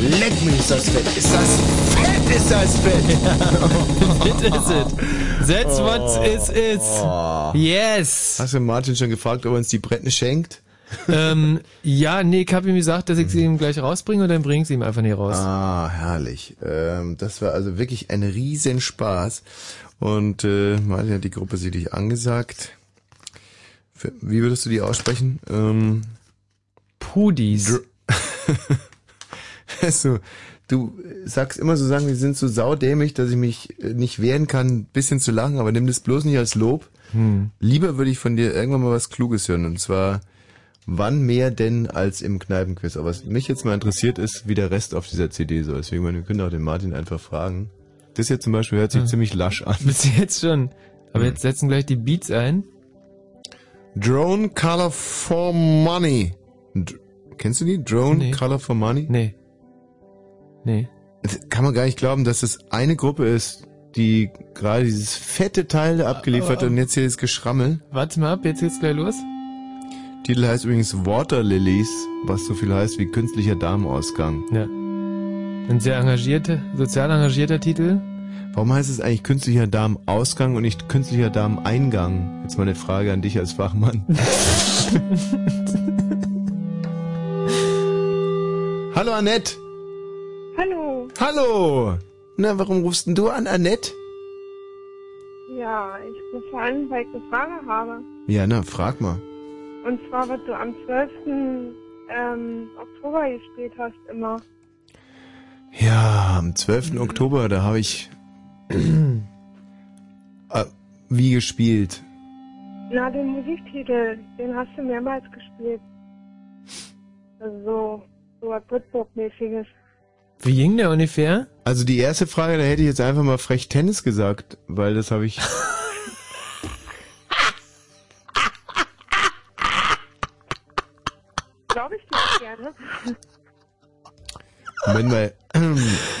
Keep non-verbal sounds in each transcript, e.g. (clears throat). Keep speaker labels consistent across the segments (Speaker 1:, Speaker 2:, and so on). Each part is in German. Speaker 1: Leck mich, ist das fett. Ist das fett, ist das
Speaker 2: (laughs)
Speaker 1: fett.
Speaker 2: That is it. That's what is it. Yes.
Speaker 3: Hast du Martin schon gefragt, ob er uns die Bretten schenkt? Hm.
Speaker 2: ähm, ja, nee, ich habe ihm gesagt, dass ich sie ihm gleich rausbringe und dann bringe ich sie ihm einfach nicht raus.
Speaker 3: Ah, herrlich. Ähm, das war also wirklich ein Riesenspaß. Und äh, Martin hat die Gruppe sicherlich angesagt. Für, wie würdest du die aussprechen? Ähm,
Speaker 2: Pudis.
Speaker 3: (laughs) also, du sagst immer so Sachen, die sind so saudämig, dass ich mich äh, nicht wehren kann, ein bisschen zu lachen, aber nimm das bloß nicht als Lob.
Speaker 2: Hm.
Speaker 3: Lieber würde ich von dir irgendwann mal was Kluges hören. Und zwar, wann mehr denn als im Kneipenquiz? Aber was mich jetzt mal interessiert ist, wie der Rest auf dieser CD so ist. Deswegen, wir können auch den Martin einfach fragen. Das hier zum Beispiel hört sich ziemlich lasch an.
Speaker 2: Hm.
Speaker 3: Hm.
Speaker 2: Bis jetzt schon. Aber jetzt setzen gleich die Beats ein.
Speaker 3: Drone Color for Money. D Kennst du die? Drone
Speaker 2: Nee.
Speaker 3: Color for Money?
Speaker 2: Nee. Nee.
Speaker 3: Das kann man gar nicht glauben, dass das eine Gruppe ist, die gerade dieses fette Teil da
Speaker 2: Oh.
Speaker 3: abgeliefert hat und jetzt hier das Geschrammel.
Speaker 2: Warte mal ab, jetzt geht's gleich los.
Speaker 3: Titel heißt übrigens Water Lilies, was so viel heißt wie künstlicher Darmausgang.
Speaker 2: Ja. Ein sehr engagierter, sozial engagierter Titel.
Speaker 3: Warum heißt es eigentlich künstlicher Darmausgang und nicht künstlicher Darmeingang? Jetzt mal eine Frage an dich als Fachmann. Hallo Annette.
Speaker 4: Hallo.
Speaker 3: Hallo. Na, warum rufst denn du an, Annette?
Speaker 4: Ja, ich rufe an, weil ich eine Frage habe.
Speaker 3: Ja, na, frag mal.
Speaker 4: Und zwar, was du am 12. Ähm, Oktober gespielt hast, immer.
Speaker 3: Ja, am 12. Oktober, da habe ich äh, wie gespielt.
Speaker 4: Na, den Musiktitel, den hast du mehrmals gespielt. Also so, so was Britpop-mäßiges.
Speaker 2: Wie ging der ungefähr?
Speaker 3: Also die erste Frage, da hätte ich jetzt einfach mal frech Tennis gesagt, weil das habe ich.
Speaker 4: Glaube ich dir auch
Speaker 3: (laughs)
Speaker 4: gerne.
Speaker 3: Wenn wir,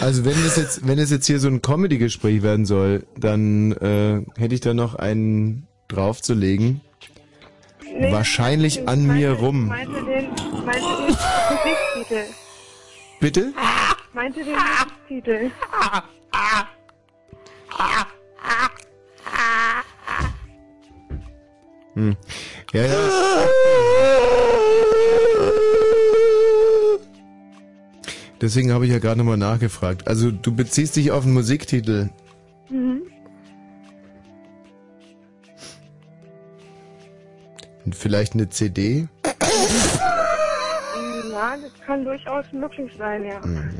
Speaker 3: (clears throat) also wenn das jetzt, wenn das jetzt hier so ein Comedy-Gespräch werden soll, dann äh, hätte ich da noch einen draufzulegen.
Speaker 4: Nee,
Speaker 3: Wahrscheinlich an mir rum.
Speaker 4: Meinte den, meinte den Musiktitel.
Speaker 3: Bitte?
Speaker 4: Meinte den
Speaker 3: (laughs)
Speaker 4: Musiktitel.
Speaker 3: Hm. Ja, ja. Deswegen habe ich ja gerade nochmal nachgefragt. Also du beziehst dich auf einen Musiktitel.
Speaker 4: Mhm.
Speaker 3: Und Vielleicht eine CD?
Speaker 4: Na, das kann durchaus möglich sein, ja.
Speaker 3: Mhm.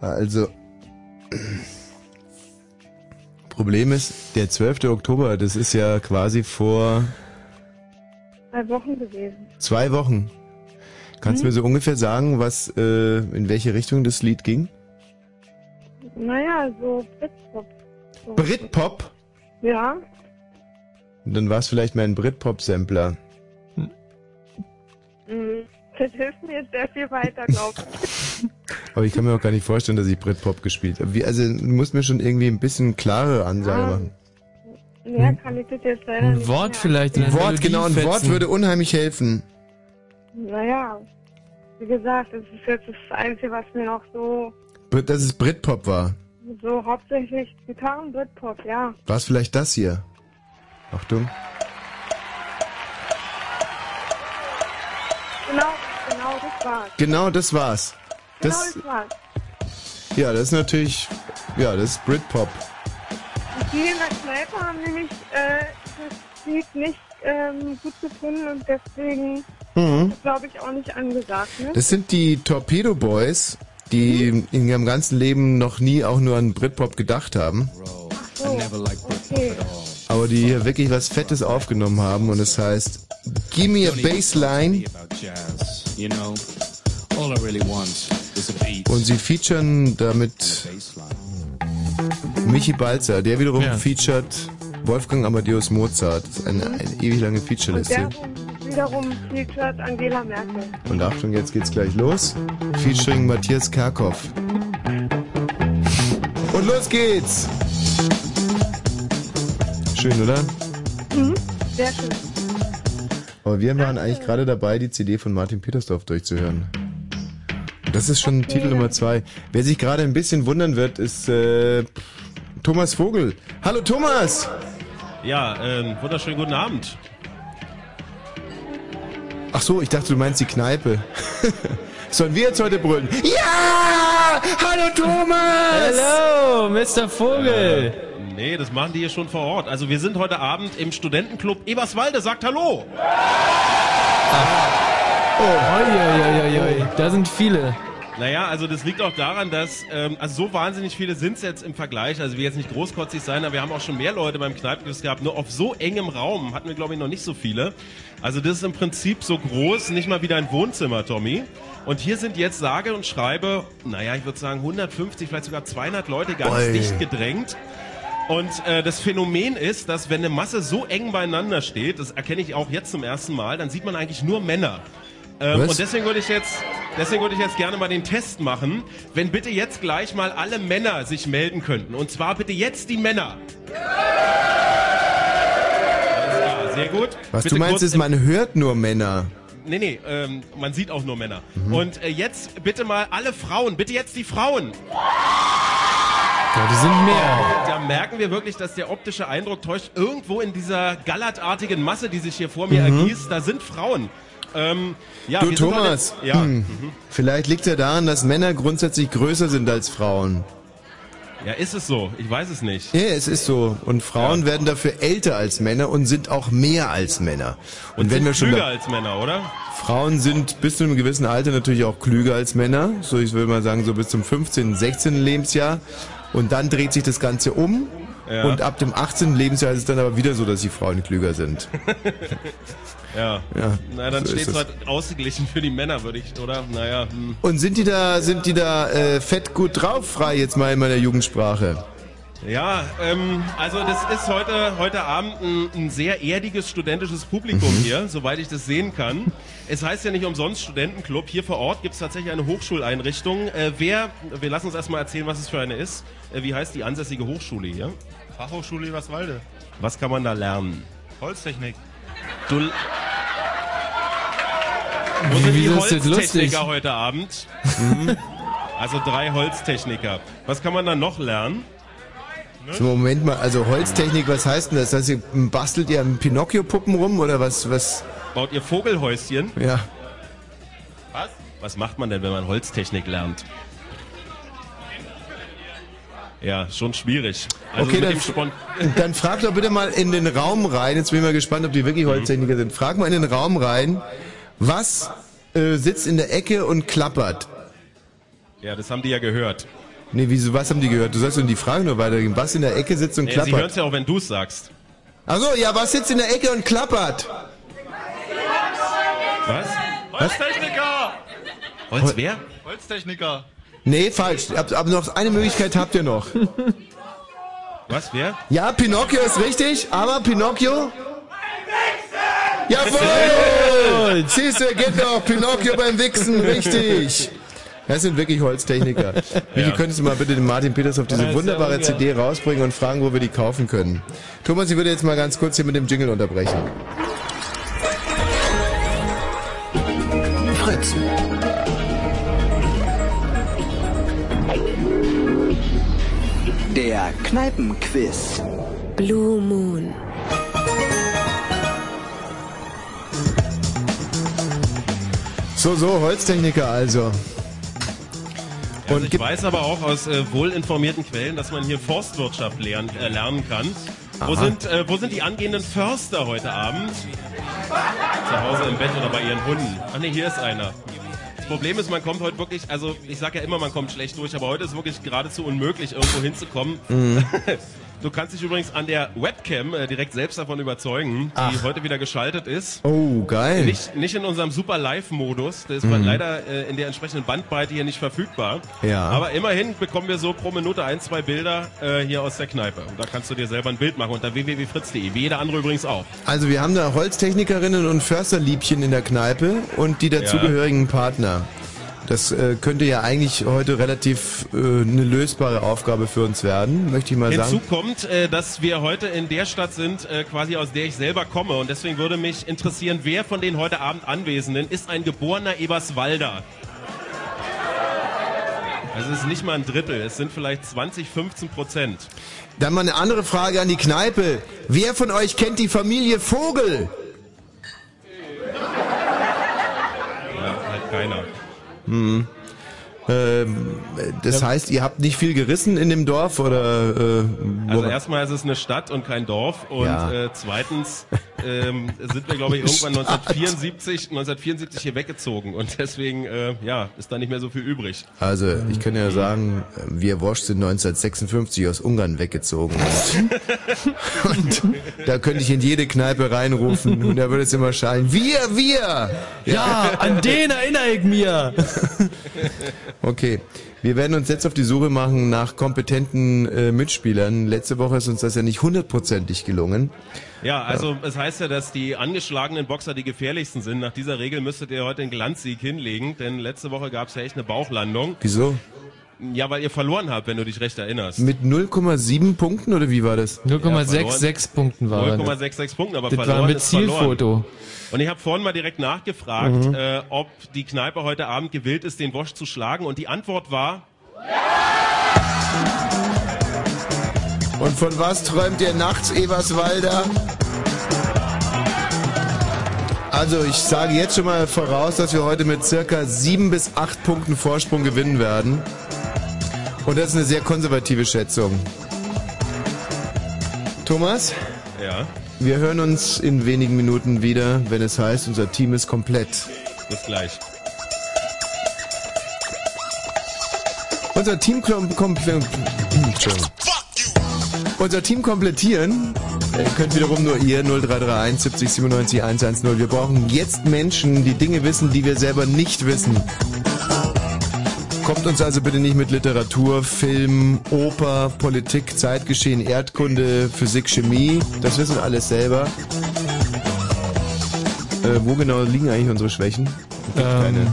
Speaker 3: Also, Problem ist, der 12. Oktober, das ist ja quasi vor
Speaker 4: Drei Wochen gewesen.
Speaker 3: zwei Wochen. Kannst du
Speaker 4: Mhm.
Speaker 3: mir so ungefähr sagen, was, äh, in welche Richtung das Lied ging?
Speaker 4: Naja, so Britpop. So.
Speaker 3: Britpop?
Speaker 4: Ja,
Speaker 3: Und dann war es vielleicht mein Britpop-Sampler.
Speaker 4: Mhm. Das hilft mir jetzt sehr viel weiter, glaube ich.
Speaker 3: (laughs) Aber ich kann mir auch gar nicht vorstellen, dass ich Britpop gespielt habe. Wie, also, du musst mir schon irgendwie ein bisschen klarere Ansage
Speaker 4: Ah,
Speaker 3: machen.
Speaker 4: Mehr kann ich das jetzt leider
Speaker 2: Ein
Speaker 4: nicht
Speaker 2: Wort
Speaker 4: mehr.
Speaker 2: vielleicht. eine
Speaker 3: Ein Wort,
Speaker 2: Melodie
Speaker 3: genau, ein Wort
Speaker 2: fetzen.
Speaker 3: würde unheimlich helfen.
Speaker 4: Naja, wie gesagt, das ist jetzt das Einzige, was mir noch so,
Speaker 3: Brit- Dass es Britpop war.
Speaker 4: so hauptsächlich Gitarren Britpop, ja.
Speaker 3: War es vielleicht das hier? Achtung.
Speaker 4: Genau, genau, das war's.
Speaker 3: Genau, das war's.
Speaker 4: Genau,
Speaker 3: Das,
Speaker 4: das, war's.
Speaker 3: ja, das ist natürlich, ja, das ist Britpop.
Speaker 4: Und die in der Kneipe haben nämlich äh, das Lied nicht ähm, gut gefunden und deswegen,
Speaker 3: Mhm.
Speaker 4: glaube ich, auch nicht angesagt, ne?
Speaker 3: Das sind die Torpedo Boys, die in ihrem ganzen Leben noch nie auch nur an Britpop gedacht haben,
Speaker 4: so, okay.
Speaker 3: aber die hier wirklich was Fettes aufgenommen haben und es heißt Gimme a Bassline
Speaker 5: about jazz, you know? All I really want is a beat.
Speaker 3: und sie featuren damit Michi Balzer, der wiederum
Speaker 2: Ja.
Speaker 3: featured Wolfgang Amadeus Mozart. Das ist eine, eine ewig lange Featureliste.
Speaker 4: Der wiederum featured Angela Merkel.
Speaker 3: Und Achtung, jetzt geht's gleich los. Featuring Matthias Kerkhoff. Und los geht's! Schön, oder?
Speaker 4: Sehr schön.
Speaker 3: Aber wir waren eigentlich gerade dabei, die CD von Martin Petersdorf durchzuhören. Und Das ist schon Titel Nummer zwei. Wer sich gerade ein bisschen wundern wird, ist äh, Thomas Vogel. Hallo Thomas!
Speaker 6: Ja, ähm, wunderschönen guten Abend.
Speaker 3: Ach so, ich dachte, du meinst die Kneipe. (laughs) Sollen wir jetzt heute brüllen? Ja! Hallo Thomas!
Speaker 2: Hello, Mr. Vogel!
Speaker 6: Äh, Nee, das machen die hier schon vor Ort. Also wir sind heute Abend im Studentenclub Eberswalde. Sagt Hallo!
Speaker 2: Oh, Uiuiuiui, da sind viele.
Speaker 6: Naja, also das liegt auch daran, dass ähm, also so wahnsinnig viele sind es jetzt im Vergleich. Also wir jetzt nicht großkotzig sein, aber wir haben auch schon mehr Leute beim Kneipenquiz gehabt. Nur auf so engem Raum hatten wir, glaube ich, noch nicht so viele. Also das ist im Prinzip so groß, nicht mal wieder ein Wohnzimmer, Tommy. Und hier sind jetzt sage und schreibe, naja, ich würde sagen 150, vielleicht sogar 200 Leute ganz
Speaker 3: Oi.
Speaker 6: dicht gedrängt. Und äh, das Phänomen ist, dass wenn eine Masse so eng beieinander steht, das erkenne ich auch jetzt zum ersten Mal, dann sieht man eigentlich nur Männer. Ähm,
Speaker 3: Was?
Speaker 6: und deswegen würde ich jetzt, deswegen würde ich jetzt gerne mal den Test machen, wenn bitte jetzt gleich mal alle Männer sich melden könnten. Und zwar bitte jetzt die Männer. Alles klar, sehr gut.
Speaker 3: Was
Speaker 6: bitte
Speaker 3: du meinst,
Speaker 6: kurz
Speaker 3: ist,
Speaker 6: im-
Speaker 3: man hört nur Männer.
Speaker 6: Nee, nee, ähm, man sieht auch nur Männer.
Speaker 3: Mhm.
Speaker 6: Und äh, jetzt bitte mal alle Frauen, bitte jetzt die Frauen.
Speaker 2: Ja, die sind mehr.
Speaker 6: Da merken wir wirklich, dass der optische Eindruck täuscht. Irgendwo in dieser gallertartigen Masse, die sich hier vor mir ergießt, da sind Frauen. Ähm, ja,
Speaker 3: Mhm. Du
Speaker 6: wir sind heute-
Speaker 3: Thomas,
Speaker 6: Ja. Mhm.
Speaker 3: hm, vielleicht liegt ja daran, dass Männer grundsätzlich größer sind als Frauen.
Speaker 6: ja, ist es so? Ich weiß es nicht.
Speaker 3: Ja, es ist so. Und Frauen werden dafür älter als Männer und sind auch mehr als Männer. Und, wenn
Speaker 6: sind
Speaker 3: wir schon
Speaker 6: klüger
Speaker 3: da,
Speaker 6: als Männer, oder?
Speaker 3: Frauen sind bis zu einem gewissen Alter natürlich auch klüger als Männer, so ich würde mal sagen so bis zum 15, 16. Lebensjahr und dann dreht sich das Ganze um.
Speaker 6: Ja.
Speaker 3: Und ab dem 18. Lebensjahr ist es dann aber wieder so, dass die Frauen klüger sind.
Speaker 6: Ja.
Speaker 3: Ja,
Speaker 6: Na, dann
Speaker 3: so
Speaker 6: steht
Speaker 3: ist
Speaker 6: es
Speaker 3: es.
Speaker 6: halt ausgeglichen für die Männer, würde ich, oder? Naja, hm.
Speaker 3: Und sind die da, sind die da äh, fett gut drauf, frei jetzt mal in meiner Jugendsprache?
Speaker 6: Ja, ähm, also das ist heute, heute Abend ein, ein sehr erdiges studentisches Publikum
Speaker 2: Mhm.
Speaker 6: hier, soweit ich das sehen kann. Es heißt ja nicht umsonst Studentenclub. Hier vor Ort gibt's tatsächlich eine Hochschuleinrichtung. Äh, wer, wir lassen uns erstmal erzählen, was es für eine ist. Äh, wie heißt die ansässige Hochschule hier?
Speaker 7: Fachhochschule Eberswalde.
Speaker 6: Was kann man da lernen?
Speaker 7: Holztechnik.
Speaker 6: Du Wo sind die
Speaker 2: wieso ist das lustig? Mhm.
Speaker 6: Holztechniker heute Abend? also drei Holztechniker. Was kann man da noch lernen?
Speaker 3: So, Moment mal, also Holztechnik, was heißt denn das? Das heißt, ihr bastelt ihr an Pinocchio-Puppen rum oder was, was,
Speaker 6: Baut ihr Vogelhäuschen?
Speaker 3: ja.
Speaker 6: Was? Was macht man denn, wenn man Holztechnik lernt? Ja, schon schwierig. Also
Speaker 3: Okay,
Speaker 6: mit
Speaker 3: dann-
Speaker 6: dem Spon
Speaker 3: (laughs) Dann frag doch bitte mal in den Raum rein, jetzt bin ich mal gespannt, ob die wirklich
Speaker 6: Mhm.
Speaker 3: Holztechniker sind. Frag mal in den Raum rein, was äh, sitzt in der Ecke und klappert?
Speaker 6: ja, das haben die ja gehört.
Speaker 3: Nee, wieso, was haben die gehört? Du sollst doch die Frage nur weitergeben. Was in der Ecke sitzt und
Speaker 6: Ja, Äh, sie hören
Speaker 3: klappert?
Speaker 6: es ja auch, wenn du es sagst.
Speaker 3: Ach so, ja, was sitzt in der Ecke und klappert?
Speaker 6: Was?
Speaker 7: Holztechniker!
Speaker 6: Holz wer?
Speaker 7: Holztechniker!
Speaker 3: Nee, falsch. Ab, ab noch eine Möglichkeit habt ihr noch.
Speaker 6: Was wer?
Speaker 3: Ja, Pinocchio ist richtig, aber Pinocchio. Jawohl! Siehst du, geht doch. Pinocchio beim Wichsen, richtig. Das sind wirklich Holztechniker. Michi, könntest du mal bitte den Martin Peters auf diese wunderbare CD rausbringen und fragen, wo wir die kaufen können? Thomas, ich würde jetzt mal ganz kurz hier mit dem Jingle unterbrechen.
Speaker 8: Fritz. Der Kneipenquiz.
Speaker 9: Blue Moon.
Speaker 3: So, so, Holztechniker also.
Speaker 6: Also
Speaker 3: Und
Speaker 6: ich
Speaker 3: gibt,
Speaker 6: weiß aber auch aus äh, wohlinformierten Quellen, dass man hier Forstwirtschaft lernen, äh, lernen kann. Wo sind, äh, wo sind die angehenden Förster heute Abend? Zu Hause im Bett oder bei ihren Hunden. Ach nee, hier ist einer. Das Problem ist, man kommt heute wirklich, also ich sage ja immer, man kommt schlecht durch, aber heute ist wirklich geradezu unmöglich, irgendwo hinzukommen. (laughs) Du kannst dich übrigens an der Webcam äh, direkt selbst davon überzeugen, die heute wieder geschaltet ist.
Speaker 3: oh, geil. Mhm.
Speaker 6: Nicht, nicht in unserem super Live-Modus, der ist leider äh, in der entsprechenden Bandbreite hier nicht verfügbar.
Speaker 3: Ja.
Speaker 6: Aber immerhin bekommen wir so pro Minute ein, zwei Bilder äh, hier aus der Kneipe. Und da kannst du dir selber ein Bild machen unter www.fritz.de, wie jeder andere übrigens auch.
Speaker 3: Also wir haben da Holztechnikerinnen und Försterliebchen in der Kneipe und die dazugehörigen Partner. Das äh, könnte ja eigentlich heute relativ äh, eine lösbare Aufgabe für uns werden, möchte ich mal
Speaker 6: Hinzu
Speaker 3: sagen.
Speaker 6: kommt, äh, dass wir heute in der Stadt sind, äh, quasi aus der ich selber komme. Und deswegen würde mich interessieren, wer von den heute Abend Anwesenden ist ein geborener Eberswalder? Also es ist nicht mal ein Drittel, es sind vielleicht 20, 15 Prozent.
Speaker 3: Dann mal eine andere Frage an die Kneipe. Wer von euch kennt die Familie Vogel?
Speaker 6: Ja, halt keiner.
Speaker 3: Hm. Ähm, das heißt, ihr habt nicht viel gerissen in dem Dorf oder äh, wo-
Speaker 6: Also erstmal ist es eine Stadt und kein Dorf und
Speaker 3: Ja.
Speaker 6: äh, zweitens ähm, sind wir
Speaker 3: (laughs)
Speaker 6: glaube ich irgendwann 1974, 1974 hier weggezogen und deswegen äh, ja ist da nicht mehr so viel übrig.
Speaker 3: Also, ich kann ja sagen, wir Wosch sind 1956 aus Ungarn weggezogen. Und (laughs) da könnte ich in jede Kneipe reinrufen und da würde es immer schreien, wir, wir!
Speaker 2: Ja, an den erinnere ich mir!
Speaker 3: (laughs) Okay, wir werden uns jetzt auf die Suche machen nach kompetenten äh, Mitspielern. Letzte Woche ist uns das ja nicht hundertprozentig gelungen.
Speaker 6: Ja, also es heißt ja, dass die angeschlagenen Boxer die gefährlichsten sind. Nach dieser Regel müsstet ihr heute einen Glanzsieg hinlegen, denn letzte Woche gab es ja echt eine Bauchlandung.
Speaker 3: Wieso?
Speaker 6: Ja, weil ihr verloren habt, wenn du dich recht erinnerst.
Speaker 3: Mit 0,7 Punkten oder wie war das?
Speaker 2: 0,66 Punkten war er.
Speaker 6: 0,66 Punkten, aber
Speaker 2: Das
Speaker 6: verloren
Speaker 2: war mit
Speaker 6: ist verloren.
Speaker 2: Zielfoto.
Speaker 6: Und ich habe vorhin mal direkt nachgefragt,
Speaker 2: Mhm.
Speaker 6: äh, ob die Kneipe heute Abend gewillt ist, den Wosch zu schlagen. Und die Antwort war,
Speaker 10: (laughs)
Speaker 3: Und von was träumt ihr nachts, Eberswalder? Also ich sage jetzt schon mal voraus, dass wir heute mit circa sieben bis acht Punkten Vorsprung gewinnen werden. Und das ist eine sehr konservative Schätzung. Thomas,
Speaker 6: ja,
Speaker 3: wir hören uns in wenigen Minuten wieder, wenn es heißt, unser Team ist komplett.
Speaker 6: bis gleich.
Speaker 3: Unser Team kom kom Entschuldigung. Unser Team komplettieren. Ihr könnt wiederum nur ihr 0331 70 97 110. Wir brauchen jetzt Menschen, die Dinge wissen, die wir selber nicht wissen. Kommt uns also bitte nicht mit Literatur, Film, Oper, Politik, Zeitgeschehen, Erdkunde, Physik, Chemie. Das wissen wir alles selber. Äh, wo genau liegen eigentlich unsere Schwächen?
Speaker 2: Ähm,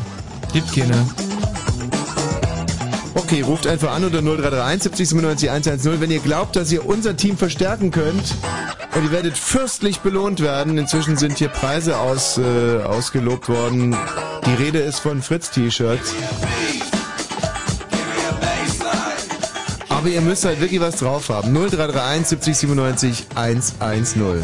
Speaker 2: gibt keine.
Speaker 3: Okay, ruft einfach an unter 0331 70 97 110, wenn ihr glaubt, dass ihr unser Team verstärken könnt. Und ihr werdet fürstlich belohnt werden. Inzwischen sind hier Preise aus, äh, ausgelobt worden. Die Rede ist von Fritz-T-Shirts. Aber ihr müsst halt wirklich was drauf haben. 0331 70 97 110.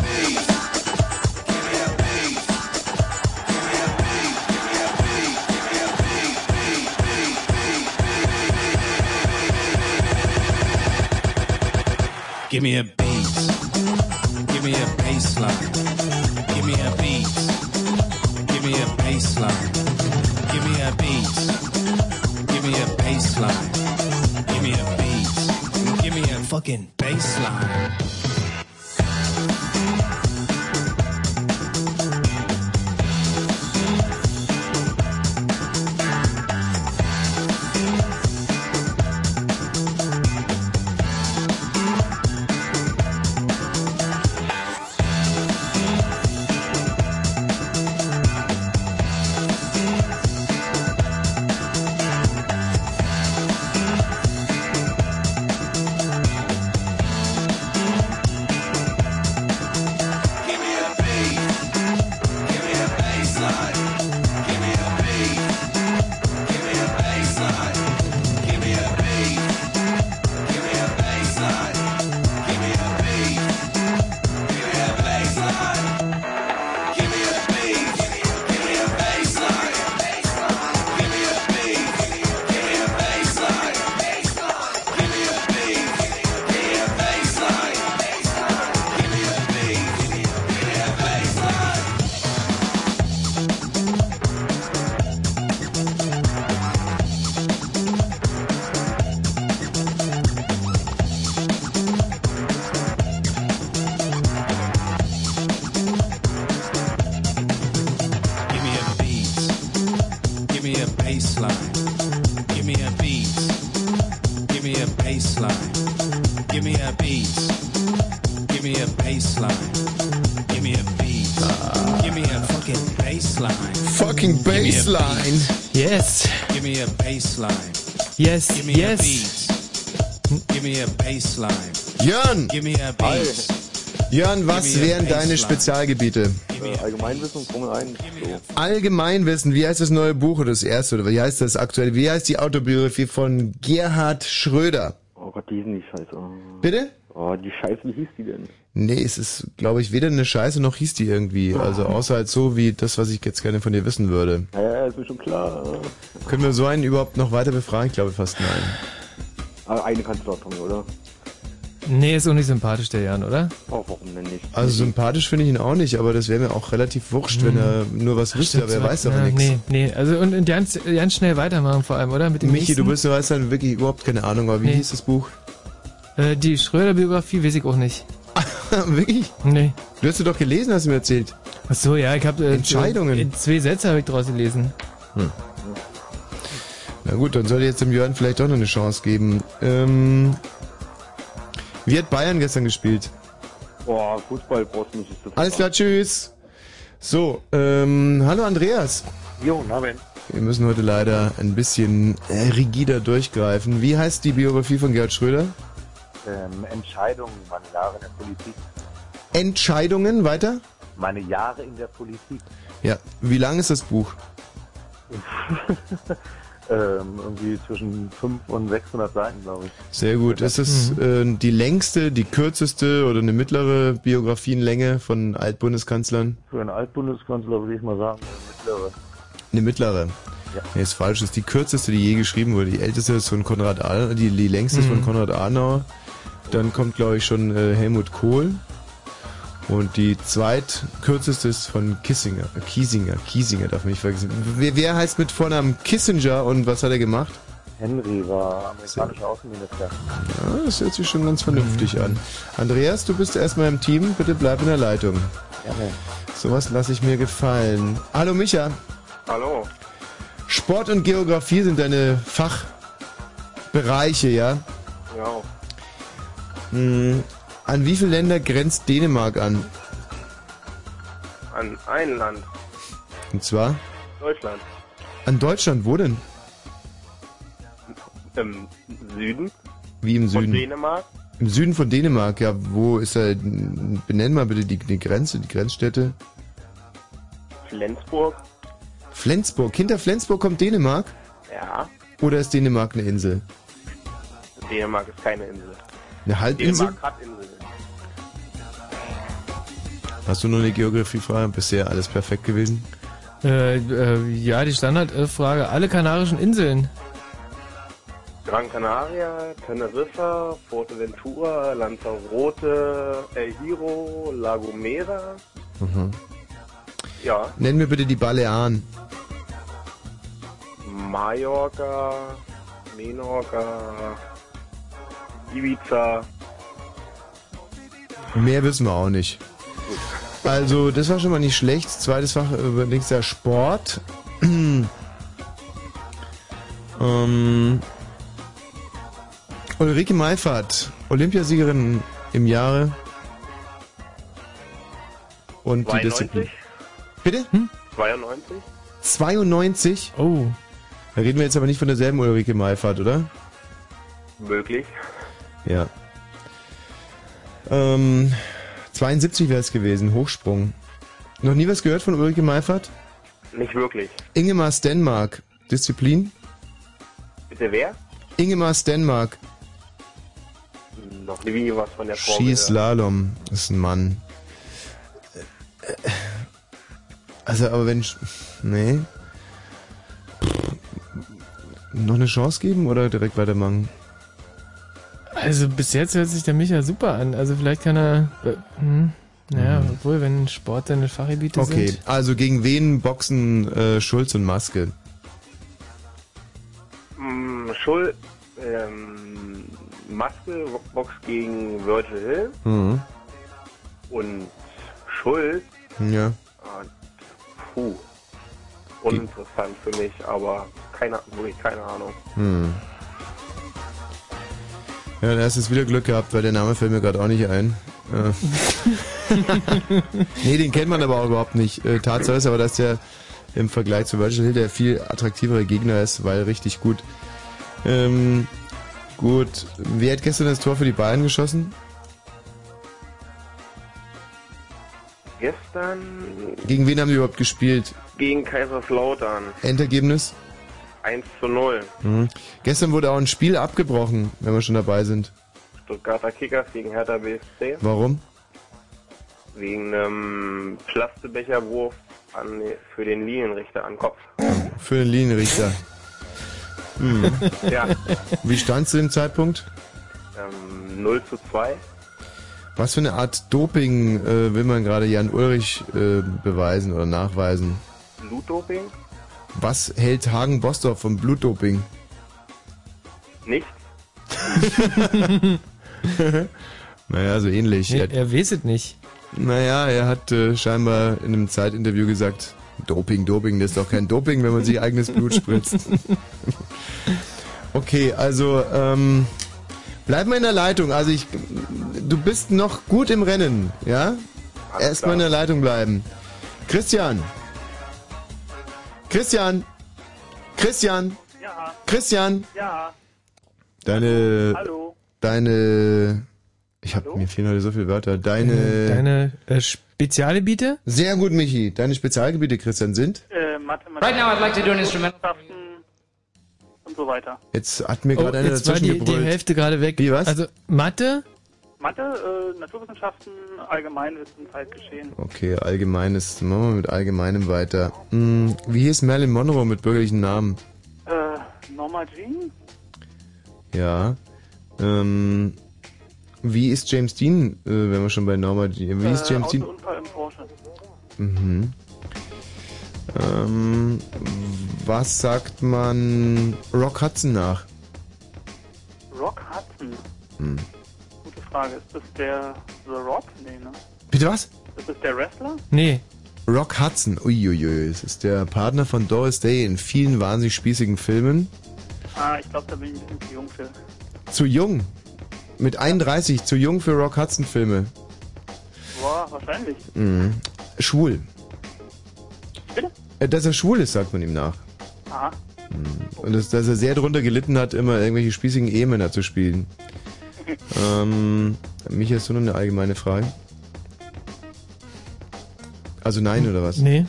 Speaker 11: Give me a beat. Give me a bass line. Give me a beat. Give me a bass line. Give me a beat. Give me a bass line. Give me a beat. Give me a fucking bass line. Give me a beat. Give me a bass line. Give me a beat. Give me a bass line. Give me a beat. Give me a bass line. Give me a beat. Give me a fucking bass line.
Speaker 3: Fucking bass line.
Speaker 2: Yes.
Speaker 11: Give me a bass line.
Speaker 2: Yes,
Speaker 11: Give me a
Speaker 2: yes.
Speaker 11: beat. Give me a bass line.
Speaker 3: Jörn!
Speaker 11: Give me a beat.
Speaker 3: Jörn, was wären deine Spezialgebiete?
Speaker 12: Äh, Allgemeinwissen, Formel 1. So.
Speaker 3: Allgemeinwissen, wie heißt das neue Buch oder das erste oder wie heißt das aktuelle? Wie heißt die Autobiografie von Gerhard Schröder?
Speaker 12: Oh Gott, die hießen die Scheiße.
Speaker 3: Bitte?
Speaker 12: Oh, die Scheiße, wie hieß die denn?
Speaker 3: Nee, es ist, glaube ich, weder eine Scheiße noch hieß die irgendwie. Also außer halt so wie das, was ich jetzt gerne von dir wissen würde.
Speaker 12: Ja, ja, ist mir schon klar. ne?
Speaker 3: Können wir so einen überhaupt noch weiter befragen? Ich glaube fast nein.
Speaker 12: Aber Ah, eine kannst du doch von mir, oder?
Speaker 2: Nee, ist auch nicht sympathisch, der Jan, oder?
Speaker 12: Oh, warum denn nicht?
Speaker 3: Also sympathisch finde ich ihn auch nicht, aber das wäre mir auch relativ wurscht, wenn er nur was wüsste, aber er weiß doch
Speaker 2: Hm. Ja,
Speaker 3: nichts.
Speaker 2: Nee, nee, also und, und ganz, ganz schnell weitermachen vor allem, oder? Mit dem
Speaker 3: Michi, du
Speaker 2: nächsten.
Speaker 3: bist, du weißt dann wirklich überhaupt keine Ahnung, aber wie
Speaker 2: Nee.
Speaker 3: hieß das Buch?
Speaker 2: Äh, die Schröder-Biografie weiß ich auch nicht.
Speaker 3: (laughs) wirklich?
Speaker 2: Nee.
Speaker 3: Du hast du doch gelesen, hast du mir erzählt.
Speaker 2: Ach so, ja, ich habe äh,
Speaker 3: Entscheidungen.
Speaker 2: Zwei, zwei Sätze habe ich draus gelesen.
Speaker 3: Hm. Na gut, dann sollte jetzt dem Jörn vielleicht doch noch eine Chance geben. Ähm, wie hat Bayern gestern gespielt?
Speaker 12: Boah, Fußball brauchst du nicht zu
Speaker 3: Alles klar, tschüss. So, ähm, hallo Andreas.
Speaker 12: Jo, na wenn.
Speaker 3: Wir müssen heute leider ein bisschen äh, rigider durchgreifen. Wie heißt die Biografie von Gerhard Schröder?
Speaker 4: Ähm, Entscheidungen, meine Jahre in der Politik.
Speaker 3: Entscheidungen, weiter?
Speaker 4: Meine Jahre in der Politik. (laughs)
Speaker 3: Ja. Wie lang ist das Buch?
Speaker 4: ähm, irgendwie zwischen 500 und 600 Seiten, glaube ich.
Speaker 3: Sehr gut. Ist es äh, die längste, die kürzeste oder eine mittlere Biografienlänge von Altbundeskanzlern?
Speaker 4: Für einen Altbundeskanzler würde ich mal sagen, eine mittlere.
Speaker 3: Eine mittlere.
Speaker 4: Ja.
Speaker 3: Nee, ist falsch. Ist die kürzeste, die je geschrieben wurde. Die älteste ist von Konrad Adenauer, die, die längste ist von
Speaker 4: Mhm.
Speaker 3: Konrad Adenauer. Dann kommt, glaube ich, schon äh, Helmut Kohl. Und die zweitkürzeste ist von Kissinger. Äh, Kiesinger. Kiesinger darf man nicht vergessen. Wer, wer heißt mit Vornamen Kissinger und was hat er gemacht?
Speaker 4: Henry war amerikanischer Außenminister.
Speaker 3: Ja, Ah, das hört sich schon ganz vernünftig an. Andreas, du bist erstmal im Team. Bitte bleib in der Leitung.
Speaker 4: Gerne.
Speaker 3: Sowas lasse ich mir gefallen. Hallo Micha.
Speaker 4: Hallo.
Speaker 3: Sport und Geografie sind deine Fachbereiche, ja?
Speaker 4: Ja.
Speaker 3: Hm, An wie viele Länder grenzt Dänemark an?
Speaker 13: An ein Land,
Speaker 3: Und zwar
Speaker 13: Deutschland.
Speaker 3: an Deutschland. Wo denn?
Speaker 13: Im Süden.
Speaker 3: Wie im
Speaker 13: Von
Speaker 3: Süden?
Speaker 13: Dänemark.
Speaker 3: Im Süden von Dänemark, ja. Wo ist da? Benenn mal bitte die, die Grenze, die Grenzstädte.
Speaker 13: Flensburg.
Speaker 3: Flensburg. Hinter Flensburg kommt Dänemark?
Speaker 13: Ja.
Speaker 3: Oder ist Dänemark eine Insel?
Speaker 13: Dänemark ist keine Insel.
Speaker 3: Eine Halbinsel?
Speaker 13: Dänemark hat Inseln.
Speaker 3: Hast du noch eine Geografiefrage? Bisher alles perfekt gewesen?
Speaker 2: Äh, äh, ja, die Standardfrage. Alle Kanarischen Inseln.
Speaker 13: Gran Canaria, Teneriffa, Fuerteventura, Lanzarote, El Hierro, La Gomera.
Speaker 3: Mhm.
Speaker 13: Ja.
Speaker 3: Nenn mir bitte die Balearen.
Speaker 13: Mallorca, Menorca, Ibiza.
Speaker 3: Mehr wissen wir auch nicht. Also, das war schon mal nicht schlecht. Zweites Fach äh, überlegst ja Sport. (clears throat) ähm, Ulrike Meifert, Olympiasiegerin im Jahre. Und die
Speaker 13: 92?
Speaker 3: Disziplin. Bitte? Hm?
Speaker 13: 92?
Speaker 3: 92?
Speaker 2: Oh.
Speaker 3: Da reden wir jetzt aber nicht von derselben Ulrike Meifert, oder?
Speaker 13: Möglich.
Speaker 3: Ja. Ähm, 72 wäre es gewesen, Hochsprung. Noch nie was gehört von Ulrike Meifert?
Speaker 13: Nicht wirklich.
Speaker 3: Ingemar Stenmark, Disziplin?
Speaker 13: Bitte wer?
Speaker 3: Ingemar Stenmark,
Speaker 13: Noch nie was von der Frau gehört.
Speaker 3: Skislalom, ist ein Mann. Äh, äh, Also, aber wenn... Sch- Nee. Pff, Noch eine Chance geben oder direkt weitermachen?
Speaker 2: Also bis jetzt hört sich der Micha super an. Also vielleicht kann er... Äh, hm, naja,
Speaker 3: Mhm.
Speaker 2: obwohl, wenn Sport seine Fachgebiete
Speaker 3: Okay,
Speaker 2: sind.
Speaker 3: also gegen wen boxen äh, Schulz und Maske?
Speaker 13: Mm, Schul, ähm, Maske, Box gegen Virgil Hill
Speaker 3: Mhm.
Speaker 13: und Schulz.
Speaker 3: Ja.
Speaker 13: ah, Puh. Uninteressant für mich, aber keine, wirklich keine Ahnung.
Speaker 3: Hm. Ja, da hast du jetzt wieder Glück gehabt, weil der Name fällt mir gerade auch nicht ein. Äh. nee, den kennt man aber auch überhaupt nicht. Äh, Tatsache ist aber, dass der im Vergleich zu Virgil Hill der viel attraktivere Gegner ist, weil richtig gut. Ähm, gut, wer hat gestern das Tor für die Bayern geschossen?
Speaker 13: gestern
Speaker 3: Gegen wen haben die überhaupt gespielt?
Speaker 13: gegen Kaiserslautern.
Speaker 3: Endergebnis?
Speaker 13: 1 zu 0.
Speaker 3: Mhm. Gestern wurde auch ein Spiel abgebrochen, wenn wir schon dabei sind.
Speaker 13: Stuttgarter Kickers gegen Hertha BSC.
Speaker 3: Warum?
Speaker 13: Wegen einem Plastebecherwurf an, für den Linienrichter an den Kopf.
Speaker 3: Für den Linienrichter. Hm.
Speaker 13: Ja.
Speaker 3: Wie stand es zu dem Zeitpunkt?
Speaker 13: Ähm, 0 zu 2.
Speaker 3: Was für eine Art Doping äh, will man gerade Jan Ulrich äh, beweisen oder nachweisen?
Speaker 13: Blutdoping?
Speaker 3: Was hält Hagen Bostorf vom Blutdoping?
Speaker 13: (laughs) Nichts.
Speaker 3: naja, so ähnlich. er,
Speaker 2: weiß es nicht.
Speaker 3: Naja, er hat äh, scheinbar in einem Zeitinterview gesagt, Doping, Doping, das ist doch kein Doping, wenn man sich eigenes Blut spritzt. okay, also ähm, bleib mal in der Leitung. Also ich, du bist noch gut im Rennen, ja? Erstmal in der Leitung bleiben. Christian. Christian. Christian.
Speaker 10: Ja.
Speaker 3: Christian.
Speaker 10: Ja.
Speaker 3: Deine.
Speaker 10: Hallo.
Speaker 3: Deine. Ich hab, mir fehlen heute so viele Wörter. Deine.
Speaker 2: Deine äh, Spezialgebiete?
Speaker 3: Sehr gut, Michi. Deine Spezialgebiete, Christian, sind?
Speaker 10: Äh, Mathematik.
Speaker 14: Right now I'd like to do an instrumental.
Speaker 10: Wissenschaften Und so weiter.
Speaker 3: Jetzt hat mir gerade
Speaker 2: oh,
Speaker 3: einer
Speaker 2: jetzt war
Speaker 3: dazwischen
Speaker 2: die, die
Speaker 3: gebrüllt.
Speaker 2: Hälfte gerade weg. Wie
Speaker 3: was?
Speaker 2: Also Mathe?
Speaker 10: Mathe, äh, Naturwissenschaften, Allgemeinwissen, Zeitgeschehen.
Speaker 3: Okay, allgemeines. Machen wir mit allgemeinem weiter. Hm, wie hieß Marilyn Monroe mit bürgerlichen Namen?
Speaker 10: Äh, Norma Jean?
Speaker 3: Ja. Ähm, wie ist James Dean, äh, wenn wir schon bei Norma Jean... Wie hieß
Speaker 10: äh,
Speaker 3: James Dean?
Speaker 10: Autounfall im Porsche.
Speaker 3: Mhm. Ähm, was sagt man Rock Hudson nach?
Speaker 10: Rock Hudson.
Speaker 3: Hm.
Speaker 10: Gute Frage. Ist das der The Rock? Nee, ne?
Speaker 3: Bitte was?
Speaker 10: Ist das der Wrestler?
Speaker 2: Nee.
Speaker 3: Rock Hudson, uiuiui, es ist der Partner von Doris Day in vielen wahnsinnig spießigen Filmen.
Speaker 10: Ah, ich glaube, da bin ich ein bisschen zu jung für.
Speaker 3: Zu jung. Mit 31, zu jung für Rock Hudson Filme.
Speaker 10: Boah, wahrscheinlich.
Speaker 3: Mhm. Schwul. Äh, Dass er schwul ist, sagt man ihm nach. Mhm.
Speaker 10: Aha.
Speaker 3: Und dass, dass er sehr drunter gelitten hat, immer irgendwelche spießigen Ehemänner zu spielen. ähm, Micha, hast du noch eine allgemeine Frage? Also nein, oder was?
Speaker 2: Nee.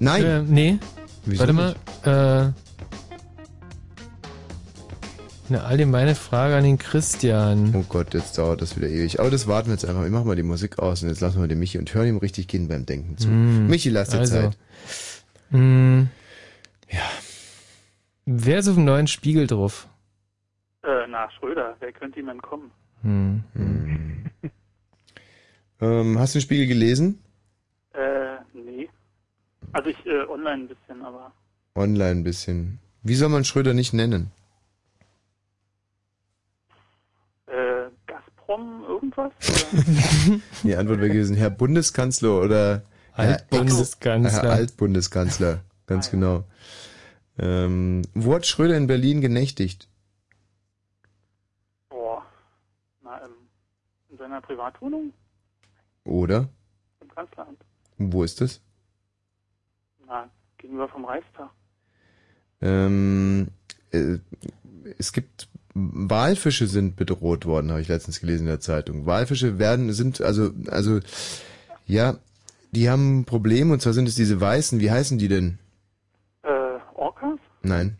Speaker 3: Nein.
Speaker 2: Äh, nee.
Speaker 3: Wieso
Speaker 2: Warte mal. Äh, eine allgemeine Frage an den Christian.
Speaker 3: Oh Gott, jetzt dauert das wieder ewig. Aber das warten wir jetzt einfach. Ich mach mal die Musik aus und jetzt lassen wir den Michi und hören ihm richtig gehen beim Denken zu.
Speaker 2: Mm.
Speaker 3: Hm. Michi, lass dir
Speaker 2: Also. (laughs)
Speaker 3: Zeit.
Speaker 2: Hm. Ja. Wer ist auf dem neuen Spiegel drauf?
Speaker 10: Äh, na, Schröder. Wer könnte ihm entkommen?
Speaker 2: Hm.
Speaker 3: Ähm, hast du den Spiegel gelesen?
Speaker 10: Äh, nee. Also ich, äh, online ein bisschen, aber.
Speaker 3: Online ein bisschen. Wie soll man Schröder nicht nennen?
Speaker 10: Äh, Gazprom irgendwas?
Speaker 3: Die Antwort wäre gewesen, Herr Bundeskanzler oder Herr Ex-
Speaker 2: Altbundeskanzler.
Speaker 3: Herr Altbundeskanzler, ganz genau. Ähm, wo hat Schröder in Berlin genächtigt?
Speaker 10: Boah. Na, ähm, in seiner Privatwohnung?
Speaker 3: Oder?
Speaker 10: Im Kanzleramt?
Speaker 3: Wo ist das?
Speaker 10: Na, gegenüber vom Reichstag. Ah,
Speaker 3: Ähm, äh, es gibt Walfische sind bedroht worden, habe ich letztens gelesen in der Zeitung. Walfische werden sind also also ja, die haben ein Problem und zwar sind es diese weißen, wie heißen die denn?
Speaker 10: Äh, Orcas?
Speaker 3: Nein.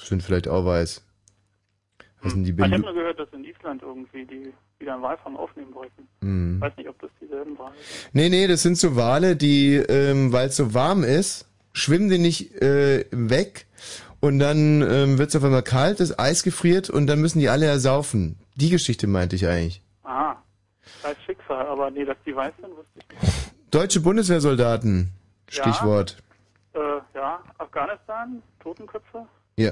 Speaker 3: Sind vielleicht auch weiß. Heißen die
Speaker 10: Ah, Ich habe
Speaker 3: Belu
Speaker 10: nur gehört, dass in Island irgendwie die wieder einen Walfang aufnehmen wollten.
Speaker 3: Mhm.
Speaker 10: Weiß nicht, ob das dieselben waren.
Speaker 3: Nee, nee, das sind so Wale, die, ähm, weil es so warm ist, schwimmen die nicht äh, weg und dann ähm, wird es auf einmal kalt, das Eis gefriert und dann müssen die alle ersaufen. Die Geschichte meinte ich eigentlich.
Speaker 10: Aha. Das Schicksal, aber nee, dass die weiß sind, wusste ich.
Speaker 3: Deutsche Bundeswehrsoldaten,
Speaker 10: Ja.
Speaker 3: Stichwort.
Speaker 10: Äh, ja, Afghanistan, Totenköpfe.
Speaker 3: Ja.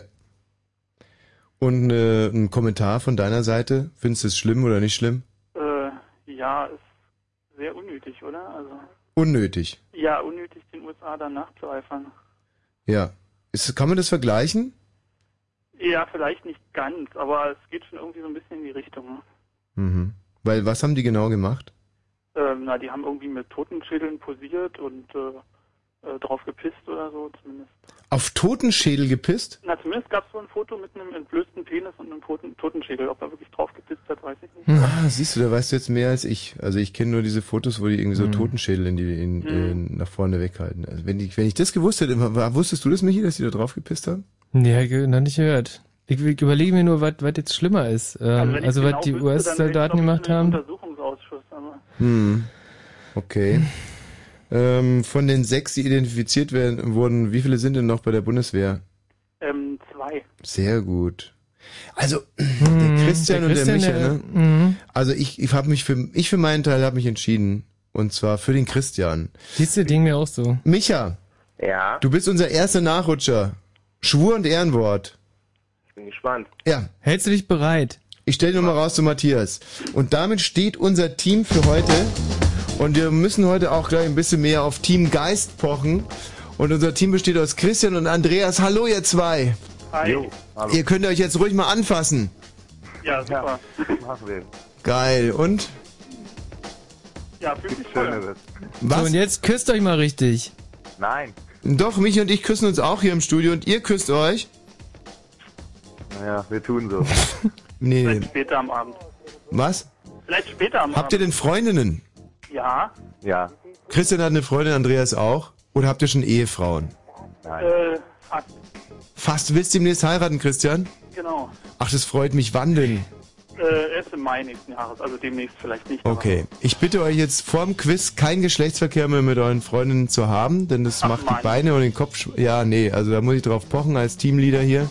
Speaker 3: Und äh, ein Kommentar von deiner Seite. Findest du es schlimm oder nicht schlimm?
Speaker 10: Äh, ja, ist sehr unnötig, oder? Also,
Speaker 3: Unnötig.
Speaker 10: ja, unnötig, den USA dann nachzueifern.
Speaker 3: Ja. Ist, kann man das vergleichen?
Speaker 10: Ja, vielleicht nicht ganz, aber es geht schon irgendwie so ein bisschen in die Richtung. ne?
Speaker 3: Mhm. Weil was haben die genau gemacht?
Speaker 10: Ähm, na, die haben irgendwie mit Totenschädeln posiert und äh, äh, drauf gepisst oder so zumindest.
Speaker 3: Auf Totenschädel gepisst?
Speaker 10: Na, zumindest gab es so ein Foto mit einem entblößten Penis und einem toten, Totenschädel. Ob er wirklich drauf gepisst hat, weiß ich nicht.
Speaker 3: Ah, siehst du, da weißt du jetzt mehr als ich. Also ich kenne nur diese Fotos, wo die irgendwie so
Speaker 10: Hm.
Speaker 3: Totenschädel in die in,
Speaker 10: Hm.
Speaker 3: äh, nach vorne weghalten. Also wenn ich, wenn ich das gewusst hätte, war- wusstest du das, Michi, dass die da drauf gepisst haben?
Speaker 2: Ja, ge- noch nicht gehört. Ich überlege mir nur, was was jetzt schlimmer ist. Ähm,
Speaker 10: wenn ich's
Speaker 2: also, was
Speaker 10: genau
Speaker 2: die
Speaker 10: wüsste, dann wär's,
Speaker 2: US-Soldaten
Speaker 10: glaub
Speaker 2: gemacht
Speaker 10: ich, ein
Speaker 2: haben.
Speaker 10: Untersuchungsausschuss, aber
Speaker 3: Hm. Okay. ähm, von den sechs, die identifiziert werden, wurden, wie viele sind denn noch bei der Bundeswehr?
Speaker 10: ähm, zwei.
Speaker 3: Sehr gut. Also, (clears throat)
Speaker 10: Hm,
Speaker 3: der Christian
Speaker 2: der
Speaker 3: und der
Speaker 2: Christian,
Speaker 3: Micha,
Speaker 2: der-
Speaker 3: ne?
Speaker 2: Mhm.
Speaker 3: Also ich, ich habe mich für, ich für meinen Teil habe mich entschieden. Und zwar für den Christian.
Speaker 2: Siehst du, Ding mir auch so.
Speaker 3: Micha.
Speaker 13: Ja.
Speaker 3: Du bist unser erster Nachrutscher. Schwur und Ehrenwort.
Speaker 13: Ich bin gespannt.
Speaker 3: Ja. Hältst du dich bereit? Ich stelle nur mal raus zu Matthias. Und damit steht unser Team für heute. Und wir müssen heute auch gleich ein bisschen mehr auf Team Geist pochen. Und unser Team besteht aus Christian und Andreas. Hallo, ihr zwei.
Speaker 10: Hi. Jo,
Speaker 3: hallo. Ihr könnt euch jetzt ruhig mal anfassen.
Speaker 10: Ja, super.
Speaker 3: Geil. Und?
Speaker 10: Ja, fühlt sich voll.
Speaker 3: Was? und
Speaker 2: jetzt küsst euch mal richtig.
Speaker 4: Nein.
Speaker 3: Doch, Michi und ich küssen uns auch hier im Studio und ihr küsst euch.
Speaker 4: Naja, wir tun so.
Speaker 3: (laughs) Nee.
Speaker 10: Später am Abend.
Speaker 3: Was?
Speaker 10: Vielleicht später am
Speaker 3: Habt ihr
Speaker 10: Abend.
Speaker 3: denn Freundinnen?
Speaker 10: Ja.
Speaker 4: Ja.
Speaker 3: Christian hat eine Freundin, Andreas auch. Oder habt ihr schon Ehefrauen?
Speaker 10: Äh, fuck,
Speaker 3: Fast du willst demnächst heiraten, Christian?
Speaker 10: genau.
Speaker 3: Ach, das freut mich. Wann denn?
Speaker 10: Äh, erst im Mai nächsten Jahres, also demnächst vielleicht nicht.
Speaker 3: Okay. Ich bitte euch jetzt vorm Quiz keinen Geschlechtsverkehr mehr mit euren Freundinnen zu haben, denn das macht die Beine und den Kopf. sch- Ja, nee, also da muss ich drauf pochen als Teamleader hier.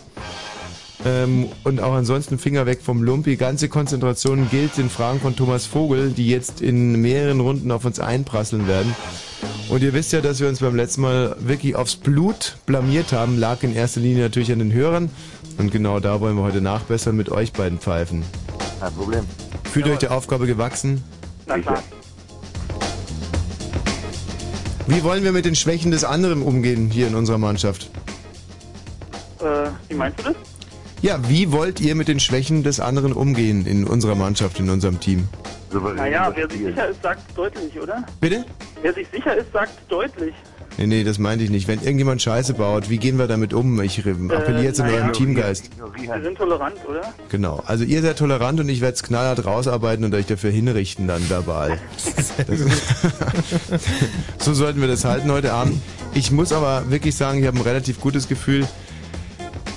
Speaker 3: Ähm, und auch ansonsten Finger weg vom Lumpi. Ganze Konzentration gilt den Fragen von Thomas Vogel, die jetzt in mehreren Runden auf uns einprasseln werden. Und ihr wisst ja, dass wir uns beim letzten Mal wirklich aufs Blut blamiert haben, lag in erster Linie natürlich an den Hörern. Und genau da wollen wir heute nachbessern mit euch beiden Pfeifen.
Speaker 4: Kein Problem.
Speaker 3: Fühlt euch der Aufgabe gewachsen?
Speaker 10: Na klar.
Speaker 3: Wie wollen wir mit den Schwächen des anderen umgehen hier in unserer Mannschaft?
Speaker 10: Äh, wie meinst du das?
Speaker 3: Ja, wie wollt ihr mit den Schwächen des anderen umgehen in unserer Mannschaft, in unserem Team?
Speaker 10: Naja, wer sich sicher ist, sagt deutlich, oder?
Speaker 3: Bitte?
Speaker 10: Wer sich sicher ist, sagt deutlich.
Speaker 3: Nee, nee, das meinte ich nicht. Wenn irgendjemand Scheiße baut, wie gehen wir damit um? Ich re- appelliere jetzt an
Speaker 10: Äh, naja.
Speaker 3: euren Teamgeist.
Speaker 10: Wir sind tolerant, oder?
Speaker 3: Genau. Also ihr seid tolerant und ich werde es knallhart rausarbeiten und euch dafür hinrichten dann verbal. Das, (laughs) so sollten wir das halten heute Abend. Ich muss aber wirklich sagen, ich habe ein relativ gutes Gefühl.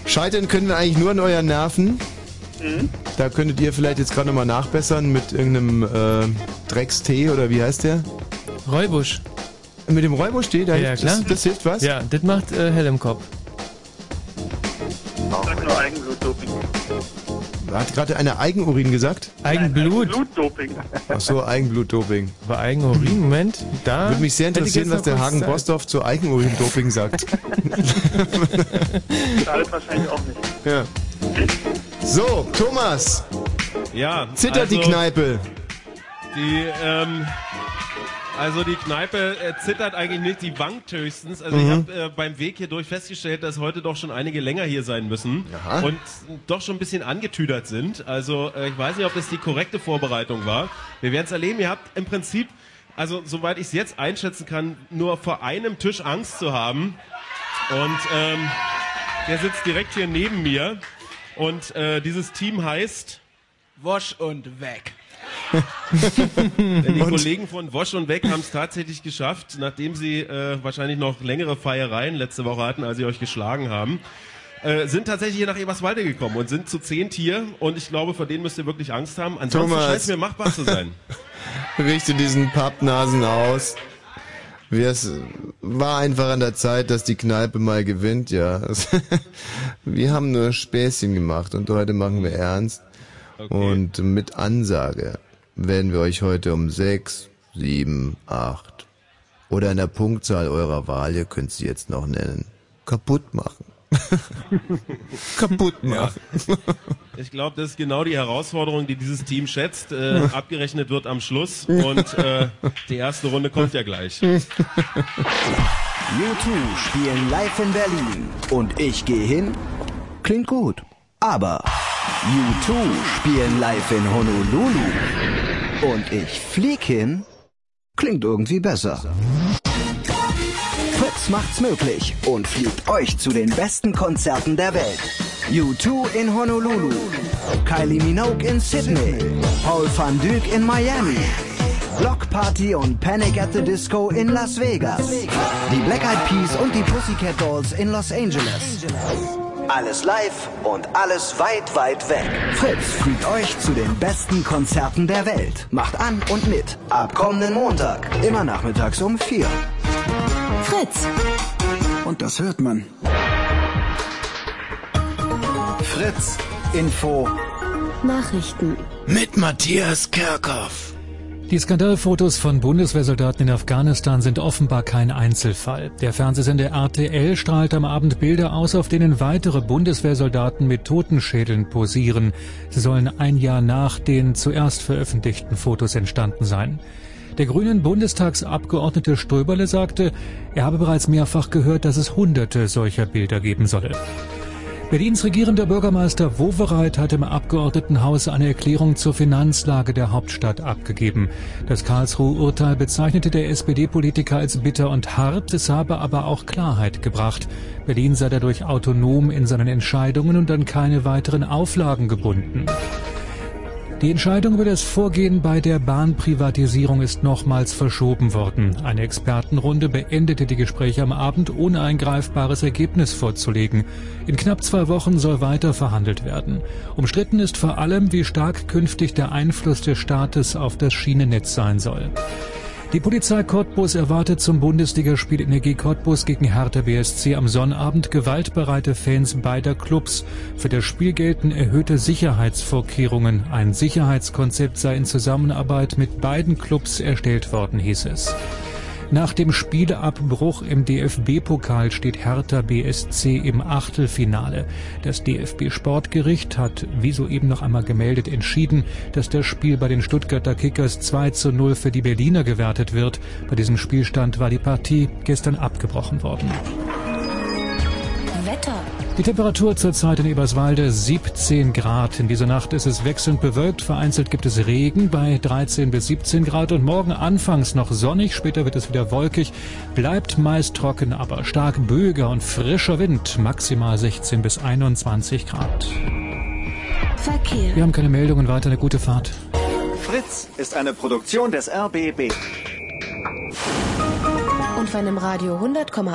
Speaker 3: Scheitern können wir eigentlich nur an euren Nerven. Da könntet ihr vielleicht jetzt gerade nochmal nachbessern mit irgendeinem äh, Dreckstee oder wie heißt der?
Speaker 2: Räubusch.
Speaker 3: Mit dem Räubusch-Tee? Da
Speaker 2: ja,
Speaker 3: hilft-
Speaker 2: klar.
Speaker 3: Das, das hilft was?
Speaker 2: Ja, das macht äh, hell im Kopf.
Speaker 10: Sag nur Eigenblutdoping.
Speaker 3: Hat gerade einer Eigenurin gesagt?
Speaker 2: Eigenblut.
Speaker 10: Blutdoping.
Speaker 3: Ach so, Eigenblutdoping.
Speaker 2: War Eigenurin? Moment, da.
Speaker 3: Würde mich sehr
Speaker 2: hätte ich jetzt
Speaker 3: interessieren, was
Speaker 2: noch
Speaker 3: der
Speaker 2: kurz
Speaker 3: Hagen
Speaker 2: Zeit.
Speaker 3: Bostorf zu Eigenurin-Doping sagt.
Speaker 10: Schadet wahrscheinlich auch nicht.
Speaker 3: Ja. So, Thomas,
Speaker 6: Ja.
Speaker 3: zittert die
Speaker 6: also-
Speaker 3: Kneipe.
Speaker 6: Die, ähm, also die Kneipe äh, zittert eigentlich nicht, die wankt höchstens. Also ich
Speaker 3: Mhm.
Speaker 6: habe äh, beim Weg hier durch festgestellt, dass heute doch schon einige länger hier sein müssen
Speaker 3: Aha.
Speaker 6: und doch schon ein bisschen angetüdert sind. Also äh, ich weiß nicht, ob das die korrekte Vorbereitung war. Wir werden es erleben. Ihr habt im Prinzip, also soweit ich es jetzt einschätzen kann, nur vor einem Tisch Angst zu haben. Und ähm, der sitzt direkt hier neben mir. Und äh, dieses Team heißt Wash und Weg. Die Kollegen von Wosch und Weg haben es tatsächlich geschafft, nachdem sie äh, wahrscheinlich noch längere Feiereien letzte Woche hatten, als sie euch geschlagen haben, äh, sind tatsächlich hier nach Eberswalde gekommen und sind zu zehn Tier. Und ich glaube, vor denen müsst ihr wirklich Angst haben. Ansonsten
Speaker 3: Thomas.
Speaker 6: scheint es mir machbar zu sein.
Speaker 3: (laughs) Richte diesen Pappnasen aus. Wir- Es war einfach an der Zeit, dass die Kneipe mal gewinnt, ja. (laughs) Es- Wir haben nur Späßchen gemacht und heute machen wir ernst. Und mit Ansage werden wir euch heute um sechs, sieben, acht oder in der Punktzahl eurer Wahl, ihr könnt sie jetzt noch nennen, kaputt machen. (laughs) kaputt machen.
Speaker 6: Ich glaube, das ist genau die Herausforderung, die dieses Team schätzt. Äh, abgerechnet wird am Schluss und äh, die erste Runde kommt ja gleich.
Speaker 14: U2 spielen live in Berlin und ich gehe hin. Klingt gut. Aber U2 spielen live in Honolulu und ich flieg hin. Klingt irgendwie besser. Fit Fritz macht's möglich und fliegt euch zu den besten Konzerten der Welt. U2 in Honolulu, Kylie Minogue in Sydney, Paul van Dyk in Miami, Block Party und Panic at the Disco in Las Vegas, die Black Eyed Peas und die Pussycat Dolls in Los Angeles. Alles live und alles weit, weit weg. Fritz führt euch zu den besten Konzerten der Welt. Macht an und mit. Ab kommenden Montag. Immer nachmittags um vier. Fritz. Und das hört man. Fritz. Info.
Speaker 9: Nachrichten.
Speaker 1: Mit Matthias Kerkhoff.
Speaker 15: Die Skandalfotos von Bundeswehrsoldaten in Afghanistan sind offenbar kein Einzelfall. Der Fernsehsender RTL strahlt am Abend Bilder aus, auf denen weitere Bundeswehrsoldaten mit Totenschädeln posieren. Sie sollen ein Jahr nach den zuerst veröffentlichten Fotos entstanden sein. Der grünen Bundestagsabgeordnete Ströberle sagte, er habe bereits mehrfach gehört, dass es hunderte solcher Bilder geben solle. Berlins regierender Bürgermeister Wowereit hat im Abgeordnetenhaus eine Erklärung zur Finanzlage der Hauptstadt abgegeben. Das Karlsruhe-Urteil bezeichnete der SPD-Politiker als bitter und hart, es habe aber auch Klarheit gebracht. Berlin sei dadurch autonom in seinen Entscheidungen und an keine weiteren Auflagen gebunden. Die Entscheidung über das Vorgehen bei der Bahnprivatisierung ist nochmals verschoben worden. Eine Expertenrunde beendete die Gespräche am Abend, ohne ein greifbares Ergebnis vorzulegen. In knapp zwei Wochen soll weiter verhandelt werden. Umstritten ist vor allem, wie stark künftig der Einfluss des Staates auf das Schienennetz sein soll. Die Polizei Cottbus erwartet zum Bundesligaspiel Energie Cottbus gegen Hertha BSC am Sonnabend gewaltbereite Fans beider Clubs. Für das Spiel gelten erhöhte Sicherheitsvorkehrungen. Ein Sicherheitskonzept sei in Zusammenarbeit mit beiden Clubs erstellt worden, hieß es. Nach dem Spieleabbruch im DFB-Pokal steht Hertha BSC im Achtelfinale. Das DFB-Sportgericht hat, wie soeben noch einmal gemeldet, entschieden, dass das Spiel bei den Stuttgarter Kickers 2 zu 0 für die Berliner gewertet wird. Bei diesem Spielstand war die Partie gestern abgebrochen worden.
Speaker 16: Wetter.
Speaker 15: Die Temperatur zurzeit in Eberswalde 17 Grad. In dieser Nacht ist es wechselnd bewölkt. Vereinzelt gibt es Regen bei 13 bis 17 Grad und morgen anfangs noch sonnig. Später wird es wieder wolkig. Bleibt meist trocken, aber stark böiger und frischer Wind. Maximal 16 bis 21 Grad.
Speaker 16: Verkehr.
Speaker 15: Wir haben keine Meldungen. Weiter eine gute Fahrt.
Speaker 14: Fritz ist eine Produktion des RBB.
Speaker 9: Und von dem Radio 100,1?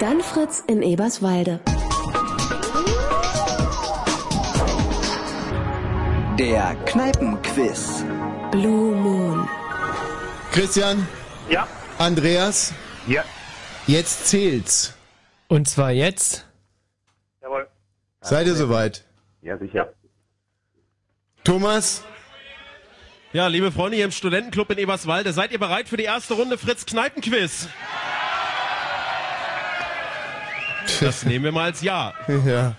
Speaker 9: Dann Fritz in Eberswalde.
Speaker 14: Der Kneipenquiz.
Speaker 9: Blue Moon.
Speaker 3: Christian? Ja. Andreas? Ja. Jetzt zählt's.
Speaker 2: Und zwar jetzt?
Speaker 12: Jawohl.
Speaker 3: Seid ihr soweit?
Speaker 12: Ja, sicher.
Speaker 3: Thomas?
Speaker 6: Ja, liebe Freunde hier im Studentenclub in Eberswalde, seid ihr bereit für die erste Runde Fritz Kneipenquiz? Das nehmen wir mal als Ja.
Speaker 3: (laughs) Ja.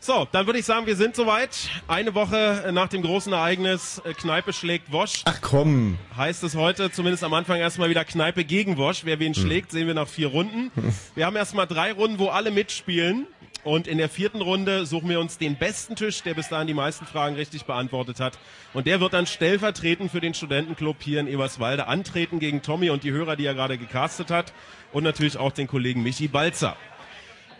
Speaker 6: So, dann würde ich sagen, wir sind soweit. Eine Woche nach dem großen Ereignis äh, Kneipe schlägt Wosch.
Speaker 3: Ach komm.
Speaker 6: Heißt es heute zumindest am Anfang erstmal wieder Kneipe gegen Wosch. Wer
Speaker 3: Hm.
Speaker 6: wen schlägt, sehen wir nach vier Runden. Wir haben erstmal drei Runden, wo alle mitspielen. Und in der vierten Runde suchen wir uns den besten Tisch, der bis dahin die meisten Fragen richtig beantwortet hat. Und der wird dann stellvertretend für den Studentenclub hier in Eberswalde antreten gegen Tommy und die Hörer, die er gerade gecastet hat. Und natürlich auch den Kollegen Michi Balzer.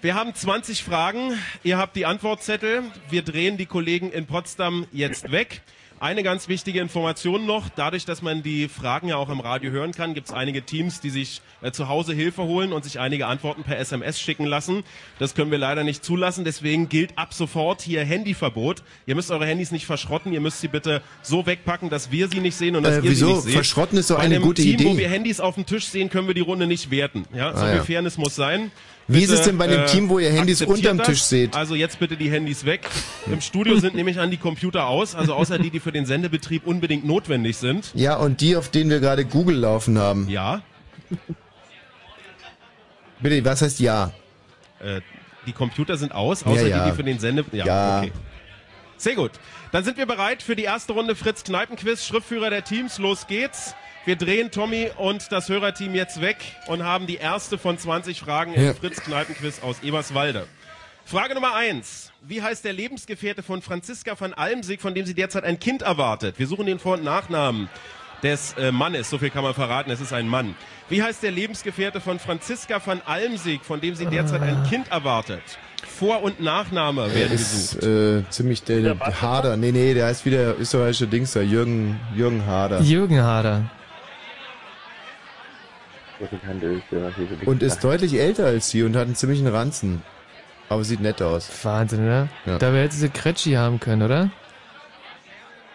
Speaker 6: Wir haben 20 Fragen. Ihr habt die Antwortzettel. Wir drehen die Kollegen in Potsdam jetzt weg. Eine ganz wichtige Information noch. Dadurch, dass man die Fragen ja auch im Radio hören kann, gibt es einige Teams, die sich äh, zu Hause Hilfe holen und sich einige Antworten per SMS schicken lassen. Das können wir leider nicht zulassen. Deswegen gilt ab sofort hier Handyverbot. Ihr müsst eure Handys nicht verschrotten. Ihr müsst sie bitte so wegpacken, dass wir sie nicht sehen und
Speaker 3: Äh,
Speaker 6: dass ihr sie
Speaker 3: wieso?
Speaker 6: nicht seht.
Speaker 3: Verschrotten ist doch
Speaker 6: Bei
Speaker 3: eine
Speaker 6: einem
Speaker 3: gute
Speaker 6: Team, Wo
Speaker 3: Idee.
Speaker 6: wir Handys auf dem Tisch sehen, können wir die Runde nicht werten. Ja, so
Speaker 3: Ah,
Speaker 6: viel
Speaker 3: ja.
Speaker 6: Fairness muss sein.
Speaker 3: Wie ist es denn bei dem Team, wo ihr Handys
Speaker 6: äh, akzeptiert
Speaker 3: unterm
Speaker 6: das.
Speaker 3: Tisch seht?
Speaker 6: Also jetzt bitte die Handys weg. Im Studio sind nämlich an die Computer aus, also außer die, die für den Sendebetrieb unbedingt notwendig sind.
Speaker 3: Ja, und die, auf denen wir gerade Google laufen haben.
Speaker 6: Ja.
Speaker 3: Bitte, was heißt ja?
Speaker 6: Äh, die Computer sind aus, außer
Speaker 3: Ja, ja.
Speaker 6: die, die für den Sende... Ja,
Speaker 3: Ja.
Speaker 6: okay. Sehr gut. Dann sind wir bereit für die erste Runde Fritz Kneipenquiz, Schriftführer der Teams. Los geht's. Wir drehen Tommy und das Hörerteam jetzt weg und haben die erste von 20 Fragen im
Speaker 3: Ja.
Speaker 6: Fritz Kneipenquiz aus Eberswalde. Frage Nummer eins. Wie heißt der Lebensgefährte von Franziska van Almsig, von dem sie derzeit ein Kind erwartet? Wir suchen den Vor- und Nachnamen. des äh, Mannes. So viel kann man verraten, es ist ein Mann. Wie heißt der Lebensgefährte von Franziska van Almsig, von dem sie derzeit ein Kind erwartet? Vor- und Nachname
Speaker 3: Er
Speaker 6: werden
Speaker 3: ist
Speaker 6: gesucht.
Speaker 3: äh, ziemlich der, der Hader. Nee, nee, der heißt wie der österreichische Dings da, Jürgen, Jürgen Hader.
Speaker 2: Jürgen Hader.
Speaker 3: Und ist deutlich älter als sie und hat einen ziemlichen Ranzen. Aber sieht nett aus.
Speaker 2: Wahnsinn, oder?
Speaker 3: Ja.
Speaker 2: Dabei hätte sie Kretschi haben können, oder?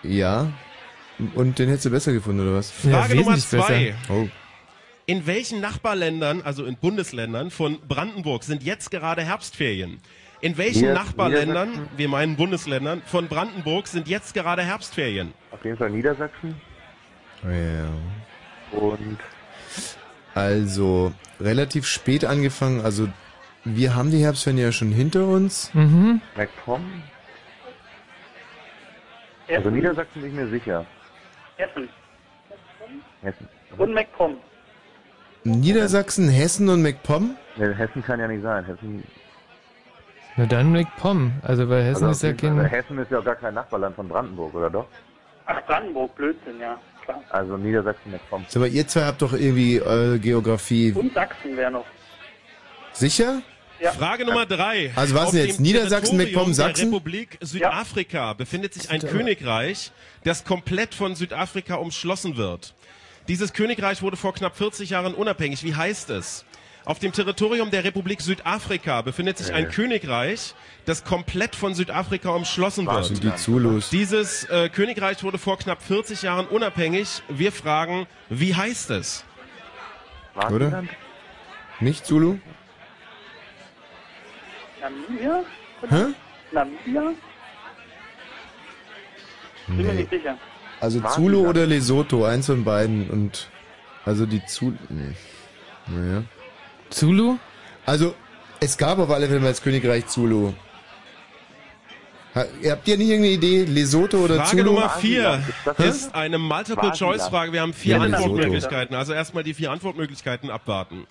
Speaker 3: ja. Und den hättest du besser gefunden, oder was?
Speaker 6: Ja, Frage Nummer wesentlich zwei.
Speaker 3: Oh.
Speaker 6: In welchen Nachbarländern, also in Bundesländern von Brandenburg, sind jetzt gerade Herbstferien? In welchen
Speaker 12: Nieder-
Speaker 6: Nachbarländern,
Speaker 12: Niedersachsen?
Speaker 6: wir meinen Bundesländern, von Brandenburg sind jetzt gerade Herbstferien?
Speaker 12: Auf jeden Fall Niedersachsen.
Speaker 3: Oh, Ja. Und? Also, relativ spät angefangen. Also, wir haben die Herbstferien ja schon hinter uns.
Speaker 2: Mhm.
Speaker 4: MacPom?
Speaker 12: Also
Speaker 4: Niedersachsen bin ich mir sicher.
Speaker 10: Essen
Speaker 4: Hessen.
Speaker 10: und MacPom.
Speaker 3: Niedersachsen, Hessen und MacPom?
Speaker 4: Nee, Hessen kann ja nicht sein. Hessen,
Speaker 2: Na dann MacPom. Also, weil Hessen
Speaker 4: also
Speaker 2: ist ja
Speaker 4: auf jeden Fall-
Speaker 2: kein...
Speaker 4: Hessen ist ja auch gar kein Nachbarland von Brandenburg, oder doch?
Speaker 10: Ach, Brandenburg, Blödsinn, ja, klar.
Speaker 4: Also Niedersachsen, MacPom.
Speaker 3: Sag mal, ihr zwei habt doch irgendwie eure Geografie.
Speaker 10: Und Sachsen wäre noch.
Speaker 3: Sicher?
Speaker 6: Frage Nummer drei.
Speaker 3: Also was
Speaker 6: Auf
Speaker 3: denn jetzt?
Speaker 6: dem
Speaker 3: Niedersachsen,
Speaker 6: Territorium
Speaker 3: MacPom, Sachsen?
Speaker 6: Der Republik Südafrika befindet sich ein Königreich, das komplett von Südafrika umschlossen wird. Dieses Königreich wurde vor knapp 40 Jahren unabhängig. Wie heißt es? Auf dem Territorium der Republik Südafrika befindet sich ein
Speaker 3: Äh.
Speaker 6: Königreich, das komplett von Südafrika umschlossen
Speaker 3: Was
Speaker 6: wird.
Speaker 3: sind die Zulus?
Speaker 6: Dieses äh, Königreich wurde vor knapp 40 Jahren unabhängig. Wir fragen, wie heißt es?
Speaker 3: Oder? Nicht Zulu?
Speaker 10: Namibia?
Speaker 3: Hä?
Speaker 10: Namibia? Bin mir
Speaker 3: Nee.
Speaker 10: nicht sicher.
Speaker 3: Also
Speaker 10: Warten
Speaker 3: Zulu
Speaker 10: Sie ab.
Speaker 3: oder Lesotho, eins von beiden. Und also die Zulu. Nee. Naja.
Speaker 2: Zulu?
Speaker 3: Also, es gab auf alle Fälle mal das Königreich Zulu. Ha, habt ihr nicht irgendeine Idee? Lesotho oder
Speaker 6: Frage
Speaker 3: Zulu?
Speaker 6: Nummer 4
Speaker 3: Hä?
Speaker 6: ist eine Multiple-Choice-Frage. Wir haben vier
Speaker 3: Ja, Lesotho.
Speaker 6: Antwortmöglichkeiten. Also erstmal die vier Antwortmöglichkeiten abwarten.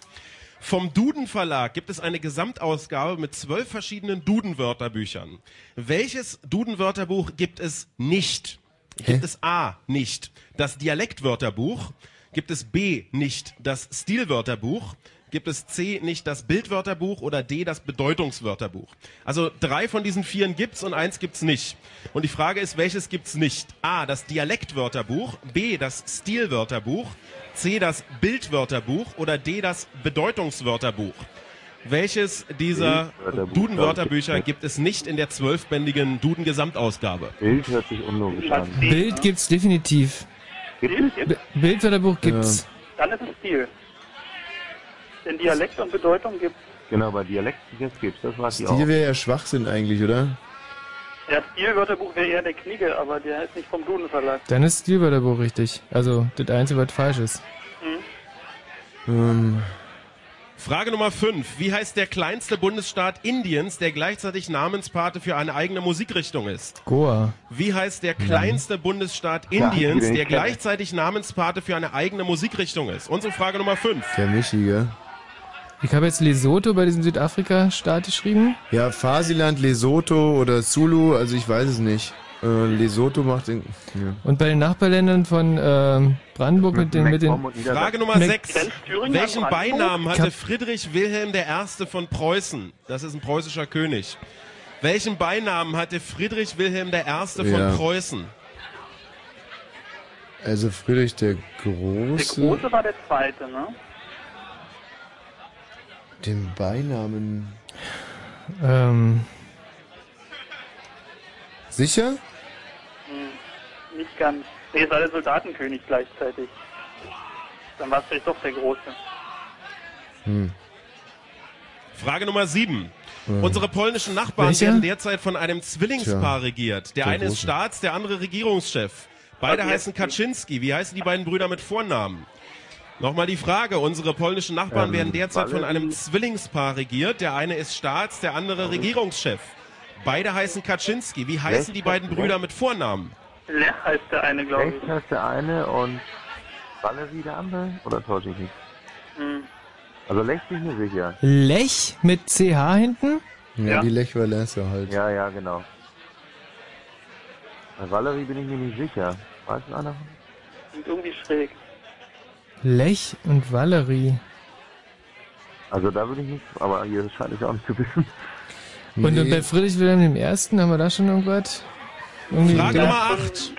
Speaker 6: Vom Duden Verlag gibt es eine Gesamtausgabe mit zwölf verschiedenen Duden-Wörterbüchern. Welches Duden-Wörterbuch gibt es nicht? Gibt es A nicht das Dialektwörterbuch? Gibt es B nicht das Stilwörterbuch? Gibt es C nicht das Bildwörterbuch oder D das Bedeutungswörterbuch? Also drei von diesen vieren gibt's und eins gibt's nicht. Und die Frage ist, welches gibt's nicht? A das Dialektwörterbuch, B das Stilwörterbuch, C das Bildwörterbuch oder D das Bedeutungswörterbuch? Welches dieser
Speaker 4: Bildwörterbuch,
Speaker 6: Duden-Wörterbücher gibt es nicht in der zwölfbändigen Duden-Gesamtausgabe?
Speaker 4: Bild hört sich unlogisch an.
Speaker 2: Bild gibt's definitiv. B- Bildwörterbuch gibt's.
Speaker 10: Dann ist es Stil. Denn Dialekt und Bedeutung gibt
Speaker 4: Genau, bei Dialekt jetzt gibt's. Das war die auch.
Speaker 3: Stil wäre ja Schwachsinn eigentlich, oder?
Speaker 10: Das Stilwörterbuch wäre eher der Knigge, aber der ist nicht vom Duden Verlag.
Speaker 2: Dann ist Stilwörterbuch richtig. Also, das Einzige, was falsch ist. Ähm,
Speaker 6: Frage Nummer 5. Wie heißt der kleinste Bundesstaat Indiens, der gleichzeitig Namenspate für eine eigene Musikrichtung ist?
Speaker 2: Goa.
Speaker 6: Wie heißt der kleinste Bundesstaat
Speaker 3: Ja, die
Speaker 6: Indiens,
Speaker 3: den
Speaker 6: der
Speaker 3: ich kenne.
Speaker 6: gleichzeitig Namenspate für eine eigene Musikrichtung ist? Unsere Frage Nummer 5.
Speaker 3: Der Michi, gell?
Speaker 2: Ich habe jetzt Lesotho bei diesem Südafrika-Staat geschrieben.
Speaker 3: Ja, Fasiland, Lesotho oder Zulu, also ich weiß es nicht. Äh, Lesotho macht den. Ja.
Speaker 2: Und bei den Nachbarländern von ähm, Brandenburg mit den... Mit den
Speaker 6: Frage Nummer
Speaker 2: Mac-
Speaker 6: 6. Welchen Beinamen hatte Friedrich Wilhelm I. von Preußen? Das ist ein preußischer König. Welchen Beinamen hatte Friedrich Wilhelm I. von
Speaker 3: Ja.
Speaker 6: Preußen?
Speaker 3: Also Friedrich der
Speaker 10: Der
Speaker 2: äh,
Speaker 3: Große.
Speaker 10: große war der zweite, ne?
Speaker 3: Den Beinamen.
Speaker 2: Ähm.
Speaker 3: Sicher?
Speaker 10: Hm, nicht ganz. Nee, es war der Soldatenkönig gleichzeitig. Dann war es vielleicht doch der große.
Speaker 3: Hm.
Speaker 6: Frage Nummer 7.
Speaker 3: Ähm.
Speaker 6: Unsere polnischen Nachbarn
Speaker 3: Welche?
Speaker 6: werden derzeit von einem Zwillingspaar
Speaker 3: Tja,
Speaker 6: regiert. Der
Speaker 3: der
Speaker 6: eine ist
Speaker 3: Große.
Speaker 6: Staats, der andere Regierungschef. Beide
Speaker 10: Aber die
Speaker 6: heißen Kaczynski. Wie heißen die beiden Brüder mit Vornamen? Nochmal die Frage. Unsere polnischen Nachbarn
Speaker 10: Ähm,
Speaker 6: werden derzeit von
Speaker 10: Valery-
Speaker 6: einem Zwillingspaar regiert. Der eine ist Staats, der andere Regierungschef. Beide heißen Kaczynski. Wie heißen die beiden Brüder mit Vornamen?
Speaker 10: Lech Ne, heißt der eine, glaube
Speaker 4: Rechts heißt der eine und Valerie der andere? Oder täusche ich mich?
Speaker 10: ich. Hm.
Speaker 4: Also Lech bin ich mir sicher.
Speaker 2: Lech mit CH hinten?
Speaker 3: Ja, wie Lech Walesa halt.
Speaker 4: Ja, ja, genau. Bei Valerie bin ich mir nicht sicher. Weiß einer?
Speaker 10: Klingt irgendwie schräg.
Speaker 2: Lech und Valerie.
Speaker 4: Also da würde ich nicht, aber hier scheint ich auch nicht zu wissen.
Speaker 2: (laughs) Und, und bei Friedrich Wilhelm I. haben wir da schon irgendwas? Irgendwie-
Speaker 6: Frage
Speaker 2: Ja.
Speaker 6: Nummer 8.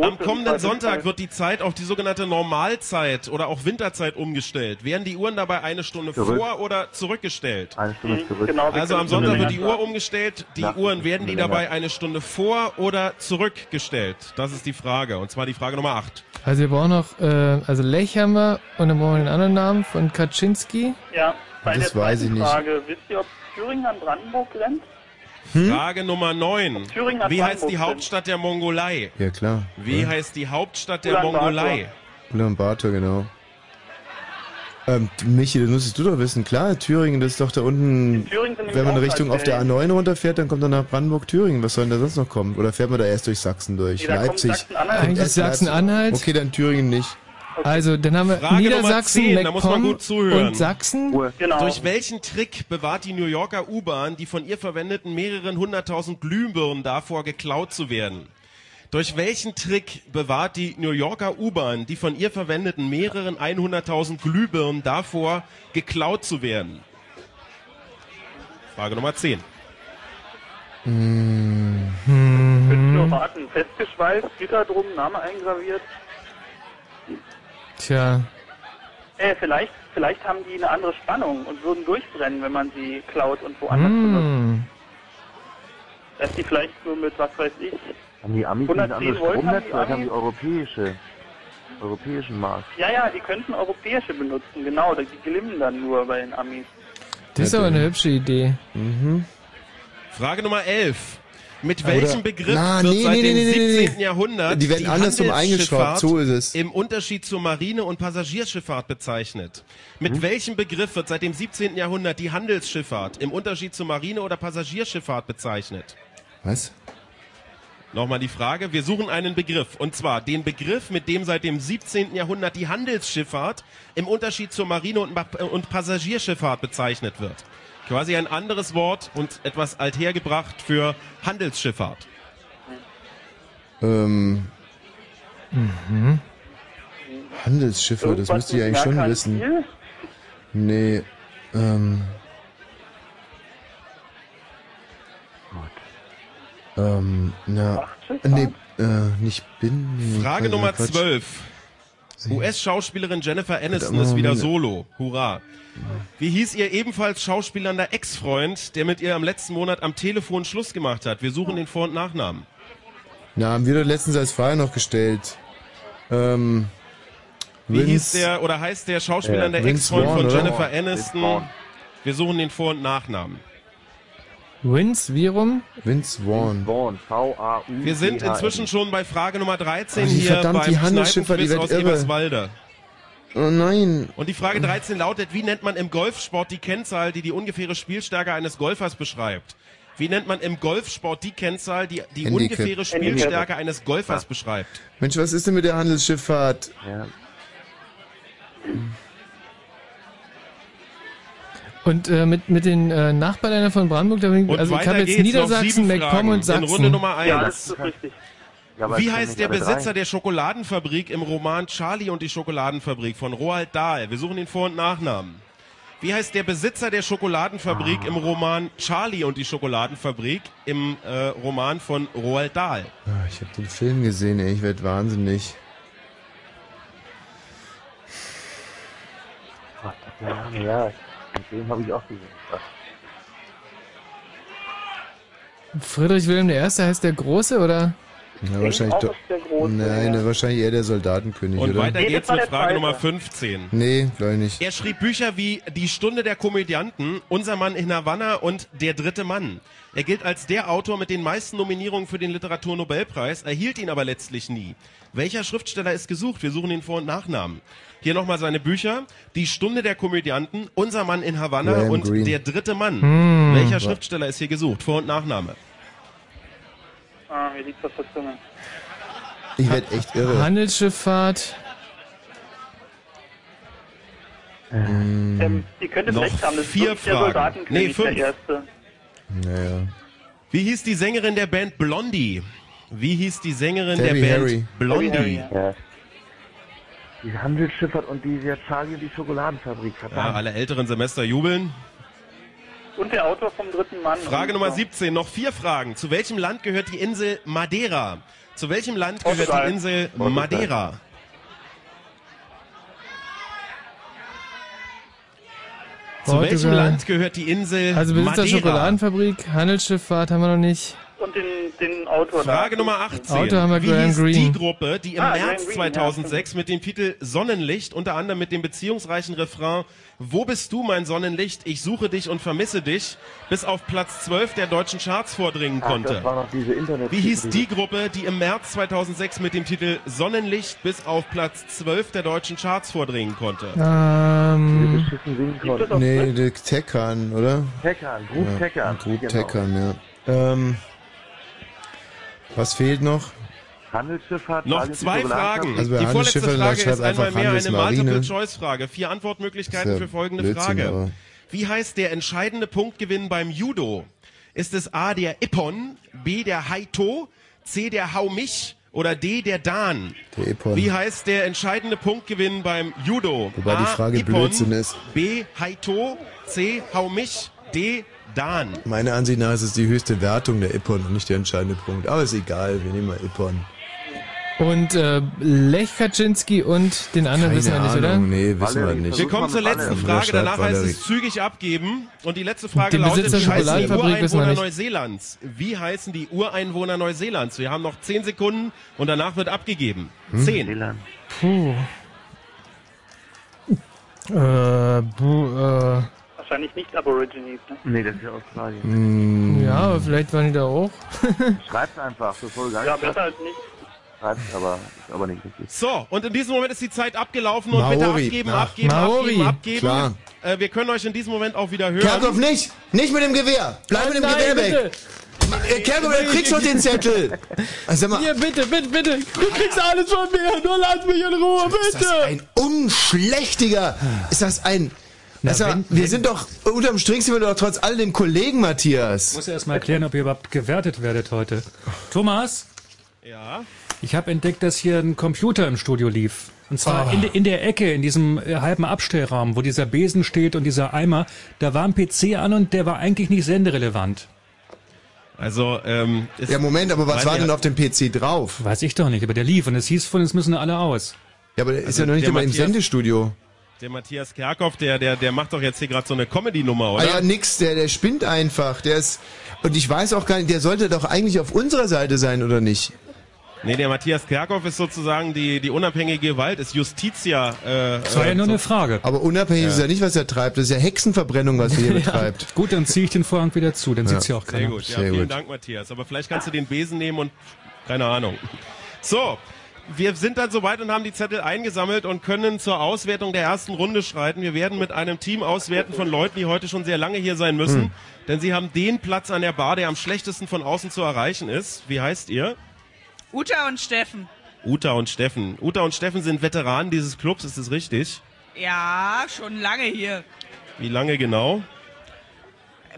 Speaker 6: Am kommenden Sonntag wird die Zeit auf die sogenannte Normalzeit oder auch Winterzeit umgestellt. Werden die Uhren dabei eine Stunde
Speaker 4: Zurück.
Speaker 6: vor oder zurückgestellt?
Speaker 4: Eine
Speaker 10: Mhm,
Speaker 4: Stunde zurück.
Speaker 10: genau,
Speaker 6: also am Sonntag wird die Uhr umgestellt. Die
Speaker 4: Ja,
Speaker 6: Uhren werden die
Speaker 4: länger.
Speaker 6: dabei eine Stunde vor oder zurückgestellt? Das ist die Frage. Und zwar die Frage Nummer 8.
Speaker 2: Also wir brauchen noch, äh, also Lech haben wir und dann brauchen wir den anderen Namen von Kaczynski.
Speaker 10: Ja, bei
Speaker 2: Das
Speaker 10: der
Speaker 2: weiß
Speaker 10: zweiten
Speaker 2: ich nicht.
Speaker 10: Frage, wisst ihr, ob Thüringen an Brandenburg grenzt?
Speaker 2: Hm?
Speaker 6: Frage Nummer 9.
Speaker 10: Thüringen hat
Speaker 6: Wie heißt
Speaker 10: Brandenburg
Speaker 6: die
Speaker 10: drin.
Speaker 6: Hauptstadt der Mongolei?
Speaker 3: Ja, klar.
Speaker 6: Wie
Speaker 2: Hm?
Speaker 3: ja.
Speaker 6: heißt die Hauptstadt der
Speaker 10: Ulaanbaatar.
Speaker 6: Mongolei?
Speaker 3: Ulaanbaatar, genau. Ähm, Michi, das müsstest du doch wissen. Klar, Thüringen, das ist doch da unten.
Speaker 10: Thüringen sind
Speaker 3: Wenn man
Speaker 10: die
Speaker 3: Richtung auf der A9 runterfährt, dann kommt dann nach Brandenburg-Thüringen. Was soll denn da sonst noch kommen? Oder fährt man da erst durch Sachsen durch?
Speaker 2: Nee, da kommt
Speaker 3: Leipzig.
Speaker 2: Sachsen-Anhalt.
Speaker 3: Kommt
Speaker 2: Eigentlich
Speaker 3: erst Leipzig.
Speaker 2: Sachsen-Anhalt.
Speaker 3: Okay, dann Thüringen nicht.
Speaker 2: Also dann haben wir
Speaker 6: Frage
Speaker 2: Niedersachsen,
Speaker 6: Nummer 10, da muss man
Speaker 2: MacPom
Speaker 6: gut zuhören.
Speaker 2: und Sachsen.
Speaker 6: Durch welchen Trick bewahrt die New Yorker U-Bahn die von ihr verwendeten mehreren hunderttausend Glühbirnen davor, geklaut zu werden? Durch welchen Trick bewahrt die New Yorker U-Bahn die von ihr verwendeten mehreren 100.000 Glühbirnen davor, geklaut zu werden? Frage Nummer 10.
Speaker 2: Hm.
Speaker 10: Nur warten, festgeschweißt, Gitter drum, Name eingraviert.
Speaker 2: Tja,
Speaker 10: Äh, vielleicht, vielleicht haben die eine andere Spannung und würden durchbrennen, wenn man sie klaut und woanders benutzt.
Speaker 2: Hm.
Speaker 10: Dass die vielleicht nur mit, was weiß ich,
Speaker 4: Haben die Amis nicht ein anderes
Speaker 10: 110 Volt haben
Speaker 4: Stromnetz
Speaker 10: die
Speaker 4: oder haben die
Speaker 10: Amis?
Speaker 4: europäische, europäischen Markt?
Speaker 10: ja, ja, die könnten europäische benutzen, genau, die glimmen dann nur bei den Amis.
Speaker 2: das ist aber eine hübsche Idee.
Speaker 6: Mhm. Frage Nummer 11. Mit
Speaker 2: Oder-
Speaker 6: welchem Begriff
Speaker 2: Na,
Speaker 6: wird
Speaker 2: nee,
Speaker 6: seit
Speaker 2: nee,
Speaker 6: dem
Speaker 2: nee, nee, nee,
Speaker 6: 17.
Speaker 2: nee.
Speaker 6: Jahrhundert
Speaker 3: Die werden
Speaker 2: um
Speaker 3: andersrum eingeschraubt, so ist es.
Speaker 6: im Unterschied zur Marine- und Passagierschifffahrt bezeichnet? Mit
Speaker 2: Mhm.
Speaker 6: welchem Begriff wird seit dem 17. Jahrhundert die Handelsschifffahrt im Unterschied zur Marine- oder Passagierschifffahrt bezeichnet?
Speaker 3: Was?
Speaker 6: Nochmal die Frage. Wir suchen einen Begriff. Und zwar den Begriff, mit dem seit dem 17. Jahrhundert die Handelsschifffahrt im Unterschied zur Marine- und, Ma- und Passagierschifffahrt bezeichnet wird. Quasi ein anderes Wort und etwas althergebracht für Handelsschifffahrt.
Speaker 3: Ähm. Mhm. Handelsschiffe, das
Speaker 10: Irgendwas
Speaker 3: müsste ich
Speaker 10: mit
Speaker 3: eigentlich schon wissen.
Speaker 10: Merkantil?
Speaker 3: Nee, ähm. Ähm, na. Nee, äh, nicht bin. Nee,
Speaker 6: Frage
Speaker 3: Quatsch,
Speaker 6: Nummer
Speaker 3: Quatsch.
Speaker 6: 12. US-Schauspielerin Jennifer Aniston ist
Speaker 3: Moment.
Speaker 6: wieder solo. Hurra. Wie hieß ihr ebenfalls schauspielernder Ex-Freund, der mit ihr am letzten Monat am Telefon Schluss gemacht hat? Wir suchen den Vor- und Nachnamen.
Speaker 3: Na, haben wir doch letztens als Frage noch gestellt. Ähm.
Speaker 6: Wie hieß
Speaker 3: Vince,
Speaker 6: der oder heißt der schauspielernde
Speaker 3: Ja, Vince
Speaker 6: Ex-Freund
Speaker 3: Vaughn,
Speaker 6: von
Speaker 3: oder?
Speaker 6: Jennifer
Speaker 3: Vince
Speaker 6: Aniston?
Speaker 3: Vaughn.
Speaker 6: Wir suchen den Vor- und Nachnamen.
Speaker 2: Vince, wie rum?
Speaker 3: Vince Vaughn.
Speaker 4: Vaughn, V-A-U.
Speaker 6: Wir sind inzwischen schon bei Frage Nummer 13
Speaker 3: Ach, Ah, die
Speaker 6: hier
Speaker 3: verdammt,
Speaker 6: beim
Speaker 3: die Handelsschiffer, die
Speaker 6: Kneipenquiz
Speaker 3: wird
Speaker 6: aus
Speaker 3: irre.
Speaker 6: Eberswalde.
Speaker 3: Oh nein.
Speaker 6: Und die Frage 13 lautet, wie nennt man im Golfsport die Kennzahl, die die ungefähre Spielstärke eines Golfers beschreibt? Wie nennt man im Golfsport die Kennzahl, die die
Speaker 3: Handicap. Ah.
Speaker 6: ungefähre Spielstärke eines Golfers beschreibt?
Speaker 3: Mensch, was ist denn mit der Handelsschifffahrt?
Speaker 4: Ja.
Speaker 2: Und äh, mit, mit den äh, Nachbarländern von Brandenburg, da bin ich,
Speaker 6: Und
Speaker 2: also ich
Speaker 6: weiter
Speaker 2: habe jetzt
Speaker 6: geht's, noch
Speaker 2: Niedersachsen,
Speaker 6: sieben
Speaker 2: MacPom
Speaker 6: Fragen
Speaker 2: und Sachsen.
Speaker 6: In Runde Nummer 1.
Speaker 10: richtig.
Speaker 6: Wie heißt der Besitzer der Schokoladenfabrik im Roman Charlie und die Schokoladenfabrik von Roald Dahl? Wir suchen den Vor- und Nachnamen. Wie heißt der Besitzer der Schokoladenfabrik im Roman Charlie und die Schokoladenfabrik im äh, Roman von Roald Dahl?
Speaker 3: Ah, Ich habe den Film gesehen, ey, ich werd wahnsinnig.
Speaker 4: Ja, ja, den habe ich auch gesehen.
Speaker 2: Friedrich Wilhelm I. heißt der Große, oder?
Speaker 3: Na, wahrscheinlich doch. Nein, na, wahrscheinlich eher der Soldatenkönig,
Speaker 6: Und
Speaker 3: oder?
Speaker 6: weiter geht's mit Frage Nummer 15.
Speaker 3: Nee, glaube ich nicht.
Speaker 6: Er schrieb Bücher wie Die Stunde der Komödianten, Unser Mann in Havanna und Der dritte Mann. Er gilt als der Autor mit den meisten Nominierungen für den Literaturnobelpreis, erhielt ihn aber letztlich nie. Welcher Schriftsteller ist gesucht? Wir suchen den Vor- und Nachnamen. Hier nochmal seine Bücher. Die Stunde der Komödianten, Unser Mann in Havanna
Speaker 3: Graham
Speaker 6: und
Speaker 3: Greene.
Speaker 6: Der dritte Mann.
Speaker 3: Hm.
Speaker 6: Welcher Schriftsteller ist hier gesucht? Vor- und Nachname.
Speaker 10: Ah, mir liegt was der Zunge.
Speaker 3: Ich werd echt irre.
Speaker 2: Handelsschifffahrt.
Speaker 10: Ähm, ihr könntet
Speaker 6: Noch
Speaker 10: recht haben, das ist
Speaker 6: vier
Speaker 10: wirklich der
Speaker 6: Fragen.
Speaker 10: Soldatenkönig,
Speaker 6: Nee, fünf.
Speaker 10: der erste.
Speaker 3: Naja.
Speaker 6: Wie hieß die Sängerin der Band Blondie? Wie hieß die Sängerin
Speaker 3: Debbie
Speaker 6: der Band
Speaker 3: Harry.
Speaker 6: Blondie?
Speaker 3: Debbie Harry,
Speaker 4: Die Handelsschifffahrt und die Charlie und die Schokoladenfabrik.
Speaker 6: Ja,
Speaker 4: Verdammt.
Speaker 6: alle älteren Semester jubeln.
Speaker 10: Und der Autor vom dritten Mann.
Speaker 6: Frage Nummer 17, noch vier Fragen. Zu welchem Land gehört die Insel Madeira? Zu welchem Land gehört
Speaker 10: Portugal.
Speaker 6: die Insel
Speaker 10: Portugal.
Speaker 6: Madeira? Zu welchem
Speaker 2: Portugal.
Speaker 6: Land gehört die Insel
Speaker 2: Also Besitzer
Speaker 6: Madeira?
Speaker 2: Schokoladenfabrik, Handelsschifffahrt haben wir noch nicht.
Speaker 10: Und den, den Autor.
Speaker 6: Frage
Speaker 10: da.
Speaker 6: Nummer 18.
Speaker 2: Auto haben wir
Speaker 6: Wie
Speaker 2: Graham
Speaker 6: hieß
Speaker 2: Greene.
Speaker 6: die Gruppe, die im
Speaker 10: Ah, Graham
Speaker 6: März
Speaker 10: Greene,
Speaker 6: 2006 mit dem Titel Sonnenlicht, unter anderem mit dem beziehungsreichen Refrain Wo bist du, mein Sonnenlicht? Ich suche dich und vermisse dich, bis auf Platz 12 der deutschen Charts vordringen
Speaker 10: Ah,
Speaker 4: Ach,
Speaker 6: konnte?
Speaker 4: das war noch diese Internet.
Speaker 6: Wie hieß die Gruppe, die im März 2006 mit dem Titel Sonnenlicht bis auf Platz 12 der deutschen Charts vordringen konnte?
Speaker 2: Ähm.
Speaker 3: Nee, der Teckern, oder?
Speaker 4: Teckern, Group Teckern,
Speaker 3: Group
Speaker 4: genau.
Speaker 3: Teckern, ja. Ähm, was fehlt noch?
Speaker 4: Handelsschifffahrt.
Speaker 6: Noch
Speaker 4: Charlie und die
Speaker 6: zwei Fragen.
Speaker 4: Schokoladenfabrik.
Speaker 3: Also bei
Speaker 6: die vorletzte
Speaker 3: Handelsschiffe, da
Speaker 6: Frage
Speaker 3: schreibt
Speaker 6: ist einmal
Speaker 3: einfach
Speaker 6: mehr eine
Speaker 3: Handelsmarine.
Speaker 6: Multiple-Choice-Frage. Vier Antwortmöglichkeiten
Speaker 3: Ist ja
Speaker 6: für folgende
Speaker 3: Blödsinn,
Speaker 6: Frage.
Speaker 3: aber-
Speaker 6: Wie heißt der entscheidende Punktgewinn beim Judo? Ist es A, der Ippon, B, der Haito, C, der Hau mich oder D, der Dan?
Speaker 3: Der Epon.
Speaker 6: Wie heißt der entscheidende Punktgewinn beim Judo?
Speaker 3: Wobei die
Speaker 6: A,
Speaker 3: Frage
Speaker 6: Ippon,
Speaker 3: Blödsinn ist.
Speaker 6: B, Haito, C, Hau mich, D, Dan.
Speaker 3: Meiner Ansicht nach ist es die höchste Wertung der Ippon und nicht der entscheidende Punkt. Aber ist egal, wir nehmen mal Ippon.
Speaker 2: Und äh, Lech Kaczynski und den anderen
Speaker 3: Keine
Speaker 2: wissen wir nicht,
Speaker 3: Ahnung,
Speaker 2: oder?
Speaker 3: nee, wissen wir
Speaker 2: Valerie,
Speaker 3: nicht.
Speaker 6: Wir kommen zur letzten
Speaker 3: Valerie.
Speaker 6: Frage, danach
Speaker 3: Schreibt
Speaker 6: heißt
Speaker 3: Valerie.
Speaker 6: es zügig abgeben. Und die letzte Frage
Speaker 2: Den
Speaker 6: lautet,
Speaker 2: Besitzer
Speaker 6: wie heißen die
Speaker 2: Schokoladenfabrik wissen wir
Speaker 6: Ureinwohner
Speaker 2: nicht.
Speaker 6: Neuseelands? Wie heißen die Ureinwohner Neuseelands? Wir haben noch 10 Sekunden und danach wird abgegeben.
Speaker 2: Hm.
Speaker 6: 10.
Speaker 2: Puh. Äh, buh, äh.
Speaker 10: Wahrscheinlich nicht Aborigines, ne?
Speaker 4: Nee, das ist ja Australien.
Speaker 3: Hm.
Speaker 6: Hm.
Speaker 2: Ja, aber vielleicht waren die da auch. (laughs)
Speaker 4: Schreibt einfach, bevor du gar
Speaker 10: Ja,
Speaker 4: nicht
Speaker 10: besser als nicht.
Speaker 4: schreibst, aber, ist aber nicht richtig.
Speaker 6: So, und in diesem Moment ist die Zeit abgelaufen und bitte
Speaker 3: Maori.
Speaker 6: abgeben,
Speaker 3: Ja.
Speaker 6: abgeben,
Speaker 3: Maori.
Speaker 6: abgeben, abgeben.
Speaker 3: Klar.
Speaker 6: Äh, wir können euch in diesem Moment auch wieder hören.
Speaker 3: Kerkhoff nicht! Nicht mit dem Gewehr! Bleib mit dem
Speaker 6: Nein,
Speaker 3: Gewehr
Speaker 6: bitte.
Speaker 3: weg! Äh, Kerkhoff, du kriegst schon den Zettel! Also sag mal,
Speaker 2: Hier, bitte, bitte, bitte. Du kriegst alles von mir. Nur lass mich in Ruhe,
Speaker 3: ist das
Speaker 2: bitte.
Speaker 3: ein unschlechtiger? Ist das ein... Also, wir sind doch, unterm Strich sind wir doch trotz alledem Kollegen, Matthias.
Speaker 15: Ich muss erst mal erklären, ob ihr überhaupt gewertet werdet heute. Thomas?
Speaker 6: Ja?
Speaker 15: Ich habe entdeckt, dass hier ein Computer im Studio lief. Und zwar
Speaker 6: Ah.
Speaker 15: in, de- in der Ecke, in diesem äh, halben Abstellraum, wo dieser Besen steht und dieser Eimer. Da war ein PC an und der war eigentlich nicht senderelevant.
Speaker 6: Also, ähm...
Speaker 3: Ja, Moment, aber was
Speaker 15: Weil
Speaker 3: war
Speaker 15: der-
Speaker 3: denn auf dem PC drauf?
Speaker 15: Weiß ich doch nicht, aber der lief und es hieß von, es müssen alle aus.
Speaker 3: Ja, aber der ist
Speaker 6: Also
Speaker 3: ja noch nicht
Speaker 6: der
Speaker 3: immer im
Speaker 6: Matthias-
Speaker 3: Sendestudio.
Speaker 6: Der Matthias Kerkhoff, der, der, der macht doch jetzt hier gerade so eine Comedy-Nummer, oder?
Speaker 3: Ah ja, nix, der, der spinnt einfach. Der ist. Und ich weiß auch gar nicht, der sollte doch eigentlich auf unserer Seite sein, oder nicht?
Speaker 6: Nee, der Matthias Kerkhoff ist sozusagen die, die unabhängige Gewalt, ist Justitia. Äh, äh, so-
Speaker 15: Frage.
Speaker 3: Aber unabhängig
Speaker 6: Ja.
Speaker 3: ist ja nicht, was er treibt. Das ist ja Hexenverbrennung, was er
Speaker 15: (laughs)
Speaker 3: hier betreibt.
Speaker 15: Gut, dann ziehe ich den Vorhang wieder zu, dann sieht's ja auch
Speaker 6: Sehr
Speaker 15: keiner.
Speaker 6: gut, ja, vielen Dank, Matthias. Aber vielleicht kannst du den Besen nehmen und keine Ahnung. So, wir sind dann soweit und haben die Zettel eingesammelt und können zur Auswertung der ersten Runde schreiten. Wir werden mit einem Team auswerten von Leuten, die heute schon sehr lange hier sein müssen,
Speaker 3: Hm.
Speaker 6: denn sie haben den Platz an der Bar, der am schlechtesten von außen zu erreichen ist. Wie heißt ihr?
Speaker 17: Uta und Steffen.
Speaker 6: Uta und Steffen. Uta und Steffen sind Veteranen dieses Clubs, ist es richtig?
Speaker 17: Ja, schon lange hier.
Speaker 6: Wie lange genau?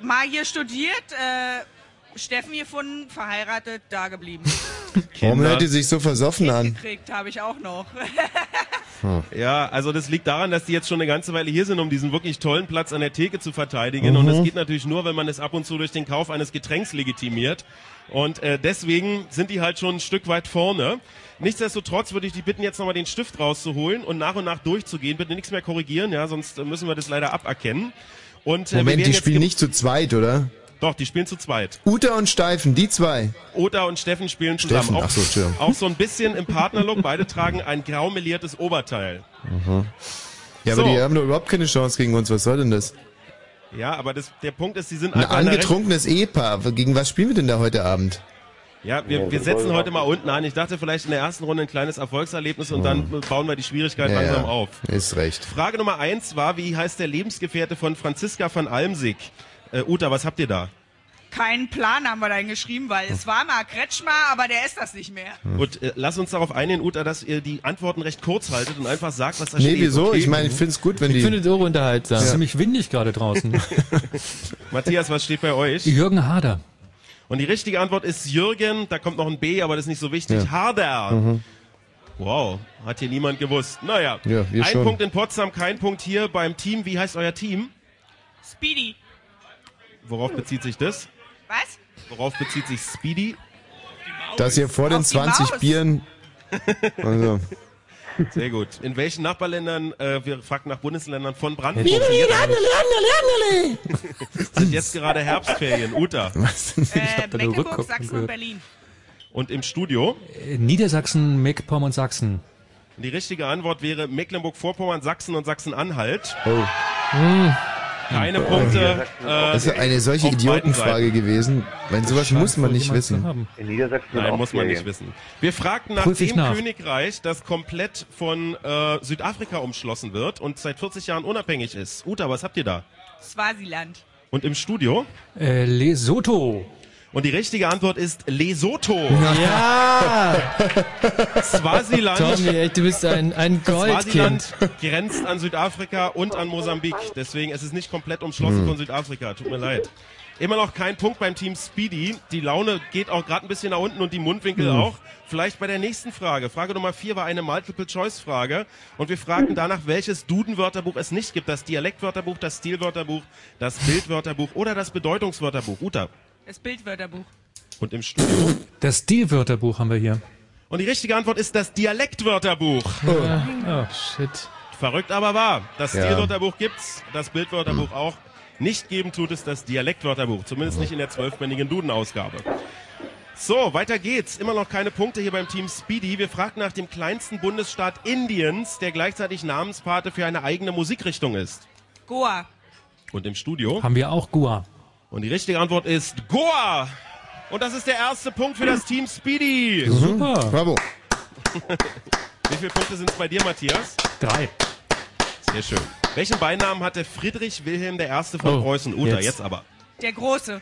Speaker 17: Mal hier studiert, äh, Steffen gefunden, verheiratet, da geblieben.
Speaker 3: Warum
Speaker 6: Kinder.
Speaker 3: hört ihr sich so versoffen an?
Speaker 17: Gekriegt habe ich auch noch. (laughs)
Speaker 3: Hm.
Speaker 6: Ja, also das liegt daran, dass die jetzt schon eine ganze Weile hier sind, um diesen wirklich tollen Platz an der Theke zu verteidigen. Und
Speaker 3: Mhm.
Speaker 6: das geht natürlich nur, wenn man es ab und zu durch den Kauf eines Getränks legitimiert. Und äh, deswegen sind die halt schon ein Stück weit vorne. Nichtsdestotrotz würde ich die bitten, jetzt nochmal den Stift rauszuholen und nach und nach durchzugehen. Bitte nichts mehr korrigieren, ja, sonst äh, müssen wir das leider aberkennen. Und, äh, wir
Speaker 3: Moment,
Speaker 6: werden
Speaker 3: die
Speaker 6: jetzt
Speaker 3: spielen
Speaker 6: gem-
Speaker 3: nicht zu zweit, oder?
Speaker 6: Doch, die spielen zu zweit.
Speaker 3: Uta und Steifen, die zwei.
Speaker 6: Oda und Steffen spielen zusammen.
Speaker 3: Steffen,
Speaker 6: auch,
Speaker 3: ach so, Entschuldigung.
Speaker 6: auch so ein bisschen im Partnerlook. Beide tragen ein grau meliertes Oberteil.
Speaker 3: Ja, aber
Speaker 6: So.
Speaker 3: die haben doch überhaupt keine Chance gegen uns. Was soll denn das?
Speaker 6: Ja, aber das, der Punkt ist, sie sind
Speaker 3: Ein
Speaker 6: einfach in der rechten-
Speaker 3: angetrunkenes Ehepaar. Gegen was spielen wir denn da heute Abend?
Speaker 6: Ja, wir, wir setzen heute mal unten an. Ich dachte vielleicht in der ersten Runde ein kleines Erfolgserlebnis und dann bauen wir die Schwierigkeit
Speaker 3: Mhm. Ja,
Speaker 6: langsam
Speaker 3: ja,
Speaker 6: auf.
Speaker 3: Ist recht.
Speaker 6: Frage Nummer eins war, wie heißt der Lebensgefährte von Franziska von Almsig? Äh, Uta, was habt ihr da?
Speaker 17: Keinen Plan haben wir da geschrieben, weil es war mal Kretschmer, aber der ist das nicht mehr.
Speaker 3: Hm.
Speaker 6: Gut, äh, lass uns darauf einigen, Uta, dass ihr die Antworten recht kurz haltet und einfach sagt, was da
Speaker 3: Nee,
Speaker 6: steht.
Speaker 3: wieso?
Speaker 6: okay?
Speaker 3: Ich
Speaker 17: Mhm.
Speaker 3: meine, ich find's gut, wenn
Speaker 6: Ich
Speaker 3: die.
Speaker 6: finde es
Speaker 2: auch unterhaltsam.
Speaker 15: Es ist ziemlich windig
Speaker 3: (laughs)
Speaker 15: gerade draußen.
Speaker 6: Matthias, was steht bei euch?
Speaker 15: Jürgen Hader.
Speaker 3: Ah. Mhm.
Speaker 17: Mhm.
Speaker 3: (laughs)
Speaker 6: Und die richtige Antwort ist Jürgen, da kommt noch ein B, aber das ist nicht so wichtig. Harder. Wow, hat hier niemand gewusst. Naja,
Speaker 3: Ja, wir
Speaker 6: ein
Speaker 3: schon.
Speaker 6: Punkt in Potsdam, kein Punkt hier beim Team. Wie heißt euer Team?
Speaker 17: Speedy.
Speaker 6: Worauf bezieht sich das?
Speaker 17: Was?
Speaker 6: Worauf bezieht sich Speedy?
Speaker 3: Dass ihr vor den
Speaker 6: Auf die
Speaker 3: 20
Speaker 6: Maus. (laughs)
Speaker 3: Bieren. Also.
Speaker 6: Sehr gut. In welchen Nachbarländern, äh, wir fragten nach Bundesländern von Brandenburg.
Speaker 1: Bibi, Randele,
Speaker 2: (laughs)
Speaker 1: Randele, Randele.
Speaker 6: Sind jetzt gerade Herbstferien,
Speaker 3: (laughs)
Speaker 6: Uta.
Speaker 17: Äh, Mecklenburg, Sachsen und Berlin.
Speaker 6: Und im Studio?
Speaker 15: Äh, Niedersachsen, Meckpomm und Sachsen.
Speaker 6: Die richtige Antwort wäre Mecklenburg-Vorpommern, Sachsen und Sachsen-Anhalt.
Speaker 3: Mhm.
Speaker 6: Keine
Speaker 3: Oh.
Speaker 6: Punkte. Äh,
Speaker 3: das ist eine solche
Speaker 6: auf beiden
Speaker 3: Idiotenfrage gewesen. Weil sowas muss man nicht wissen.
Speaker 13: In Niedersachsen sind
Speaker 6: Nein,
Speaker 13: auch
Speaker 6: muss man
Speaker 13: Ferien.
Speaker 6: nicht wissen. Wir fragten nach
Speaker 3: Prüf ich
Speaker 6: dem
Speaker 3: nach.
Speaker 6: Königreich, das komplett von äh, Südafrika umschlossen wird und seit 40 Jahren unabhängig ist. Uta, was habt ihr da?
Speaker 17: Swasiland.
Speaker 6: Und im Studio?
Speaker 15: Äh, Lesotho.
Speaker 6: Und die richtige Antwort ist Lesotho.
Speaker 2: Ja!
Speaker 6: (laughs) Swasiland.
Speaker 2: Tommy, ey, du bist ein, ein Goldkind.
Speaker 6: (laughs) Swasiland grenzt an Südafrika und an Mosambik. Deswegen es ist nicht komplett umschlossen
Speaker 2: Hm.
Speaker 6: von Südafrika. Tut mir leid. Immer noch kein Punkt beim Team Speedy. Die Laune geht auch gerade ein bisschen nach unten und die Mundwinkel
Speaker 3: Hm.
Speaker 6: auch. Vielleicht bei der nächsten Frage. Frage Nummer vier war eine Multiple-Choice-Frage. Und wir fragten danach, welches Duden-Wörterbuch es nicht gibt. Das Dialektwörterbuch, das Stilwörterbuch, das Bildwörterbuch oder das Bedeutungswörterbuch. Uta.
Speaker 17: Das Bildwörterbuch.
Speaker 6: Und im Studio.
Speaker 15: Das Stilwörterbuch haben wir hier.
Speaker 6: Und die richtige Antwort ist das Dialektwörterbuch.
Speaker 2: Oh, shit.
Speaker 6: Verrückt aber wahr. Das
Speaker 2: Ja.
Speaker 6: Stilwörterbuch gibt's, das Bildwörterbuch auch. Nicht geben tut es das Dialektwörterbuch, zumindest nicht in der zwölfbändigen Duden-Ausgabe. So, weiter geht's. Immer noch keine Punkte hier beim Team Speedy. Wir fragten nach dem kleinsten Bundesstaat Indiens, der gleichzeitig Namenspate für eine eigene Musikrichtung ist.
Speaker 17: Goa.
Speaker 6: Und im Studio?
Speaker 15: Haben wir auch Goa.
Speaker 6: Und die richtige Antwort ist Goa. Und das ist der erste Punkt für das Team Speedy.
Speaker 15: Mhm. Super.
Speaker 3: Mhm. Bravo.
Speaker 6: (laughs) Wie viele Punkte sind's bei dir, Matthias?
Speaker 15: Drei.
Speaker 6: Sehr schön. Welchen Beinamen hatte Friedrich Wilhelm I. von
Speaker 15: Oh,
Speaker 6: Preußen? Uta,
Speaker 15: jetzt.
Speaker 6: jetzt aber.
Speaker 17: Der Große.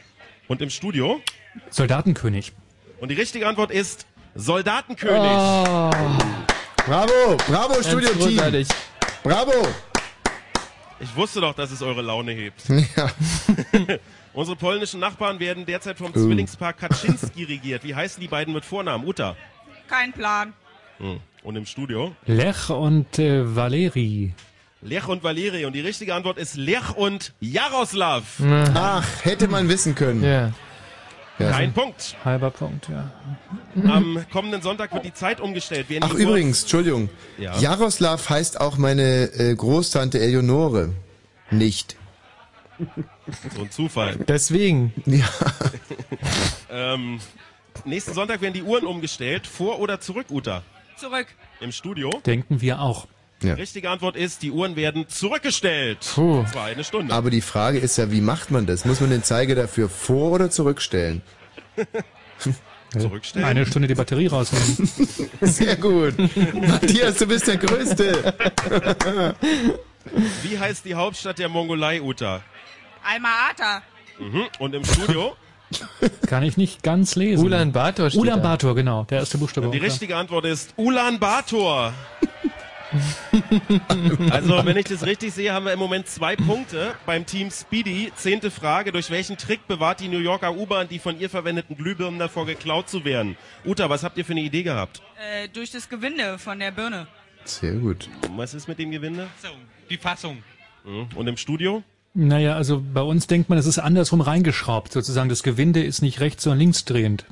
Speaker 6: Und im Studio?
Speaker 15: Soldatenkönig.
Speaker 6: Und die richtige Antwort ist
Speaker 3: Oh.
Speaker 6: Soldatenkönig.
Speaker 15: Ah.
Speaker 3: Bravo, bravo, Studioteam.
Speaker 6: großartig.
Speaker 3: Bravo.
Speaker 6: Ich wusste doch, dass es eure Laune hebt.
Speaker 3: (laughs) Ja.
Speaker 6: (laughs) Unsere polnischen Nachbarn werden derzeit vom
Speaker 3: Oh.
Speaker 6: Zwillingspaar Kaczynski regiert. Wie heißen die beiden mit Vornamen? Uta.
Speaker 17: Kein Plan.
Speaker 6: Hm. Und im Studio?
Speaker 15: Lech und äh, Valeri.
Speaker 6: Lech und Valerie. Und die richtige Antwort ist Lech und Jaroslav.
Speaker 3: Ach, hätte man wissen können.
Speaker 2: Mhm. Ja.
Speaker 6: Kein Punkt.
Speaker 2: Halber Punkt, ja.
Speaker 6: Am kommenden Sonntag wird die Zeit umgestellt. Wir in
Speaker 3: Mhm. Ach
Speaker 6: die Uhr-
Speaker 3: übrigens, Entschuldigung.
Speaker 6: Ja.
Speaker 3: Jaroslav heißt auch meine äh, Großtante Eleonore. Nicht.
Speaker 6: So ein Zufall.
Speaker 2: Deswegen.
Speaker 3: Ja. (laughs)
Speaker 6: Ähm, nächsten Sonntag werden die Uhren umgestellt. Vor oder zurück, Uta?
Speaker 17: Zurück.
Speaker 6: Im Studio?
Speaker 15: Denken wir auch.
Speaker 3: Ja.
Speaker 6: Die richtige Antwort ist, die Uhren werden zurückgestellt.
Speaker 3: Puh.
Speaker 6: Und Zwar eine Stunde.
Speaker 3: Aber die Frage ist ja, wie macht man das? Muss man den Zeiger dafür vor- oder zurückstellen?
Speaker 6: Zurückstellen.
Speaker 15: Eine Stunde die Batterie rausnehmen.
Speaker 3: (laughs) Sehr gut. Matthias, du bist der Größte.
Speaker 6: (laughs) Wie heißt die Hauptstadt der Mongolei, Uta?
Speaker 17: Alma-Ata.
Speaker 6: Mhm. Und im Studio?
Speaker 15: Kann ich nicht ganz lesen.
Speaker 2: Ulan Bator steht
Speaker 15: Ulan
Speaker 2: da.
Speaker 15: Bator, genau. Der erste Buchstabe.
Speaker 6: die
Speaker 15: auch da.
Speaker 6: richtige Antwort ist Ulaanbaatar. also, wenn ich das richtig sehe, haben wir im Moment zwei Punkte beim Team Speedy. Zehnte Frage. Durch welchen Trick bewahrt die New Yorker U-Bahn die von ihr verwendeten Glühbirnen davor, geklaut zu werden? Uta, was habt ihr für eine Idee gehabt?
Speaker 17: Äh, durch das Gewinde von der Birne.
Speaker 3: Sehr gut.
Speaker 6: Was ist mit dem Gewinde?
Speaker 7: Die Fassung.
Speaker 6: Mhm. Und im Studio?
Speaker 15: Naja, also bei uns denkt man, es ist andersrum reingeschraubt. Sozusagen das Gewinde ist nicht rechts, sondern links drehend.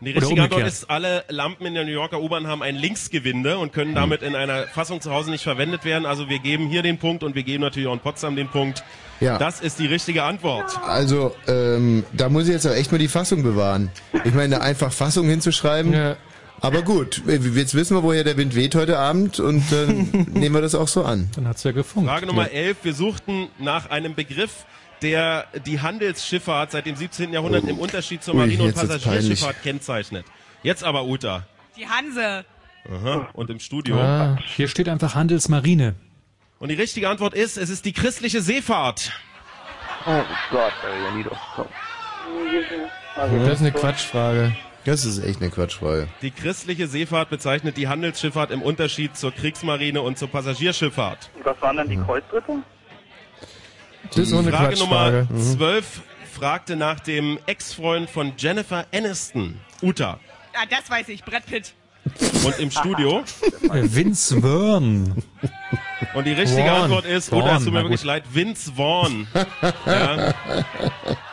Speaker 6: Die
Speaker 15: Oder
Speaker 6: richtige Antwort
Speaker 15: umgekehrt.
Speaker 6: ist, alle Lampen in der New Yorker U-Bahn haben ein Linksgewinde und
Speaker 3: Mhm.
Speaker 6: können damit in einer Fassung zu Hause nicht verwendet werden. Also wir geben hier den Punkt und wir geben natürlich auch in Potsdam den Punkt.
Speaker 3: Ja.
Speaker 6: Das ist die richtige Antwort.
Speaker 3: Also, ähm, da muss ich jetzt auch echt mal die Fassung bewahren. Ich meine, da einfach Fassung hinzuschreiben. Aber gut, jetzt wissen wir, woher der Wind weht heute Abend und
Speaker 2: (laughs)
Speaker 3: dann nehmen wir das auch so an.
Speaker 15: Dann hat's ja gefunkt.
Speaker 6: Frage Nummer 11. Wir suchten nach einem Begriff, der die Handelsschifffahrt seit dem 17. Jahrhundert im Unterschied zur
Speaker 3: Oh. Ui,
Speaker 6: Marine- und
Speaker 3: jetzt wird's
Speaker 6: Passagierschifffahrt kennzeichnet. Jetzt aber Uta.
Speaker 17: Die Hanse.
Speaker 6: Aha. Und im Studio.
Speaker 15: Ah, hier steht einfach Handelsmarine.
Speaker 6: Und die richtige Antwort ist, es ist die christliche Seefahrt.
Speaker 13: Oh Gott, ey, ja, Nido. Komm.
Speaker 2: Das ist eine Quatschfrage.
Speaker 3: Das ist echt eine Quatschfrage.
Speaker 6: Die christliche Seefahrt bezeichnet die Handelsschifffahrt im Unterschied zur Kriegsmarine und zur Passagierschifffahrt. Mhm.
Speaker 10: Und was waren dann die Kreuzritter?
Speaker 2: Das ist auch eine
Speaker 6: Frage
Speaker 2: Quatschfrage. Mhm.
Speaker 6: Nummer 12 fragte nach dem Ex-Freund von Jennifer Aniston, Uta.
Speaker 17: Ah, das weiß ich. Brett Pitt.
Speaker 6: Und im Studio.
Speaker 15: Äh, Vince Vern.
Speaker 6: Und die richtige
Speaker 15: Vaughn.
Speaker 6: Antwort ist, oh, das
Speaker 15: Vaughn,
Speaker 6: tut mir
Speaker 15: na
Speaker 6: wirklich
Speaker 15: gut.
Speaker 6: leid, Vince
Speaker 2: (laughs)
Speaker 6: Vaughn. ja.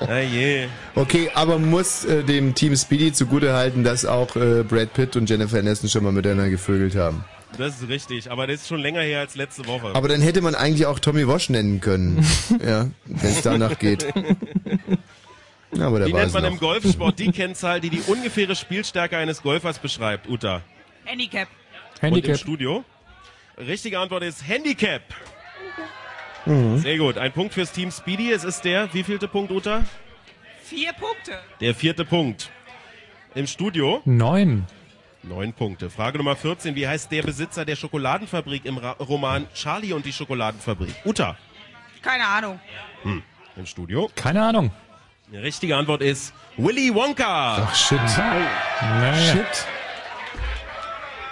Speaker 6: Na je.
Speaker 3: Okay, aber muss äh, dem Team Speedy zugutehalten, dass auch äh, Brad Pitt und Jennifer Aniston schon mal miteinander gevögelt haben.
Speaker 6: Das ist richtig, aber das ist schon länger her als letzte Woche.
Speaker 3: Aber dann hätte man eigentlich auch Tommy Wash nennen
Speaker 6: (laughs)
Speaker 3: können, ja, wenn es danach geht. Ja, aber da
Speaker 6: Die
Speaker 3: war
Speaker 6: nennt
Speaker 3: es
Speaker 6: man
Speaker 3: noch.
Speaker 6: im Golfsport die Kennzahl, die die ungefähre Spielstärke eines Golfers beschreibt, Uta.
Speaker 17: Handicap.
Speaker 6: Und im Studio. Richtige Antwort ist Handicap.
Speaker 3: Mhm.
Speaker 6: Sehr gut. Ein Punkt fürs Team Speedy. Es ist der, wievielte Punkt, Uta?
Speaker 17: Vier Punkte.
Speaker 6: Der vierte Punkt. Im Studio.
Speaker 15: Neun.
Speaker 6: Neun Punkte. Frage Nummer 14. Wie heißt der Besitzer der Schokoladenfabrik im Ra Roman Charlie und die Schokoladenfabrik? Uta.
Speaker 17: Keine Ahnung.
Speaker 6: Hm. Im Studio.
Speaker 15: Keine Ahnung.
Speaker 6: Die richtige Antwort ist Willy Wonka. Ach,
Speaker 3: shit.
Speaker 15: Naja.
Speaker 3: Shit.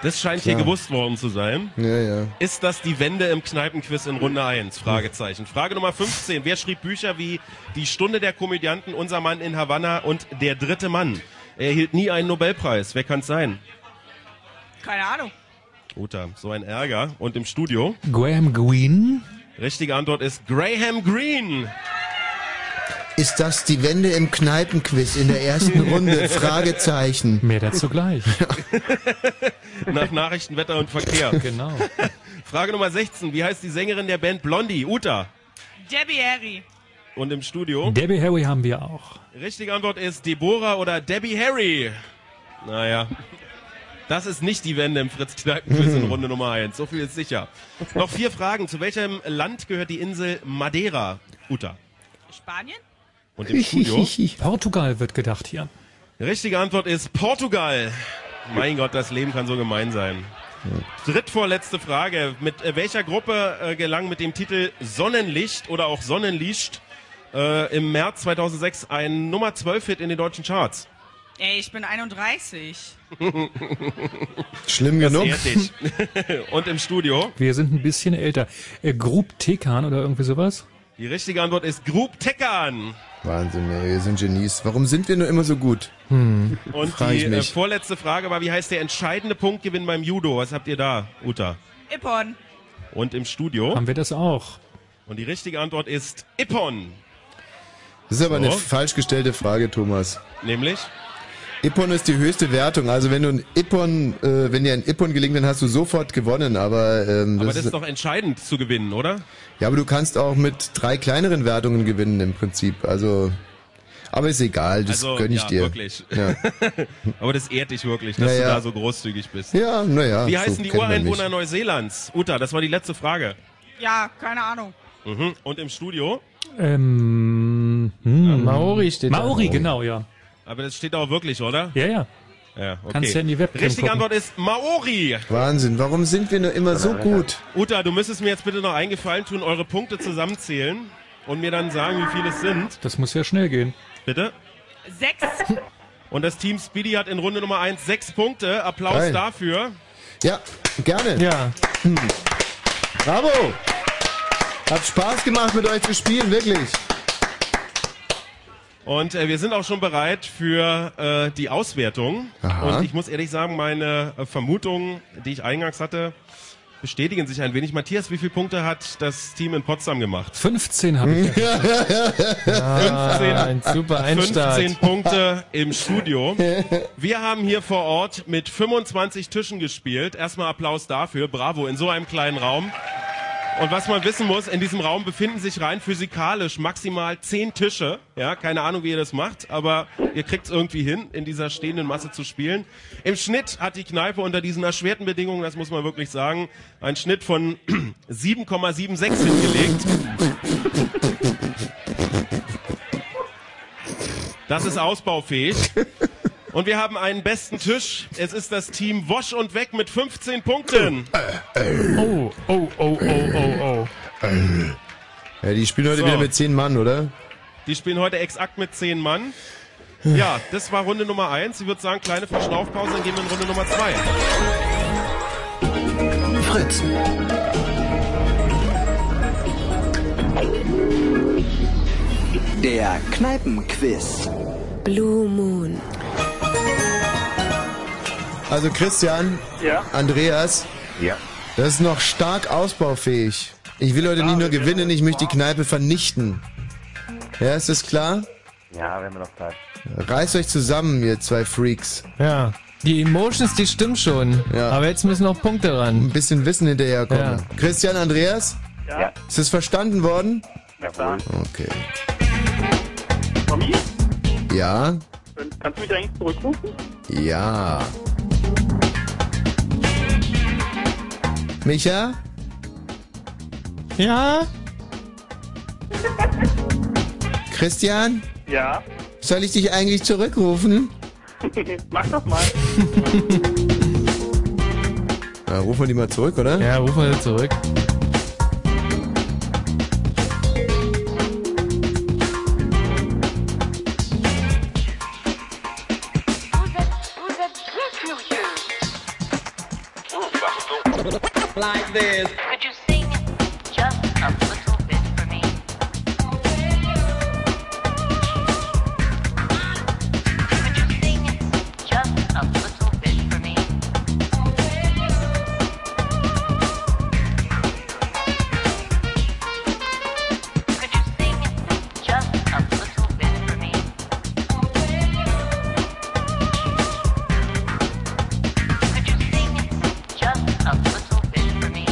Speaker 6: Das scheint hier
Speaker 3: Klar.
Speaker 6: gewusst worden zu sein.
Speaker 3: Ja, ja.
Speaker 6: Ist das die Wende im Kneipenquiz in Runde 1? Fragezeichen. Frage Nummer 15. Wer schrieb Bücher wie Die Stunde der Komödianten, Unser Mann in Havanna und Der dritte Mann? Er erhielt nie einen Nobelpreis. Wer kann's sein?
Speaker 17: Keine Ahnung.
Speaker 6: Uta, so ein Ärger. Und im Studio?
Speaker 15: Graham Greene.
Speaker 6: Richtige Antwort ist Graham Greene.
Speaker 3: Ist das die Wende im Kneipenquiz in der ersten
Speaker 6: (laughs)
Speaker 3: Runde? Fragezeichen.
Speaker 15: Mehr dazu gleich.
Speaker 6: Nach Nachrichten, Wetter und Verkehr.
Speaker 15: (laughs) Genau.
Speaker 6: Frage Nummer 16. Wie heißt die Sängerin der Band Blondie? Uta.
Speaker 17: Debbie Harry.
Speaker 6: Und im Studio?
Speaker 15: Debbie Harry haben wir auch.
Speaker 6: Richtige Antwort ist Deborah oder Debbie Harry. Naja. Das ist nicht die Wende im fritz kneipen quiz
Speaker 15: (laughs)
Speaker 6: in Runde Nummer 1. So viel ist sicher. Noch vier Fragen. Zu welchem Land gehört die Insel Madeira? Uta.
Speaker 17: Spanien?
Speaker 6: Und im
Speaker 15: (laughs)
Speaker 6: Studio?
Speaker 15: Portugal wird gedacht hier.
Speaker 6: Richtige Antwort ist Portugal. Mein Gott, das Leben kann so gemein sein. Drittvorletzte Frage. Mit äh, welcher Gruppe äh, gelang mit dem Titel Sonnenlicht oder auch Sonnenlicht äh, im März 2006 ein Nummer 12-Hit in den deutschen Charts?
Speaker 17: Ey, ich bin 31.
Speaker 3: Schlimm genug.
Speaker 6: Das ehrt dich. (laughs) Und im Studio?
Speaker 15: Wir sind ein bisschen älter. Äh, Grub Tekan oder irgendwie sowas?
Speaker 6: Die richtige Antwort ist Grub Teckern.
Speaker 3: (laughs) Wahnsinn, ey, wir sind Genies. Warum sind wir nur immer so gut?
Speaker 15: Hm.
Speaker 6: Und
Speaker 3: Frag
Speaker 6: die
Speaker 3: ich
Speaker 6: äh,
Speaker 3: mich.
Speaker 6: vorletzte Frage war, wie heißt der entscheidende Punktgewinn beim Judo? Was habt ihr da, Uta?
Speaker 17: Ippon.
Speaker 6: Und im Studio?
Speaker 15: Haben wir das auch.
Speaker 6: Und die richtige Antwort ist Ippon.
Speaker 3: Das ist aber
Speaker 6: So.
Speaker 3: eine falsch gestellte Frage, Thomas.
Speaker 6: Nämlich?
Speaker 3: Ippon ist die höchste Wertung. Also wenn du ein Ippon, äh, wenn dir ein Ippon gelingt, dann hast du sofort gewonnen. Aber, ähm,
Speaker 6: Aber das ist doch entscheidend zu gewinnen, oder?
Speaker 3: ja, aber du kannst auch mit drei kleineren Wertungen gewinnen im Prinzip. Also, aber ist egal, das
Speaker 6: also,
Speaker 3: gönn ich
Speaker 6: ja,
Speaker 3: dir.
Speaker 6: wirklich.
Speaker 3: Ja.
Speaker 6: (laughs) Aber das ehrt dich wirklich, dass
Speaker 3: Naja.
Speaker 6: du da so großzügig bist.
Speaker 3: Ja, naja,
Speaker 6: Wie
Speaker 3: so
Speaker 6: heißen die
Speaker 3: kennt man mich.
Speaker 6: Ureinwohner Neuseelands? Uta, das war die letzte Frage.
Speaker 17: Ja, keine Ahnung.
Speaker 6: Mhm. Und im Studio?
Speaker 15: Ähm, hm.
Speaker 6: Maori steht da.
Speaker 15: Maori, genau, ja.
Speaker 6: Aber das steht auch wirklich, oder?
Speaker 15: Ja, ja.
Speaker 6: Ja, okay.
Speaker 15: Kannst ja in die Webcam
Speaker 6: Richtige
Speaker 15: gucken.
Speaker 6: Antwort ist Maori.
Speaker 3: Wahnsinn, warum sind wir nur immer so gut?
Speaker 6: Uta, du müsstest mir jetzt bitte noch einen Gefallen tun, eure Punkte zusammenzählen und mir dann sagen, wie viele es sind.
Speaker 15: Das muss ja schnell gehen.
Speaker 6: Bitte.
Speaker 17: Sechs.
Speaker 6: Und das Team Speedy hat in Runde Nummer 1 sechs Punkte. Applaus
Speaker 3: Geil.
Speaker 6: dafür.
Speaker 3: Ja, gerne.
Speaker 15: Ja.
Speaker 3: Hm. Bravo. Hat Spaß gemacht mit euch zu spielen, wirklich.
Speaker 6: Und äh, wir sind auch schon bereit für äh, die Auswertung.
Speaker 3: Aha.
Speaker 6: Und ich muss ehrlich sagen, meine äh, Vermutungen, die ich eingangs hatte, bestätigen sich ein wenig. Matthias, wie viele Punkte hat das Team in Potsdam gemacht?
Speaker 15: 15 habe ich.
Speaker 2: Ah, Hm. ein super Einstart.
Speaker 6: 15 Punkte im Studio. Wir haben hier vor Ort mit 25 Tischen gespielt. Erstmal Applaus dafür. Bravo, in so einem kleinen Raum. Und was man wissen muss, in diesem Raum befinden sich rein physikalisch maximal 10 Tische. Ja, keine Ahnung, wie ihr das macht, aber ihr kriegt es irgendwie hin, in dieser stehenden Masse zu spielen. Im Schnitt hat die Kneipe unter diesen erschwerten Bedingungen, das muss man wirklich sagen, einen Schnitt von (clears throat) 7,76 hingelegt. Das ist ausbaufähig. Und wir haben einen besten Tisch. Es ist das Team Wosch und Weg mit 15 Punkten.
Speaker 2: Oh, oh, oh, oh, oh, oh.
Speaker 3: Ja, die spielen heute
Speaker 6: So.
Speaker 3: wieder mit zehn Mann, oder?
Speaker 6: Die spielen heute exakt mit 10 Mann. Ja, das war Runde Nummer 1. Ich würde sagen, kleine Verschnaufpause, dann gehen wir in Runde Nummer 2.
Speaker 14: Fritz. Der Kneipenquiz.
Speaker 9: Blue Moon.
Speaker 3: Also Christian,
Speaker 10: Ja.
Speaker 3: Andreas,
Speaker 13: Ja.
Speaker 3: das ist noch stark ausbaufähig. Ich will heute nicht nur gewinnen, ich möchte die Kneipe vernichten. Ja, ist das klar?
Speaker 12: Ja, wir haben noch Zeit.
Speaker 3: Reißt euch zusammen, ihr zwei Freaks.
Speaker 2: Ja. Die Emotions, die stimmen schon. Aber jetzt müssen noch Punkte ran.
Speaker 3: Ein bisschen Wissen hinterherkommen. Christian, Andreas?
Speaker 10: Ja.
Speaker 3: Ist das verstanden worden?
Speaker 10: Jawohl.
Speaker 3: Okay.
Speaker 10: Tommy,
Speaker 3: Ja,
Speaker 10: kannst du mich eigentlich zurückrufen?
Speaker 3: ja. Micha?
Speaker 2: Ja?
Speaker 3: Christian?
Speaker 10: Ja. (laughs)
Speaker 3: Soll ich dich eigentlich zurückrufen?
Speaker 10: Mach doch mal.
Speaker 3: Na, rufen wir die mal zurück, oder?
Speaker 2: Ja, rufen wir sie zurück.
Speaker 1: Like this. Could you sing just a little bit for me? Could you sing just a little bit for me? Could you sing just a little bit for me? Could you sing just a little bit for me?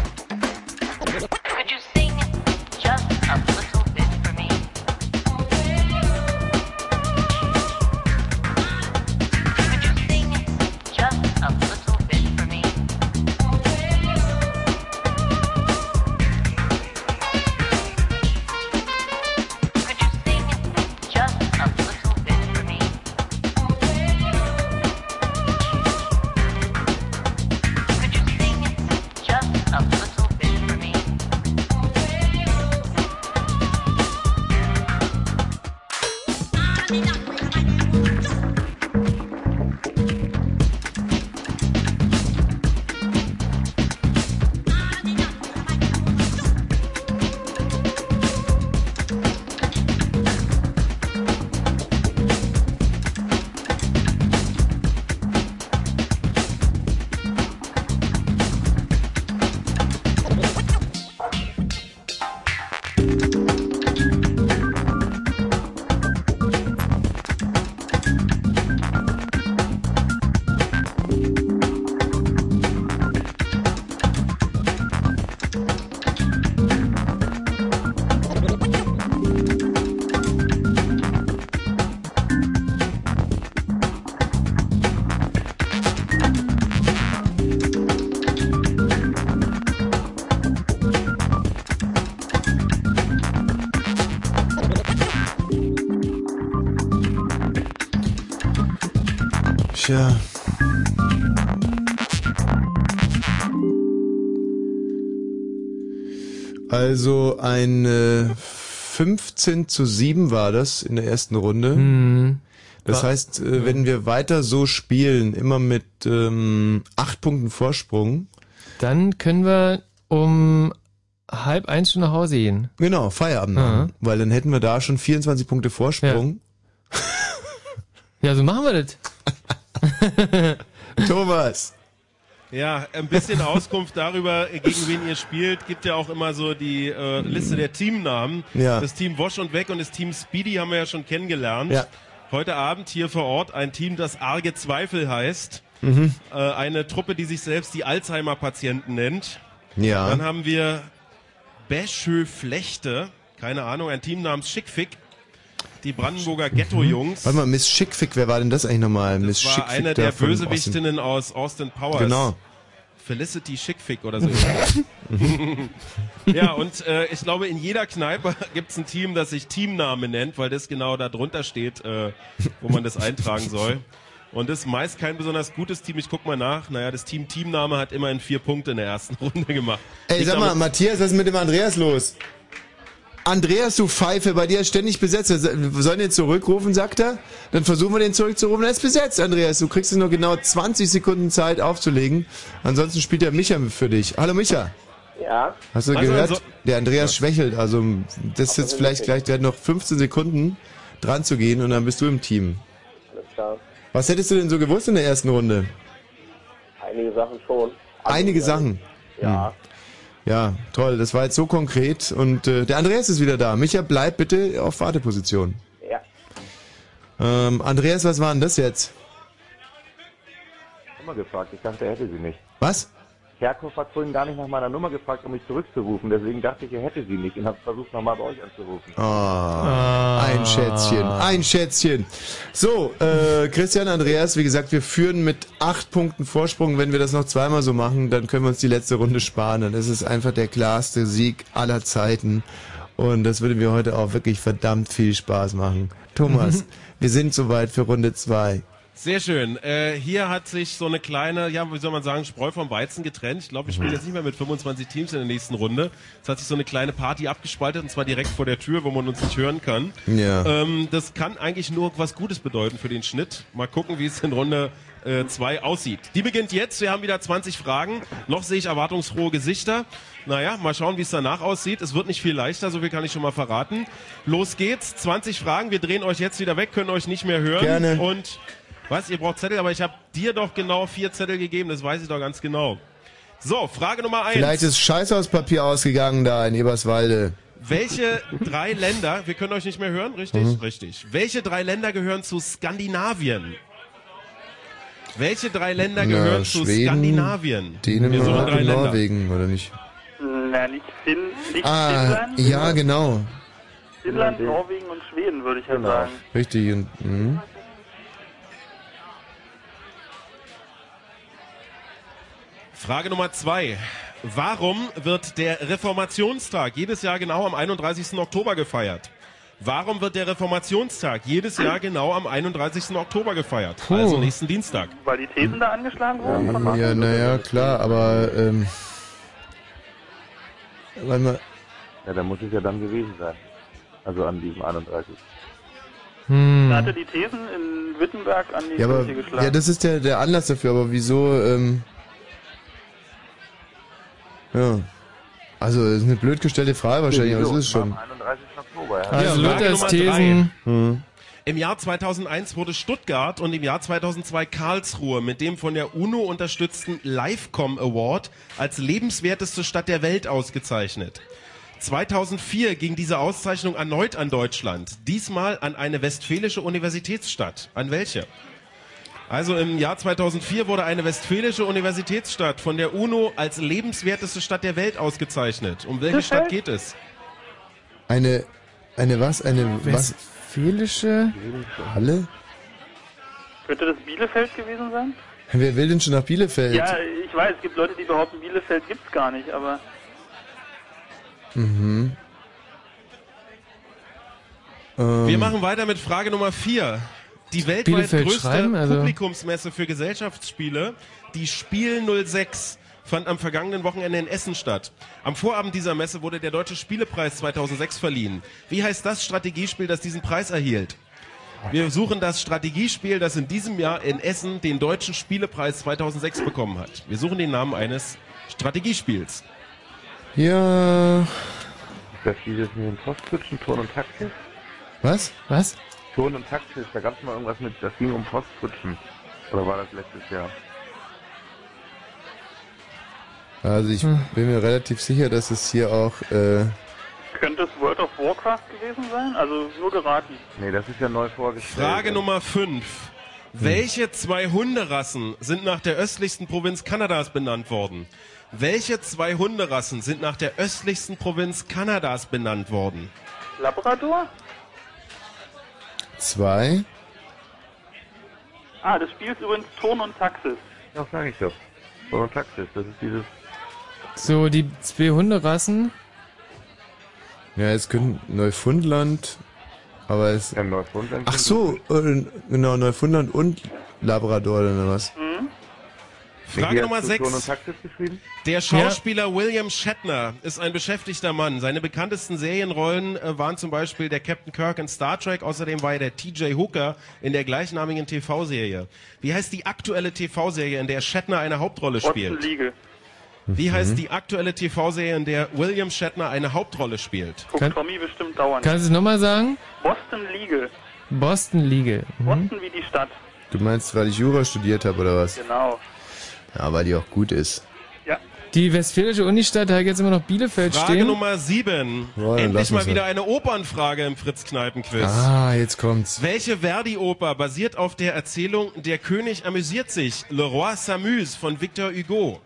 Speaker 1: Could you sing just a little bit for me? Could you sing just a little bit for me? Could you sing just a little bit for me? Could you sing just a little bit for me?
Speaker 3: Tja. Also ein äh, 15 zu 7 war das in der ersten Runde.
Speaker 2: Mhm.
Speaker 3: Das
Speaker 2: War-
Speaker 3: heißt, äh, wenn wir weiter so spielen, immer mit ähm,
Speaker 2: (laughs)
Speaker 3: 8 Punkten Vorsprung.
Speaker 2: Dann können wir um halb eins schon nach Hause gehen.
Speaker 3: Genau, Feierabend
Speaker 2: Aha.
Speaker 3: machen. Weil dann hätten
Speaker 2: (laughs)
Speaker 3: wir da schon 24 Punkte Vorsprung.
Speaker 2: Ja, so machen wir das.
Speaker 3: (laughs)
Speaker 2: (laughs)
Speaker 3: Thomas.
Speaker 6: Ja, ein bisschen Auskunft darüber, äh, gegen wen ihr spielt, gibt ja auch immer so die äh, Liste der Teamnamen.
Speaker 3: Ja.
Speaker 6: Das Team Wosch und Weg und das Team Speedy haben wir ja schon kennengelernt.
Speaker 3: Ja.
Speaker 6: Heute Abend hier vor Ort ein Team, das Arge Zweifel heißt.
Speaker 3: Mhm.
Speaker 6: Äh, eine Truppe, die sich selbst die Alzheimer-Patienten nennt.
Speaker 3: Ja.
Speaker 6: Dann haben wir Beschö Flechte, keine Ahnung, ein Team namens Schickfick. Die Brandenburger Ghetto-Jungs.
Speaker 3: Warte mal, Miss Schickfick, wer war denn das eigentlich nochmal? Miss
Speaker 6: war
Speaker 3: Schickfick.
Speaker 6: eine
Speaker 3: da
Speaker 6: der
Speaker 3: von Osten.
Speaker 6: Bösewichtinnen aus Austin Powers.
Speaker 3: Genau.
Speaker 6: Felicity
Speaker 3: (laughs)
Speaker 6: Schickfick oder so. ja, und äh, ich glaube, in jeder Kneipe (laughs) gibt es ein Team, das sich Teamname nennt, weil das genau da drunter steht, äh, wo man das eintragen soll. Und das ist meist kein besonders gutes Team. Ich guck mal nach. Naja, das Team Teamname hat immerhin vier Punkte in der ersten (laughs) Runde gemacht.
Speaker 3: Ey,
Speaker 6: Liegt
Speaker 3: sag mal,
Speaker 6: damit-
Speaker 3: Matthias, was ist mit dem Andreas los? Andreas, du Pfeife, bei dir ist ständig besetzt. Er- Wir sollen den zurückrufen, sagt er. Dann versuchen wir den zurückzurufen. Er ist besetzt, Andreas. Du kriegst nur genau 20 Sekunden Zeit aufzulegen. Ansonsten spielt der Micha für dich. Hallo Micha.
Speaker 13: Ja.
Speaker 3: Hast du
Speaker 13: Also,
Speaker 3: gehört?
Speaker 13: also-
Speaker 3: der Andreas schwächelt. Also das ist jetzt vielleicht gleich, der hat noch 15 Sekunden dran zu gehen und dann bist du im Team.
Speaker 13: Alles klar.
Speaker 3: Was hättest du denn so gewusst in der ersten Runde?
Speaker 13: Einige Sachen schon.
Speaker 3: Einige Sachen. Ja. Ja, toll. Das war jetzt so konkret. Und äh, der Andreas ist wieder da. Micha, bleib bitte auf Warteposition.
Speaker 13: Ja.
Speaker 3: Ähm, Andreas, was war denn das jetzt?
Speaker 4: Nummer gefragt. Ich dachte, er hätte sie nicht.
Speaker 3: Was?
Speaker 4: Kerkhoff hat vorhin gar nicht nach meiner Nummer gefragt, um mich zurückzurufen. Deswegen dachte ich, er hätte sie nicht und habe versucht, nochmal bei euch anzurufen.
Speaker 3: Ah, Ein Schätzchen, ein Schätzchen. So, äh, Christian, Andreas, wie gesagt, wir führen mit acht Punkten Vorsprung. Wenn wir das noch zweimal so machen, dann können wir uns die letzte Runde sparen. Dann ist es einfach der klarste Sieg aller Zeiten. Und das würde mir heute auch wirklich verdammt viel Spaß machen.
Speaker 6: Mhm.
Speaker 3: Thomas, wir sind soweit für Runde zwei.
Speaker 6: Sehr schön. Äh, hier hat sich so eine kleine, ja, wie soll man sagen, Spreu vom Weizen getrennt. Ich glaube, wir spielen jetzt nicht mehr mit 25 Teams in der nächsten Runde. Es hat sich so eine kleine Party abgespaltet und zwar direkt vor der Tür, wo man uns nicht hören kann.
Speaker 3: Ja.
Speaker 6: Ähm, das kann eigentlich nur was Gutes bedeuten für den Schnitt. Mal gucken, wie es in Runde 2 aussieht. Die beginnt jetzt. Wir haben wieder 20 Fragen. Noch sehe ich erwartungsfrohe Gesichter. Naja, mal schauen, wie es danach aussieht. Es wird nicht viel leichter, so viel kann ich schon mal verraten. Los geht's. 20 Fragen. Wir drehen euch jetzt wieder weg, können euch nicht mehr hören.
Speaker 3: Gerne.
Speaker 6: Und was, ihr braucht Zettel, aber ich habe dir doch genau vier Zettel gegeben. Das weiß ich doch ganz genau. So, Frage Nummer 1.
Speaker 3: Vielleicht ist Scheiß aus Papier ausgegangen da in Eberswalde. (laughs)
Speaker 6: Welche drei Länder, wir können euch nicht mehr hören, richtig?
Speaker 3: Mhm.
Speaker 6: Richtig. Welche drei Länder gehören zu Skandinavien? Welche drei Länder gehören zu Skandinavien? Wir suchen
Speaker 3: Dänemark
Speaker 6: drei
Speaker 3: und
Speaker 6: Länder.
Speaker 3: Norwegen, oder nicht?
Speaker 10: Na, nicht, Finn, nicht
Speaker 3: Ah,
Speaker 10: Finnland?
Speaker 3: ja, genau.
Speaker 10: Finnland, Norwegen und Schweden, würde ich ja
Speaker 4: Genau.
Speaker 10: sagen.
Speaker 3: Richtig. Und, mhm.
Speaker 6: Frage Nummer zwei. Warum wird der Reformationstag jedes Jahr genau am 31. Oktober gefeiert? Warum wird der Reformationstag jedes Jahr genau am 31. Oktober gefeiert? Also nächsten Dienstag.
Speaker 10: Weil die Thesen da angeschlagen wurden? von Martin
Speaker 3: Ja,
Speaker 10: Luther?
Speaker 3: naja, klar, aber ähm, warte mal.
Speaker 4: Ja, da muss ich ja dann gewesen sein. Also an diesem 31.
Speaker 10: Da hatte die Thesen in Wittenberg an die
Speaker 3: Hm. Ja, aber
Speaker 10: Kirche geschlagen.
Speaker 3: ja, das ist der, der Anlass dafür, aber wieso, ähm, ja. Also, das ist eine blöd gestellte Frage wahrscheinlich, aber es ist schon.
Speaker 4: Am 31. Oktober, ja.
Speaker 3: Also,
Speaker 6: Frage
Speaker 3: Luthers
Speaker 6: Nummer
Speaker 3: Thesen.
Speaker 6: drei.
Speaker 3: Mhm.
Speaker 6: Im Jahr 2001 wurde Stuttgart und im Jahr 2002 Karlsruhe mit dem von der UNO unterstützten Lifecom Award als lebenswerteste Stadt der Welt ausgezeichnet. 2004 ging diese Auszeichnung erneut an Deutschland, diesmal an eine westfälische Universitätsstadt. An welche? Also im Jahr 2004 wurde eine westfälische Universitätsstadt von der UNO als lebenswerteste Stadt der Welt ausgezeichnet. Um welche Stadt geht es?
Speaker 3: Eine, eine was? Eine was?
Speaker 2: Westfälische
Speaker 3: Halle?
Speaker 10: Könnte das Bielefeld gewesen sein?
Speaker 3: Wer will denn schon nach Bielefeld?
Speaker 10: Ja, ich weiß, es gibt Leute, die behaupten, Bielefeld gibt's gar nicht, aber
Speaker 3: Mhm. Ähm,
Speaker 6: Wir machen weiter mit Frage Nummer 4. Die weltweit
Speaker 2: Bielefeld
Speaker 6: größte
Speaker 2: schreiben, also-
Speaker 6: Publikumsmesse für Gesellschaftsspiele, die Spiel 06, fand am vergangenen Wochenende in Essen statt. Am Vorabend dieser Messe wurde der Deutsche Spielepreis 2006 verliehen. Wie heißt das Strategiespiel, das diesen Preis erhielt? Wir suchen das Strategiespiel, das in diesem Jahr in Essen den Deutschen Spielepreis 2006 bekommen hat. Wir suchen den Namen eines Strategiespiels.
Speaker 3: Ja.
Speaker 4: Das Lied ist mit dem Postpitchen, Ton und Taktik.
Speaker 3: Was? Was?
Speaker 4: Ton und Taktik, da gab es mal irgendwas mit, das ging um Postputschen. Oder war das letztes Jahr?
Speaker 3: Also ich bin mir relativ sicher, dass es hier auch... Äh,
Speaker 10: Könnte es World of Warcraft gewesen sein? Also nur geraten.
Speaker 4: Nee, das ist ja neu vorgestellt.
Speaker 6: Frage Nummer 5. Welche zwei Hunderassen sind nach der östlichsten Provinz Kanadas benannt worden? Welche zwei Hunderassen sind nach der östlichsten Provinz Kanadas benannt worden?
Speaker 10: Labrador?
Speaker 3: zwei.
Speaker 10: Ah, das Spiel ist übrigens Turn und Taxis.
Speaker 4: Ja, sag ich doch. Oder Taxis, das ist dieses...
Speaker 2: So, die zwei Hunderassen.
Speaker 3: Ja, es können Neufundland, aber es...
Speaker 4: Ja, Neufundland...
Speaker 3: Ach so, äh, genau, Neufundland und Labrador oder was?
Speaker 4: Hm?
Speaker 6: Frage Nummer 6.
Speaker 4: geschrieben?
Speaker 6: Der Schauspieler William Shatner ist ein beschäftigter Mann. Seine bekanntesten Serienrollen äh, waren zum Beispiel der Captain Kirk in Star Trek. Außerdem war er der TJ Hooker in der gleichnamigen TV-Serie. Wie heißt die aktuelle TV-Serie, in der Shatner eine Hauptrolle
Speaker 10: Watson
Speaker 6: spielt?
Speaker 10: Legal.
Speaker 6: Wie heißt
Speaker 10: Mhm.
Speaker 6: die aktuelle TV-Serie, in der William Shatner eine Hauptrolle spielt?
Speaker 10: Guckt Tommy bestimmt dauernd.
Speaker 2: Kannst du es nochmal sagen? Mhm.
Speaker 10: Boston Legal.
Speaker 2: Boston Legal.
Speaker 10: Boston wie die Stadt.
Speaker 3: Du meinst, weil ich Jura studiert habe oder was?
Speaker 10: Genau.
Speaker 3: Ja, weil die auch gut ist.
Speaker 2: Die westfälische Unistadt hat jetzt immer noch Bielefeld
Speaker 6: Frage
Speaker 2: stehen.
Speaker 6: Nummer 7.
Speaker 3: Ja, dann
Speaker 6: Endlich
Speaker 3: lassen
Speaker 6: mal
Speaker 3: wir's
Speaker 6: wieder
Speaker 3: halt.
Speaker 6: eine Opernfrage im Fritz-Kneipen-Quiz.
Speaker 3: Ah, jetzt kommt's.
Speaker 6: Welche Verdi-Oper basiert auf der Erzählung Der König amüsiert sich, Le Roi s'amuse von Victor Hugo?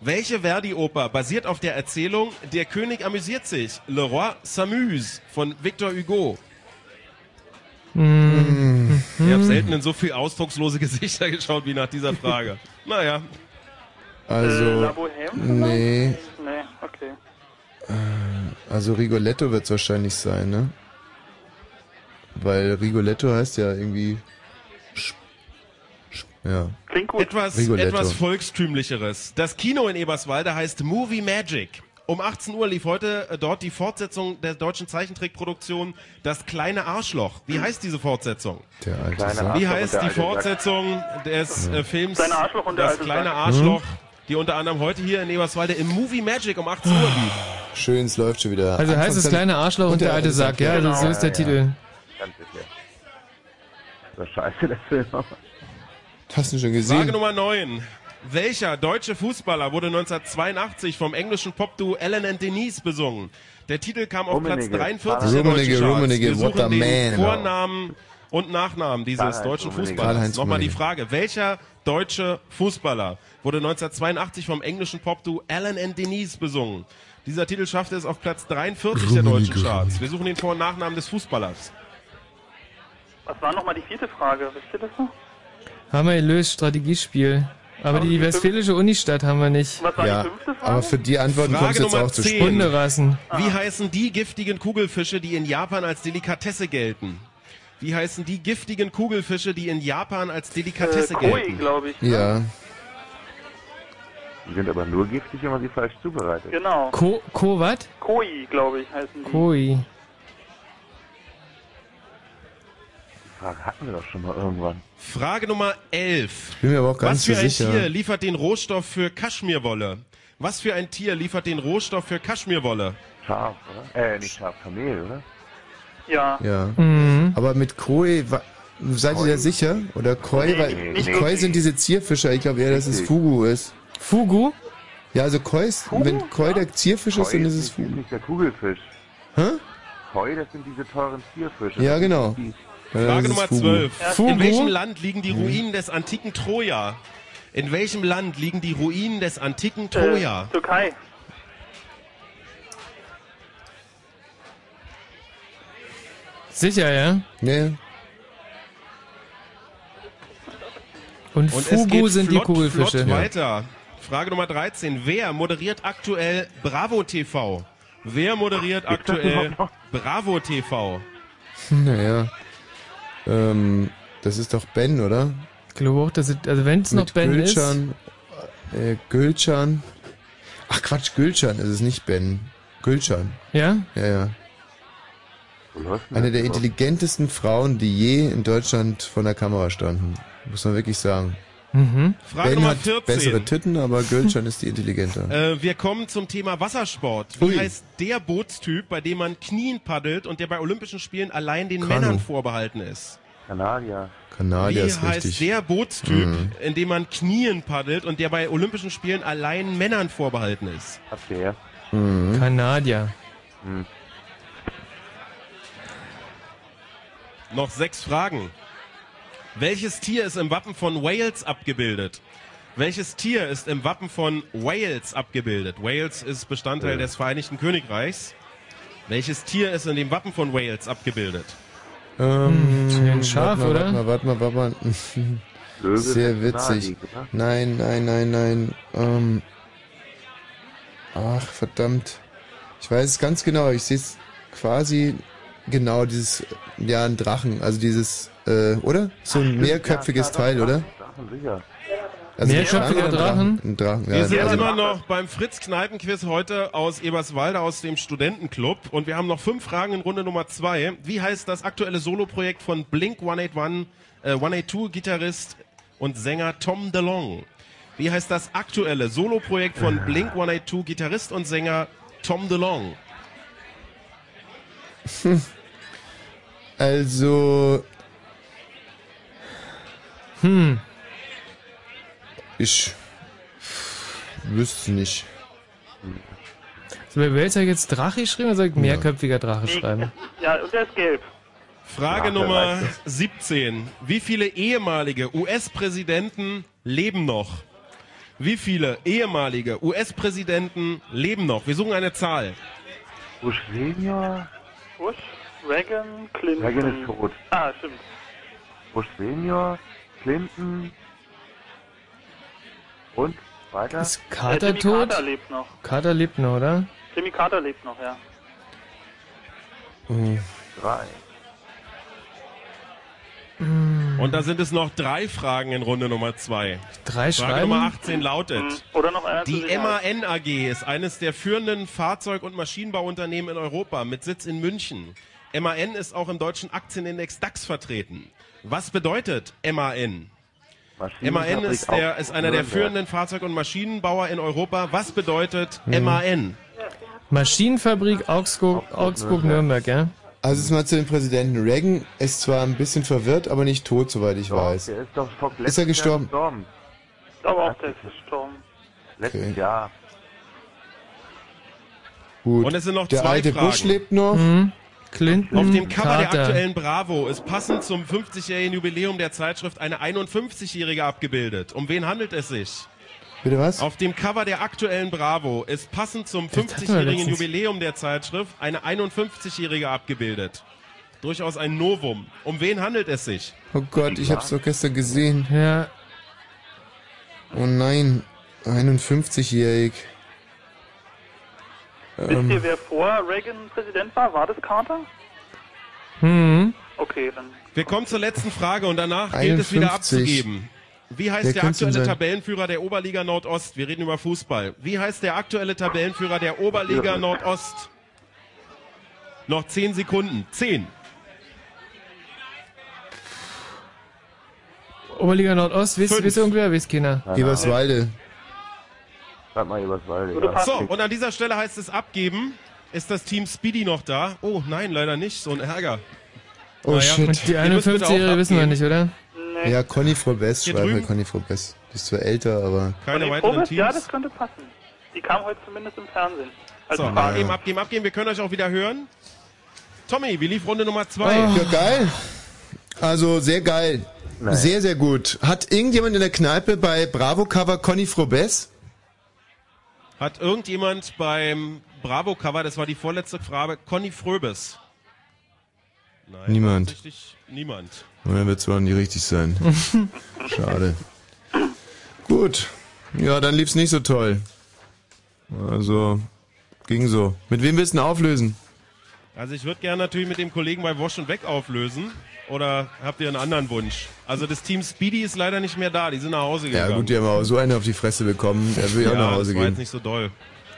Speaker 6: Welche Verdi-Oper basiert auf der Erzählung Der König amüsiert sich, Le Roi s'amuse von Victor Hugo?
Speaker 2: Mhm.
Speaker 6: Ich habe selten in so viel ausdruckslose (laughs) Gesichter geschaut wie nach dieser Frage. naja.
Speaker 4: Äh,
Speaker 3: Also,
Speaker 6: La Bohème
Speaker 3: nee.
Speaker 10: Nee, okay.
Speaker 3: Äh, Also Rigoletto wird's wahrscheinlich sein, ne? Weil Rigoletto heißt ja irgendwie... Sch- Sch- Ja.
Speaker 10: Klingt
Speaker 6: gut. Etwas,
Speaker 3: Rigoletto.
Speaker 6: etwas volkstümlicheres. Das Kino in Eberswalde heißt Movie Magic. Um 18 Uhr lief heute äh, dort die Fortsetzung der deutschen Zeichentrickproduktion Das kleine Arschloch. Wie heißt diese Fortsetzung?
Speaker 3: Der alte
Speaker 6: Kleine
Speaker 3: Sack.
Speaker 6: Wie heißt die Fortsetzung des äh, Films Das kleine Arschloch, die unter anderem heute hier in Eberswalde im Movie Magic um 18 Uhr lief?
Speaker 3: Schön, es läuft schon wieder.
Speaker 2: Also heißt
Speaker 3: Anfangs-
Speaker 2: es kleine Arschloch und der alte Sack, ja, Also
Speaker 3: Genau.
Speaker 2: so ist der
Speaker 3: Ja, ja.
Speaker 2: Titel.
Speaker 4: Ganz sicher. Das war scheiße, der Film.
Speaker 3: Hast du schon gesehen?
Speaker 6: Frage Nummer 9. Welcher deutsche Fußballer wurde 1982 vom englischen Popduo Ellen and Denise besungen? Der Titel kam auf
Speaker 3: Rummenigge.
Speaker 6: Platz 43 der
Speaker 3: Rummenigge,
Speaker 6: deutschen Charts.
Speaker 3: Rummenigge,
Speaker 6: Wir
Speaker 3: what a
Speaker 6: suchen den
Speaker 3: man.
Speaker 6: Vornamen und Nachnamen dieses
Speaker 3: Karl-Heinz
Speaker 6: deutschen
Speaker 3: Rummenigge.
Speaker 6: Fußballers.
Speaker 3: Karl-Heinz
Speaker 6: Nochmal die
Speaker 3: Rummenigge.
Speaker 6: Frage. Welcher deutsche Fußballer wurde 1982 vom englischen Popduo Ellen and Denise besungen? Dieser Titel schaffte es auf Platz 43 der
Speaker 3: Rummenigge,
Speaker 6: deutschen Charts. Wir suchen den Vor- und Nachnamen des Fußballers.
Speaker 10: Was war nochmal die vierte Frage? Wisst ihr das noch?
Speaker 2: Haben wir gelöst, Strategiespiel. Aber die westfälische Unistadt haben wir nicht.
Speaker 10: Was war die Ja, fünfte Frage? aber für
Speaker 3: die Antworten
Speaker 6: Frage
Speaker 3: kommt's jetzt
Speaker 6: Nummer
Speaker 3: auch zu
Speaker 6: 10.
Speaker 3: spät.
Speaker 2: Hunderassen.
Speaker 4: Ah.
Speaker 6: Wie heißen die giftigen Kugelfische, die in Japan als Delikatesse gelten? Wie heißen die giftigen Kugelfische, die in Japan als
Speaker 4: Äh,
Speaker 6: Delikatesse
Speaker 10: Koi,
Speaker 6: gelten?
Speaker 10: glaube Äh, ich. ne?
Speaker 3: Ja.
Speaker 4: Die sind aber nur giftig, wenn man sie falsch zubereitet.
Speaker 10: Genau. Mhm.
Speaker 2: Ko, Ko wat?
Speaker 10: Koi, glaube ich, heißen die.
Speaker 2: Koi.
Speaker 4: Die Frage hatten wir doch schon mal irgendwann.
Speaker 6: Frage Nummer 11.
Speaker 3: Bin mir aber auch gar
Speaker 6: Was
Speaker 3: nicht
Speaker 6: für
Speaker 3: so
Speaker 6: ein
Speaker 3: sicher.
Speaker 6: Tier liefert den Rohstoff für Kaschmirwolle? Was für ein Tier liefert den Rohstoff für Kaschmirwolle?
Speaker 4: Schaf, oder? Äh, nicht scharf, Kamel, oder?
Speaker 10: Ja.
Speaker 3: Ja.
Speaker 2: Mhm.
Speaker 3: Aber mit Koi, wa- seid ihr da sicher? Oder Koi?
Speaker 4: Nee,
Speaker 3: weil
Speaker 4: nee,
Speaker 3: die
Speaker 4: nee.
Speaker 3: Koi sind diese Zierfischer. Ich glaube eher, dass es
Speaker 4: Richtig.
Speaker 3: Fugu ist.
Speaker 2: Fugu?
Speaker 3: Ja, also Koi ist, wenn Koi der Zierfisch ist, dann ist es
Speaker 4: nicht,
Speaker 3: Fugu.
Speaker 4: nicht der Kugelfisch.
Speaker 3: Hä?
Speaker 4: Koi, das sind diese
Speaker 10: Äh,
Speaker 4: teuren Tierfische.
Speaker 3: Ja, genau. Ja, das
Speaker 6: Frage
Speaker 3: ist
Speaker 6: Nummer
Speaker 3: Fugu.
Speaker 6: 12. In
Speaker 3: Fugu?
Speaker 6: welchem Land liegen die Ruinen des antiken Troja? In welchem Land liegen die Ruinen des antiken Troja?
Speaker 10: Äh, Türkei.
Speaker 2: Sicher, ja?
Speaker 3: Nee.
Speaker 2: Und,
Speaker 6: Und es
Speaker 2: Fugu
Speaker 6: geht
Speaker 2: sind
Speaker 6: flott,
Speaker 2: die Kugelfische.
Speaker 6: Flott weiter. Frage Nummer 13. Wer moderiert aktuell Bravo TV? Wer moderiert aktuell Bravo TV?
Speaker 3: Naja. Ähm, das ist doch Ben, oder?
Speaker 2: Ich glaube auch, dass es, also wenn es noch Ben ist.
Speaker 3: Gülcan, Äh, Gülcan. Ach Quatsch, Gülcan ist es nicht Ben. Gülcan.
Speaker 2: Ja?
Speaker 3: Ja, ja. Eine der intelligentesten Frauen, die je in Deutschland vor der Kamera standen. Muss man wirklich sagen.
Speaker 2: Mhm.
Speaker 6: Frage
Speaker 3: ben
Speaker 6: Nummer
Speaker 3: hat
Speaker 6: 14.
Speaker 3: bessere Titten, aber Gülcan ist die intelligenter.
Speaker 6: Äh, wir kommen zum Thema Wassersport. Wie
Speaker 3: Ui.
Speaker 6: heißt der Bootstyp, bei dem man knien paddelt und der bei Olympischen Spielen allein den
Speaker 3: Kanu.
Speaker 6: Männern vorbehalten ist?
Speaker 4: Kanadier.
Speaker 3: Kanadier
Speaker 6: Wie
Speaker 3: ist
Speaker 6: heißt
Speaker 3: richtig.
Speaker 6: der Bootstyp,
Speaker 3: Mhm.
Speaker 6: in dem man knien paddelt und der bei Olympischen Spielen allein Männern vorbehalten ist?
Speaker 4: Habt ihr ja.
Speaker 3: Mhm.
Speaker 2: Kanadier.
Speaker 10: Mhm.
Speaker 6: Noch sechs Fragen. Welches Tier ist im Wappen von Wales abgebildet? Welches Tier ist im Wappen von Wales abgebildet? Wales ist Bestandteil des Vereinigten Königreichs. Welches Tier ist in dem Wappen von Wales abgebildet?
Speaker 3: Ähm,
Speaker 2: Hm, ein Schaf,
Speaker 3: warte mal,
Speaker 2: oder?
Speaker 3: Warte mal, warte mal, warte mal.
Speaker 2: Löwe
Speaker 3: Sehr
Speaker 2: ist
Speaker 3: witzig.
Speaker 2: naheliegend, oder?
Speaker 3: Nein, nein, nein, nein. Ähm, ach, verdammt. Ich weiß es ganz genau. Ich sehe es quasi genau dieses, ja, ein Drachen. Also dieses, äh, oder? So ein mehrköpfiges Teil, oder?
Speaker 4: Drachen, sicher.
Speaker 6: Mehrköpfiger
Speaker 3: ein Drachen? Ein Drachen, ja.
Speaker 6: Wir sind
Speaker 3: also-
Speaker 6: immer noch beim Fritz-Kneipen-Quiz heute aus Eberswalde, aus dem Studentenclub. Und wir haben noch fünf Fragen in Runde Nummer zwei. Wie heißt das aktuelle Soloprojekt von Blink 181, äh, 182-Gitarrist und Sänger Tom DeLong? Wie heißt das aktuelle Soloprojekt von Blink 182-Gitarrist und Sänger Tom DeLong?
Speaker 3: (laughs) Also. Hm. Ich wüsste nicht.
Speaker 2: So, wer hat jetzt Drache geschrieben oder soll ich mehrköpfiger Drache schreiben?
Speaker 10: Ja, und der ist gelb.
Speaker 6: Frage
Speaker 2: Ja, wer
Speaker 6: Nummer
Speaker 2: weiß
Speaker 6: 17. Wie viele ehemalige US-Präsidenten leben noch? Wie viele ehemalige US-Präsidenten leben noch? Wir suchen eine Zahl.
Speaker 4: Bush Senior?
Speaker 10: Bush, Reagan, Clinton.
Speaker 4: Reagan ist tot.
Speaker 10: Ah, stimmt.
Speaker 4: Bush Senior, Clinton und weiter.
Speaker 2: Ist Carter
Speaker 10: Äh, Jimmy
Speaker 2: tot?
Speaker 10: Carter lebt noch.
Speaker 2: Carter lebt noch, oder?
Speaker 10: Jimmy Carter lebt noch, ja.
Speaker 3: Mhm.
Speaker 4: Drei.
Speaker 6: Und da sind es noch drei Fragen in Runde Nummer zwei.
Speaker 2: Drei
Speaker 6: Frage
Speaker 2: schreiben?
Speaker 6: Nummer 18 lautet.
Speaker 10: Hm, Oder noch einer
Speaker 6: Die
Speaker 10: zur Sicherheit.
Speaker 6: MAN AG ist eines der führenden Fahrzeug- und Maschinenbauunternehmen in Europa mit Sitz in München. MAN ist auch im deutschen Aktienindex DAX vertreten. Was bedeutet MAN? MAN
Speaker 4: Maschinenfabrik
Speaker 6: ist, der,
Speaker 4: auf
Speaker 6: ist einer der
Speaker 4: Nürnberg.
Speaker 6: führenden Fahrzeug- und Maschinenbauer in Europa. Was bedeutet
Speaker 2: Mhm.
Speaker 6: MAN?
Speaker 2: Maschinenfabrik Augsburg, Augsburg Nürnberg, ja?
Speaker 3: Also jetzt mal zu dem Präsidenten. Reagan ist zwar ein bisschen verwirrt, aber nicht tot, soweit ich weiß.
Speaker 4: Der ist doch vor
Speaker 3: Ist er gestorben?
Speaker 4: gestorben.
Speaker 10: Aber auch der ist gestorben.
Speaker 4: Letztes Jahr.
Speaker 3: Gut.
Speaker 6: Und es sind noch
Speaker 3: der
Speaker 6: zwei
Speaker 3: alte
Speaker 6: Fragen.
Speaker 3: Bush lebt noch.
Speaker 2: Mhm. Clinton.
Speaker 6: Auf
Speaker 3: Hm,
Speaker 6: dem Cover der
Speaker 2: Carter.
Speaker 6: aktuellen Bravo ist passend zum 50-jährigen Jubiläum der Zeitschrift eine 51-jährige abgebildet. Um wen handelt es sich?
Speaker 3: Bitte was?
Speaker 6: Auf dem Cover der aktuellen Bravo ist passend zum
Speaker 3: hatten wir
Speaker 6: 50-jährigen
Speaker 3: letztens.
Speaker 6: Jubiläum der Zeitschrift eine 51-jährige abgebildet. Durchaus ein Novum. Um wen handelt es sich?
Speaker 3: Oh Gott, ich hab's doch gestern gesehen.
Speaker 2: Ja.
Speaker 3: Oh nein, 51-jährig.
Speaker 10: Wisst ihr,
Speaker 3: Ähm,
Speaker 10: wer vor Reagan Präsident war? War das Carter?
Speaker 2: Hm.
Speaker 10: Okay, dann.
Speaker 6: Wir kommen zur letzten Frage und danach gilt es wieder
Speaker 3: 51.
Speaker 6: abzugeben. Wie heißt
Speaker 3: Wer
Speaker 6: der
Speaker 3: kann's denn
Speaker 6: aktuelle
Speaker 3: sein?
Speaker 6: Tabellenführer der Oberliga Nordost? Wir reden über Fußball. Wie heißt der aktuelle Tabellenführer der Oberliga Nordost? Noch zehn Sekunden. Zehn.
Speaker 2: Oberliga Nordost, wisst ihr irgendwer? Wisst keiner.
Speaker 4: Keine Eberswalde.
Speaker 3: Ahnung.
Speaker 4: Schreib mal Eberswalde.
Speaker 6: So, und an dieser Stelle heißt es abgeben. Ist das Team Speedy noch da? Oh nein, leider nicht. So ein Ärger.
Speaker 3: oh
Speaker 6: Naja,
Speaker 3: shit.
Speaker 2: Die 51-Jährige wissen wir nicht, oder?
Speaker 3: Ja, Conny Frobess,
Speaker 10: Hier
Speaker 3: schreiben wir
Speaker 10: drüben?
Speaker 3: Conny Frobess. Die ist zwar älter, aber...
Speaker 6: Keine
Speaker 10: Die
Speaker 6: weiteren
Speaker 10: Probe? Ja,
Speaker 6: Teams.
Speaker 10: das könnte passen. Die kam heute zumindest im Fernsehen.
Speaker 6: So,
Speaker 10: Also Frage.
Speaker 6: abgeben, abgeben, abgeben. Wir können euch auch wieder hören. Tommy, wie lief Runde Nummer zwei?
Speaker 3: Ja, geil. Also sehr geil. Sehr, sehr gut. Hat irgendjemand in der Kneipe bei Bravo Cover Conny Frobess?
Speaker 6: Hat irgendjemand beim Bravo-Cover, das war die vorletzte Frage, Conny Fröbes? Nein,
Speaker 3: Niemand.
Speaker 6: tatsächlich Niemand.
Speaker 3: Und dann Oh, wird es wohl nie richtig sein. (laughs) Schade. Gut. Ja, dann lief's nicht so toll. Also, ging so. Mit wem willst du denn auflösen?
Speaker 6: Also ich würde gerne natürlich mit dem Kollegen bei Wash und Weg auflösen. Oder habt ihr einen anderen Wunsch? Also das Team Speedy ist leider nicht mehr da, die sind nach Hause
Speaker 3: Ja
Speaker 6: gegangen.
Speaker 3: gut, die haben auch so eine auf die Fresse bekommen. Er will ja auch nach Hause
Speaker 6: das war
Speaker 3: gehen.
Speaker 6: jetzt nicht so doll.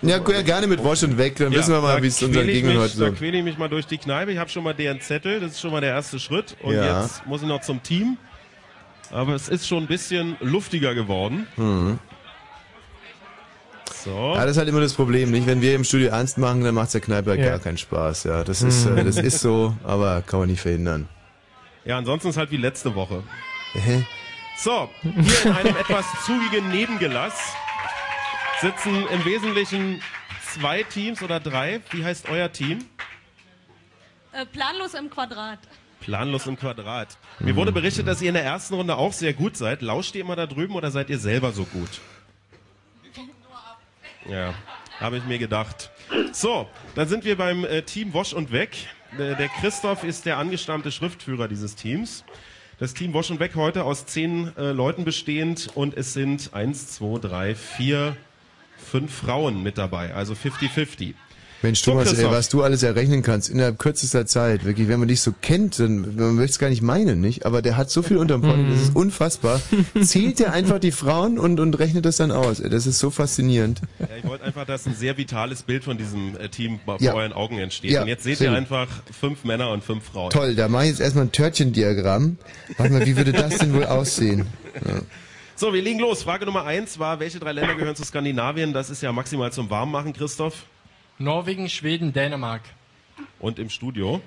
Speaker 3: Ja, gu- ja, gerne mit Wash und weg, dann wissen wir mal,
Speaker 6: da
Speaker 3: wie es
Speaker 6: quäl
Speaker 3: unseren
Speaker 6: ich
Speaker 3: Gegnern
Speaker 6: mich-
Speaker 3: heute
Speaker 6: Da
Speaker 3: so.
Speaker 6: quäle ich mich mal durch die Kneipe. Ich habe schon mal deren Zettel, das ist schon mal der erste Schritt. Und
Speaker 3: Ja.
Speaker 6: jetzt muss ich noch zum Team. Aber es ist schon ein bisschen luftiger geworden.
Speaker 3: Mhm.
Speaker 6: So.
Speaker 3: Ja, das ist halt immer das Problem, nicht? Wenn wir im Studio ernst machen, dann macht's der Kneipe halt
Speaker 6: Ja.
Speaker 3: gar keinen Spaß. Ja, das ist,
Speaker 6: Mhm.
Speaker 3: äh, das ist so, aber kann man nicht verhindern.
Speaker 6: Ja, ansonsten ist halt wie letzte Woche. So, hier in einem etwas zugigen Nebengelass sitzen im Wesentlichen zwei Teams oder drei. Wie heißt euer Team?
Speaker 18: Äh, planlos im Quadrat.
Speaker 6: Planlos im Quadrat.
Speaker 3: Mhm.
Speaker 6: Mir wurde berichtet, dass ihr in der ersten Runde auch sehr gut seid. Lauscht ihr immer da drüben oder seid ihr selber so gut? Ja, habe ich mir gedacht. So, dann sind wir beim äh, Team Wosch und Weg. Äh, der Christoph ist der angestammte Schriftführer dieses Teams. Das Team Wosch und Weg heute aus zehn äh, Leuten bestehend und es sind eins, zwei, drei, vier, fünf Frauen mit dabei, also 50-50.
Speaker 3: Mensch, Thomas, ey,
Speaker 6: Christoph.
Speaker 3: was du alles errechnen kannst innerhalb kürzester Zeit, wirklich, wenn man dich so kennt, dann man möchte es gar nicht meinen, nicht? Aber der hat so viel unterm Pony, das
Speaker 6: Mhm.
Speaker 3: ist unfassbar. Zählt er einfach die Frauen und, und rechnet das dann aus. Ey, das ist so faszinierend.
Speaker 6: Ja, ich wollte einfach, dass ein sehr vitales Bild von diesem äh, Team bei
Speaker 3: Ja.
Speaker 6: vor euren Augen entsteht.
Speaker 3: Ja,
Speaker 6: und jetzt seht
Speaker 3: sehr
Speaker 6: ihr
Speaker 3: gut.
Speaker 6: einfach fünf Männer und fünf Frauen.
Speaker 3: Toll, da mache ich jetzt erstmal ein Törtchendiagramm. Warte mal, wie würde das denn wohl aussehen? Ja.
Speaker 6: So, wir legen los. Frage Nummer eins war, welche drei Länder gehören zu Skandinavien? Das ist ja maximal zum Warmmachen, Christoph.
Speaker 19: Norwegen, Schweden, Dänemark.
Speaker 6: Und im Studio.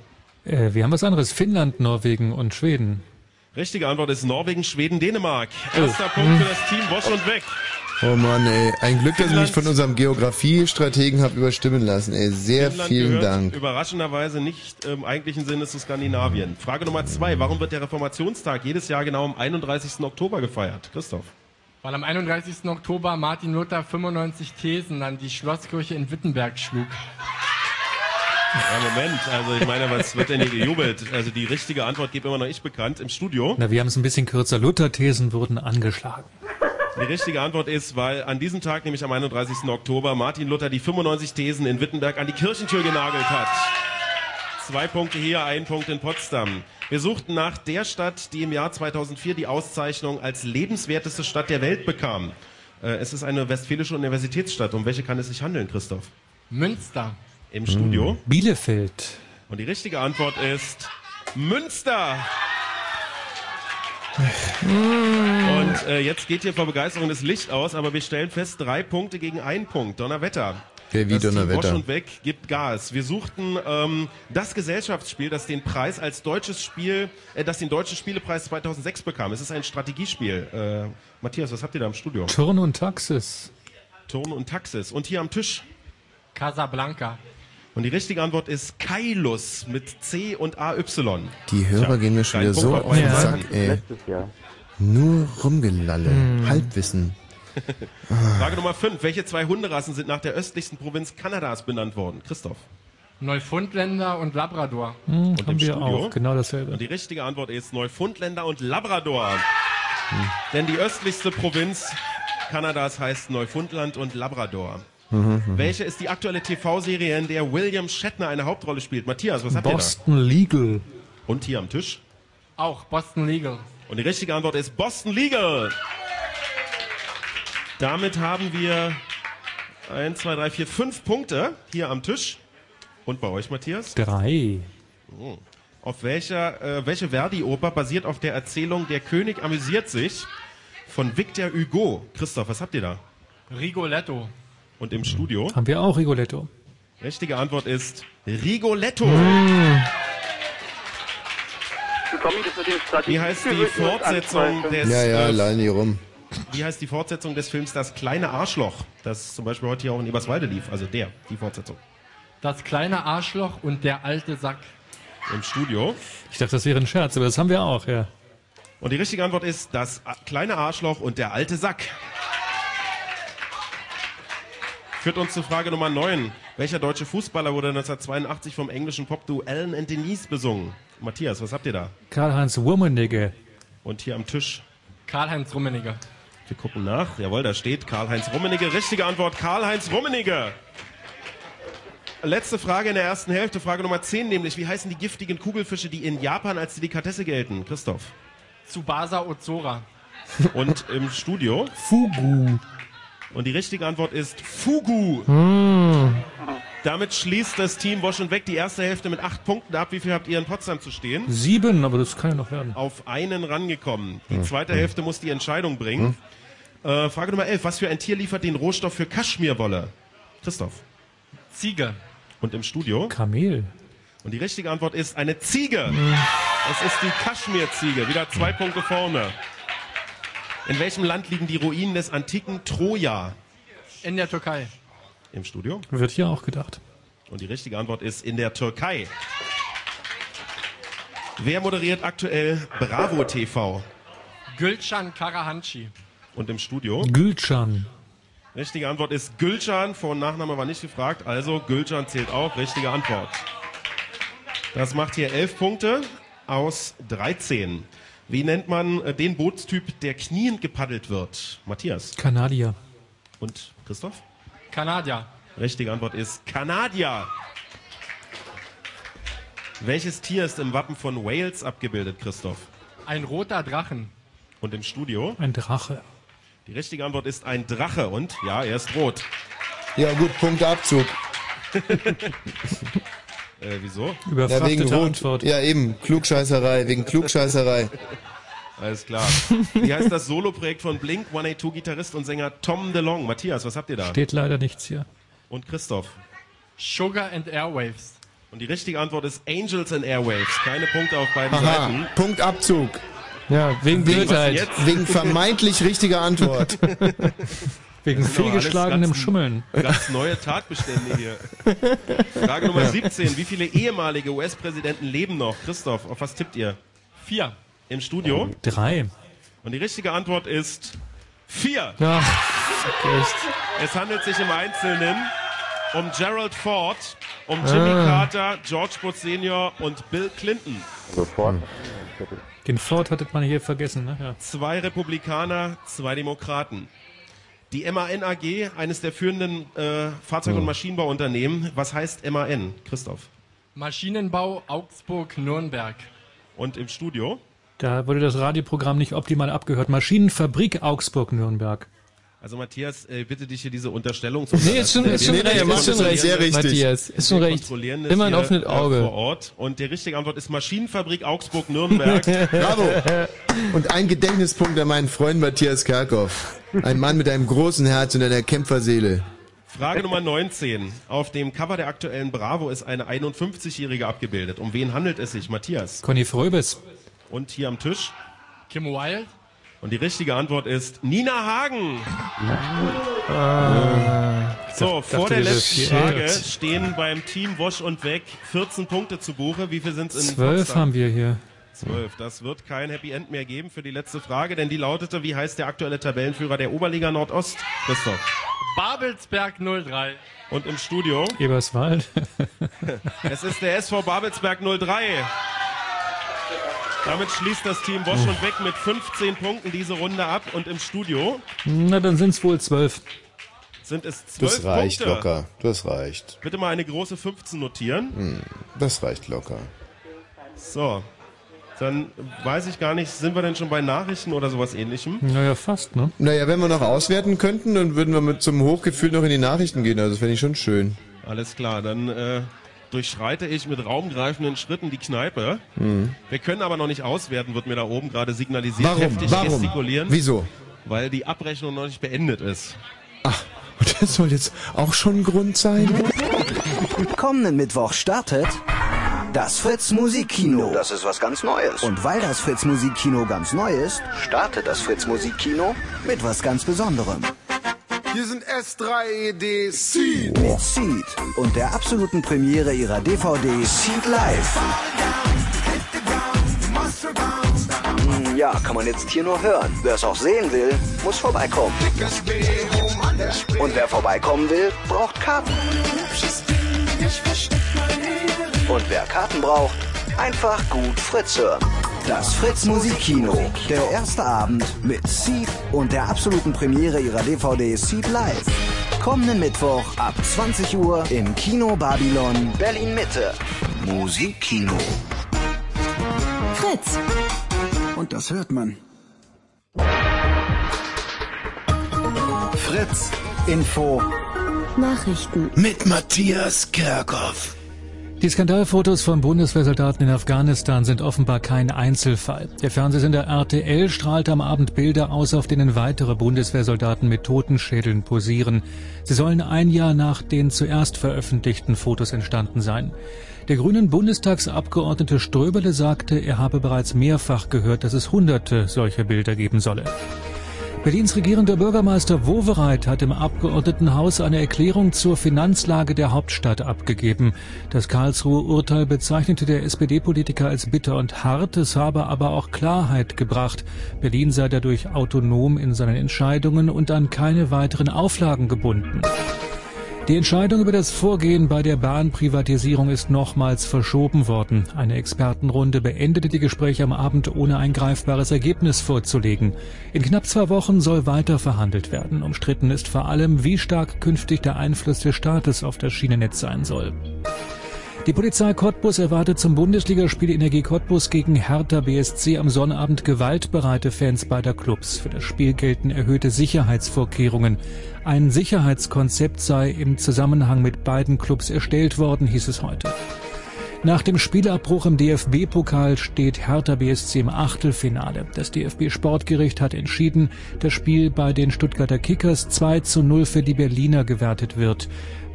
Speaker 15: Äh, wir haben was anderes. Finnland, Norwegen und Schweden.
Speaker 6: Richtige Antwort ist Norwegen, Schweden, Dänemark. Erster Punkt für das Team Bosch und Weg.
Speaker 3: Oh Mann, ey. Ein Glück, dass ich mich von unserem Geografiestrategen habe überstimmen lassen, ey. Sehr
Speaker 6: Finnland
Speaker 3: vielen
Speaker 6: gehört
Speaker 3: Dank.
Speaker 6: Überraschenderweise nicht im eigentlichen Sinne zu Skandinavien. Frage Nummer zwei. Warum wird der Reformationstag jedes Jahr genau am 31. Oktober gefeiert?
Speaker 19: (laughs)
Speaker 6: Christoph.
Speaker 19: Weil am 31. Oktober Martin Luther 95 Thesen an die Schlosskirche in Wittenberg schlug.
Speaker 6: Ja, Moment. Also, ich meine, was wird denn hier gejubelt? Also, die richtige Antwort gebe immer noch ich bekannt. Im Studio.
Speaker 15: Na, wir haben es ein bisschen kürzer. Luther-Thesen wurden angeschlagen.
Speaker 6: Die richtige Antwort ist, weil an diesem Tag, nämlich am 31. Oktober, Martin Luther die 95 Thesen in Wittenberg an die Kirchentür genagelt hat. Zwei Punkte hier, ein Punkt in Potsdam. Wir suchten nach der Stadt, die im Jahr 2004 die Auszeichnung als lebenswerteste Stadt der Welt bekam. Äh, Es ist eine westfälische Universitätsstadt. Um welche kann es sich handeln, Christoph?
Speaker 19: Münster.
Speaker 6: Im Studio.
Speaker 15: Bielefeld.
Speaker 6: Und die richtige Antwort ist Münster. Und äh, jetzt geht hier vor Begeisterung das Licht aus, aber wir stellen fest, drei Punkte gegen einen Punkt. Donnerwetter.
Speaker 3: Okay, wie
Speaker 6: das Team
Speaker 3: Donnerwetter.
Speaker 6: Bosch und Weg gibt Gas. Wir suchten ähm, das Gesellschaftsspiel, das den Preis als deutsches Spiel, äh, das den deutschen Spielepreis 2006 bekam. Es ist ein Strategiespiel. Äh, Matthias, was habt ihr da im Studio?
Speaker 15: Turn und Taxis.
Speaker 6: Turn und Taxis. Und hier am Tisch.
Speaker 19: Casablanca.
Speaker 6: Und die richtige Antwort ist Kailus mit C und AY.
Speaker 3: Die Hörer
Speaker 6: Tja,
Speaker 3: gehen mir schon
Speaker 6: dein
Speaker 3: wieder so
Speaker 6: Punkt
Speaker 3: auf den
Speaker 6: war
Speaker 3: Sack,
Speaker 6: bei-
Speaker 3: ey. Nur rumgelalle.
Speaker 6: Hm.
Speaker 3: Halbwissen.
Speaker 6: (laughs) Frage Nummer 5. Welche zwei Hunderassen sind nach der östlichsten Provinz Kanadas benannt worden? Christoph.
Speaker 19: Neufundländer und Labrador.
Speaker 15: Hm,
Speaker 6: Und im
Speaker 15: haben wir
Speaker 6: Studio?
Speaker 15: auch. Genau dasselbe.
Speaker 6: Und die richtige Antwort ist Neufundländer und Labrador. Denn die östlichste Provinz Kanadas heißt Neufundland und Labrador.
Speaker 15: Mhm, mhm.
Speaker 6: Welche ist die aktuelle TV-Serie, in der William Shatner eine Hauptrolle spielt? Matthias, was habt
Speaker 15: Boston Legal.
Speaker 6: ihr da? Und hier am Tisch.
Speaker 19: Auch Boston Legal.
Speaker 6: Und die richtige Antwort ist Boston Legal. Damit haben wir 1, 2, 3, 4, 5 Punkte hier am Tisch. Und bei euch, Matthias?
Speaker 15: Drei.
Speaker 6: Oh. Auf welcher, äh, welche Verdi-Oper basiert auf der Erzählung Der König amüsiert sich von Victor Hugo? Christoph, was habt ihr da?
Speaker 19: Rigoletto.
Speaker 6: Und im Studio?
Speaker 15: Haben wir auch Rigoletto.
Speaker 6: Richtige Antwort ist Rigoletto.
Speaker 15: Hm.
Speaker 6: Wie heißt die Fortsetzung des
Speaker 3: ja, ja,
Speaker 6: äh,
Speaker 3: lallen die rum.
Speaker 6: Wie heißt die Fortsetzung des Films Das kleine Arschloch, das zum Beispiel heute hier auch in Eberswalde lief? Also der, die Fortsetzung.
Speaker 19: Das kleine Arschloch und der alte Sack.
Speaker 6: Im Studio.
Speaker 15: Ich dachte, das wäre ein Scherz, aber das haben wir auch, ja.
Speaker 6: Und die richtige Antwort ist Das a- kleine Arschloch und der alte Sack. Führt uns zu Frage Nummer 9. Welcher deutsche Fußballer wurde 1982 vom englischen Popduo Alan and Denise besungen? Matthias, was habt ihr da?
Speaker 15: Karl-Heinz Wummenigge.
Speaker 6: Und hier am Tisch.
Speaker 19: Karl-Heinz Rummenigge.
Speaker 6: Wir gucken nach. Jawohl, da steht Karl-Heinz Rummenigge. Richtige Antwort, Karl-Heinz Rummenigge. Letzte Frage in der ersten Hälfte, Frage Nummer 10 nämlich. Wie heißen die giftigen Kugelfische, die in Japan als Delikatesse gelten? Christoph.
Speaker 19: Tsubasa Ozora.
Speaker 6: (laughs) Und im Studio?
Speaker 15: Fugu.
Speaker 6: Und die richtige Antwort ist Fugu.
Speaker 14: Hm.
Speaker 6: Damit schließt das Team Bosch und Weg die erste Hälfte mit acht Punkten ab. Wie viel habt ihr in Potsdam zu stehen?
Speaker 15: Sieben, aber das kann ja noch werden.
Speaker 6: Auf einen rangekommen. Die zweite
Speaker 15: Hm.
Speaker 6: Hälfte muss die Entscheidung bringen. Äh, Frage Nummer 11. Was für ein Tier liefert den Rohstoff für Kaschmirwolle? Christoph.
Speaker 19: Ziege.
Speaker 6: Und im Studio?
Speaker 15: Kamel. Hm.
Speaker 6: Und die richtige Antwort ist eine Ziege. Es ist die Kaschmirziege, wieder zwei Punkte vorne. In welchem Land liegen die Ruinen des antiken Troja?
Speaker 19: In der Türkei.
Speaker 6: Im Studio.
Speaker 15: Wird hier auch gedacht.
Speaker 6: Und die richtige Antwort ist in der Türkei. Wer moderiert aktuell Bravo TV?
Speaker 19: Gülcan Karahanci.
Speaker 6: Und im Studio?
Speaker 15: Gülcan.
Speaker 6: Richtige Antwort ist Gülcan. Vor- und Nachname war nicht gefragt, also Gülcan zählt auch. Richtige Antwort. Das macht hier elf Punkte aus 13. Wie nennt man äh, den Bootstyp, der kniend gepaddelt wird? Matthias.
Speaker 15: Kanadier.
Speaker 6: Und Christoph?
Speaker 19: Kanadier.
Speaker 6: Richtige Antwort ist Kanadier. Welches Tier ist im Wappen von Wales abgebildet, Christoph?
Speaker 19: Ein roter Drachen.
Speaker 6: Und im Studio?
Speaker 15: Ein Drache.
Speaker 6: Die richtige Antwort ist ein Drache und ja, er ist rot.
Speaker 3: Ja gut, Punktabzug.
Speaker 6: Äh, wieso?
Speaker 3: Ja, wegen
Speaker 15: Überfrachtete
Speaker 3: Rot.
Speaker 15: Antwort.
Speaker 3: Ja eben, Klugscheißerei, wegen Klugscheißerei.
Speaker 6: Alles klar. Wie heißt das Soloprojekt von Blink 182 Gitarrist und Sänger Tom DeLong? Matthias, was habt ihr da?
Speaker 15: Steht leider nichts hier.
Speaker 6: Und Christoph.
Speaker 19: Sugar and Airwaves.
Speaker 6: Und die richtige Antwort ist Angels and Airwaves. Keine Punkte auf beiden
Speaker 3: Aha,
Speaker 6: Seiten.
Speaker 3: Punktabzug.
Speaker 2: Ja, wegen
Speaker 6: Wegen was Blödheit. jetzt?
Speaker 3: Wegen vermeintlich richtiger
Speaker 6: (laughs)
Speaker 3: Antwort.
Speaker 15: Wegen
Speaker 6: Das sind doch alles
Speaker 15: fehlgeschlagenem
Speaker 6: ganz-
Speaker 15: Schummeln.
Speaker 6: Ganz neue Tatbestände hier. Frage Nummer 17. Wie viele ehemalige US-Präsidenten leben noch? Christoph, auf was tippt ihr?
Speaker 19: Vier.
Speaker 6: Im Studio.
Speaker 15: Ähm, Drei.
Speaker 6: Und die richtige Antwort ist vier. Es handelt sich im Einzelnen um Gerald Ford, um Jimmy
Speaker 15: Ah.
Speaker 6: Carter, George Bush Senior und Bill Clinton.
Speaker 4: Sofort.
Speaker 15: Den Ford hattet man hier vergessen, ne? Ja.
Speaker 6: Zwei Republikaner, zwei Demokraten. Die MAN AG, eines der führenden äh, Fahrzeug-
Speaker 2: Mhm.
Speaker 6: und Maschinenbauunternehmen. Was heißt MAN, Christoph?
Speaker 19: Maschinenbau Augsburg-Nürnberg.
Speaker 6: Und im Studio?
Speaker 15: Da wurde das Radioprogramm nicht optimal abgehört. Maschinenfabrik Augsburg-Nürnberg.
Speaker 6: Also Matthias, äh, bitte dich hier diese Unterstellung zu
Speaker 2: Nee, ist schon, ist schon
Speaker 6: Nee, nee,
Speaker 2: recht.
Speaker 6: wir
Speaker 2: Ist schon recht.
Speaker 6: kontrollieren das.
Speaker 2: Matthias, ist schon
Speaker 6: Wir
Speaker 2: recht.
Speaker 6: kontrollieren das
Speaker 2: Immer ein
Speaker 6: hier,
Speaker 2: offenes
Speaker 6: äh,
Speaker 2: Auge.
Speaker 6: Vor Ort. Und die richtige Antwort ist Maschinenfabrik Augsburg-Nürnberg.
Speaker 2: (laughs)
Speaker 3: Bravo. (laughs) Und ein Gedächtnispunkt an meinen Freund Matthias Karkow. Ein Mann mit einem großen Herz und einer Kämpferseele.
Speaker 6: Frage Nummer 19. Auf dem Cover der aktuellen Bravo ist eine 51-Jährige abgebildet. Um wen handelt es sich, Matthias?
Speaker 15: Conny Fröbes.
Speaker 6: Und hier am Tisch?
Speaker 19: Kim Wilde.
Speaker 6: Und die richtige Antwort ist Nina Hagen.
Speaker 15: Ah.
Speaker 6: So,
Speaker 2: dacht- Ah.
Speaker 6: vor
Speaker 2: dachte,
Speaker 6: der
Speaker 2: wir
Speaker 6: letzten
Speaker 2: sind
Speaker 6: Frage
Speaker 2: viert.
Speaker 6: stehen beim Team Wosch und Weg 14 Punkte zu Buche. Wie viel sind es in
Speaker 15: Zwölf
Speaker 6: Potsdam?
Speaker 15: haben wir hier.
Speaker 6: Zwölf. Das wird kein Happy End mehr geben für die letzte Frage, denn die lautete, wie heißt der aktuelle Tabellenführer der Oberliga Nordost? Christoph.
Speaker 19: Babelsberg 03.
Speaker 6: Und im Studio,
Speaker 2: (laughs)
Speaker 15: Eberswald.
Speaker 6: es ist der SV Babelsberg 03. Damit schließt das Team Bosch und Weg mit 15 Punkten diese Runde ab und im Studio
Speaker 15: Na, dann sind's wohl zwölf.
Speaker 6: sind es 12
Speaker 3: Das reicht
Speaker 6: Punkte.
Speaker 3: locker. Das reicht.
Speaker 6: Bitte mal eine große 15 notieren.
Speaker 3: Hm, Das reicht locker.
Speaker 6: So. Dann weiß ich gar nicht, sind wir denn schon bei Nachrichten oder sowas ähnlichem?
Speaker 15: Naja, fast, ne?
Speaker 3: Naja, wenn wir noch auswerten könnten, dann würden wir mit zum Hochgefühl noch in die Nachrichten gehen. Also das fände ich schon schön.
Speaker 6: Alles klar, dann äh, durchschreite ich mit raumgreifenden Schritten die Kneipe.
Speaker 3: Mhm.
Speaker 6: Wir können aber noch nicht auswerten, wird mir da oben gerade signalisiert.
Speaker 3: Warum?
Speaker 6: Heftig
Speaker 3: Warum?
Speaker 6: gestikulieren.
Speaker 3: Wieso?
Speaker 6: Weil die Abrechnung noch nicht beendet ist.
Speaker 3: Und das soll jetzt auch schon ein Grund sein.
Speaker 14: Kommenden Mittwoch startet das Fritz Musikkino. Das ist was ganz Neues. Und weil das Fritz Musikkino ganz neu ist, startet das Fritz Musikkino mit was ganz Besonderem.
Speaker 8: Hier sind S3ED Seed.
Speaker 14: Mit Seed und der absoluten Premiere ihrer DVD Seed Live. Hm, Ja, kann man jetzt hier nur hören. Wer es auch sehen will, muss vorbeikommen. Und wer vorbeikommen will, braucht Karten. Und wer Karten braucht, einfach gut Fritz hören. Das Fritz Musikkino. Der erste Abend mit Seed und der absoluten Premiere ihrer DVD Seed Live. Kommenden Mittwoch ab 20 Uhr im Kino Babylon Berlin Mitte. Musikkino. Fritz. Und das hört man. Fritz. Info.
Speaker 9: Nachrichten.
Speaker 14: Mit Matthias Kerkhoff.
Speaker 15: Die Skandalfotos von Bundeswehrsoldaten in Afghanistan sind offenbar kein Einzelfall. Der Fernsehsender RTL strahlte am Abend Bilder aus, auf denen weitere Bundeswehrsoldaten mit Totenschädeln posieren. Sie sollen ein Jahr nach den zuerst veröffentlichten Fotos entstanden sein. Der grünen Bundestagsabgeordnete Ströbele sagte, er habe bereits mehrfach gehört, dass es hunderte solcher Bilder geben solle. Berlins regierender Bürgermeister Wowereit hat im Abgeordnetenhaus eine Erklärung zur Finanzlage der Hauptstadt abgegeben. Das Karlsruher Urteil bezeichnete der SPD-Politiker als bitter und hart, es habe aber auch Klarheit gebracht. Berlin sei dadurch autonom in seinen Entscheidungen und an keine weiteren Auflagen gebunden. Die Entscheidung über das Vorgehen bei der Bahnprivatisierung ist nochmals verschoben worden. Eine Expertenrunde beendete die Gespräche am Abend, ohne ein greifbares Ergebnis vorzulegen. In knapp zwei Wochen soll weiter verhandelt werden. Umstritten ist vor allem, wie stark künftig der Einfluss des Staates auf das Schienennetz sein soll. Die Polizei Cottbus erwartet zum Bundesligaspiel Energie Cottbus gegen Hertha BSC am Sonnabend gewaltbereite Fans beider Clubs. Für das Spiel gelten erhöhte Sicherheitsvorkehrungen. Ein Sicherheitskonzept sei im Zusammenhang mit beiden Clubs erstellt worden, hieß es heute. Nach dem Spielabbruch im DFB-Pokal steht Hertha BSC im Achtelfinale. Das DFB-Sportgericht hat entschieden, dass Spiel bei den Stuttgarter Kickers 2 zu 0 für die Berliner gewertet wird.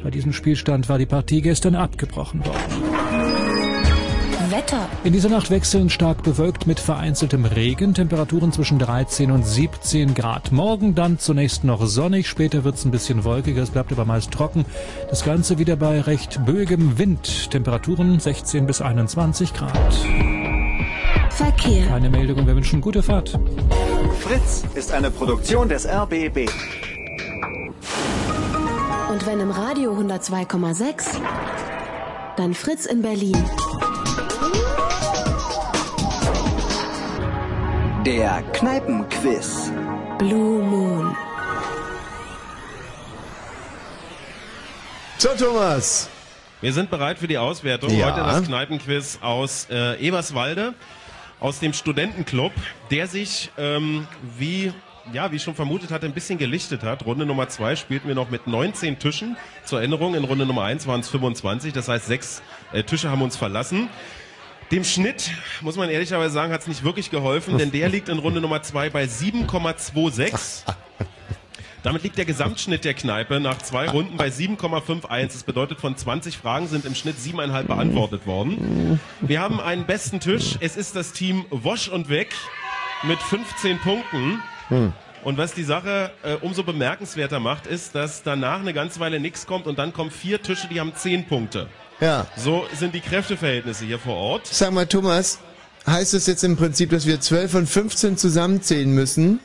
Speaker 15: Bei diesem Spielstand war die Partie gestern abgebrochen worden.
Speaker 9: Wetter.
Speaker 15: In dieser Nacht wechselnd stark bewölkt mit vereinzeltem Regen, Temperaturen zwischen 13 und 17 Grad. Morgen dann zunächst noch sonnig, später wird es ein bisschen wolkiger, es bleibt aber meist trocken. Das Ganze wieder bei recht böigem Wind, Temperaturen 16 bis 21 Grad.
Speaker 9: Verkehr.
Speaker 15: Keine Meldung und wir wünschen gute Fahrt.
Speaker 14: Fritz ist eine Produktion des RBB.
Speaker 9: Und wenn im Radio 102,6, dann Fritz in Berlin.
Speaker 14: Der Kneipenquiz.
Speaker 9: Blue Moon.
Speaker 6: So, Thomas. Wir sind bereit für die Auswertung.
Speaker 3: Ja.
Speaker 6: Heute das Kneipenquiz aus äh, Eberswalde, aus dem Studentenclub, der sich, ähm, wie, ja, wie ich schon vermutet hatte, ein bisschen gelichtet hat. Runde Nummer zwei spielten wir noch mit 19 Tischen. Zur Erinnerung, in Runde Nummer eins waren es 25, das heißt, sechs äh, Tische haben uns verlassen. Dem Schnitt, muss man ehrlicherweise sagen, hat es nicht wirklich geholfen, denn der liegt in Runde Nummer 2 bei 7,26. Damit liegt der Gesamtschnitt der Kneipe nach zwei Runden bei 7,51. Das bedeutet, von 20 Fragen sind im Schnitt siebeneinhalb beantwortet worden. Wir haben einen besten Tisch. Es ist das Team Wosch und Weg mit 15 Punkten.
Speaker 3: Hm.
Speaker 6: Und was die Sache äh, umso bemerkenswerter macht, ist, dass danach eine ganze Weile nichts kommt und dann kommen vier Tische, die haben 10 Punkte.
Speaker 3: Ja.
Speaker 6: So sind die Kräfteverhältnisse hier vor Ort.
Speaker 3: Sag mal, Thomas, heißt es jetzt im Prinzip, dass wir 12 und 15 zusammenzählen müssen?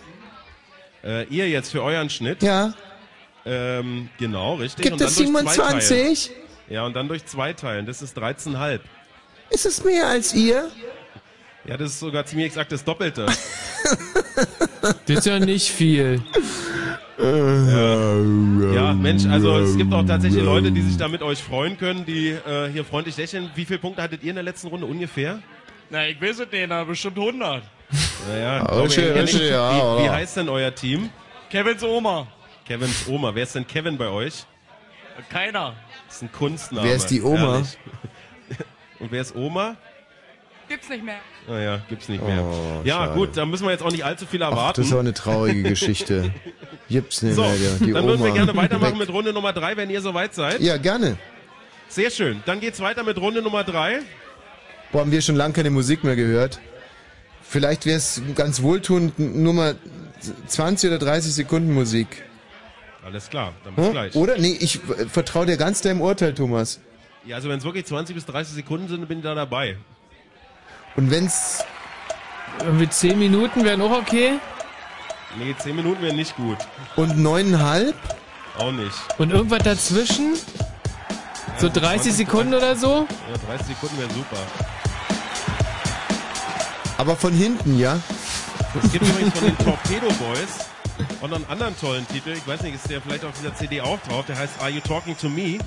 Speaker 6: Äh, ihr jetzt für euren Schnitt.
Speaker 3: Ja.
Speaker 6: Ähm, genau, richtig.
Speaker 3: Gibt
Speaker 6: Und dann
Speaker 3: es
Speaker 6: durch zwei
Speaker 3: 27?
Speaker 6: teilen. Ja, und dann durch zwei teilen. Das ist 13,5.
Speaker 3: Ist es mehr als ihr?
Speaker 6: Ja, das ist sogar ziemlich exakt das Doppelte.
Speaker 2: Das ist ja nicht viel.
Speaker 6: ja, Mensch, also
Speaker 3: ähm,
Speaker 6: es gibt auch tatsächlich Leute, die sich da mit euch freuen können, die äh, hier freundlich lächeln. Wie viele Punkte hattet ihr in der letzten Runde ungefähr?
Speaker 7: Na, ich weiß es nicht, na, bestimmt 100.
Speaker 6: Naja,
Speaker 3: Ah,
Speaker 6: glaube ich
Speaker 3: richtig,
Speaker 6: eher
Speaker 3: richtig,
Speaker 6: nicht.
Speaker 3: ja,
Speaker 6: wie, wie
Speaker 3: oder?
Speaker 6: heißt denn euer Team?
Speaker 7: Kevins Oma.
Speaker 6: Kevins Oma. Wer ist denn Kevin bei euch?
Speaker 7: Keiner.
Speaker 6: Das ist ein Kunstname.
Speaker 3: Wer ist die Oma?
Speaker 6: Herrlich. (laughs) Und wer ist Oma?
Speaker 17: Gibt's nicht mehr.
Speaker 6: Naja, Ah gibt's nicht mehr.
Speaker 3: Oh,
Speaker 6: ja,
Speaker 3: schade.
Speaker 6: gut, da müssen wir jetzt auch nicht allzu viel
Speaker 3: Ach,
Speaker 6: erwarten.
Speaker 3: das ist auch eine traurige
Speaker 6: (laughs)
Speaker 3: Geschichte. Gibt's nicht
Speaker 6: so,
Speaker 3: mehr, die
Speaker 6: dann
Speaker 3: Oma.
Speaker 6: würden wir gerne weitermachen mit Runde Nummer drei, wenn ihr soweit seid.
Speaker 3: Ja, gerne.
Speaker 6: Sehr schön. Dann geht's weiter mit Runde Nummer drei.
Speaker 3: Boah, haben wir schon lange keine Musik mehr gehört. Vielleicht wäre es ganz wohltuend, n- nur mal 20 oder 30 Sekunden Musik.
Speaker 6: Alles klar, dann bis
Speaker 3: Hm?
Speaker 6: gleich.
Speaker 3: Oder? Nee, ich vertraue dir ganz deinem Urteil, Thomas.
Speaker 6: Ja, also wenn es wirklich 20 bis 30 Sekunden sind, bin ich da dabei.
Speaker 3: Und wenn's
Speaker 2: Irgendwie 10 Minuten wären auch okay.
Speaker 6: Nee, 10 Minuten wären nicht gut.
Speaker 3: und neuneinhalb?
Speaker 6: Auch nicht.
Speaker 2: Und irgendwas dazwischen? So 30 Sekunden oder so?
Speaker 6: Ja, 30 Sekunden wären super.
Speaker 3: Aber von hinten, ja?
Speaker 6: Es gibt übrigens von den Torpedo Boys auch noch einen anderen tollen Titel. Ich weiß nicht, ist der vielleicht auf dieser CD auch drauf? Der heißt Are You Talking to Me?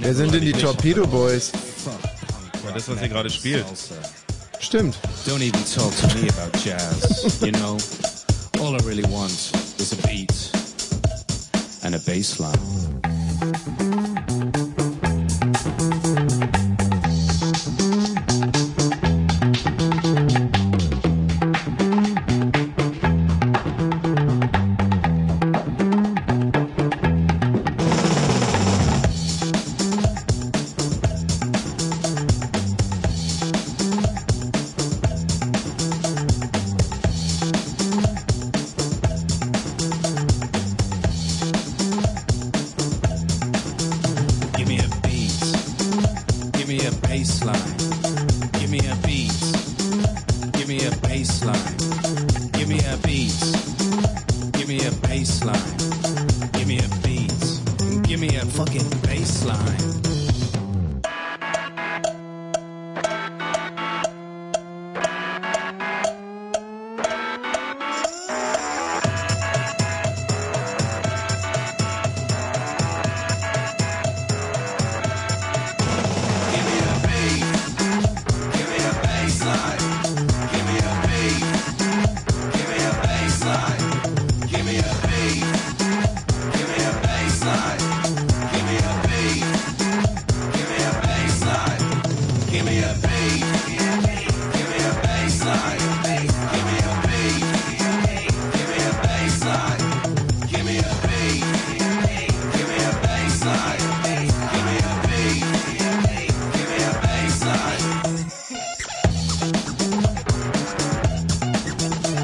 Speaker 3: Wer sind denn die Torpedo Boys?
Speaker 6: Ja, das, was ihr gerade spielt.
Speaker 3: Stimmt.
Speaker 11: Don't even talk to me about jazz, you know. All I really want is a beat and a bass line. fucking baseline.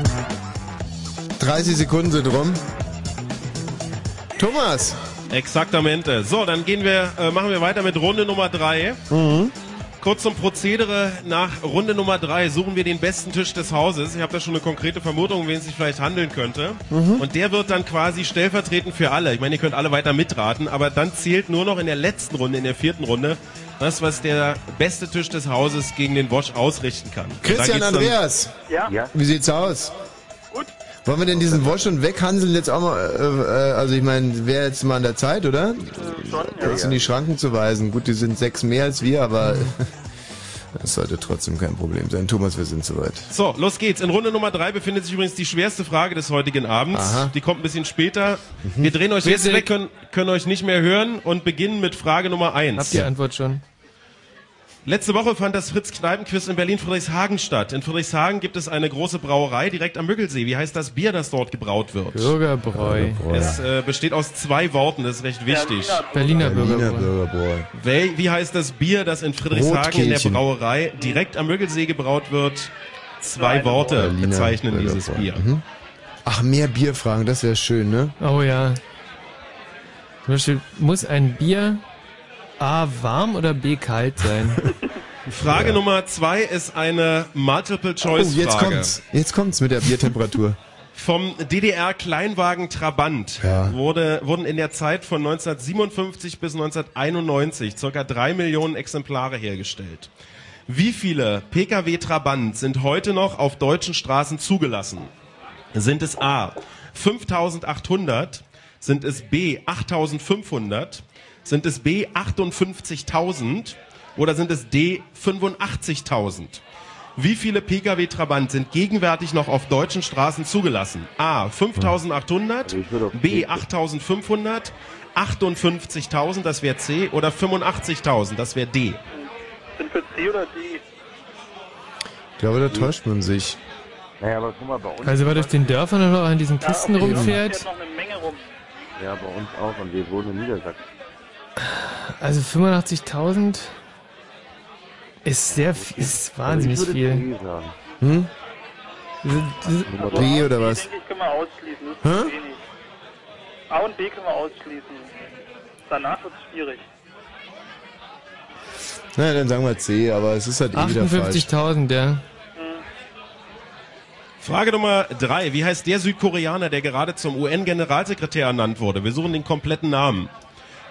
Speaker 3: Bass. 30 Sekunden sind rum. Thomas.
Speaker 6: Exaktamente. So, dann gehen wir, äh, machen wir weiter mit Runde Nummer 3. Kurz zum Prozedere. Nach Runde Nummer 3 suchen wir den besten Tisch des Hauses. Ich habe da schon eine konkrete Vermutung, um wen es sich vielleicht handeln könnte.
Speaker 20: Mhm.
Speaker 6: Und der wird dann quasi stellvertretend für alle. Ich meine, ihr könnt alle weiter mitraten, aber dann zählt nur noch in der letzten Runde, in der vierten Runde, das, was der beste Tisch des Hauses gegen den Bosch ausrichten kann. Und da
Speaker 3: Christian
Speaker 6: geht's dann-
Speaker 3: Andreas.
Speaker 10: Ja.
Speaker 3: Wie sieht's aus? Gut. Wollen wir denn diesen Wosch und Weghanseln jetzt auch mal, äh, äh, also ich meine, wäre jetzt mal an der Zeit, oder?
Speaker 10: schon,
Speaker 3: ja, in die Schranken zu weisen. Gut, die sind sechs mehr als wir,
Speaker 6: (laughs)
Speaker 3: aber das sollte trotzdem kein Problem sein. Thomas, wir sind soweit.
Speaker 6: So, los geht's. In Runde Nummer drei befindet sich übrigens die schwerste Frage des heutigen Abends.
Speaker 3: Aha. Mhm.
Speaker 6: Die kommt ein bisschen später. Wir drehen euch jetzt
Speaker 2: Physik.
Speaker 6: weg, können, können euch nicht mehr hören und beginnen mit Frage Nummer eins.
Speaker 2: Habt ihr Antwort schon?
Speaker 6: Letzte Woche fand das Fritz-Kneipen-Quiz in Berlin-Friedrichshagen statt. In Friedrichshagen gibt es eine große Brauerei direkt am Müggelsee. Wie heißt das Bier, das dort gebraut wird?
Speaker 2: Bürgerbräu.
Speaker 6: Es äh, besteht aus zwei Worten, das ist recht wichtig.
Speaker 2: Berliner Bürgerbräu.
Speaker 6: Wel wie heißt das Bier, das in Friedrichshagen in der
Speaker 2: Rotkehlchen.
Speaker 6: Brauerei direkt am Müggelsee gebraut wird? Zwei Worte
Speaker 3: Berliner
Speaker 6: bezeichnen dieses
Speaker 3: Bürgerbräu.
Speaker 6: Bier.
Speaker 3: Mhm. Ach, mehr Bierfragen, das wäre schön, ne?
Speaker 2: Oh ja. Zum Beispiel, muss ein Bier A warm oder B kalt
Speaker 4: (laughs)
Speaker 2: sein?
Speaker 6: Frage Nummer zwei ist eine Multiple-Choice-Frage.
Speaker 3: Oh, jetzt kommt's. Jetzt kommt's mit der Biertemperatur.
Speaker 6: Vom DDR-Kleinwagen Trabant wurde, wurden in der Zeit von 1957 bis 1991 circa drei Millionen Exemplare hergestellt. Wie viele Pkw Trabant sind heute noch auf deutschen Straßen zugelassen? Sind es A 5800? Sind es B 8500? Sind es B 58.000? Oder sind es D 85.000? Wie viele Pkw Trabant sind gegenwärtig noch auf deutschen Straßen zugelassen? A 5800, B 8500, 58.000, das wäre C, oder 85.000, das wäre D.
Speaker 10: Sind für C oder D?
Speaker 3: Ich glaube, da täuscht man sich.
Speaker 4: Naja, aber guck mal, bei uns.
Speaker 2: Also, weil durch den Dörfern oder auch an diesen Kisten
Speaker 4: Ja, okay.
Speaker 2: rumfährt.
Speaker 10: noch eine Menge rum.
Speaker 4: Ja, bei uns auch. Und wir wohnen in Niedersachsen.
Speaker 2: Also 85.000 ist sehr viel, ist wahnsinnig
Speaker 4: Also ich würde
Speaker 2: viel.
Speaker 4: C sagen.
Speaker 3: Hm? B oder was?
Speaker 10: Denke ich, können wir ausschließen. Das ist
Speaker 3: Hä?
Speaker 10: zu wenig. A und B können wir ausschließen. Danach wird es schwierig.
Speaker 3: Na, dann sagen wir C, aber es ist halt eh wieder falsch.
Speaker 2: 58.000, ja.
Speaker 6: Frage Nummer drei. Wie heißt der Südkoreaner, der gerade zum UN-Generalsekretär ernannt wurde? Wir suchen den kompletten Namen.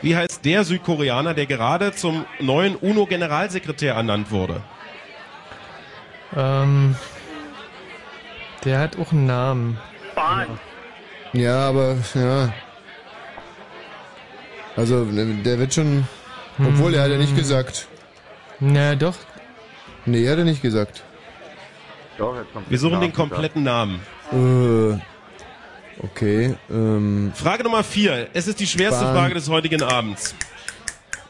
Speaker 6: Wie heißt der Südkoreaner, der gerade zum neuen UNO-Generalsekretär ernannt wurde?
Speaker 2: Ähm, der hat auch einen Namen.
Speaker 10: Bahn.
Speaker 3: Ja, aber, ja. Also, der wird schon. Obwohl, er hat ja nicht gesagt.
Speaker 2: Hm. Na, doch.
Speaker 3: Nee, er ne, hat er nicht gesagt.
Speaker 6: Wir suchen den kompletten Namen.
Speaker 3: Äh, okay, ähm.
Speaker 6: Frage Nummer vier. Es ist die schwerste
Speaker 3: Bahn.
Speaker 6: Frage des heutigen Abends.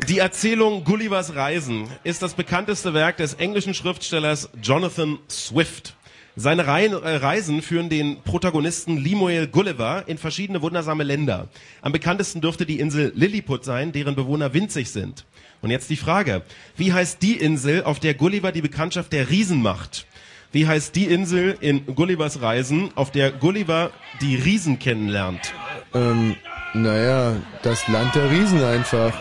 Speaker 6: Die Erzählung Gullivers Reisen ist das bekannteste Werk des englischen Schriftstellers Jonathan Swift. Seine Reihen- äh, Reisen führen den Protagonisten Lemuel Gulliver in verschiedene wundersame Länder. Am bekanntesten dürfte die Insel Lilliput sein, deren Bewohner winzig sind. Und jetzt die Frage. Wie heißt die Insel, auf der Gulliver die Bekanntschaft der Riesen macht? Wie heißt die Insel in Gullivers Reisen, auf der Gulliver die Riesen kennenlernt?
Speaker 3: Ähm, naja, das Land der Riesen einfach.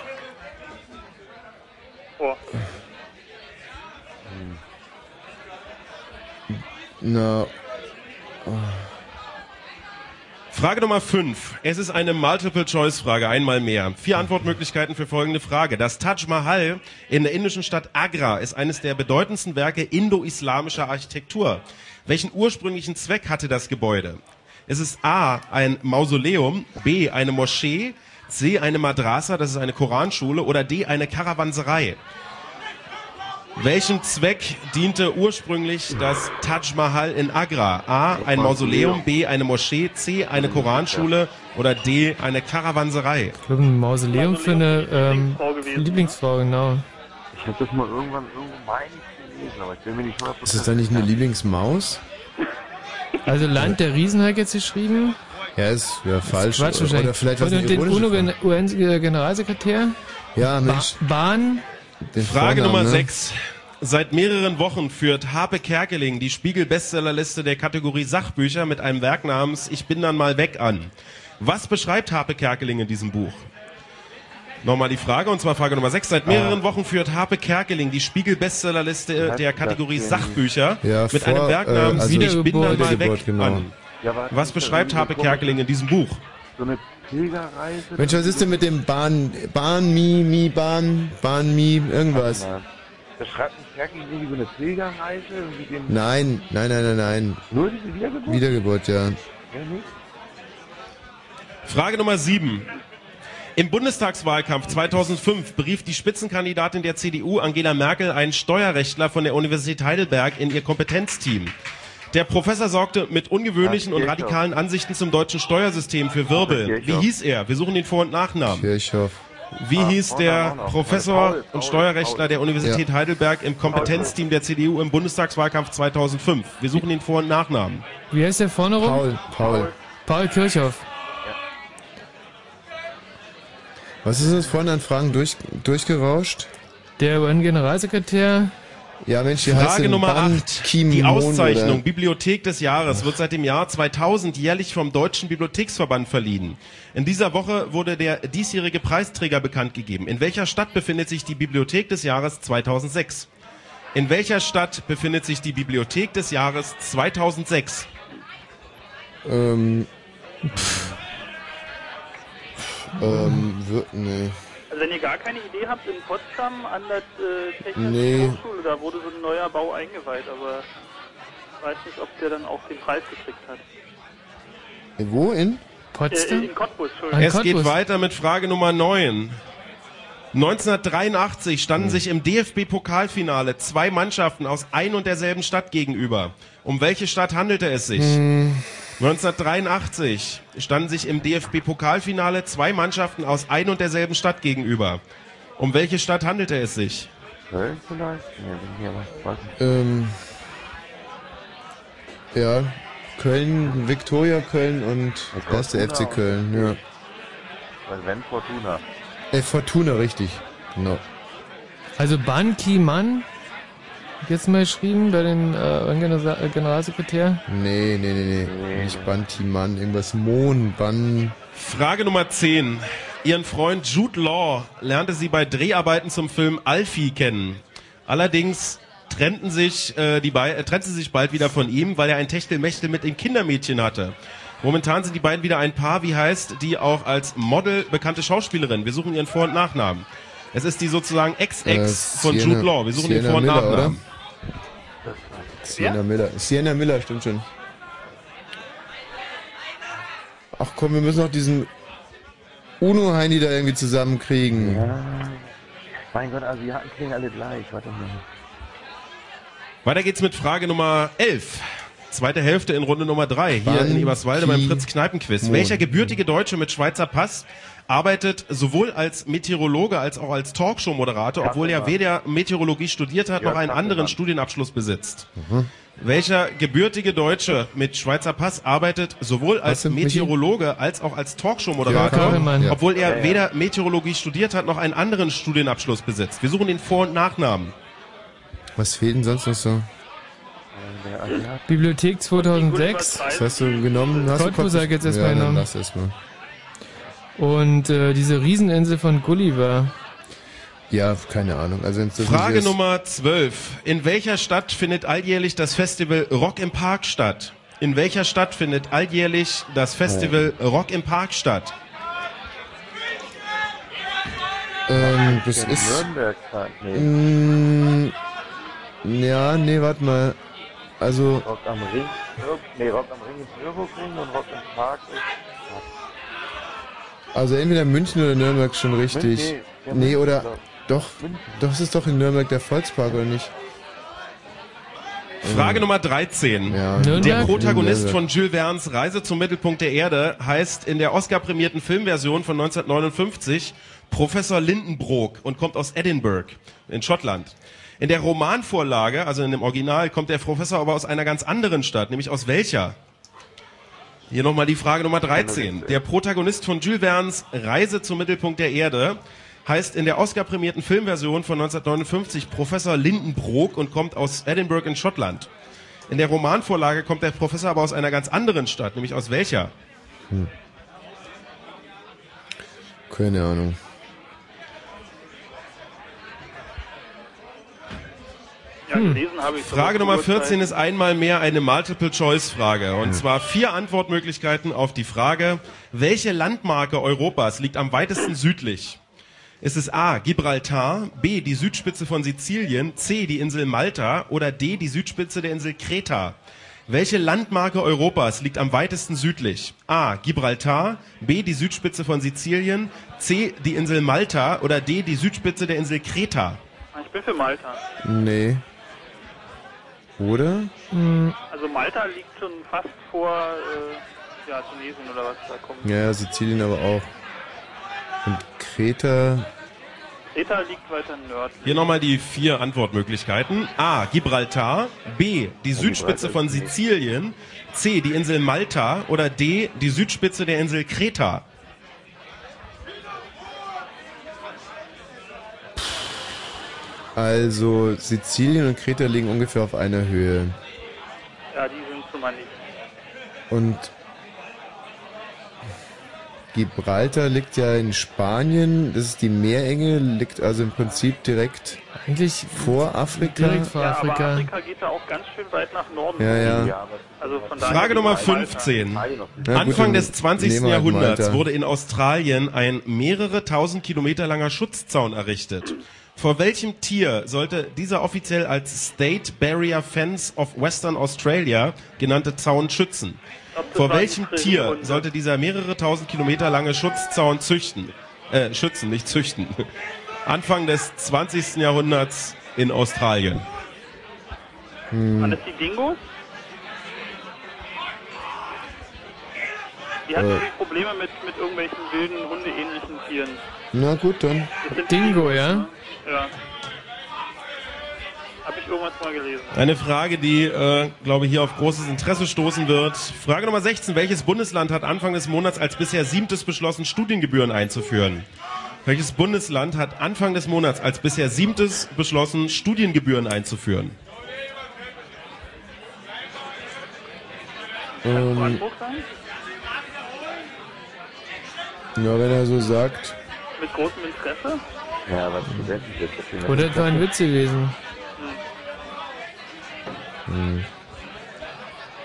Speaker 3: Na.
Speaker 6: Frage Nummer 5. Es ist eine Multiple-Choice-Frage, einmal mehr. Vier Antwortmöglichkeiten für folgende Frage. Das Taj Mahal in der indischen Stadt Agra ist eines der bedeutendsten Werke indo-islamischer Architektur. Welchen ursprünglichen Zweck hatte das Gebäude? Es ist A, ein Mausoleum, B, eine Moschee, C, eine Madrasa, das ist eine Koranschule, oder D, eine Karawanserei. Welchem Zweck diente ursprünglich das Taj Mahal in Agra? A. Ein Mausoleum, B. Eine Moschee, C. Eine Koranschule oder D. Eine Karawanserei?
Speaker 2: Ich glaube, ein Mausoleum für eine ähm, Lieblingsfrau, genau.
Speaker 4: Ich hab das mal irgendwann irgendwo meine ich gelesen, aber ich bin mir nicht mal
Speaker 3: Ist das dann nicht eine Lieblingsmaus?
Speaker 2: Also Land der Riesen hat jetzt geschrieben.
Speaker 3: Ja, ist ja falsch.
Speaker 2: Quatsch
Speaker 3: oder,
Speaker 2: wahrscheinlich.
Speaker 3: oder vielleicht was
Speaker 2: Und den
Speaker 3: ironisches.
Speaker 2: UNO-Generalsekretär?
Speaker 3: Ja, Mensch.
Speaker 2: Bahn?
Speaker 3: Den
Speaker 6: Frage
Speaker 3: Vornamen,
Speaker 6: Nummer
Speaker 3: ne?
Speaker 6: 6. Seit mehreren Wochen führt Harpe Kerkeling die Spiegel-Bestsellerliste der Kategorie Sachbücher mit einem Werk namens Ich bin dann mal weg an. Was beschreibt Harpe Kerkeling in diesem Buch? Nochmal die Frage, und zwar Frage Nummer 6.
Speaker 3: Ah.
Speaker 6: Seit mehreren Wochen führt Harpe Kerkeling die Spiegel-Bestsellerliste der Kategorie Sachbücher
Speaker 3: Ja,
Speaker 6: mit
Speaker 3: vor,
Speaker 6: einem Werk
Speaker 3: äh,
Speaker 6: namens
Speaker 3: also
Speaker 6: Ich bin dann mal weg
Speaker 3: Wiedergeburt, genau.
Speaker 6: an.
Speaker 4: Ja, aber
Speaker 6: Was beschreibt Harpe Kerkeling in diesem Buch?
Speaker 4: So eine Pilgerreise.
Speaker 3: Mensch, was ist denn mit dem Bahn, Bahn, Mi, Mi, Bahn, Bahn, Mi, irgendwas?
Speaker 4: Da schreibt ein Kerkel irgendwie so eine Pilgerreise, irgendwie den.
Speaker 3: Nein, nein, nein, nein, nein.
Speaker 4: Nur diese Wiedergeburt?
Speaker 3: Wiedergeburt, ja.
Speaker 4: Ja, nicht?
Speaker 6: Frage Nummer 7. Im Bundestagswahlkampf 2005 berief die Spitzenkandidatin der CDU Angela Merkel einen Steuerrechtler von der Universität Heidelberg in ihr Kompetenzteam. Der Professor sorgte mit ungewöhnlichen und radikalen Ansichten zum deutschen Steuersystem für Wirbel. Wie hieß er? Wir suchen den Vor- und Nachnamen.
Speaker 3: Kirchhoff.
Speaker 6: Wie hieß der
Speaker 3: Ah, Vorname auch noch.
Speaker 6: Professor
Speaker 3: Paul,
Speaker 6: und Steuerrechtler der Universität Heidelberg im Kompetenzteam der CDU im Bundestagswahlkampf 2005? Wir suchen den Vor- und Nachnamen.
Speaker 2: Wie heißt der vorne rum?
Speaker 3: Paul. Paul.
Speaker 2: Paul Kirchhoff.
Speaker 3: Was ist uns vorhin an Fragen durch, durchgerauscht?
Speaker 2: Der UN-Generalsekretär.
Speaker 3: Ja, Mensch, hier heißt
Speaker 6: Frage
Speaker 3: den
Speaker 6: Nummer
Speaker 3: Ban
Speaker 6: 8.
Speaker 3: Ki
Speaker 6: Die
Speaker 3: Moon,
Speaker 6: Auszeichnung
Speaker 3: oder?
Speaker 6: Bibliothek des Jahres wird seit dem Jahr 2000 jährlich vom Deutschen Bibliotheksverband verliehen. In dieser Woche wurde der diesjährige Preisträger bekannt gegeben. In welcher Stadt befindet sich die Bibliothek des Jahres 2006? In welcher Stadt befindet sich die Bibliothek des Jahres 2006?
Speaker 3: Ähm. Pff. Ähm, wird, nee.
Speaker 10: Also wenn ihr gar keine Idee habt, in Potsdam an der äh, Technischen
Speaker 3: Nee.
Speaker 10: Hochschule, da wurde so ein neuer Bau eingeweiht, aber ich weiß nicht, ob der dann auch den Preis gekriegt hat.
Speaker 3: Wo in?
Speaker 10: Äh, in Cottbus, Entschuldigung.
Speaker 6: Es geht weiter mit Frage Nummer 9. 1983
Speaker 4: Hm.
Speaker 6: standen sich im DFB-Pokalfinale zwei Mannschaften aus ein und derselben Stadt gegenüber. Um welche Stadt handelte es sich?
Speaker 4: Hm.
Speaker 6: 1983 standen sich im DFB-Pokalfinale zwei Mannschaften aus ein und derselben Stadt gegenüber. Um welche Stadt handelte es sich?
Speaker 4: Köln vielleicht? Nee, bin hier aber. Was?
Speaker 3: Ähm. Ja, Köln, Viktoria Köln und erste FC Köln, ja.
Speaker 4: Weil wenn Fortuna.
Speaker 3: Ey, Fortuna, richtig. Genau.
Speaker 2: Also Ban Ki-man? Hab Jetzt mal geschrieben bei den äh, UN-Generalsekretär.
Speaker 3: Nee, nee, nee, nee. Nicht Bantiman, irgendwas Mohn, Ban.
Speaker 6: Frage Nummer 10. Ihren Freund Jude Law lernte sie bei Dreharbeiten zum Film Alfie kennen. Allerdings trennten sich, äh, die bei, äh, trennte sie sich bald wieder von ihm, weil er ein Techtelmechtel mit dem Kindermädchen hatte. Momentan sind die beiden wieder ein Paar, wie heißt, die auch als Model bekannte Schauspielerin. Wir suchen ihren Vor- und Nachnamen. Es ist die sozusagen Ex-Ex
Speaker 3: Äh,
Speaker 6: von
Speaker 3: Sienna-
Speaker 6: Jude Law. Wir suchen den
Speaker 3: Sienna
Speaker 6: Vor- und
Speaker 3: Miller,
Speaker 6: Nachnamen.
Speaker 3: Sienna Miller. Sienna Miller, stimmt schon. Ach komm, wir müssen noch diesen Uno-Heini da irgendwie zusammenkriegen.
Speaker 4: Mein Gott, also Asiaten klingen alle gleich. Warte mal.
Speaker 6: Weiter geht's mit Frage Nummer 11. Zweite Hälfte in Runde Nummer 3 hier
Speaker 3: Wann
Speaker 6: in Eberswalde beim
Speaker 3: die
Speaker 6: Fritz-Kneipen-Quiz.
Speaker 3: Mond-
Speaker 6: Welcher gebürtige Deutsche mit Schweizer Pass arbeitet sowohl als Meteorologe als auch als Talkshow-Moderator, obwohl er weder Meteorologie studiert hat noch einen anderen Studienabschluss besitzt?
Speaker 3: Mhm.
Speaker 6: Welcher gebürtige Deutsche mit Schweizer Pass arbeitet sowohl als
Speaker 3: sind Michi?
Speaker 6: Meteorologe als auch als
Speaker 3: Ja,
Speaker 6: Talkshow-Moderator,
Speaker 3: Kahlmann. Ja.
Speaker 6: obwohl
Speaker 3: Ja,
Speaker 6: er
Speaker 3: ja.
Speaker 6: weder Meteorologie studiert hat noch einen anderen Studienabschluss besitzt? Wir suchen den Vor- und Nachnamen.
Speaker 3: Äh, Was fehlt denn sonst noch so?
Speaker 2: Bibliothek 2006.
Speaker 3: Was hast du genommen? Hast
Speaker 2: Cottbus
Speaker 3: du
Speaker 2: sag ich jetzt erstmal
Speaker 3: ja, dann
Speaker 2: genommen.
Speaker 3: lass erstmal.
Speaker 2: Und äh, diese Rieseninsel von Gulliver.
Speaker 3: Ja, keine Ahnung. Also wenn's das
Speaker 6: Frage
Speaker 3: nicht ist-
Speaker 6: Nummer 12. In welcher Stadt findet alljährlich das Festival Rock im Park statt? In welcher Stadt findet alljährlich das Festival Rock im Park statt?
Speaker 3: Ähm, das
Speaker 4: In
Speaker 3: ist.
Speaker 4: Nürnberg sein. Nee.
Speaker 3: Mm, ja, nee, warte mal. Also,
Speaker 4: Rock am Ring. Nür- Nee, Rock am Ring ist Nürburgring und Rock im Park ist.
Speaker 3: also entweder München oder Nürnberg ist schon richtig.
Speaker 4: München, ja,
Speaker 3: Nee,
Speaker 4: München,
Speaker 3: oder.
Speaker 4: glaub
Speaker 3: Doch, doch, es ist doch in Nürnberg der Volkspark, oder nicht?
Speaker 6: Frage Nummer 13. Der
Speaker 3: Nürnberg?
Speaker 6: Protagonist
Speaker 3: Nürnberg.
Speaker 6: von Jules Verne's Reise zum Mittelpunkt der Erde heißt in der Oscar-prämierten Filmversion von 1959 Professor Lindenbrook und kommt aus Edinburgh in Schottland. In der Romanvorlage, also in dem Original, kommt der Professor aber aus einer ganz anderen Stadt, nämlich aus welcher? Hier nochmal die Frage Nummer 13. Der Protagonist von Jules Verne's Reise zum Mittelpunkt der Erde heißt in der Oscar-prämierten Filmversion von 1959 Professor Lindenbrook und kommt aus Edinburgh in Schottland. In der Romanvorlage kommt der Professor aber aus einer ganz anderen Stadt, nämlich aus welcher?
Speaker 3: Hm. Keine Ahnung.
Speaker 10: Ja, gelesen habe ich.
Speaker 6: Hm. Frage Nummer 14 ist einmal mehr eine Multiple-Choice-Frage. Und zwar vier Antwortmöglichkeiten auf die Frage, welche Landmarke Europas liegt am weitesten südlich? Ist es A, Gibraltar, B, die Südspitze von Sizilien, C, die Insel Malta oder D, die Südspitze der Insel Kreta? Welche Landmarke Europas liegt am weitesten südlich? A, Gibraltar, B, die Südspitze von Sizilien, C, die Insel Malta oder D, die Südspitze der Insel Kreta?
Speaker 10: Ich bin für Malta.
Speaker 3: Nee. Oder?
Speaker 2: Hm.
Speaker 10: Also Malta liegt schon fast vor äh, ja, Tunesien oder was da kommt.
Speaker 3: Ja, ja, Sizilien aber auch. Und Kreta.
Speaker 10: Kreta liegt weiter nördlich.
Speaker 6: Hier nochmal die vier Antwortmöglichkeiten. A. Gibraltar. B. Die Südspitze von Sizilien. C. Die Insel Malta. Oder D. Die Südspitze der Insel Kreta.
Speaker 3: Also, Sizilien und Kreta liegen ungefähr auf einer Höhe.
Speaker 10: Ja, die sind schon mal nicht.
Speaker 3: Und Gibraltar liegt ja in Spanien. Das ist die Meerenge, liegt also im Prinzip direkt
Speaker 2: Eigentlich
Speaker 3: vor Afrika.
Speaker 2: direkt vor
Speaker 10: ja, aber
Speaker 2: Afrika.
Speaker 10: Afrika geht da auch ganz schön weit nach Norden.
Speaker 3: Ja, ja.
Speaker 10: Also von daher
Speaker 6: Frage Nummer
Speaker 10: Malta.
Speaker 6: 15.
Speaker 3: Ja, gut,
Speaker 6: Anfang
Speaker 3: dann
Speaker 6: des 20.
Speaker 3: nehmen wir halt
Speaker 6: Jahrhunderts
Speaker 3: Malta.
Speaker 6: wurde in Australien ein mehrere tausend Kilometer langer Schutzzaun errichtet. Vor welchem Tier sollte dieser offiziell als State Barrier Fence of Western Australia genannte Zaun schützen? Vor
Speaker 10: war ein
Speaker 6: welchem
Speaker 10: Krieg
Speaker 6: Tier
Speaker 10: und-
Speaker 6: sollte dieser mehrere tausend Kilometer lange Schutzzaun züchten? Äh, schützen, nicht züchten. Anfang des 20. Jahrhunderts in Australien.
Speaker 3: Hm.
Speaker 10: Waren das die Dingos? Die hatten
Speaker 3: Äh.
Speaker 10: irgendwie Probleme mit, mit irgendwelchen wilden, hundeähnlichen Tieren.
Speaker 3: Na gut, dann.
Speaker 2: Dingo, ja?
Speaker 10: Ja. Hab ich irgendwas mal gelesen.
Speaker 6: Eine Frage, die, äh, glaube ich, hier auf großes Interesse stoßen wird. Frage Nummer 16. Welches Bundesland hat Anfang des Monats als bisher siebtes beschlossen, Studiengebühren einzuführen? Welches Bundesland hat Anfang des Monats als bisher siebtes beschlossen, Studiengebühren einzuführen?
Speaker 3: Ähm,
Speaker 10: Brandenburg sein?
Speaker 3: ja, wenn er so sagt.
Speaker 10: Mit großem Interesse?
Speaker 4: Ja, aber Studenten sind so viel
Speaker 2: Oder das war ein Witz gewesen.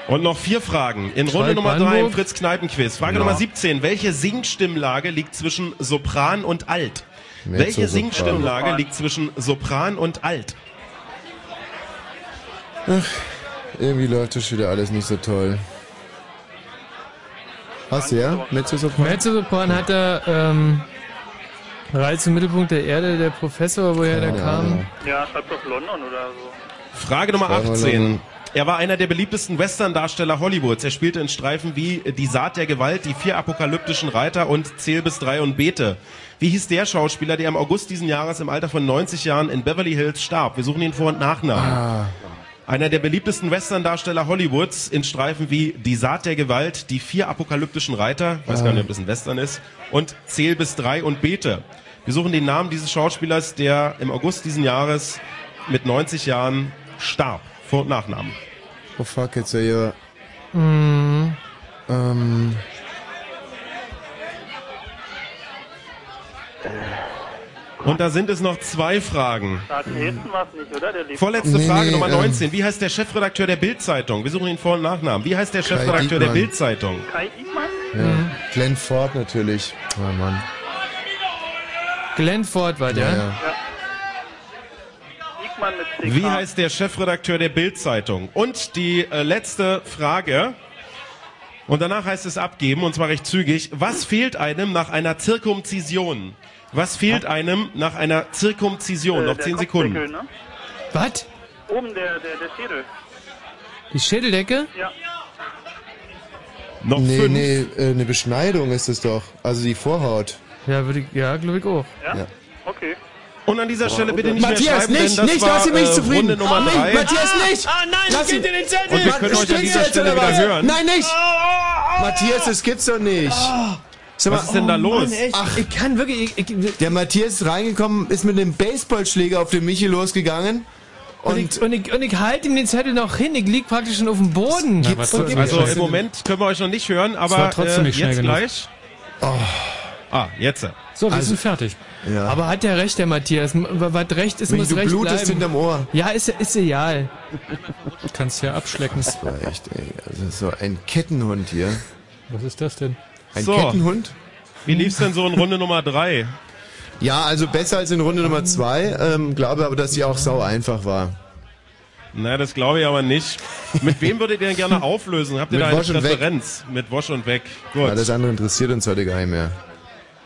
Speaker 6: Und noch vier Fragen. In
Speaker 2: Schrei
Speaker 6: Runde Nummer drei im
Speaker 2: Brandenburg.
Speaker 6: Fritz Kneipenquiz. Frage
Speaker 2: Ja.
Speaker 6: Nummer 17. Welche Singstimmlage liegt zwischen Sopran und Alt?
Speaker 2: Mezzo-Sopran.
Speaker 6: Welche Singstimmlage liegt zwischen Sopran und Alt?
Speaker 3: Ach, irgendwie läuft das wieder alles nicht so toll. Hast du ja? Mezzosopran?
Speaker 2: Mezzosopran hat da ähm, Reise zum Mittelpunkt der Erde, der Professor, woher der kam.
Speaker 10: Ja, schreibt doch London oder so.
Speaker 6: Frage Nummer
Speaker 2: Frage Nummer
Speaker 6: 18. Er war einer der beliebtesten Western-Darsteller Hollywoods. Er spielte in Streifen wie Die Saat der Gewalt, Die vier apokalyptischen Reiter und Zähl bis drei und bete. Wie hieß der Schauspieler, der im August diesen Jahres im Alter von 90 Jahren in Beverly Hills starb? Wir suchen ihn Vor- und Nachnamen. Einer der beliebtesten Western-Darsteller Hollywoods in Streifen wie Die Saat der Gewalt, Die vier apokalyptischen Reiter, ich weiß gar nicht, ob das ein Western ist, und Zähl bis drei und bete. Wir suchen den Namen dieses Schauspielers, der im August diesen Jahres mit 90 Jahren starb. Vor- und Nachnamen.
Speaker 3: Oh fuck, jetzt ja hier.
Speaker 2: Mhm.
Speaker 3: Ähm.
Speaker 6: Und da sind es noch zwei Fragen.
Speaker 10: Daten Hilfen war es nicht, oder? Der lebt
Speaker 6: Vorletzte
Speaker 10: noch.
Speaker 6: Frage,
Speaker 3: ähm,
Speaker 6: Nummer 19. Wie heißt der Chefredakteur der Bild-Zeitung? Wir suchen den Vor- und Nachnamen. Wie heißt der
Speaker 3: Kai
Speaker 6: Chefredakteur der
Speaker 3: Diekmann.
Speaker 6: Bild-Zeitung?
Speaker 10: Kai Diekmann?
Speaker 2: Mhm.
Speaker 3: Ja. Glenn Ford natürlich. Oh Mann.
Speaker 2: Glenn Ford war der?
Speaker 3: Ja, ja.
Speaker 10: Diekmann mit CK.
Speaker 6: Wie heißt der Chefredakteur der Bild-Zeitung? Und die äh, letzte Frage. Und danach heißt es abgeben, und zwar recht zügig. Was fehlt einem nach einer Zirkumzision? Was fehlt einem nach einer Zirkumzision?
Speaker 10: Äh,
Speaker 6: Noch
Speaker 10: der
Speaker 6: zehn Sekunden.
Speaker 10: Kopfdeckel, Ne?
Speaker 2: Was?
Speaker 10: Oben der, der, der Schädel.
Speaker 2: Die Schädeldecke?
Speaker 10: Ja.
Speaker 6: Noch
Speaker 3: nee,
Speaker 2: fünf.
Speaker 3: nee, äh, eine Beschneidung ist es doch. Also die Vorhaut.
Speaker 2: Ja, würde ich, ja, glaube ich auch.
Speaker 3: Ja.
Speaker 10: Okay.
Speaker 6: Und an dieser Stelle bitte nicht mehr
Speaker 2: Matthias,
Speaker 6: schreiben,
Speaker 2: nicht,
Speaker 6: denn das
Speaker 2: nicht,
Speaker 6: war,
Speaker 2: lass ihn nicht
Speaker 6: äh,
Speaker 2: zufrieden.
Speaker 6: Runde Nummer
Speaker 2: Nicht,
Speaker 6: drei.
Speaker 2: Matthias, nicht!
Speaker 8: Ah, nein,
Speaker 2: lass
Speaker 8: ich
Speaker 2: ihn
Speaker 8: geb dir den Zettel.
Speaker 6: Und wir können euch an
Speaker 2: Stimmt's
Speaker 6: dieser
Speaker 2: jetzt,
Speaker 6: Stelle
Speaker 2: oder
Speaker 6: wieder
Speaker 2: was?
Speaker 6: hören.
Speaker 2: Nein, nicht!
Speaker 3: Matthias, das gibt's doch nicht. Sag
Speaker 6: Was ist denn da
Speaker 3: oh
Speaker 6: los?
Speaker 3: Mann, echt.
Speaker 2: Ach, ich kann wirklich. Ich, ich,
Speaker 3: Der Matthias ist reingekommen, ist mit einem Baseballschläger auf den Michi losgegangen.
Speaker 2: und, ich, und, ich, und ich halte ihm den Zettel noch hin. Ich lieg praktisch schon auf dem Boden. Und gib-
Speaker 6: Also im Moment können wir euch noch nicht hören,
Speaker 2: Es
Speaker 6: aber
Speaker 2: war trotzdem
Speaker 6: äh,
Speaker 2: nicht schnell
Speaker 6: jetzt
Speaker 2: genug.
Speaker 6: gleich.
Speaker 2: Oh.
Speaker 6: Ah, jetzt.
Speaker 2: So, wir sind
Speaker 15: fertig.
Speaker 2: Aber hat der recht, der Matthias? M- wa- Was recht ist,
Speaker 3: Michi,
Speaker 2: muss
Speaker 3: du
Speaker 2: recht
Speaker 3: blutest
Speaker 2: bleiben.
Speaker 3: hinterm Ohr.
Speaker 2: Ja, ist, ist
Speaker 3: (laughs)
Speaker 2: egal.
Speaker 15: Kannst ja abschlecken.
Speaker 3: Das war echt, ey. Also so ein Kettenhund hier.
Speaker 15: Was ist das denn?
Speaker 3: Ein
Speaker 6: So.
Speaker 3: Kettenhund?
Speaker 6: Wie lief's denn so in Runde Nummer 3?
Speaker 3: Ja, also besser als in Runde Nummer 2. Ähm, glaube aber, dass die auch sau einfach war.
Speaker 6: Na, das glaube ich aber nicht. Mit wem würdet ihr
Speaker 3: (laughs)
Speaker 6: denn gerne auflösen? Habt ihr
Speaker 3: Mit
Speaker 6: da eine
Speaker 3: Wosch und Weg.
Speaker 6: Präferenz? Mit Wosch und Weg. Gut.
Speaker 3: Alles andere interessiert uns heute gar nicht mehr.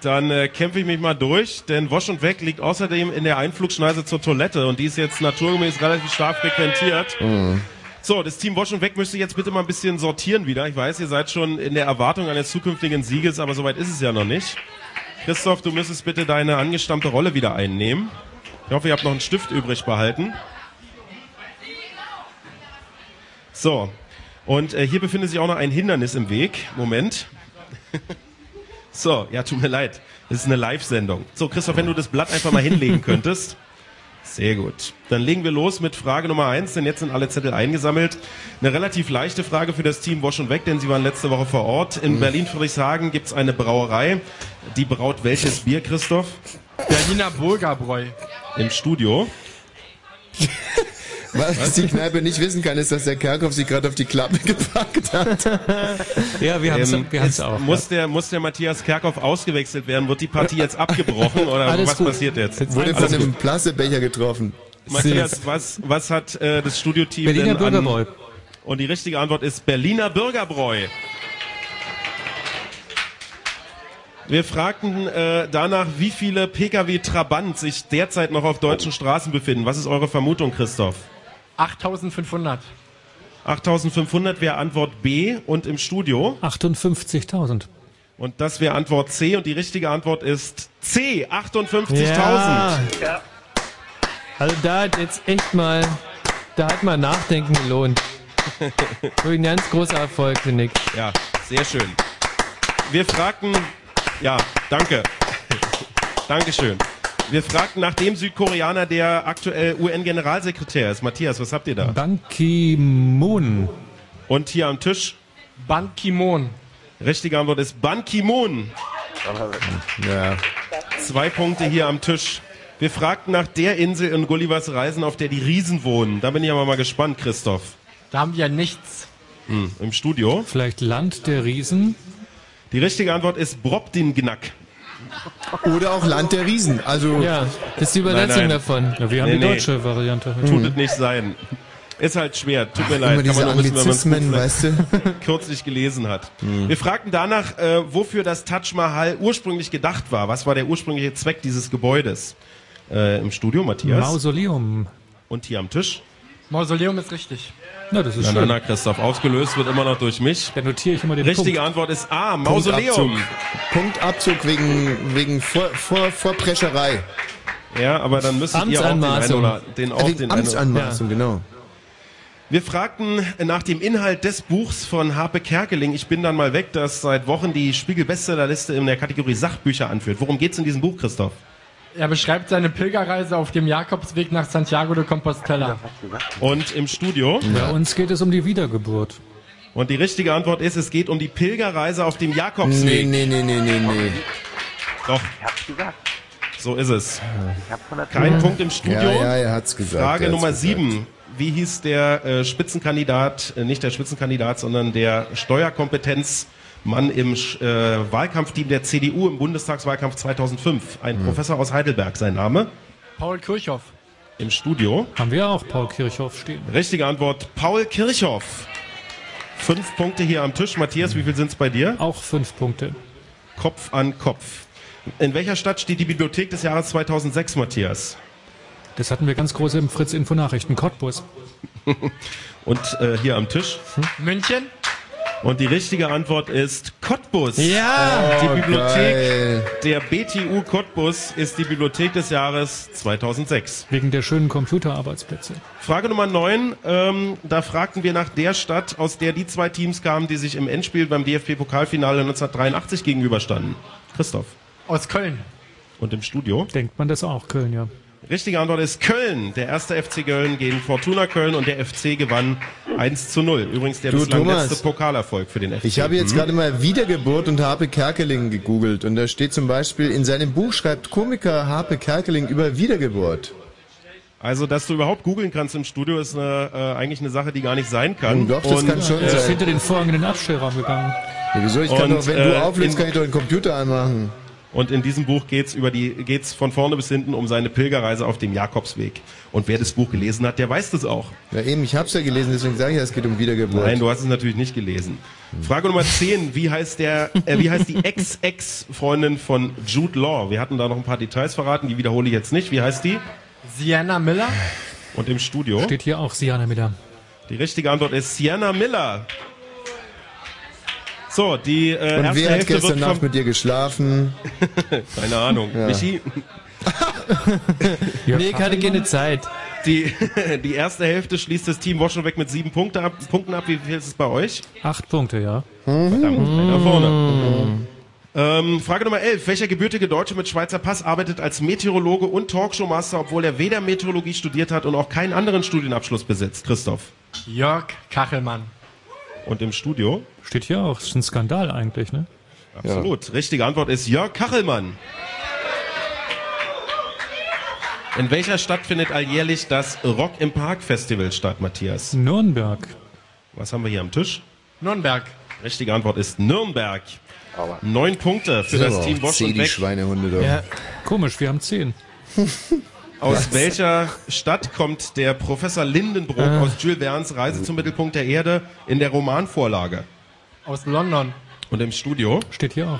Speaker 6: Dann äh, kämpfe ich mich mal durch, denn Wosch und Weg liegt außerdem in der Einflugschneise zur Toilette und die ist jetzt naturgemäß relativ stark frequentiert.
Speaker 3: Mhm.
Speaker 6: So, das Team Wosch und Weg müsste jetzt bitte mal ein bisschen sortieren wieder. Ich weiß, ihr seid schon in der Erwartung eines zukünftigen Sieges, aber soweit ist es ja noch nicht. Christoph, du müsstest bitte deine angestammte Rolle wieder einnehmen. Ich hoffe, ihr habt noch einen Stift übrig behalten. So, und äh, hier befindet sich auch noch ein Hindernis im Weg. Moment. (laughs) so, ja, tut mir leid. Das ist eine Live-Sendung. So, Christoph, wenn du das Blatt einfach mal
Speaker 19: (laughs)
Speaker 6: hinlegen könntest. Sehr gut. Dann legen wir los mit Frage Nummer eins, denn jetzt sind alle Zettel eingesammelt. Eine relativ leichte Frage für das Team Wash und Weg, denn sie waren letzte Woche vor Ort. In
Speaker 19: Mhm.
Speaker 6: Berlin-Friedrichshagen gibt's eine Brauerei. Die braut welches Bier, Christoph?
Speaker 19: Berliner Burgerbräu.
Speaker 6: Im Studio.
Speaker 3: Was, die Kneipe nicht wissen kann, ist, dass der Kerkhoff sich gerade auf die Klappe gepackt hat.
Speaker 15: ja, wir haben's- wir haben's
Speaker 6: jetzt
Speaker 15: auch,
Speaker 6: Ähm, Muss, der, muss der Matthias Kerkhoff ausgewechselt werden? Wird die Partie jetzt abgebrochen oder
Speaker 3: Alles
Speaker 6: was
Speaker 3: gut.
Speaker 6: passiert jetzt?
Speaker 3: Wurde
Speaker 6: Alles
Speaker 3: von einem
Speaker 6: gut.
Speaker 3: Plastebecher getroffen.
Speaker 6: Matthias, was, was hat äh, das Studioteam
Speaker 3: Berliner
Speaker 6: denn an...
Speaker 3: Bürgerbräu.
Speaker 6: Und die richtige Antwort ist Berliner Bürgerbräu. Wir fragten äh, danach, wie viele Pkw Trabant sich derzeit noch auf deutschen Straßen befinden. Was ist eure Vermutung, Christoph?
Speaker 19: 8500.
Speaker 6: 8500 wäre Antwort B und im Studio.
Speaker 15: 58.000.
Speaker 6: Und das wäre Antwort C und die richtige Antwort ist C, 58.000.
Speaker 2: Ja. Also da hat jetzt echt mal, da hat mal Nachdenken gelohnt. Wirklich ein ganz großer Erfolg, finde ich.
Speaker 6: Ja, sehr schön. Wir fragten, ja, danke. Dankeschön. Wir fragten nach dem Südkoreaner, der aktuell UN-Generalsekretär ist. Matthias, was habt ihr da?
Speaker 15: Ban Ki-moon.
Speaker 6: Und hier am Tisch?
Speaker 19: Ban Ki-moon.
Speaker 6: Richtige Antwort ist Ban Ki-moon.
Speaker 3: Ja.
Speaker 6: Zwei Punkte hier am Tisch. Wir fragten nach der Insel in Gullivers Reisen, auf der die Riesen wohnen. Da bin ich aber mal gespannt, Christoph.
Speaker 19: Da haben wir nichts.
Speaker 6: Hm, Im Studio.
Speaker 15: Vielleicht Land der Riesen.
Speaker 6: Die richtige Antwort ist Brobdingnack.
Speaker 3: Oder auch Land der Riesen. Also
Speaker 2: Ja, das ist die Übersetzung davon. Hm.
Speaker 15: Ja, wir haben
Speaker 6: Nee,
Speaker 15: die
Speaker 6: nee.
Speaker 15: deutsche Variante.
Speaker 6: Tut es nicht sein. Ist halt schwer. Tut mir
Speaker 3: Hm.
Speaker 6: leid.
Speaker 3: immer diese
Speaker 6: Kann man nur wissen, wenn man's
Speaker 3: Anglizismen, weißt du?
Speaker 6: (laughs) kürzlich gelesen hat.
Speaker 2: Hm.
Speaker 6: Wir fragten danach, äh, wofür das Taj Mahal ursprünglich gedacht war. Was war der ursprüngliche Zweck dieses Gebäudes? Äh, Im Studio, Matthias.
Speaker 15: Mausoleum.
Speaker 6: Und hier am Tisch.
Speaker 19: Mausoleum ist richtig.
Speaker 15: Na, das ist
Speaker 6: Na, na,
Speaker 15: schön.
Speaker 6: na, Christoph, ausgelöst wird immer noch durch mich.
Speaker 15: Dann notiere ich immer den
Speaker 6: Richtige
Speaker 15: Punkt.
Speaker 6: Antwort ist A, Mausoleum.
Speaker 3: Punktabzug. Punktabzug wegen, wegen Vor, Vor, Vorprescherei.
Speaker 6: Ja, aber dann müsstet ihr auch den einen
Speaker 3: Amtsanmaßung.
Speaker 6: oder den auch
Speaker 3: Äh, Wegen
Speaker 6: den einen-
Speaker 3: Amtsanmaßung, genau.
Speaker 6: Wir fragten nach dem Inhalt des Buchs von Harpe Kerkeling, ich bin dann mal weg, das seit Wochen die Spiegel-Bestsellerliste in der Kategorie Sachbücher anführt. Worum geht's in diesem Buch, Christoph?
Speaker 19: Er beschreibt seine Pilgerreise auf dem Jakobsweg nach Santiago de Compostela.
Speaker 6: Und im Studio?
Speaker 15: Bei uns geht es um die Wiedergeburt.
Speaker 6: Und die richtige Antwort ist, es geht um die Pilgerreise auf dem
Speaker 3: Nee,
Speaker 6: Jakobsweg.
Speaker 3: nee, nee, nee, nee, nee.
Speaker 6: Doch. So ist es.
Speaker 4: Ich hab von der
Speaker 6: Kein
Speaker 4: Tour-
Speaker 6: Punkt im Studio.
Speaker 3: Ja, ja, er hat's gesagt,
Speaker 6: Frage
Speaker 3: er hat's
Speaker 6: Nummer
Speaker 3: gesagt.
Speaker 6: sieben. Wie hieß der äh, Spitzenkandidat, äh, nicht der Spitzenkandidat, sondern der Steuerkompetenzmann im Sch- äh, Wahlkampfteam der CDU im Bundestagswahlkampf 2005? Ein
Speaker 3: Hm.
Speaker 6: Professor aus Heidelberg, sein Name.
Speaker 19: Paul Kirchhoff.
Speaker 6: Im Studio.
Speaker 15: Haben wir auch Paul Kirchhoff stehen.
Speaker 6: Richtige Antwort, Paul Kirchhoff. Fünf Punkte hier am Tisch. Matthias, wie viel sind es bei dir?
Speaker 15: Auch fünf Punkte.
Speaker 6: Kopf an Kopf. In welcher Stadt steht die Bibliothek des Jahres 2006, Matthias?
Speaker 15: Das hatten wir ganz groß im Fritz Info Nachrichten Cottbus.
Speaker 6: (laughs) Und äh, hier am Tisch.
Speaker 19: München?
Speaker 6: Und die richtige Antwort ist Cottbus.
Speaker 2: Ja!
Speaker 6: die
Speaker 2: Oh,
Speaker 6: Bibliothek
Speaker 2: geil.
Speaker 6: der BTU Cottbus ist die Bibliothek des Jahres 2006.
Speaker 15: Wegen der schönen Computerarbeitsplätze.
Speaker 6: Frage Nummer 9, ähm, da fragten wir nach der Stadt, aus der die zwei Teams kamen, die sich im Endspiel beim DFB-Pokalfinale 1983 gegenüberstanden. Christoph.
Speaker 19: Aus Köln.
Speaker 6: Und im Studio?
Speaker 15: Denkt man das auch, Köln, ja.
Speaker 6: Richtige Antwort ist Köln. Der erste FC Köln gegen Fortuna Köln und der FC gewann 1 zu 0. Übrigens der
Speaker 3: Du,
Speaker 6: bislang
Speaker 3: Thomas.
Speaker 6: letzte Pokalerfolg für den FC.
Speaker 3: Ich habe jetzt
Speaker 6: Hm?
Speaker 3: gerade mal Wiedergeburt und Harpe Kerkeling gegoogelt und da steht zum Beispiel, in seinem Buch schreibt Komiker Harpe Kerkeling über
Speaker 6: Äh,
Speaker 3: Wiedergeburt.
Speaker 6: Also, dass du überhaupt googeln kannst im Studio, ist eine, äh, eigentlich eine Sache, die gar nicht sein kann. äh,
Speaker 3: Doch, das kann schon
Speaker 15: Er ist
Speaker 3: sein.
Speaker 15: hinter den Vorhang in den Abstellraum gegangen.
Speaker 3: Ja, wieso? Ich kann
Speaker 6: Und,
Speaker 3: doch, wenn
Speaker 6: äh,
Speaker 3: du auflegst,
Speaker 6: in-
Speaker 3: kann ich doch den Computer anmachen.
Speaker 6: Und in diesem Buch geht's über die geht's von vorne bis hinten um seine Pilgerreise auf dem Jakobsweg. Und wer das Buch gelesen hat, der weiß das auch.
Speaker 3: Ja eben, ich hab's ja gelesen, deswegen sage ich ja, es geht um Wiedergeburt.
Speaker 6: Nein, du hast es natürlich nicht gelesen. Frage Nummer 10, wie heißt der äh, wie heißt die Ex-Ex-Freundin von Jude Law? Wir hatten da noch ein paar Details verraten, die wiederhole ich jetzt nicht. Wie heißt die?
Speaker 19: Sienna Miller?
Speaker 6: Und im Studio?
Speaker 15: Steht hier auch Siana Miller.
Speaker 6: Die richtige Antwort ist Sienna Miller. So, die äh,
Speaker 3: und wer
Speaker 6: erste
Speaker 3: hat
Speaker 6: Hälfte
Speaker 3: gestern
Speaker 6: wird vom
Speaker 3: Nacht mit dir
Speaker 6: (laughs)
Speaker 3: geschlafen?
Speaker 6: Keine Ahnung.
Speaker 3: Ja.
Speaker 15: (laughs)
Speaker 6: Michi?
Speaker 2: Nee, ich hatte keine Zeit.
Speaker 6: Die, (laughs) die erste Hälfte schließt das Team Waschenbeck mit sieben Punkte ab, Punkten ab. Wie viel ist es bei euch?
Speaker 15: Acht Punkte, ja.
Speaker 6: Verdammt, einer
Speaker 15: Mhm.
Speaker 6: vorne. Ähm, Frage Nummer 11. Welcher gebürtige Deutsche mit Schweizer Pass arbeitet als Meteorologe und Talkshowmaster, obwohl er weder Meteorologie studiert hat und auch keinen anderen Studienabschluss besitzt? Christoph.
Speaker 19: Jörg Kachelmann.
Speaker 6: Und im Studio?
Speaker 15: Steht hier auch. Ist ein Skandal eigentlich, ne?
Speaker 6: Absolut. Richtige Antwort ist Jörg Kachelmann. In welcher Stadt findet alljährlich das Rock im Park Festival statt, Matthias?
Speaker 15: Nürnberg.
Speaker 6: Was haben wir hier am Tisch?
Speaker 19: Nürnberg.
Speaker 6: Richtige Antwort ist Nürnberg. Neun Punkte für
Speaker 3: Sind
Speaker 6: das
Speaker 3: aber
Speaker 6: Team
Speaker 3: auch
Speaker 6: Bosch
Speaker 3: zäh,
Speaker 6: und
Speaker 3: die
Speaker 6: Beck.
Speaker 3: Schweinehunde doch.
Speaker 15: Ja. Komisch, wir haben zehn.
Speaker 6: Aus
Speaker 15: Was?
Speaker 6: welcher Stadt kommt der Professor Lindenbrook
Speaker 15: Ah.
Speaker 6: aus Jules Verne's Reise zum Mittelpunkt der Erde in der Romanvorlage?
Speaker 19: Aus London.
Speaker 6: Und im Studio?
Speaker 15: Steht hier auch.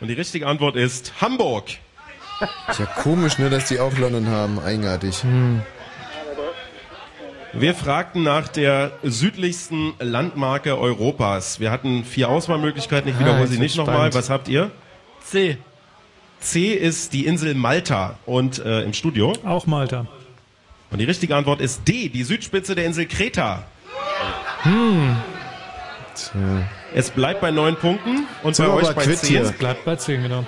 Speaker 6: Und die richtige Antwort ist Hamburg.
Speaker 3: Ist ja komisch, ne, dass die auch London haben, eigenartig.
Speaker 15: Hm.
Speaker 6: Wir fragten nach der südlichsten Landmarke Europas. Wir hatten vier Auswahlmöglichkeiten. Ich
Speaker 19: Ah,
Speaker 6: wiederhole sie
Speaker 19: jetzt
Speaker 6: nicht
Speaker 19: wird's
Speaker 6: nochmal.
Speaker 19: spannend.
Speaker 6: Was habt ihr?
Speaker 19: C.
Speaker 6: C ist die Insel Malta und äh, im Studio.
Speaker 15: Auch Malta.
Speaker 6: Und die richtige Antwort ist D, die Südspitze der Insel Kreta. Ah.
Speaker 15: Hm.
Speaker 6: Es bleibt bei neun Punkten und bei euch bei zehn.
Speaker 15: Es bleibt bei zehn, genau.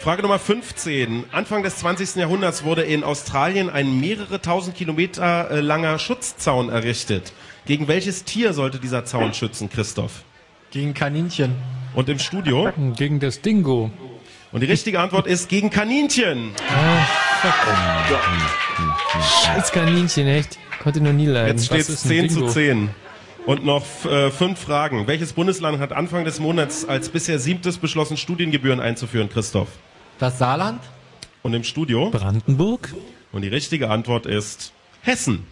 Speaker 6: Frage Nummer 15. Anfang des 20. Jahrhunderts wurde in Australien ein mehrere tausend Kilometer äh, langer Schutzzaun errichtet. Gegen welches Tier sollte dieser Zaun schützen, Christoph?
Speaker 19: Gegen Kaninchen.
Speaker 6: Und im Studio?
Speaker 15: Hm, Gegen das Dingo.
Speaker 6: Und die richtige Antwort ist gegen Kaninchen.
Speaker 15: Ah,
Speaker 2: Scheiß Kaninchen, echt. Konnte noch nie leiden.
Speaker 6: Jetzt steht
Speaker 2: Was
Speaker 6: es
Speaker 2: ist ein
Speaker 6: 10 zu
Speaker 2: Dingo?
Speaker 6: 10. Und noch äh, fünf Fragen. Welches Bundesland hat Anfang des Monats als bisher siebtes beschlossen, Studiengebühren einzuführen, Christoph?
Speaker 19: Das Saarland?
Speaker 6: Und im Studio?
Speaker 15: Brandenburg.
Speaker 6: Und die richtige Antwort ist Hessen.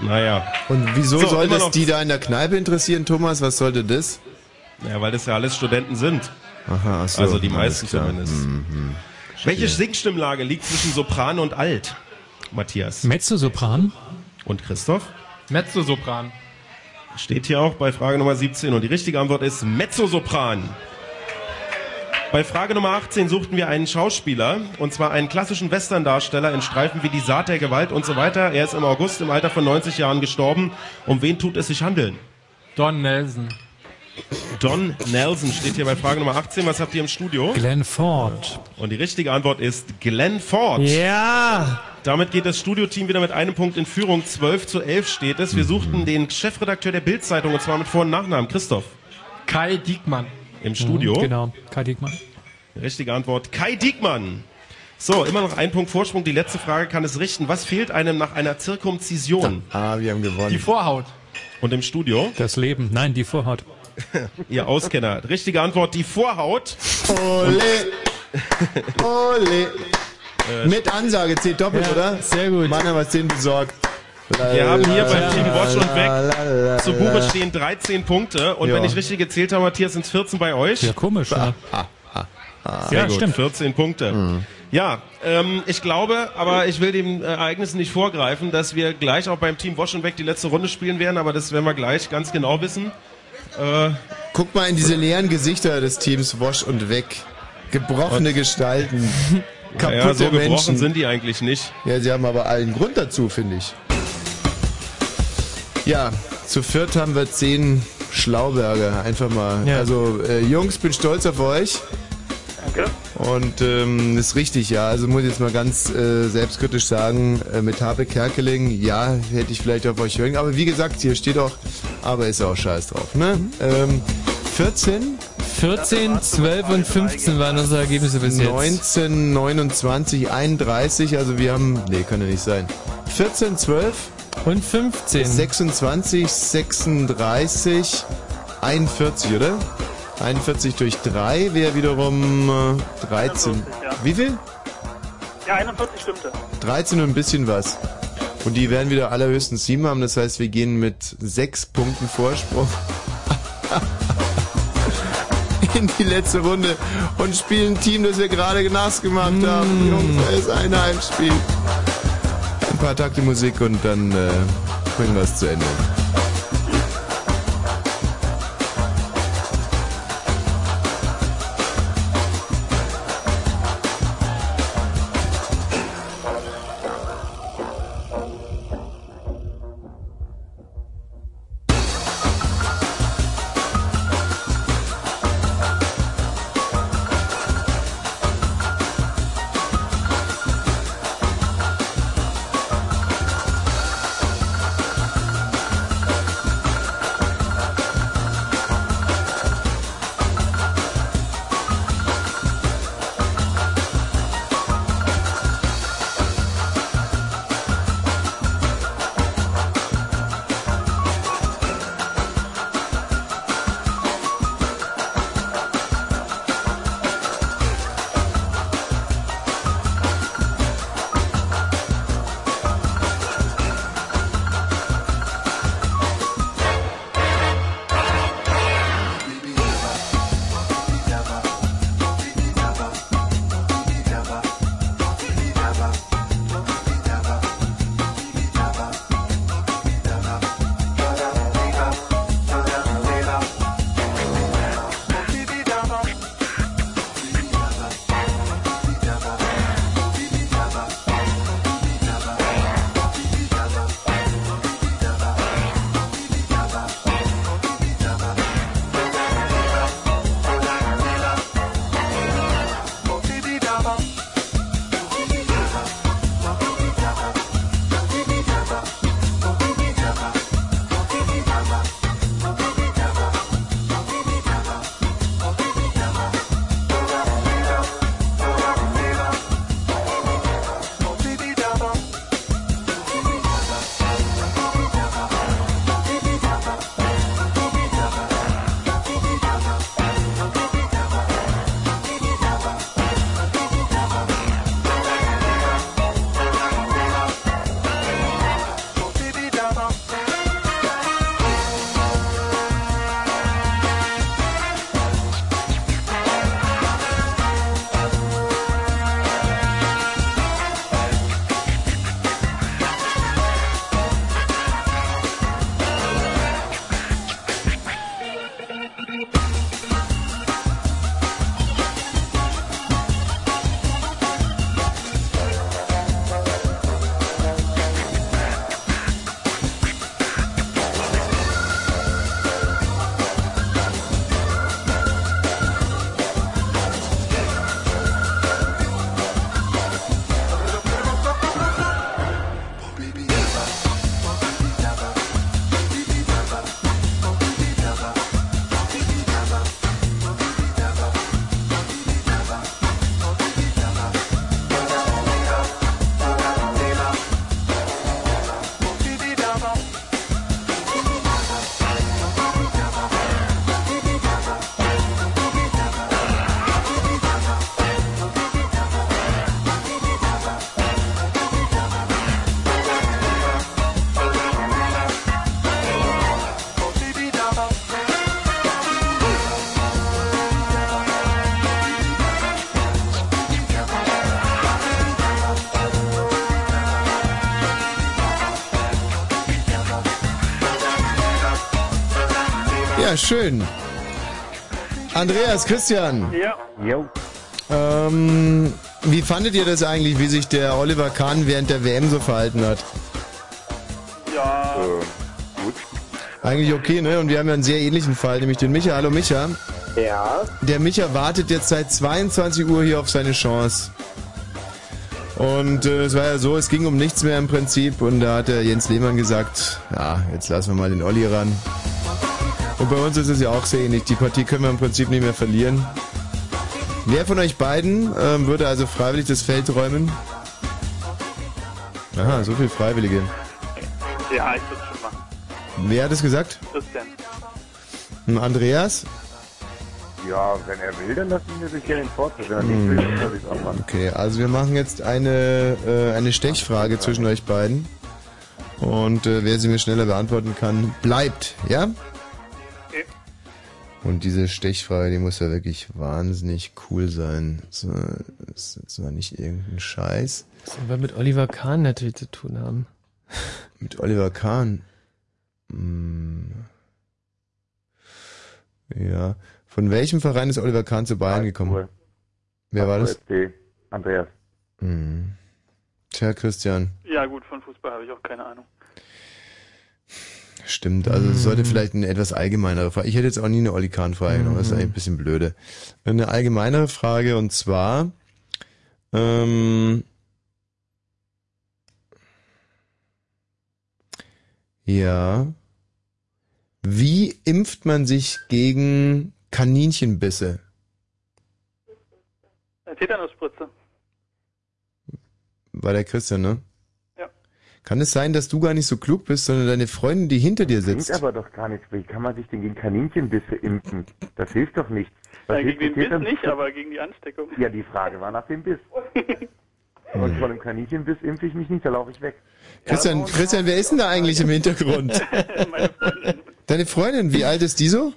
Speaker 6: Naja.
Speaker 3: Und wieso
Speaker 6: So,
Speaker 3: soll
Speaker 6: immer
Speaker 3: das
Speaker 6: noch-
Speaker 3: die da in der Kneipe interessieren, Thomas? Was sollte das?
Speaker 6: Ja, weil das ja alles Studenten sind.
Speaker 3: Aha, ach so,
Speaker 6: also die
Speaker 3: alles
Speaker 6: meisten
Speaker 3: klar.
Speaker 6: zumindest.
Speaker 3: Mhm.
Speaker 6: Welche Singstimmlage liegt zwischen Sopran und Alt? Matthias.
Speaker 15: Mezzosopran.
Speaker 6: Und Christoph?
Speaker 19: Mezzosopran.
Speaker 6: Steht hier auch bei Frage Nummer 17 und die richtige Antwort ist Mezzosopran. Bei Frage Nummer 18 suchten wir einen Schauspieler, und zwar einen klassischen Western-Darsteller in Streifen wie Die Saat der Gewalt und so weiter. Er ist im August im Alter von 90 Jahren gestorben. Um wen tut es sich handeln?
Speaker 19: Don Nelson.
Speaker 6: Don Nelson steht hier bei Frage Nummer 18. Was habt ihr im Studio?
Speaker 15: Glenn Ford.
Speaker 6: Und die richtige Antwort ist Glenn Ford.
Speaker 2: Ja!
Speaker 6: Damit geht das Studioteam wieder mit einem Punkt in Führung. 12 zu 11 steht es. Wir suchten den Chefredakteur der Bild-Zeitung und zwar mit Vor- und Nachnamen. Christoph.
Speaker 19: Kai Diekmann.
Speaker 6: Im Studio.
Speaker 15: Genau. Kai Diekmann.
Speaker 6: Richtige Antwort, Kai Diekmann. So, immer noch ein Punkt Vorsprung. Die letzte Frage kann es richten. Was fehlt einem nach einer Zirkumzision?
Speaker 3: Ah, wir haben gewonnen.
Speaker 6: Die Vorhaut. Und im Studio?
Speaker 15: Das Leben. Nein, die Vorhaut.
Speaker 6: Ihr Auskenner. Richtige Antwort, die Vorhaut.
Speaker 3: Ole. Ole. Mit Ansage zählt doppelt,
Speaker 6: Äh, Ja,
Speaker 3: oder? Sehr gut. Mann, haben wir es denen besorgt.
Speaker 6: Wir haben hier beim Team Watch und
Speaker 3: la,
Speaker 6: Weg zu Buche
Speaker 3: la.
Speaker 6: stehen 13 Punkte. Und
Speaker 3: Ja.
Speaker 6: wenn ich richtig gezählt habe, Matthias, sind es 14 bei euch. Ja,
Speaker 15: komisch.
Speaker 6: (laughs) Ja, Ah, Sehr
Speaker 15: Ja,
Speaker 6: gut.
Speaker 15: stimmt.
Speaker 6: 14 Punkte. Ja, ähm, ich glaube, aber ich will dem Ereignis nicht vorgreifen, dass wir gleich auch beim Team Watch und Weg die letzte Runde spielen werden, aber das werden wir gleich ganz genau wissen. Äh,
Speaker 3: Guck mal in diese leeren Gesichter des Teams Wash und Weg. Gebrochene
Speaker 6: (laughs)
Speaker 3: Gestalten. Kaputte
Speaker 6: ja, so gebrochen
Speaker 3: Menschen.
Speaker 6: sind die eigentlich nicht.
Speaker 3: Ja, sie haben aber allen Grund dazu, finde ich. Ja, zu viert haben wir zehn Schlauberger. Einfach mal. Also, äh, Jungs, bin stolz auf euch.
Speaker 13: Danke.
Speaker 3: Und ähm, ist richtig, ja. Also muss ich jetzt mal ganz äh, selbstkritisch sagen, äh, mit Habe Kerkeling, ja, hätte ich vielleicht auf euch hören. können. Aber wie gesagt, hier steht auch, aber ist auch scheiß drauf. Ne? Ähm, 14?
Speaker 2: 14, 12 und 15 waren unsere Ergebnisse bis jetzt.
Speaker 3: 19, 29, 31, also wir haben, nee, kann ja nicht sein. 14, 12
Speaker 2: und 15.
Speaker 3: 26, 36, 41, oder? 41 durch 3 wäre wiederum äh, 13.
Speaker 10: 41, ja.
Speaker 3: Wie viel?
Speaker 10: Ja, 41 stimmte.
Speaker 3: 13 und ein bisschen was. Und die werden wieder allerhöchstens 7 haben, das heißt, wir gehen mit 6 Punkten Vorsprung (laughs) in die letzte Runde und spielen ein Team, das wir gerade nass gemacht haben. Jungs, da ist einer im Spiel. Ein paar Takte Musik und dann äh, bringen wir es zu Ende. Ja, schön. Andreas, Christian.
Speaker 13: Ja.
Speaker 3: Jo. Ähm, wie fandet ihr das eigentlich, wie sich der Oliver Kahn während der WM so verhalten hat?
Speaker 13: Ja.
Speaker 4: Ähm.
Speaker 3: Gut. Eigentlich okay, ne? Und wir haben ja einen sehr ähnlichen Fall, nämlich den Micha. Hallo Micha.
Speaker 13: Ja.
Speaker 3: Der Micha wartet jetzt seit 22 Uhr hier auf seine Chance. Und äh, es war ja so, es ging um nichts mehr im Prinzip. Und da hat der Jens Lehmann gesagt, ja, jetzt lassen wir mal den Olli ran. Und bei uns ist es ja auch sehr ähnlich. Die Partie können wir im Prinzip nicht mehr verlieren. Wer von euch beiden ähm, würde also freiwillig das Feld räumen? Aha, so viel Freiwillige.
Speaker 10: Ja, ich würde schon machen.
Speaker 3: Wer hat es gesagt?
Speaker 10: Christian.
Speaker 3: Ein Andreas?
Speaker 4: Ja, wenn er will, dann lass ihn mir sich hier den Vortritt. Wenn er
Speaker 6: Hm.
Speaker 4: nicht will, dann soll ich auch machen.
Speaker 3: Hm. Okay, also wir machen jetzt eine, äh, eine Stechfrage zwischen euch beiden. Und äh, wer sie mir schneller beantworten kann, bleibt, ja? Und diese Stechfrage, die muss ja wirklich wahnsinnig cool sein. So, ist jetzt mal nicht irgendein Scheiß.
Speaker 2: Das soll was mit Oliver Kahn natürlich zu tun haben.
Speaker 3: Mit Oliver Kahn. Hm. Ja. Von welchem Verein ist Oliver Kahn zu Bayern gekommen? Wer war das?
Speaker 4: FD, Andreas.
Speaker 3: Hm. Tja, Christian.
Speaker 10: Ja, gut, von Fußball habe ich auch keine Ahnung.
Speaker 3: Stimmt, also es sollte vielleicht eine etwas allgemeinere Frage. Ich hätte jetzt auch nie eine Olli Kahn Frage genommen, das ist eigentlich ein bisschen blöde. Eine allgemeinere Frage und zwar ähm, ja, wie impft man sich gegen Kaninchenbisse?
Speaker 10: Eine Tetanusspritze.
Speaker 3: War der Christian, ne?
Speaker 10: Ja.
Speaker 3: Kann es sein, dass du gar nicht so klug bist, sondern deine Freundin, die hinter dir
Speaker 4: Bringt
Speaker 3: sitzt?
Speaker 4: aber doch gar nichts. Wie kann man sich denn gegen Kaninchenbisse impfen? Das hilft doch nicht.
Speaker 10: Ja, gegen den Biss nicht, aber gegen die Ansteckung.
Speaker 4: Ja, die Frage war nach dem
Speaker 10: (laughs)
Speaker 4: Biss. Und von dem Kaninchenbiss impfe ich mich nicht, da laufe ich weg.
Speaker 3: Christian, Christian, wer ist denn da eigentlich im Hintergrund? Deine Freundin, wie alt ist die so?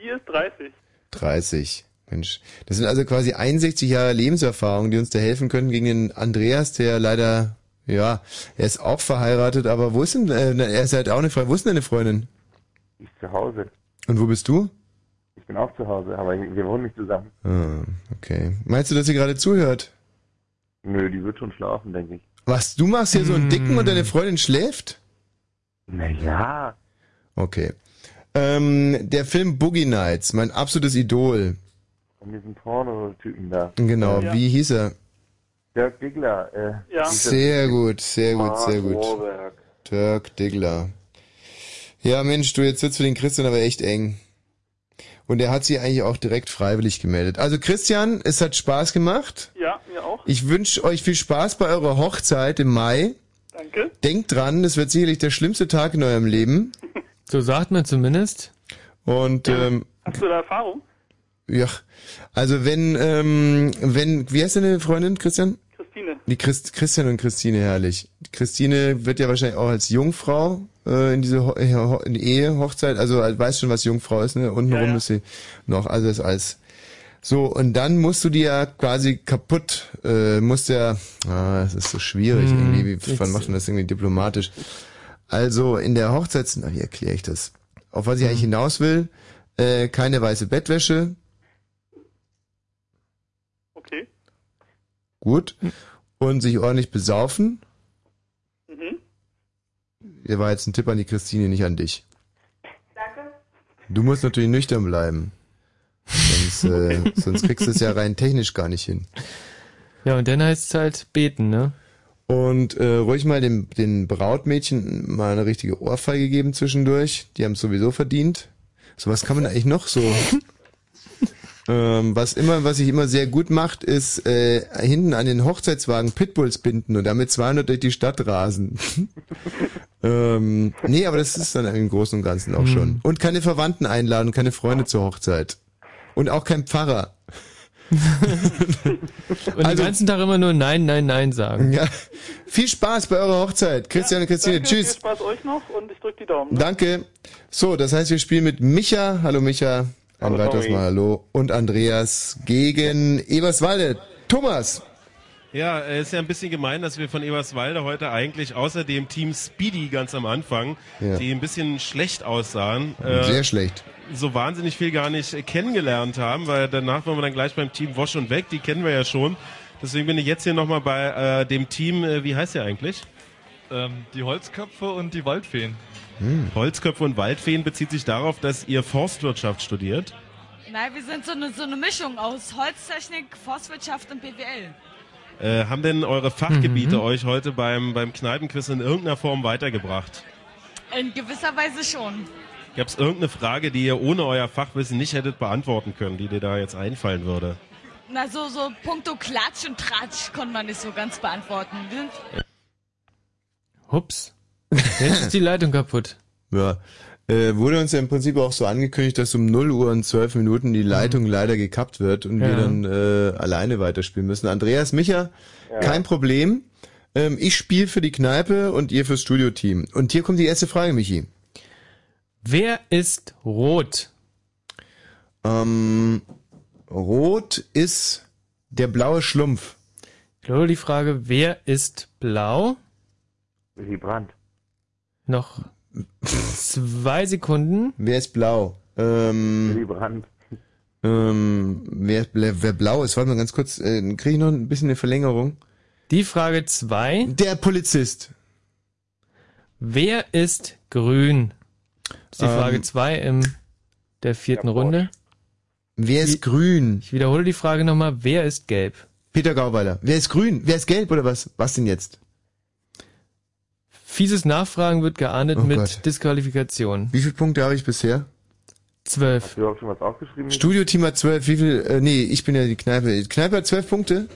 Speaker 10: Die ist 30.
Speaker 3: 30. Mensch, das sind also quasi 61 Jahre Lebenserfahrung, die uns da helfen können gegen den Andreas, der leider, ja, er ist auch verheiratet, aber wo ist denn, äh, er ist halt auch eine Freundin, wo ist denn deine Freundin?
Speaker 4: Ich zu Hause.
Speaker 3: Und wo bist du?
Speaker 4: Ich bin auch zu Hause, aber wir wohnen nicht zusammen.
Speaker 3: Ah, okay. Meinst du, dass sie gerade zuhört?
Speaker 4: Nö, die wird schon schlafen, denke ich.
Speaker 3: Was, du machst hier so einen Dicken und deine Freundin schläft?
Speaker 4: Naja.
Speaker 3: Okay. Ähm, der Film Boogie Nights, mein absolutes Idol.
Speaker 4: Von diesen Porno-Typen da.
Speaker 3: Genau,
Speaker 4: Ja.
Speaker 3: wie hieß er?
Speaker 4: Dirk Diggler. Äh, dieses-
Speaker 3: Sehr gut, sehr gut, sehr
Speaker 4: Mark
Speaker 3: gut.
Speaker 4: Wahlberg.
Speaker 3: Dirk Diggler. Ja, Mensch, du, jetzt wird's für den Christian aber echt eng. Und er hat sich eigentlich auch direkt freiwillig gemeldet. Also Christian, es hat Spaß gemacht.
Speaker 10: Ja, mir auch.
Speaker 3: Ich wünsche euch viel Spaß bei eurer Hochzeit im Mai.
Speaker 10: Danke.
Speaker 3: Denkt dran, das wird sicherlich der schlimmste Tag in eurem Leben. (laughs) So sagt man zumindest. Und ähm,
Speaker 10: Hast du da Erfahrung?
Speaker 3: ja, also wenn, ähm, wenn, wie heißt deine Freundin, Christian?
Speaker 10: Christine.
Speaker 3: Die Christ, Christian und Christine, herrlich. Christine wird ja wahrscheinlich auch als Jungfrau äh, in diese Ho äh, Ho in Ehe, Hochzeit, also äh, weiß schon, was Jungfrau ist, ne? Untenrum ist sie noch, also das alles. So, und dann musst du die ja quasi kaputt, äh, musst ja, ah, es ist so schwierig
Speaker 2: Hm,
Speaker 3: irgendwie, wie, wann
Speaker 2: jetzt-
Speaker 3: macht man das irgendwie diplomatisch? Also, in der Hochzeits, na, wie erkläre ich das? Auf was ich eigentlich hinaus will, äh, keine weiße Bettwäsche,
Speaker 10: Okay.
Speaker 3: gut,
Speaker 2: Hm.
Speaker 3: und sich ordentlich besaufen.
Speaker 10: Mhm.
Speaker 3: Der war jetzt ein Tipp an die Christine, nicht an dich. Danke. Du musst natürlich nüchtern bleiben. Sonst, äh, sonst kriegst du es ja rein technisch gar nicht hin.
Speaker 2: Ja, und dann heißt es halt beten, ne?
Speaker 3: Und äh, ruhig mal dem, den Brautmädchen mal eine richtige Ohrfeige geben zwischendurch. Die haben es sowieso verdient. So was kann man eigentlich noch so.
Speaker 2: (laughs)
Speaker 3: ähm, was immer, was sich immer sehr gut macht, ist äh, hinten an den Hochzeitswagen Pitbulls binden und damit 200 durch die Stadt rasen. (laughs) ähm, nee, aber das ist dann im Großen und Ganzen auch
Speaker 2: Hm.
Speaker 3: schon. Und keine Verwandten einladen, keine Freunde zur Hochzeit. Und auch kein Pfarrer.
Speaker 2: (laughs)
Speaker 3: Also
Speaker 2: Und den ganzen Tag immer nur Nein, Nein, Nein sagen.
Speaker 3: Ja. Viel Spaß bei eurer Hochzeit. Christian und Christine,
Speaker 10: Danke,
Speaker 3: tschüss.
Speaker 10: Viel Spaß euch noch und ich drücke die Daumen. ne?
Speaker 3: Danke. So, das heißt, wir spielen mit Micha. Hallo Micha. Ein
Speaker 10: Hallo,
Speaker 3: weiteres
Speaker 10: Tommy.
Speaker 3: Mal Hallo. Und Andreas gegen Eberswalde. Thomas.
Speaker 6: Ja, äh, ist ja ein bisschen gemein, dass wir von Eberswalde heute eigentlich außer dem Team Speedy ganz am Anfang,
Speaker 3: Ja.
Speaker 6: die ein bisschen schlecht aussahen. äh,
Speaker 3: Sehr schlecht.
Speaker 6: so wahnsinnig viel gar nicht kennengelernt haben, weil danach waren wir dann gleich beim Team Wosch und Weg, die kennen wir ja schon. Deswegen bin ich jetzt hier nochmal bei äh, dem Team, äh, wie heißt der eigentlich?
Speaker 20: Ähm, die Holzköpfe und die Waldfeen.
Speaker 3: Hm.
Speaker 6: Holzköpfe und Waldfeen bezieht sich darauf, dass ihr Forstwirtschaft studiert.
Speaker 21: Nein, wir sind so eine, so eine Mischung aus Holztechnik, Forstwirtschaft und BWL.
Speaker 6: Äh, haben denn eure Fachgebiete
Speaker 3: Mhm.
Speaker 6: euch heute beim, beim Kneipenquiz in irgendeiner Form weitergebracht?
Speaker 21: In gewisser Weise schon.
Speaker 6: Gab es irgendeine Frage, die ihr ohne euer Fachwissen nicht hättet beantworten können, die dir da jetzt einfallen würde?
Speaker 21: Na, so, so puncto Klatsch und Tratsch konnte man nicht so ganz beantworten. Wir sind
Speaker 2: Hups. Jetzt ist die Leitung kaputt.
Speaker 3: Ja. Äh, wurde uns ja im Prinzip auch so angekündigt, dass um 0 Uhr und 12 Minuten die Leitung leider gekappt wird und wir
Speaker 2: Mhm. Ja.
Speaker 3: dann äh, alleine weiterspielen müssen. Andreas, Micha, kein Problem. Ähm, ich spiele für die Kneipe und ihr fürs Studioteam. Und hier kommt die erste Frage, Michi.
Speaker 2: Wer ist rot?
Speaker 3: Ähm, rot ist der blaue Schlumpf.
Speaker 2: Lolo, die Frage, wer ist blau?
Speaker 4: Willy Brandt.
Speaker 3: (laughs)
Speaker 2: Noch zwei Sekunden.
Speaker 3: Wer ist blau? Ähm,
Speaker 4: Willy Brandt.
Speaker 3: Ähm, wer, wer wer blau ist, warte mal ganz kurz, äh, kriege ich noch ein bisschen eine Verlängerung?
Speaker 2: Die Frage 2.
Speaker 3: Der Polizist.
Speaker 2: Wer ist grün? Das ist die
Speaker 3: Ähm,
Speaker 2: Frage 2 im der vierten Runde.
Speaker 3: Wer ist grün?
Speaker 2: Ich wiederhole die Frage nochmal, wer ist gelb?
Speaker 3: Peter Gauweiler. Wer ist grün? Wer ist gelb oder was? Was denn jetzt?
Speaker 2: Fieses Nachfragen wird geahndet
Speaker 3: Oh
Speaker 2: mit
Speaker 3: Gott.
Speaker 2: Disqualifikation.
Speaker 3: Wie viele Punkte habe ich bisher?
Speaker 2: Zwölf.
Speaker 4: Hast du überhaupt schon was aufgeschrieben?
Speaker 3: Studioteam hat zwölf, wie viel? Äh, nee, ich bin ja die Kneipe. Die Kneipe hat zwölf Punkte.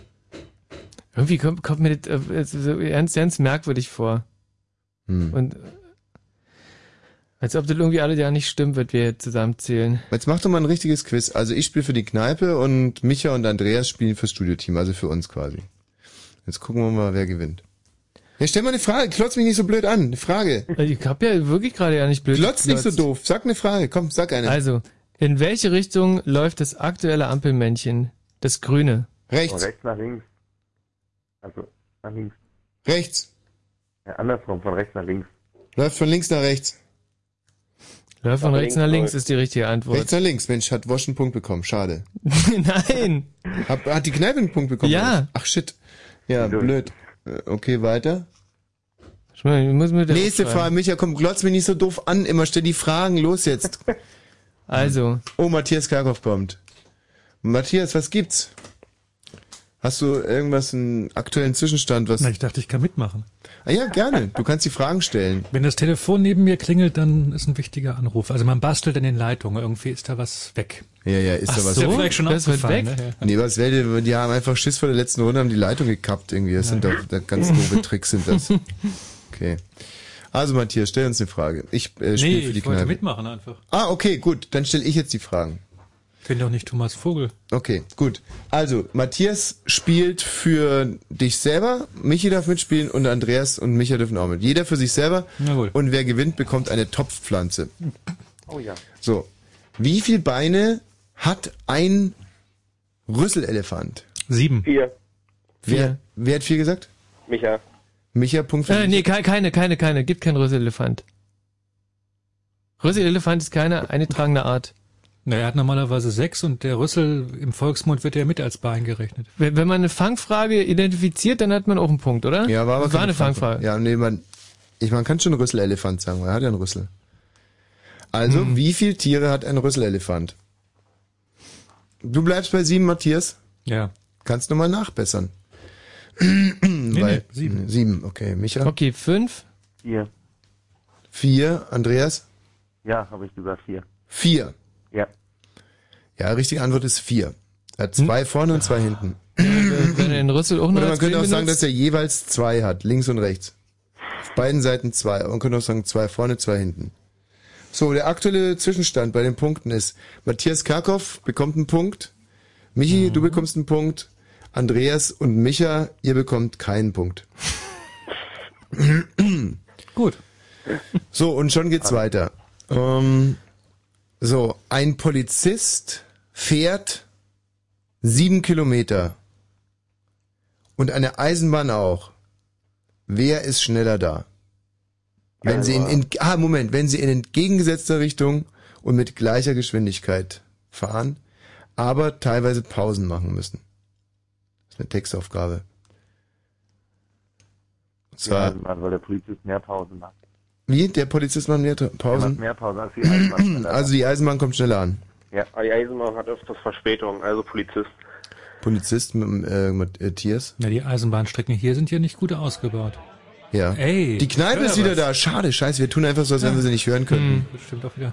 Speaker 2: Irgendwie kommt, kommt mir das äh, so ganz, ganz merkwürdig vor. Und äh, als ob das irgendwie alle ja nicht stimmt, wird wir jetzt zusammenzählen.
Speaker 3: Jetzt mach doch mal ein richtiges Quiz. Also ich spiele für die Kneipe und Micha und Andreas spielen fürs Studioteam, also für uns quasi. Jetzt gucken wir mal, wer gewinnt. Ja, stell mal eine Frage, klotz mich nicht so blöd an. Eine Frage.
Speaker 2: Also Ich hab ja wirklich gerade ja nicht blöd.
Speaker 3: Klotz nicht so
Speaker 2: geklotzt.
Speaker 3: doof. Sag eine Frage. Komm, sag eine.
Speaker 2: Also, in welche Richtung läuft das aktuelle Ampelmännchen? Das grüne.
Speaker 4: Von rechts nach links. Also, nach links.
Speaker 3: Rechts.
Speaker 4: Ja, andersrum, von rechts nach links.
Speaker 3: Läuft von links nach rechts.
Speaker 2: Läuft von
Speaker 3: Nach
Speaker 2: rechts
Speaker 3: links
Speaker 2: nach links
Speaker 3: läuft.
Speaker 2: ist die richtige Antwort.
Speaker 3: Rechts nach links. Mensch, hat Wosch einen Punkt bekommen. Schade.
Speaker 2: (laughs) Nein.
Speaker 3: Hab, hat die Kneipe einen Punkt bekommen? Ja. Ach shit. Ja, blöd. Äh, Okay, weiter.
Speaker 2: Ich meine, ich muss mir das
Speaker 3: Nächste
Speaker 2: aufschreiben.
Speaker 3: Frage, Micha, komm, glotz mich nicht so doof an, immer stell die Fragen los jetzt.
Speaker 2: (laughs) Also.
Speaker 3: Oh, Matthias Karkow kommt. Matthias, was gibt's? Hast du irgendwas, einen aktuellen Zwischenstand, was...
Speaker 15: Na, ich dachte, ich kann mitmachen.
Speaker 3: Ah ja, gerne. Du kannst die Fragen stellen.
Speaker 15: Wenn das Telefon neben mir klingelt, dann ist ein wichtiger Anruf. Also man bastelt in den Leitungen. Irgendwie ist da was weg.
Speaker 3: Ja, ja, ist
Speaker 15: Ach
Speaker 3: da was.
Speaker 15: so, Ist ja vielleicht schon das wird aufgefallen, weg. ne? Ja.
Speaker 3: Nee, was wäre denn, die haben einfach Schiss vor der letzten Runde, haben die Leitung gekappt irgendwie. Das sind doch das ganz
Speaker 15: (laughs)
Speaker 3: doofe Tricks sind das. Okay. Also Matthias, stell uns eine Frage. Ich äh, spiele
Speaker 15: nee,
Speaker 3: für die
Speaker 15: ich wollte
Speaker 3: Kneipe.
Speaker 15: mitmachen einfach.
Speaker 3: Ah, okay, gut. Dann stelle ich jetzt die Fragen.
Speaker 15: Ich bin doch nicht Thomas Vogel.
Speaker 3: Okay, gut. Also, Matthias spielt für dich selber, Michi darf mitspielen und Andreas und Micha dürfen auch mit. Jeder für sich selber. Und wer gewinnt, bekommt eine Topfpflanze.
Speaker 4: Oh ja.
Speaker 3: So. Wie viel Beine hat ein Rüsselelefant?
Speaker 15: Sieben.
Speaker 4: Vier.
Speaker 3: Wer, wer hat vier gesagt?
Speaker 4: Micha.
Speaker 3: Micha, Punkt für
Speaker 2: Äh,
Speaker 3: dich.
Speaker 2: nee, ke- keine, keine, keine. Gibt keinen Rüsselelefant. Rüsselelefant ist keine eingetragene Art.
Speaker 15: Na, er hat normalerweise sechs und der Rüssel im Volksmund wird ja mit als Bein gerechnet.
Speaker 2: Wenn wenn man eine Fangfrage identifiziert, dann hat man auch einen Punkt, oder?
Speaker 3: Ja, war aber
Speaker 2: das war
Speaker 3: keine
Speaker 2: eine Fangfrage.
Speaker 3: Ja, nee, man, ich, man kann schon Rüsselelefant sagen, weil er hat ja einen Rüssel. Also, wie viele Tiere hat ein Rüsselelefant? Du bleibst bei sieben, Matthias.
Speaker 15: Ja.
Speaker 3: Kannst nochmal nachbessern.
Speaker 15: nee,
Speaker 3: Weil,
Speaker 15: sieben.
Speaker 3: Sieben, okay. Micha?
Speaker 2: Okay, fünf.
Speaker 4: Vier.
Speaker 3: Vier. Andreas?
Speaker 4: Ja, habe ich gesagt, vier.
Speaker 3: Vier.
Speaker 4: Ja.
Speaker 3: Ja, richtige Antwort ist vier. Er hat zwei vorne und zwei hinten.
Speaker 2: Wenn er den Rüssel auch noch
Speaker 3: Oder man
Speaker 2: als
Speaker 3: könnte auch
Speaker 2: Film
Speaker 3: sagen,
Speaker 2: benutzt?
Speaker 3: dass er jeweils zwei hat, links und rechts. Auf beiden Seiten zwei. Und man könnte auch sagen, zwei vorne, zwei hinten. So, der aktuelle Zwischenstand bei den Punkten ist, Matthias Karkow bekommt einen Punkt, Michi, du bekommst einen Punkt, Andreas und Micha, ihr bekommt keinen Punkt.
Speaker 15: Gut.
Speaker 3: So, und schon geht's weiter. Ähm, so, ein Polizist fährt sieben Kilometer. Und eine Eisenbahn auch. Wer ist schneller da? Wenn sie in, in ah, Moment, wenn sie in entgegengesetzter Richtung und mit gleicher Geschwindigkeit fahren, aber teilweise Pausen machen müssen. Das ist eine Textaufgabe. Und zwar,
Speaker 4: Eisenbahn, weil der Polizist mehr Pausen macht.
Speaker 3: wie? Der Polizist macht mehr Ta-
Speaker 4: Er macht
Speaker 3: Pausen?
Speaker 4: mehr Pausen als die Eisenbahn.
Speaker 3: Also die Eisenbahn kommt schneller an.
Speaker 13: Ja, die Eisenbahn hat öfters Verspätung, also Polizist.
Speaker 3: Polizist mit, äh, mit äh, Tiers.
Speaker 15: Na, die Eisenbahnstrecken hier sind ja nicht gut ausgebaut.
Speaker 3: Ja.
Speaker 15: Ey,
Speaker 3: die Kneipe
Speaker 15: ich
Speaker 3: ist
Speaker 15: höre
Speaker 3: wieder
Speaker 15: was.
Speaker 3: da. Schade, scheiße. Wir tun einfach so, als wenn wir sie nicht hören könnten.
Speaker 15: Das stimmt auch wieder.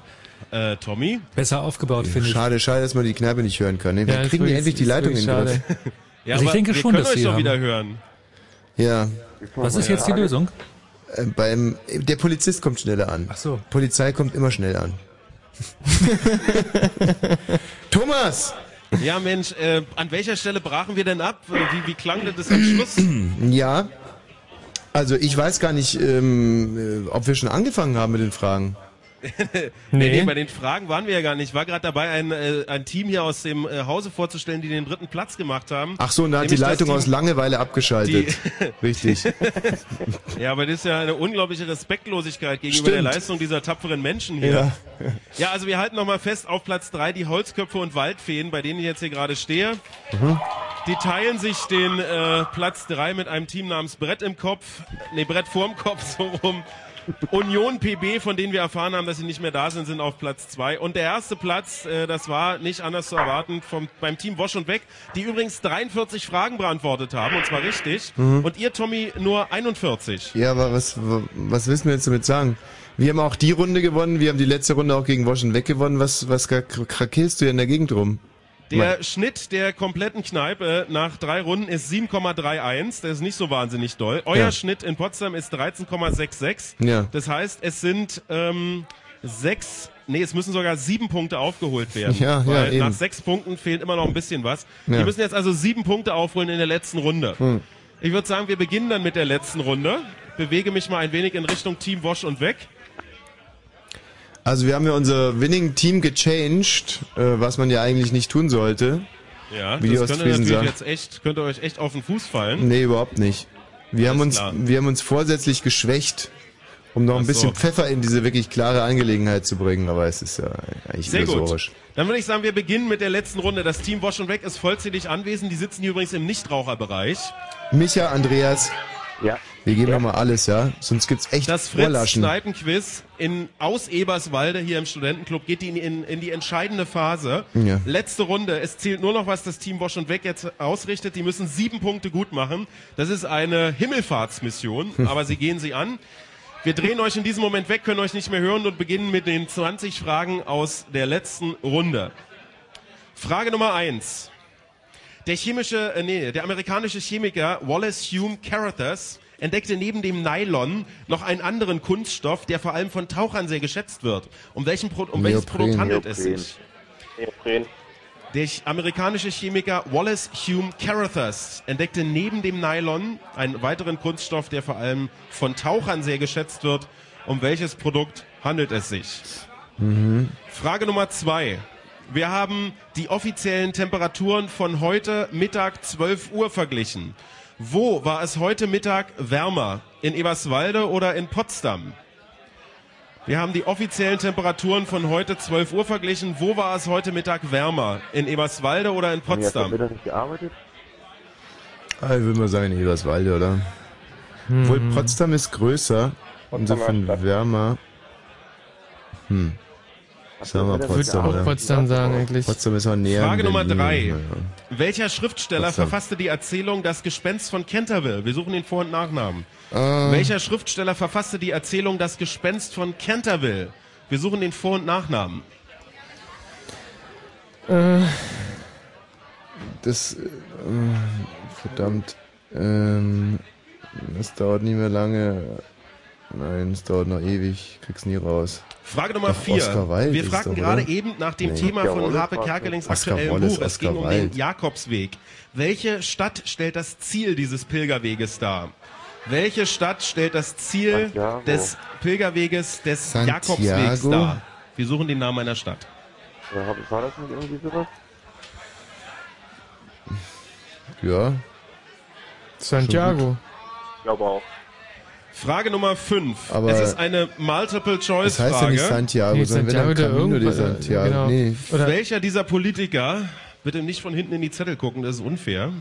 Speaker 6: Äh,
Speaker 15: (laughs)
Speaker 6: Tommy?
Speaker 15: Besser aufgebaut, finde ich.
Speaker 3: Schade, schade, dass man die Kneipe nicht hören kann. Ne?
Speaker 15: Ja,
Speaker 3: Wir
Speaker 15: ist
Speaker 3: kriegen die
Speaker 15: wirklich-
Speaker 3: endlich die
Speaker 15: ist
Speaker 3: Leitung in
Speaker 15: wirklich
Speaker 3: den Griff.
Speaker 15: schade. Ja, Also ich aber denke wir schon, können dass euch sie doch haben. wieder
Speaker 6: hören.
Speaker 3: Ja.
Speaker 15: Was ist jetzt die Lösung?
Speaker 3: Äh, Beim, äh, der Polizist kommt schneller an. Ach
Speaker 15: so.
Speaker 3: Polizei kommt immer schnell an. Thomas!
Speaker 6: Ja, Mensch, äh, an welcher Stelle brachen wir denn ab? Äh, Wie, wie klang denn das
Speaker 15: (laughs)
Speaker 6: am Schluss? (laughs)
Speaker 3: (clears throat) Ja. Also ich weiß gar nicht, ähm, äh, ob wir schon angefangen haben mit den Fragen.
Speaker 6: nee.
Speaker 3: Nee.
Speaker 6: Nee. bei den Fragen waren wir ja gar nicht. Ich war gerade dabei, ein, äh, ein Team hier aus dem äh, Hause vorzustellen, die den dritten Platz gemacht haben.
Speaker 3: Ach so, und da hat die
Speaker 6: Nämlich das
Speaker 3: Leitung
Speaker 6: Team-
Speaker 3: aus Langeweile abgeschaltet. Richtig.
Speaker 6: (laughs) Ja, aber das ist ja eine unglaubliche Respektlosigkeit gegenüber
Speaker 3: Stimmt.
Speaker 6: der Leistung dieser tapferen Menschen hier.
Speaker 3: Ja.
Speaker 6: Ja, also wir halten nochmal fest auf Platz drei die Holzköpfe und Waldfeen, bei denen ich jetzt hier gerade stehe. Mhm. Die teilen sich den äh, Platz drei mit einem Team namens Brett im Kopf, nee, Brett vorm Kopf, (laughs) so rum. Union PB, von denen wir erfahren haben, dass sie nicht mehr da sind, sind auf Platz zwei. Und der erste Platz, äh, das war nicht anders zu erwarten, vom, beim Team Wosch und Weg, die übrigens 43 Fragen beantwortet haben, und zwar richtig.
Speaker 3: Mhm.
Speaker 6: Und ihr, Tommy, nur 41.
Speaker 3: Ja, aber was, was wissen wir jetzt damit sagen? Wir haben auch die Runde gewonnen, wir haben die letzte Runde auch gegen Washington weggewonnen. Was, was kra- krakelst du hier in der Gegend rum?
Speaker 6: Der Schnitt der kompletten Kneipe nach drei Runden ist 7,31. Der ist nicht so wahnsinnig doll. Euer
Speaker 3: Ja.
Speaker 6: Schnitt in Potsdam ist 13,66.
Speaker 3: Ja.
Speaker 6: Das heißt, es sind ähm, sechs, nee, es müssen sogar sieben Punkte aufgeholt werden.
Speaker 3: Ja, ja,
Speaker 6: weil
Speaker 3: eben.
Speaker 6: nach sechs Punkten fehlt immer noch ein bisschen was.
Speaker 3: Ja.
Speaker 6: Wir müssen jetzt also sieben Punkte aufholen in der letzten Runde.
Speaker 3: Hm.
Speaker 6: Ich würde sagen, wir beginnen dann mit der letzten Runde. Bewege mich mal ein wenig in Richtung Team Wash und weg.
Speaker 3: Also wir haben ja unser Winning Team gechanged, äh, was man ja eigentlich nicht tun sollte.
Speaker 6: Ja,
Speaker 3: wie die
Speaker 6: das könnte
Speaker 3: Ostfriesen
Speaker 6: natürlich
Speaker 3: sagen.
Speaker 6: jetzt echt, könnte euch echt auf den Fuß fallen.
Speaker 3: Nee, überhaupt nicht. Wir haben, uns,
Speaker 6: klar.
Speaker 3: wir haben uns vorsätzlich geschwächt, um noch ein
Speaker 6: Ach
Speaker 3: bisschen
Speaker 6: so.
Speaker 3: Pfeffer in diese wirklich klare Angelegenheit zu bringen, aber es ist ja eigentlich
Speaker 6: Sehr
Speaker 3: illusorisch.
Speaker 6: gut. Dann würde ich sagen, wir beginnen mit der letzten Runde. Das Team Wash und Weg ist vollzählig anwesend. Die sitzen hier übrigens im Nichtraucherbereich.
Speaker 3: Micha, Andreas,
Speaker 4: ja.
Speaker 3: wir geben nochmal alles, ja? Sonst gibt's echt
Speaker 6: Das Fritz-Kneipen-Quiz in aus Eberswalde hier im Studentenclub geht in, in, in die entscheidende Phase.
Speaker 3: Ja.
Speaker 6: Letzte Runde. Es zählt nur noch, was das Team Wash und Weg jetzt ausrichtet. Die müssen sieben Punkte gut machen. Das ist eine Himmelfahrtsmission,
Speaker 3: Hm.
Speaker 6: aber sie gehen sie an. Wir drehen euch in diesem Moment weg, können euch nicht mehr hören und beginnen mit den 20 Fragen aus der letzten Runde. Frage Nummer eins. Der chemische, äh, nee, der amerikanische Chemiker Wallace Hume Carruthers entdeckte neben dem Nylon noch einen anderen Kunststoff, der vor allem von Tauchern sehr geschätzt wird. Um, welchen Pro um welches
Speaker 13: Neopren.
Speaker 6: Produkt handelt es
Speaker 13: Neopren.
Speaker 6: sich?
Speaker 13: Neopren.
Speaker 6: Der ch- amerikanische Chemiker Wallace Hume Carruthers entdeckte neben dem Nylon einen weiteren Kunststoff, der vor allem von Tauchern sehr geschätzt wird. Um welches Produkt handelt es sich?
Speaker 3: Mhm.
Speaker 6: Frage Nummer zwei. Wir haben die offiziellen Temperaturen von heute Mittag 12 Uhr verglichen. Wo war es heute Mittag wärmer? In Eberswalde oder in Potsdam? Wir haben die offiziellen Temperaturen von heute 12 Uhr verglichen. Wo war es heute Mittag wärmer? In Eberswalde oder in
Speaker 4: Haben
Speaker 6: Potsdam?
Speaker 4: wir nicht gearbeitet?
Speaker 3: Ah, ich würde mal sagen in Eberswalde, oder? Obwohl Potsdam ist größer, insofern wärmer. Hm. Sagen wir
Speaker 2: Ich
Speaker 3: Potsdam,
Speaker 2: würde auch
Speaker 3: oder?
Speaker 2: Potsdam sagen eigentlich.
Speaker 3: Potsdam ist auch näher.
Speaker 6: Frage
Speaker 3: an
Speaker 6: Nummer
Speaker 3: Berlin.
Speaker 6: drei.
Speaker 3: Ja.
Speaker 6: Welcher Schriftsteller
Speaker 3: Potsdam.
Speaker 6: verfasste die Erzählung Das Gespenst von Canterville? Wir suchen den Vor- und Nachnamen.
Speaker 3: Äh.
Speaker 6: Welcher Schriftsteller verfasste die Erzählung Das Gespenst von Canterville? Wir suchen den Vor- und Nachnamen.
Speaker 2: Äh,
Speaker 3: Das, äh, verdammt, ähm, das dauert nicht mehr lange. Nein, es dauert noch ewig. Krieg's nie raus.
Speaker 6: Frage Nummer
Speaker 3: Ach,
Speaker 6: vier.
Speaker 3: Oscar Wilde
Speaker 6: Wir
Speaker 3: ist
Speaker 6: fragten
Speaker 3: doch,
Speaker 6: gerade
Speaker 3: oder?
Speaker 6: eben nach dem
Speaker 3: Nee.
Speaker 6: Thema
Speaker 3: Oscar
Speaker 6: von
Speaker 3: Wilde
Speaker 6: Harpe
Speaker 3: war-
Speaker 6: Kerkelings
Speaker 3: Oscar
Speaker 6: aktuellem
Speaker 3: Wallace,
Speaker 6: Buch. Es
Speaker 3: Oscar
Speaker 6: ging um
Speaker 3: Wilde.
Speaker 6: den Jakobsweg. Welche Stadt stellt das Ziel dieses Pilgerweges dar? Welche Stadt stellt das Ziel
Speaker 3: Santiago.
Speaker 6: des Pilgerweges des
Speaker 3: Santiago?
Speaker 6: Jakobswegs dar? Wir suchen den Namen einer Stadt.
Speaker 4: Äh, War das nicht irgendwie sowas?
Speaker 3: Ja.
Speaker 2: Santiago.
Speaker 4: Ich glaube auch.
Speaker 6: Frage Nummer 5.
Speaker 3: Aber
Speaker 6: es ist eine Multiple-Choice-Frage.
Speaker 3: Das heißt ja nicht Santiago, Nee, sondern wenn Santiago dann der Camino de irgendwas- Santiago. genau. Nee. Oder-
Speaker 6: Welcher dieser Politiker, bitte nicht von hinten in die Zettel gucken, das ist unfair.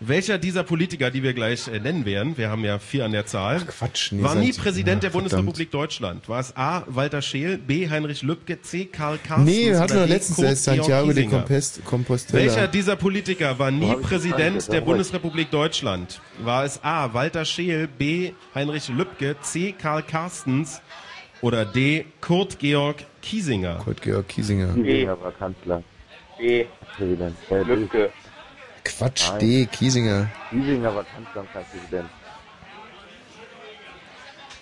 Speaker 6: Welcher dieser Politiker, die wir gleich äh, nennen werden, wir haben ja vier an der Zahl,
Speaker 3: Quatsch, nee,
Speaker 6: war nie
Speaker 3: Santi-
Speaker 6: Präsident der
Speaker 3: Ach, verdammt.
Speaker 6: Bundesrepublik Deutschland? War es A. Walter Scheel, B. Heinrich Lübcke, C. Karl Carstens?
Speaker 3: Nee, wir hatten
Speaker 6: oder
Speaker 3: doch
Speaker 6: D.
Speaker 3: letztens
Speaker 6: Kurt
Speaker 3: erst
Speaker 6: Georg
Speaker 3: Santiago de
Speaker 6: Kiesinger?
Speaker 3: Compest- Compostela.
Speaker 6: Welcher dieser Politiker war
Speaker 3: Wo
Speaker 6: nie
Speaker 3: hab ich
Speaker 6: Präsident
Speaker 3: das?
Speaker 6: der
Speaker 3: Ja,
Speaker 6: Bundesrepublik Deutschland? War es A. Walter Scheel, B. Heinrich Lübcke, C. Karl Carstens oder D. Kurt Georg Kiesinger?
Speaker 3: Kurt Georg Kiesinger.
Speaker 4: Kiesinger war Kanzler.
Speaker 13: B.
Speaker 4: Präsident. Äh,
Speaker 13: Lübcke.
Speaker 3: Quatsch,
Speaker 4: Nein.
Speaker 3: D. Kiesinger.
Speaker 4: Kiesinger war Kanzler und kein Präsident.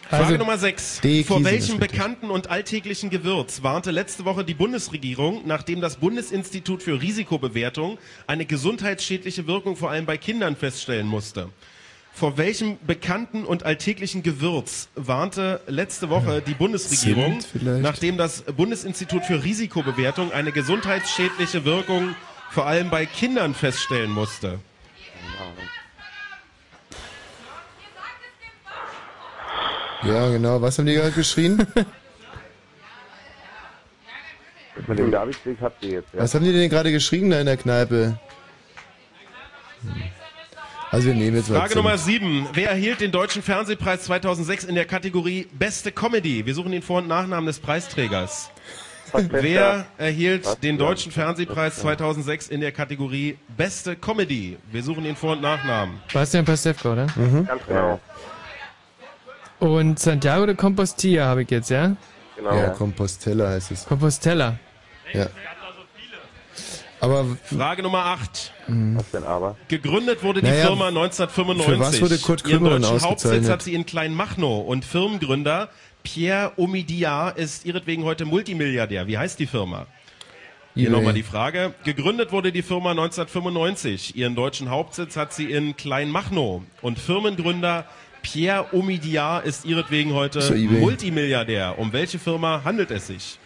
Speaker 6: Frage
Speaker 3: Also,
Speaker 6: Nummer 6.
Speaker 3: D.
Speaker 6: Vor
Speaker 3: Kiesinger
Speaker 6: welchem
Speaker 3: ist
Speaker 6: bekannten und alltäglichen Gewürz warnte letzte Woche die Bundesregierung, nachdem das Bundesinstitut für Risikobewertung eine gesundheitsschädliche Wirkung vor allem bei Kindern feststellen musste? Vor welchem bekannten und alltäglichen Gewürz warnte letzte Woche die Bundesregierung,
Speaker 3: Zimt vielleicht?
Speaker 6: nachdem das Bundesinstitut für Risikobewertung eine gesundheitsschädliche Wirkung vor allem bei Kindern feststellen musste?
Speaker 3: Ja, genau. Was haben die gerade
Speaker 6: (laughs)
Speaker 3: geschrien?
Speaker 4: Mit dem Davidsteg habt ihr jetzt, ja.
Speaker 3: Was haben die denn gerade geschrien da in der Kneipe? Hm. Also wir nehmen jetzt mal
Speaker 6: Frage
Speaker 3: Zimt.
Speaker 6: Nummer 7. Wer erhielt den Deutschen Fernsehpreis 2006 in der Kategorie Beste Comedy? Wir suchen den Vor- und Nachnamen des Preisträgers. Wer erhielt den Deutschen Fernsehpreis 2006 in der Kategorie Beste Comedy? Wir suchen den Vor- und Nachnamen.
Speaker 2: Bastian Pastewka, oder? Mhm.
Speaker 13: Ganz genau.
Speaker 2: Und Santiago de Compostilla habe ich jetzt, ja?
Speaker 13: Genau.
Speaker 3: Ja, Compostella heißt es.
Speaker 2: Compostella.
Speaker 3: Ja. Aber
Speaker 6: Frage Nummer 8.
Speaker 4: Mhm. Was denn aber?
Speaker 6: Gegründet wurde die
Speaker 3: Naja,
Speaker 6: Firma 1995.
Speaker 3: für was wurde Kurt Krömer
Speaker 6: Ihren
Speaker 3: denn
Speaker 6: deutschen Hauptsitz
Speaker 3: ausgezeichnet?
Speaker 6: hat sie in Kleinmachnow und Firmengründer Pierre Omidia ist ihretwegen heute Multimilliardär. Wie heißt die Firma? Hier
Speaker 3: eBay.
Speaker 6: nochmal die Frage. Gegründet wurde die Firma 1995. Ihren deutschen Hauptsitz hat sie in Kleinmachnow und Firmengründer Pierre Omidia ist ihretwegen heute
Speaker 3: So, eBay.
Speaker 6: Multimilliardär. Um welche Firma handelt es sich?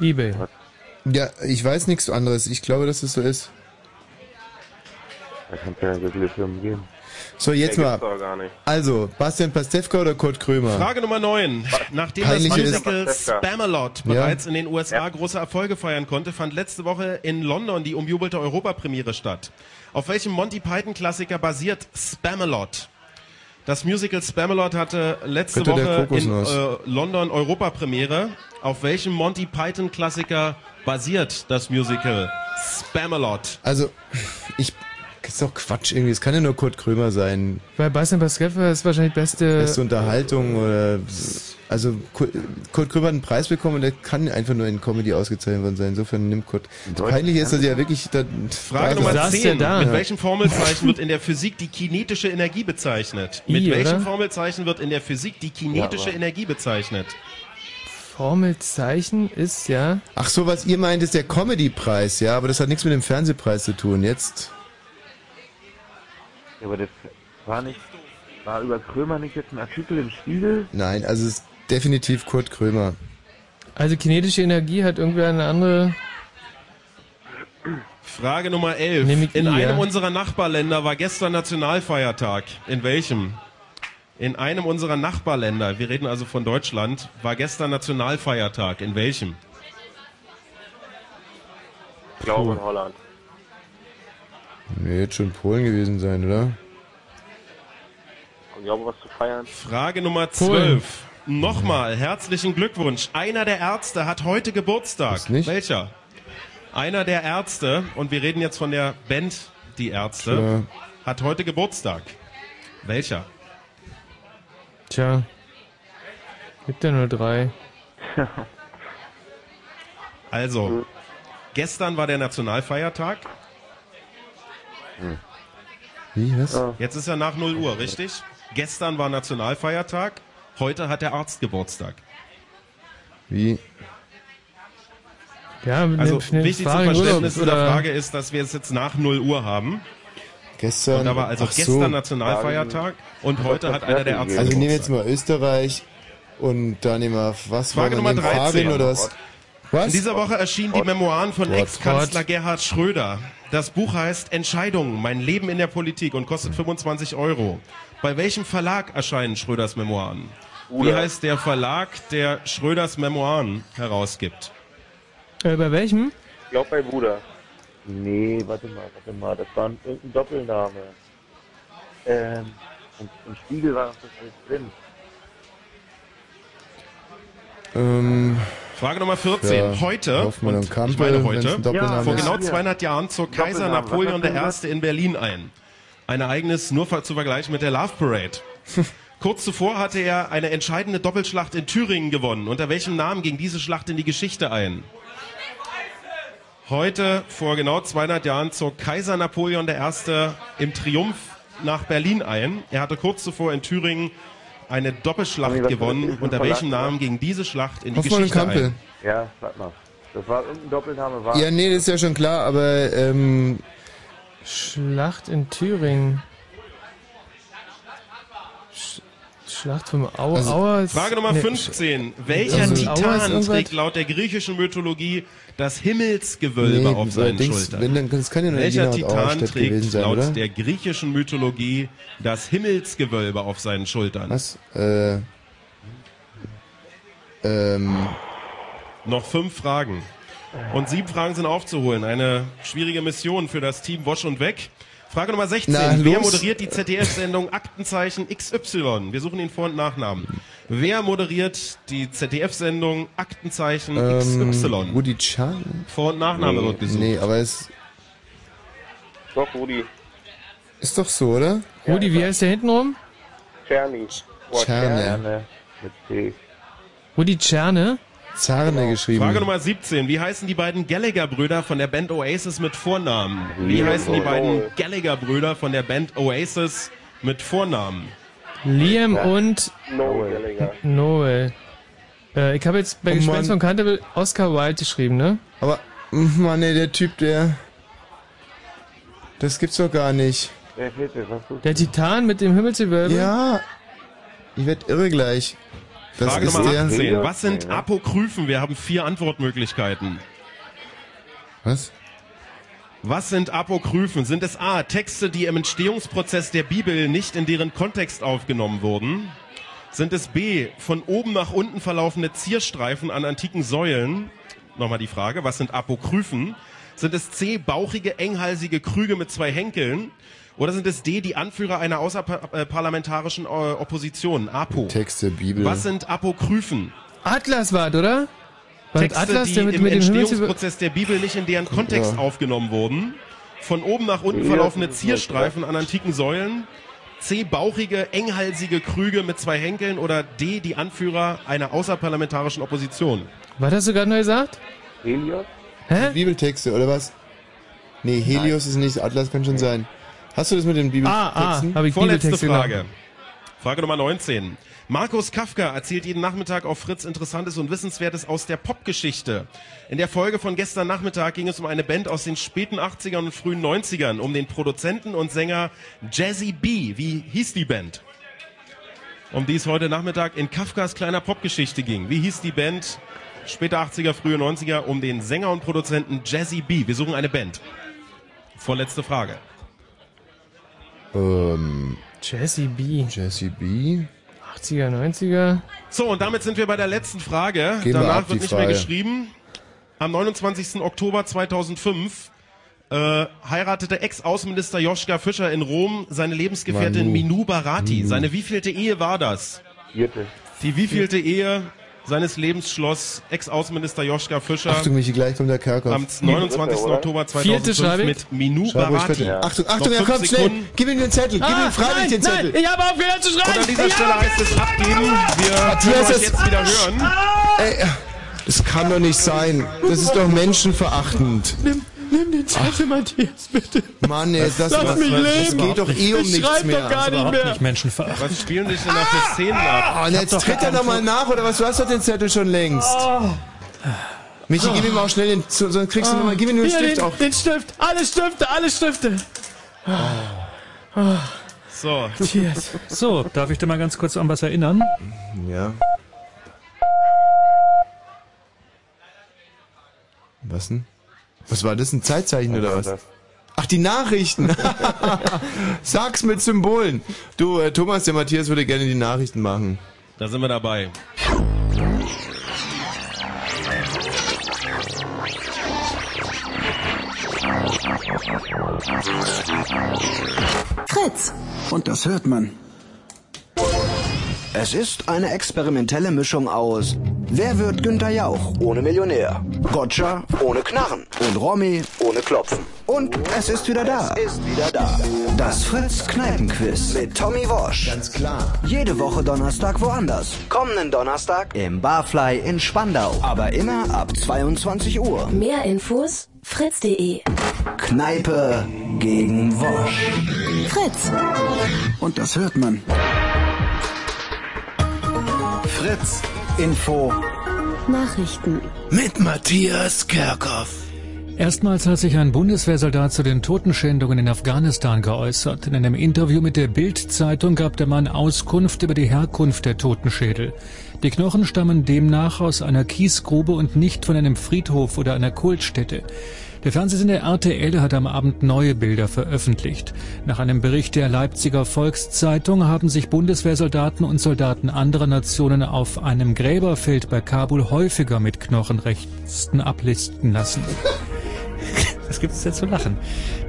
Speaker 2: Ebay.
Speaker 3: Ja, ich weiß nichts anderes. Ich glaube, dass es so ist.
Speaker 4: Da kann es ja so viele Firmen geben.
Speaker 3: So, jetzt
Speaker 6: Mehr
Speaker 3: mal.
Speaker 6: gibt's doch gar nicht.
Speaker 3: Also, Bastian Pastewka oder Kurt Krömer?
Speaker 6: Frage Nummer 9. Nachdem
Speaker 3: Peinliche
Speaker 6: das Musical
Speaker 3: ist-
Speaker 6: Spamalot
Speaker 3: Ja.
Speaker 6: bereits in den USA große Erfolge feiern konnte, fand letzte Woche in London die umjubelte Europapremiere statt. Auf welchem Monty Python-Klassiker basiert Spamalot? Das Musical Spamalot hatte letzte
Speaker 3: Könnte der
Speaker 6: Woche in
Speaker 3: Kokosnuss.
Speaker 6: äh, London Europapremiere. Auf welchem Monty Python-Klassiker basiert das Musical Spamalot?
Speaker 3: Also, ich. Ist doch Quatsch irgendwie. Es kann ja nur Kurt Krömer sein.
Speaker 2: Weil Bastian Pastewka ist wahrscheinlich beste.
Speaker 3: Beste Unterhaltung oder. Also, Kurt, Kurt Krömer hat einen Preis bekommen und der kann einfach nur in Comedy ausgezeichnet worden sein. Insofern nimmt Kurt. Peinlich ist, dass er ja wirklich. Da,
Speaker 6: Frage
Speaker 2: Also,
Speaker 6: Nummer 10. Mit
Speaker 3: Ja.
Speaker 6: welchem Formelzeichen wird in der Physik die kinetische Energie bezeichnet?
Speaker 2: I,
Speaker 6: Mit welchem
Speaker 2: oder?
Speaker 6: Formelzeichen wird in der Physik die kinetische
Speaker 2: Ja, aber-
Speaker 6: Energie bezeichnet?
Speaker 2: Formelzeichen ist ja.
Speaker 3: Ach so, was ihr meint, ist der Comedy-Preis, ja, aber das hat nichts mit dem Fernsehpreis zu tun. Jetzt.
Speaker 4: Ja, aber das war nicht. War über Krömer nicht jetzt ein Artikel im Spiegel?
Speaker 3: Nein, also es ist definitiv Kurt Krömer.
Speaker 2: Also kinetische Energie hat irgendwer eine andere.
Speaker 6: Frage Nummer 11.
Speaker 2: Nämlich
Speaker 6: in
Speaker 2: I,
Speaker 6: einem
Speaker 2: ja.
Speaker 6: unserer Nachbarländer war gestern Nationalfeiertag. In welchem? In einem unserer Nachbarländer, wir reden also von Deutschland, war gestern Nationalfeiertag. In welchem?
Speaker 13: Ich glaube in Holland.
Speaker 3: Nee, jetzt schon Polen gewesen sein, oder?
Speaker 13: Und ich glaube, was zu feiern.
Speaker 6: Frage Nummer
Speaker 13: Polen.
Speaker 6: 12. Nochmal herzlichen Glückwunsch. Einer der Ärzte hat heute Geburtstag. Welcher? Einer der Ärzte, und wir reden jetzt von der Band Die Ärzte,
Speaker 2: Klar.
Speaker 6: hat heute Geburtstag. Welcher?
Speaker 2: Tja. Gibt ja nur
Speaker 6: (laughs)
Speaker 2: drei.
Speaker 13: Hm.
Speaker 6: Also, gestern war der Nationalfeiertag.
Speaker 3: Wie, was?
Speaker 6: Jetzt ist ja nach 0 Uhr, richtig? Gestern war Nationalfeiertag. Heute hat der Arzt Geburtstag.
Speaker 3: Wie?
Speaker 2: Ja, mit
Speaker 6: Also,
Speaker 2: einem schnellen
Speaker 6: wichtig zum
Speaker 2: Fahren in
Speaker 6: Verständnis
Speaker 2: Urlaub,
Speaker 6: dieser
Speaker 2: oder-
Speaker 6: Frage ist, dass wir es jetzt nach 0 Uhr haben.
Speaker 3: Gestern.
Speaker 6: Und da war also
Speaker 3: Ach
Speaker 6: gestern Nationalfeiertag und heute hat einer der Ärzte
Speaker 3: Also nehmen wir jetzt
Speaker 6: Geburtstag.
Speaker 3: mal Österreich und da nehmen wir was
Speaker 6: Frage
Speaker 3: wollen wir
Speaker 6: Nummer
Speaker 3: nehmen? Fabian
Speaker 6: 13.
Speaker 3: oder was?
Speaker 6: In dieser Woche erschienen die Memoiren von
Speaker 3: Gott.
Speaker 6: Ex-Kanzler Gerhard Schröder. Das Buch heißt Entscheidungen, mein Leben in der Politik und kostet 25 Euro. Bei welchem Verlag erscheinen Schröders Memoiren? Wie
Speaker 13: Uwe.
Speaker 6: heißt der Verlag, der Schröders Memoiren herausgibt?
Speaker 2: Äh, bei welchem?
Speaker 4: Ich glaube bei Bruder. Nee, warte mal, warte mal. Das war ein, irgendein Doppelname. Ähm, im, im Spiegel war das nicht drin.
Speaker 3: Ähm,
Speaker 6: Frage Nummer 14.
Speaker 3: Ja,
Speaker 6: heute,
Speaker 3: Hoffmann und Campbell,
Speaker 6: ich meine
Speaker 3: wenn's
Speaker 6: heute,
Speaker 3: ein Doppelname
Speaker 6: vor
Speaker 3: ist.
Speaker 6: genau 200 Jahren zog Kaiser
Speaker 3: Doppelname, was
Speaker 6: Napoleon
Speaker 3: hat er
Speaker 6: I. in Berlin ein. Ein Ereignis nur ver- zu vergleichen mit der Love
Speaker 3: (laughs)
Speaker 6: Parade. Kurz zuvor hatte er eine entscheidende Doppelschlacht in Thüringen gewonnen. Unter welchem Namen ging diese Schlacht in die Geschichte ein? Heute, vor genau 200 Jahren, zog Kaiser Napoleon I. im Triumph nach Berlin ein. Er hatte kurz zuvor in Thüringen eine Doppelschlacht
Speaker 4: was ist
Speaker 6: gewonnen.
Speaker 4: das für ein
Speaker 6: Unter welchem
Speaker 4: Verlag?
Speaker 6: Namen ging diese Schlacht in die
Speaker 3: Hoffmann und
Speaker 6: Geschichte
Speaker 3: Campbell.
Speaker 6: ein?
Speaker 4: Ja, warte mal. Das war irgendein Doppelname. War
Speaker 3: Ja, nee, das ist ja schon klar, aber ähm,
Speaker 2: Schlacht in Thüringen. Sch Schlacht vom Au
Speaker 3: Also,
Speaker 2: Auer. ist-
Speaker 6: Also,
Speaker 2: ne,
Speaker 6: Frage Nummer
Speaker 2: nee,
Speaker 6: 15.
Speaker 2: Sch-
Speaker 6: Welcher
Speaker 2: also Auer ist
Speaker 6: Titan
Speaker 2: irgendwas-
Speaker 6: trägt laut der griechischen Mythologie das Himmelsgewölbe
Speaker 3: Nee,
Speaker 6: auf seinen
Speaker 3: allerdings,
Speaker 6: Schultern?
Speaker 3: wenn, dann- das kann ja nur Jena
Speaker 6: Welcher
Speaker 3: und
Speaker 6: Titan
Speaker 3: Auerstedt
Speaker 6: trägt
Speaker 3: genau gewesen sein,
Speaker 6: laut
Speaker 3: oder?
Speaker 6: der griechischen Mythologie das Himmelsgewölbe auf seinen Schultern?
Speaker 3: was? Äh, ähm,
Speaker 6: Noch fünf Fragen. Und sieben Fragen sind aufzuholen. Eine schwierige Mission für das Team Wasch und Weg. Frage Nummer 16.
Speaker 3: Na,
Speaker 6: Wer
Speaker 3: los.
Speaker 6: moderiert die ZDF-Sendung Aktenzeichen XY? Wir suchen den Vor- und Nachnamen. Wer moderiert die ZDF-Sendung Aktenzeichen
Speaker 3: ähm,
Speaker 6: XY?
Speaker 3: Woody Chan?
Speaker 6: Vor- und Nachname wird gesucht.
Speaker 3: Nee, aber es
Speaker 13: Doch, Rudi.
Speaker 3: ist doch so, oder?
Speaker 2: Rudi, wie heißt der hinten rum?
Speaker 13: Czerny. Boah,
Speaker 3: Czerny.
Speaker 2: Rudi Czerne?
Speaker 3: Zarne geschrieben.
Speaker 6: Frage Nummer 17. Wie heißen die beiden Gallagher-Brüder von der Band Oasis mit Vornamen? Wie
Speaker 2: Liam
Speaker 6: heißen die
Speaker 2: O'Neill.
Speaker 6: beiden Gallagher-Brüder von der Band Oasis mit Vornamen?
Speaker 2: Liam und
Speaker 13: Noel Gallagher.
Speaker 2: Noel. Äh, ich habe jetzt bei
Speaker 3: Oh
Speaker 2: Gespenst
Speaker 3: Mann.
Speaker 2: von Canterville Oscar Wilde geschrieben, ne?
Speaker 3: Aber, mh, Mann, ey, der Typ, der... Das gibt's doch gar nicht.
Speaker 4: Wer fehlt mir? Was tust
Speaker 2: Der Titan mit dem Himmelsgewölbe?
Speaker 3: Ja. Ich werd irre gleich. Das
Speaker 6: Frage
Speaker 3: ist
Speaker 6: Nummer
Speaker 3: der...
Speaker 6: 18. Was sind Apokryphen? Wir haben vier Antwortmöglichkeiten.
Speaker 3: Was?
Speaker 6: Was sind Apokryphen? Sind es A. Texte, die im Entstehungsprozess der Bibel nicht in deren Kontext aufgenommen wurden? Sind es B. Von oben nach unten verlaufende Zierstreifen an antiken Säulen? Nochmal die Frage, was sind Apokryphen? Sind es C. Bauchige, enghalsige Krüge mit zwei Henkeln? Oder sind es D. Die Anführer einer außerparlamentarischen äh, Opposition? Apo.
Speaker 3: Text der Bibel.
Speaker 6: Was sind Apokryphen?
Speaker 2: Atlas war es, oder? War das
Speaker 6: Texte,
Speaker 2: Atlas,
Speaker 6: die
Speaker 2: der mit,
Speaker 6: im
Speaker 2: mit dem Himmelsgewölbe?
Speaker 6: Entstehungsprozess der Bibel nicht in deren Kontext
Speaker 2: Ja.
Speaker 6: aufgenommen wurden. Von oben nach unten
Speaker 2: Ja,
Speaker 6: verlaufende
Speaker 2: das ist richtig.
Speaker 6: Zierstreifen an antiken Säulen. C. Bauchige, enghalsige Krüge mit zwei Henkeln. Oder D. Die Anführer einer außerparlamentarischen Opposition.
Speaker 2: Was hast du gerade neu gesagt?
Speaker 4: Helios?
Speaker 2: Hä?
Speaker 3: Bibeltexte, oder was? Nee, Helios ist nicht, Atlas kann schon sein. Hast du das mit den Bibeltexten?
Speaker 6: Vorletzte Frage. Frage Nummer 19. Markus Kafka erzählt jeden Nachmittag auf Fritz Interessantes und Wissenswertes aus der Popgeschichte. In der Folge von gestern Nachmittag ging es um eine Band aus den späten 80ern und frühen 90ern, um den Produzenten und Sänger Jazzy B. Wie hieß die Band? Um die es heute Nachmittag in Kafkas kleiner Popgeschichte ging. Wie hieß die Band? Späte 80er, frühe 90er, um den Sänger und Produzenten Jazzy B. Wir suchen eine Band. Vorletzte Frage.
Speaker 3: Ähm,
Speaker 2: Jesse B.
Speaker 3: Jesse B.
Speaker 2: 80er, 90er.
Speaker 6: So, und damit sind wir bei der letzten Frage.
Speaker 3: Gehen wir
Speaker 6: Danach
Speaker 3: ab, die
Speaker 6: wird nicht
Speaker 3: Frage.
Speaker 6: mehr geschrieben. Am 29. Oktober 2005 äh, heiratete Ex-Außenminister Joschka Fischer in Rom seine Lebensgefährtin
Speaker 4: Manu.
Speaker 6: Minou Barati.
Speaker 4: Manu.
Speaker 6: Seine wievielte Ehe war das?
Speaker 4: Vierte.
Speaker 6: Die wievielte Ehe seines Lebens schloss Ex-Außenminister Joschka Fischer
Speaker 3: Achtung, Michi, gleich kommt der Kerkhoff.
Speaker 6: am 29. Oktober 2005 mit Minou
Speaker 3: Schreib ruhig
Speaker 6: Barati.
Speaker 3: bitte. Achtung, Achtung,
Speaker 6: Noch
Speaker 3: er
Speaker 6: fünf
Speaker 3: kommt schnell.
Speaker 6: Sekunden.
Speaker 3: Gib ihm den Zettel, gib ihm freiwillig den Zettel.
Speaker 2: ich habe aufgehört zu schreiben.
Speaker 6: Und an dieser Stelle heißt es abgeben. Wir
Speaker 3: Matthias,
Speaker 6: können euch
Speaker 3: das-
Speaker 6: jetzt wieder hören.
Speaker 3: Ey, das kann doch nicht sein. Das ist doch menschenverachtend.
Speaker 2: Nimm, nimm den Zettel, Matthias, bitte.
Speaker 3: Mann, ey, das,
Speaker 2: Lass
Speaker 3: das,
Speaker 2: mich leben.
Speaker 3: das geht doch eh um
Speaker 2: Ich
Speaker 3: nichts
Speaker 2: schreib
Speaker 3: mehr.
Speaker 2: doch gar
Speaker 3: Das ist
Speaker 2: nicht
Speaker 3: überhaupt
Speaker 2: mehr.
Speaker 15: menschenverachtend.
Speaker 6: Was spielen dich denn da für Szenen ab?
Speaker 3: Ah, und jetzt tritt er nochmal nach, oder was? Du hast doch den Zettel schon längst. Michi, gib ihm auch schnell den, so- sonst kriegst du nochmal, gib ihm den
Speaker 2: Ah, Hier,
Speaker 3: Stift
Speaker 2: den,
Speaker 3: auch.
Speaker 2: Den Stift, alle Stifte, alle Stifte. Ah.
Speaker 6: So.
Speaker 15: Hm. So, darf ich dir mal ganz kurz an was erinnern?
Speaker 3: Ja. Was denn? Was war das, ein Zeitzeichen oder was? Ach, die Nachrichten. (laughs) Sag's mit Symbolen. Du, äh, Thomas, der Matthias würde gerne die Nachrichten machen.
Speaker 6: Da sind wir dabei.
Speaker 14: Fritz. Und das hört man. Es ist eine experimentelle Mischung aus Wer wird Günter Jauch ohne Millionär? Gotcha ohne Knarren und Romy ohne Klopfen. Und es ist wieder da. Es ist wieder da. Das Fritz Kneipenquiz mit Tommy Walsh. Ganz klar. Jede Woche Donnerstag woanders. Kommenden Donnerstag im Barfly in Spandau, aber immer ab 22 Uhr.
Speaker 9: Mehr Infos fritz.de.
Speaker 14: Kneipe gegen Wosch. Fritz. Und das hört man. Fritz. Info.
Speaker 9: Nachrichten.
Speaker 15: Mit Matthias Kerkhoff. Erstmals hat sich ein Bundeswehrsoldat zu den Totenschändungen in Afghanistan geäußert. In einem Interview mit der Bild-Zeitung gab der Mann Auskunft über die Herkunft der Totenschädel. Die Knochen stammen demnach aus einer Kiesgrube und nicht von einem Friedhof oder einer Kultstätte. Der Fernsehsender RTL hat am Abend neue Bilder veröffentlicht. Nach einem Bericht der Leipziger Volkszeitung haben sich Bundeswehrsoldaten und Soldaten anderer Nationen auf einem Gräberfeld bei Kabul häufiger mit Knochenresten ablisten lassen. Was gibt es denn zu lachen?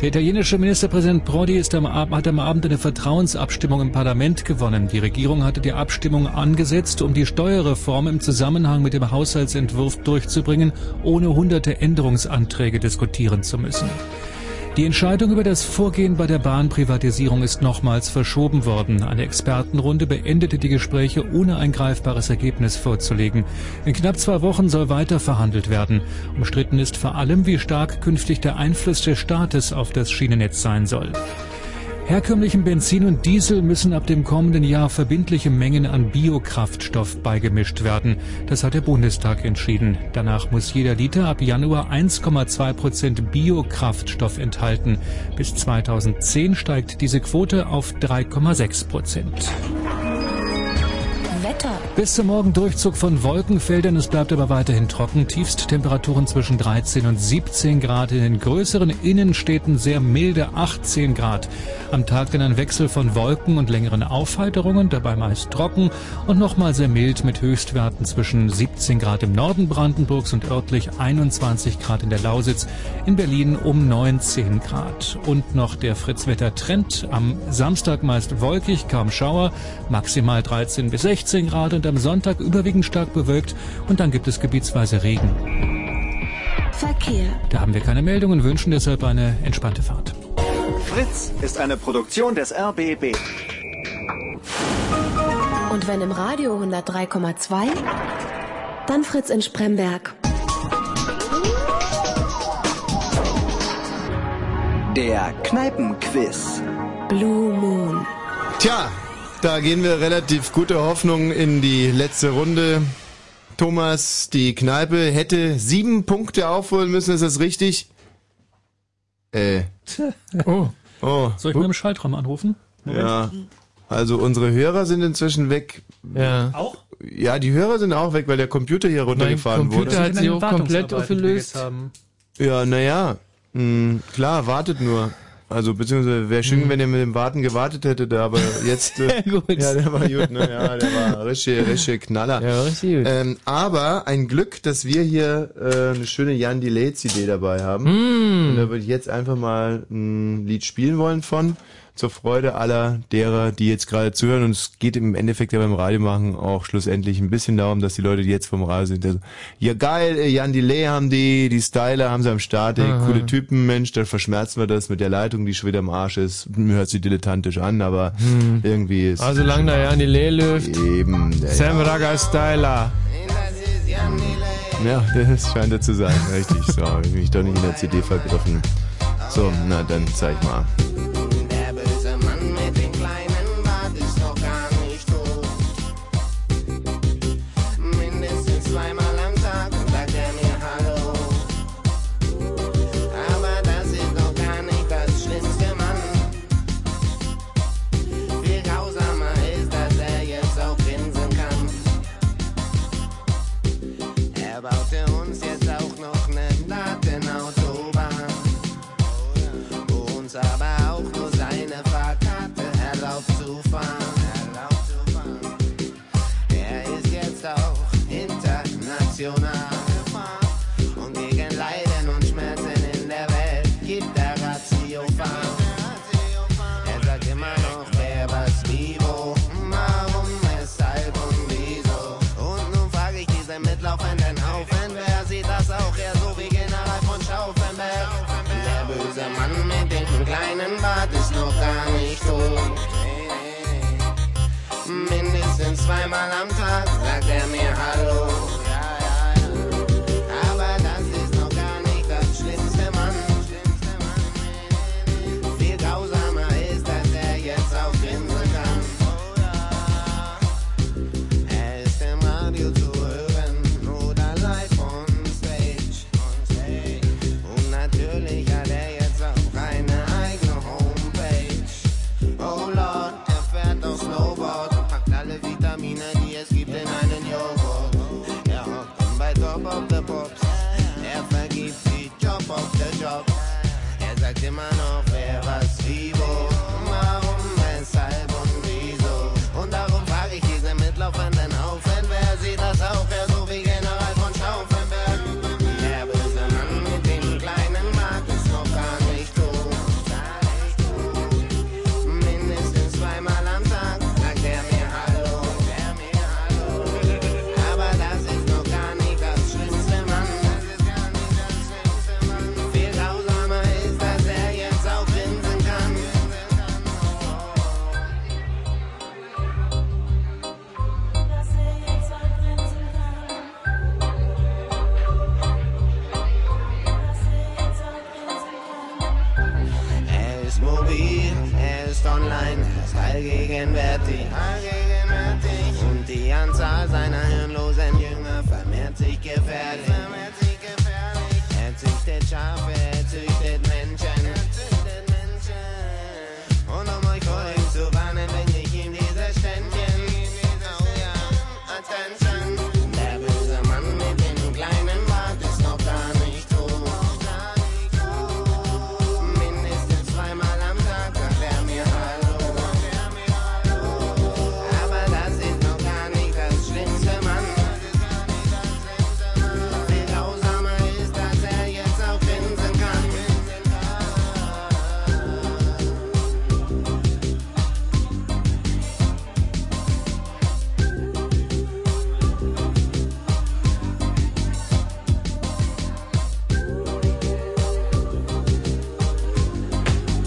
Speaker 15: Der italienische Ministerpräsident Prodi ist am, Ab- hat am Abend eine Vertrauensabstimmung im Parlament gewonnen. Die Regierung hatte die Abstimmung angesetzt, um die Steuerreform im Zusammenhang mit dem Haushaltsentwurf durchzubringen, ohne hunderte Änderungsanträge diskutieren zu müssen. Die Entscheidung über das Vorgehen bei der Bahnprivatisierung ist nochmals verschoben worden. Eine Expertenrunde beendete die Gespräche, ohne ein greifbares Ergebnis vorzulegen. In knapp zwei Wochen soll weiter verhandelt werden. Umstritten ist vor allem, wie stark künftig der Einfluss des Staates auf das Schienennetz sein soll. Herkömmlichen Benzin und Diesel müssen ab dem kommenden Jahr verbindliche Mengen an Biokraftstoff beigemischt werden. Das hat der Bundestag entschieden. Danach muss jeder Liter ab Januar 1,2 Prozent Biokraftstoff enthalten. Bis 2010 steigt diese Quote auf 3,6 Prozent.
Speaker 9: Wetter.
Speaker 15: Bis zum Morgen Durchzug von Wolkenfeldern, es bleibt aber weiterhin trocken. Tiefsttemperaturen zwischen 13 und 17 Grad, in den größeren Innenstädten sehr milde 18 Grad. Am Tag dann ein Wechsel von Wolken und längeren Aufheiterungen, dabei meist trocken und nochmal sehr mild mit Höchstwerten zwischen 17 Grad im Norden Brandenburgs und örtlich 21 Grad in der Lausitz, in Berlin um 19 Grad. Und noch der Fritzwetter-Trend, am Samstag meist wolkig, kaum Schauer, maximal 13 bis 16 Grad und am Sonntag überwiegend stark bewölkt und dann gibt es gebietsweise Regen.
Speaker 9: Verkehr.
Speaker 15: Da haben wir keine Meldungen, wünschen deshalb eine entspannte Fahrt.
Speaker 14: Fritz ist eine Produktion des RBB.
Speaker 9: Und wenn im Radio 103,2, dann Fritz in Spremberg.
Speaker 14: Der Kneipenquiz.
Speaker 9: Blue Moon.
Speaker 3: Tja, da gehen wir relativ guter Hoffnung in die letzte Runde. Thomas, die Kneipe hätte sieben Punkte aufholen müssen, ist das richtig? Äh.
Speaker 15: Oh.
Speaker 3: Oh.
Speaker 15: Soll ich mal im Schaltraum anrufen?
Speaker 3: Ja. Also unsere Hörer sind inzwischen weg.
Speaker 2: Ja.
Speaker 3: Auch? Ja, die Hörer sind auch weg, weil der Computer hier runtergefahren
Speaker 2: Computer
Speaker 3: wurde.
Speaker 2: hat sie auch komplett
Speaker 15: Wartungsarbeiten, die wir jetzt
Speaker 2: aufgelöst.
Speaker 15: haben.
Speaker 3: Ja, naja. Hm, klar, wartet nur. Also beziehungsweise wäre schön, wenn ihr mit dem Warten gewartet hättet, aber jetzt.
Speaker 2: (laughs)
Speaker 3: Äh, Ja, der war gut, ne? Ja, der war richtig, richtig Knaller.
Speaker 2: Ja, richtig gut.
Speaker 3: Ähm, aber ein Glück, dass wir hier äh, eine schöne Jan Delay CD dabei haben.
Speaker 2: Mm.
Speaker 3: Und da würde ich jetzt einfach mal ein Lied spielen wollen von zur Freude aller derer, die jetzt gerade zuhören. Und es geht im Endeffekt ja beim Radio machen auch schlussendlich ein bisschen darum, dass die Leute, die jetzt vom Radio sind, der so, ja geil, äh, Jan Delay haben die, die Styler haben sie am Start, ey,
Speaker 2: Aha.
Speaker 3: coole Typen, Mensch, da verschmerzen wir das mit der Leitung, die schon wieder im Arsch ist. Hm, Hört sie dilettantisch an, aber
Speaker 2: Hm.
Speaker 3: irgendwie ist...
Speaker 2: Also lang da ja an die Lehlüft.
Speaker 3: Eben.
Speaker 2: Sam Raga Styler.
Speaker 3: Ja, das scheint er zu sein, richtig. So, hab ich mich doch nicht in der CD vergriffen. So, na dann zeig mal.
Speaker 1: Der böse Mann mit dem kleinen Bart ist doch gar nicht doof. Mindestens zweimal am Tag sagt er mir Hallo. Aber das ist doch gar nicht das schlimmste Mann. Viel grausamer ist, dass er jetzt auch grinsen kann. Er baute
Speaker 22: ne
Speaker 1: uns jetzt auch noch eine Latte Autobahn. Wo
Speaker 22: zu fahren, erlaubt zu fahren. Er ist jetzt auch international gefahren und gegen Leiden und Schmerzen in der Welt gibt er Ratiofahren. Er sagt immer noch, wer was wie wo, warum, weshalb und wieso. Und nun frage ich diesen mitlaufenden Haufen, wer sieht das auch? Er so wie General von Schauffenberg. Der böse Mann mit dem kleinen Bart ist noch gar nicht tot. Mindestens zweimal am Tag sagt er mir Hallo. Aber das ist noch gar nicht das Schlimmste, Mann. Viel grausamer ist, dass er jetzt auch grinsen kann. Er ist im Radio zu hören oder live on stage. Und natürlich hat er jetzt auch eine eigene Homepage. Oh Lord, er fährt auf Snowboard und packt alle Vitamine, die es gibt, in einen Joghurt. Er hockt dann bei Top of the Pops. Er vergibt die Job of the Job. Er sagt immer noch, wer was wie wo, warum, weshalb und wieso. Und darum frage ich diesen mitlaufenden Haufen, wer sieht das auch, wer so wie General von Schaufelberg. Der böse Mann mit dem kleinen Bart ist noch gar nicht tot. Mindestens zweimal am Tag sagt er mir Hallo. Aber das ist noch gar nicht das Schlimmste, Mann. Viel grausamer ist, dass er jetzt auch grinsen kann. Er ist mobil, er ist online, er ist allgegenwärtig. Und die Anzahl seiner hirnlosen Jünger vermehrt sich gefährlich. Er züchtet Schafe, er züchtet Menschen. Und um euch vor ihm zu warnen, bring ich ihm diese Ständchen. Oh ja, Attention. Der böse Mann mit dem kleinen Bart ist noch gar nicht tot. Mindestens zweimal am Tag sagt er mir Hallo. Aber das ist noch gar nicht das Schlimmste, Mann. Viel grausamer ist, dass er jetzt auch grinsen kann.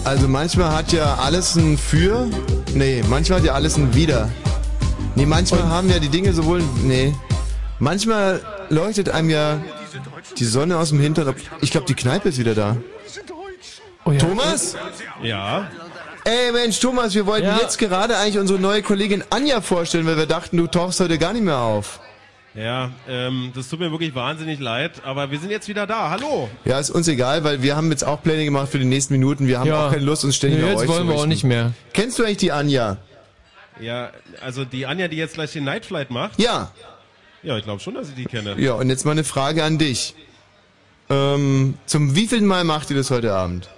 Speaker 3: Also manchmal hat ja alles ein Für. Nee, manchmal hat ja alles ein Wider. Nee, manchmal haben ja die Dinge sowohl. Nee. Manchmal leuchtet einem ja die Sonne aus dem Hinterkopf. Ich glaube, die Kneipe ist wieder da.
Speaker 2: Oh
Speaker 3: Oh Thomas?
Speaker 6: Ja.
Speaker 3: Ey Mensch, Thomas, wir wollten
Speaker 6: Ja.
Speaker 3: jetzt gerade eigentlich unsere neue Kollegin Anja vorstellen, weil wir dachten, du tauchst heute gar nicht mehr auf.
Speaker 6: Ja, ähm, das tut mir wirklich wahnsinnig leid, aber wir sind jetzt wieder da. Hallo.
Speaker 3: Ja, ist uns egal, weil wir haben jetzt auch Pläne gemacht für die nächsten Minuten. Wir haben
Speaker 6: Ja.
Speaker 3: auch keine Lust, uns ständig
Speaker 6: Nö,
Speaker 3: nach
Speaker 6: jetzt
Speaker 3: euch
Speaker 6: wollen
Speaker 3: zu
Speaker 6: wir auch
Speaker 3: richten.
Speaker 6: nicht mehr.
Speaker 3: Kennst du eigentlich die Anja?
Speaker 6: Ja, also die Anja, die jetzt gleich den Nightflight macht.
Speaker 3: Ja.
Speaker 6: Ja, ich glaube schon, dass ich die kenne.
Speaker 3: Ja, und jetzt mal eine Frage an dich. Ähm, zum wievielten Mal macht ihr das heute Abend?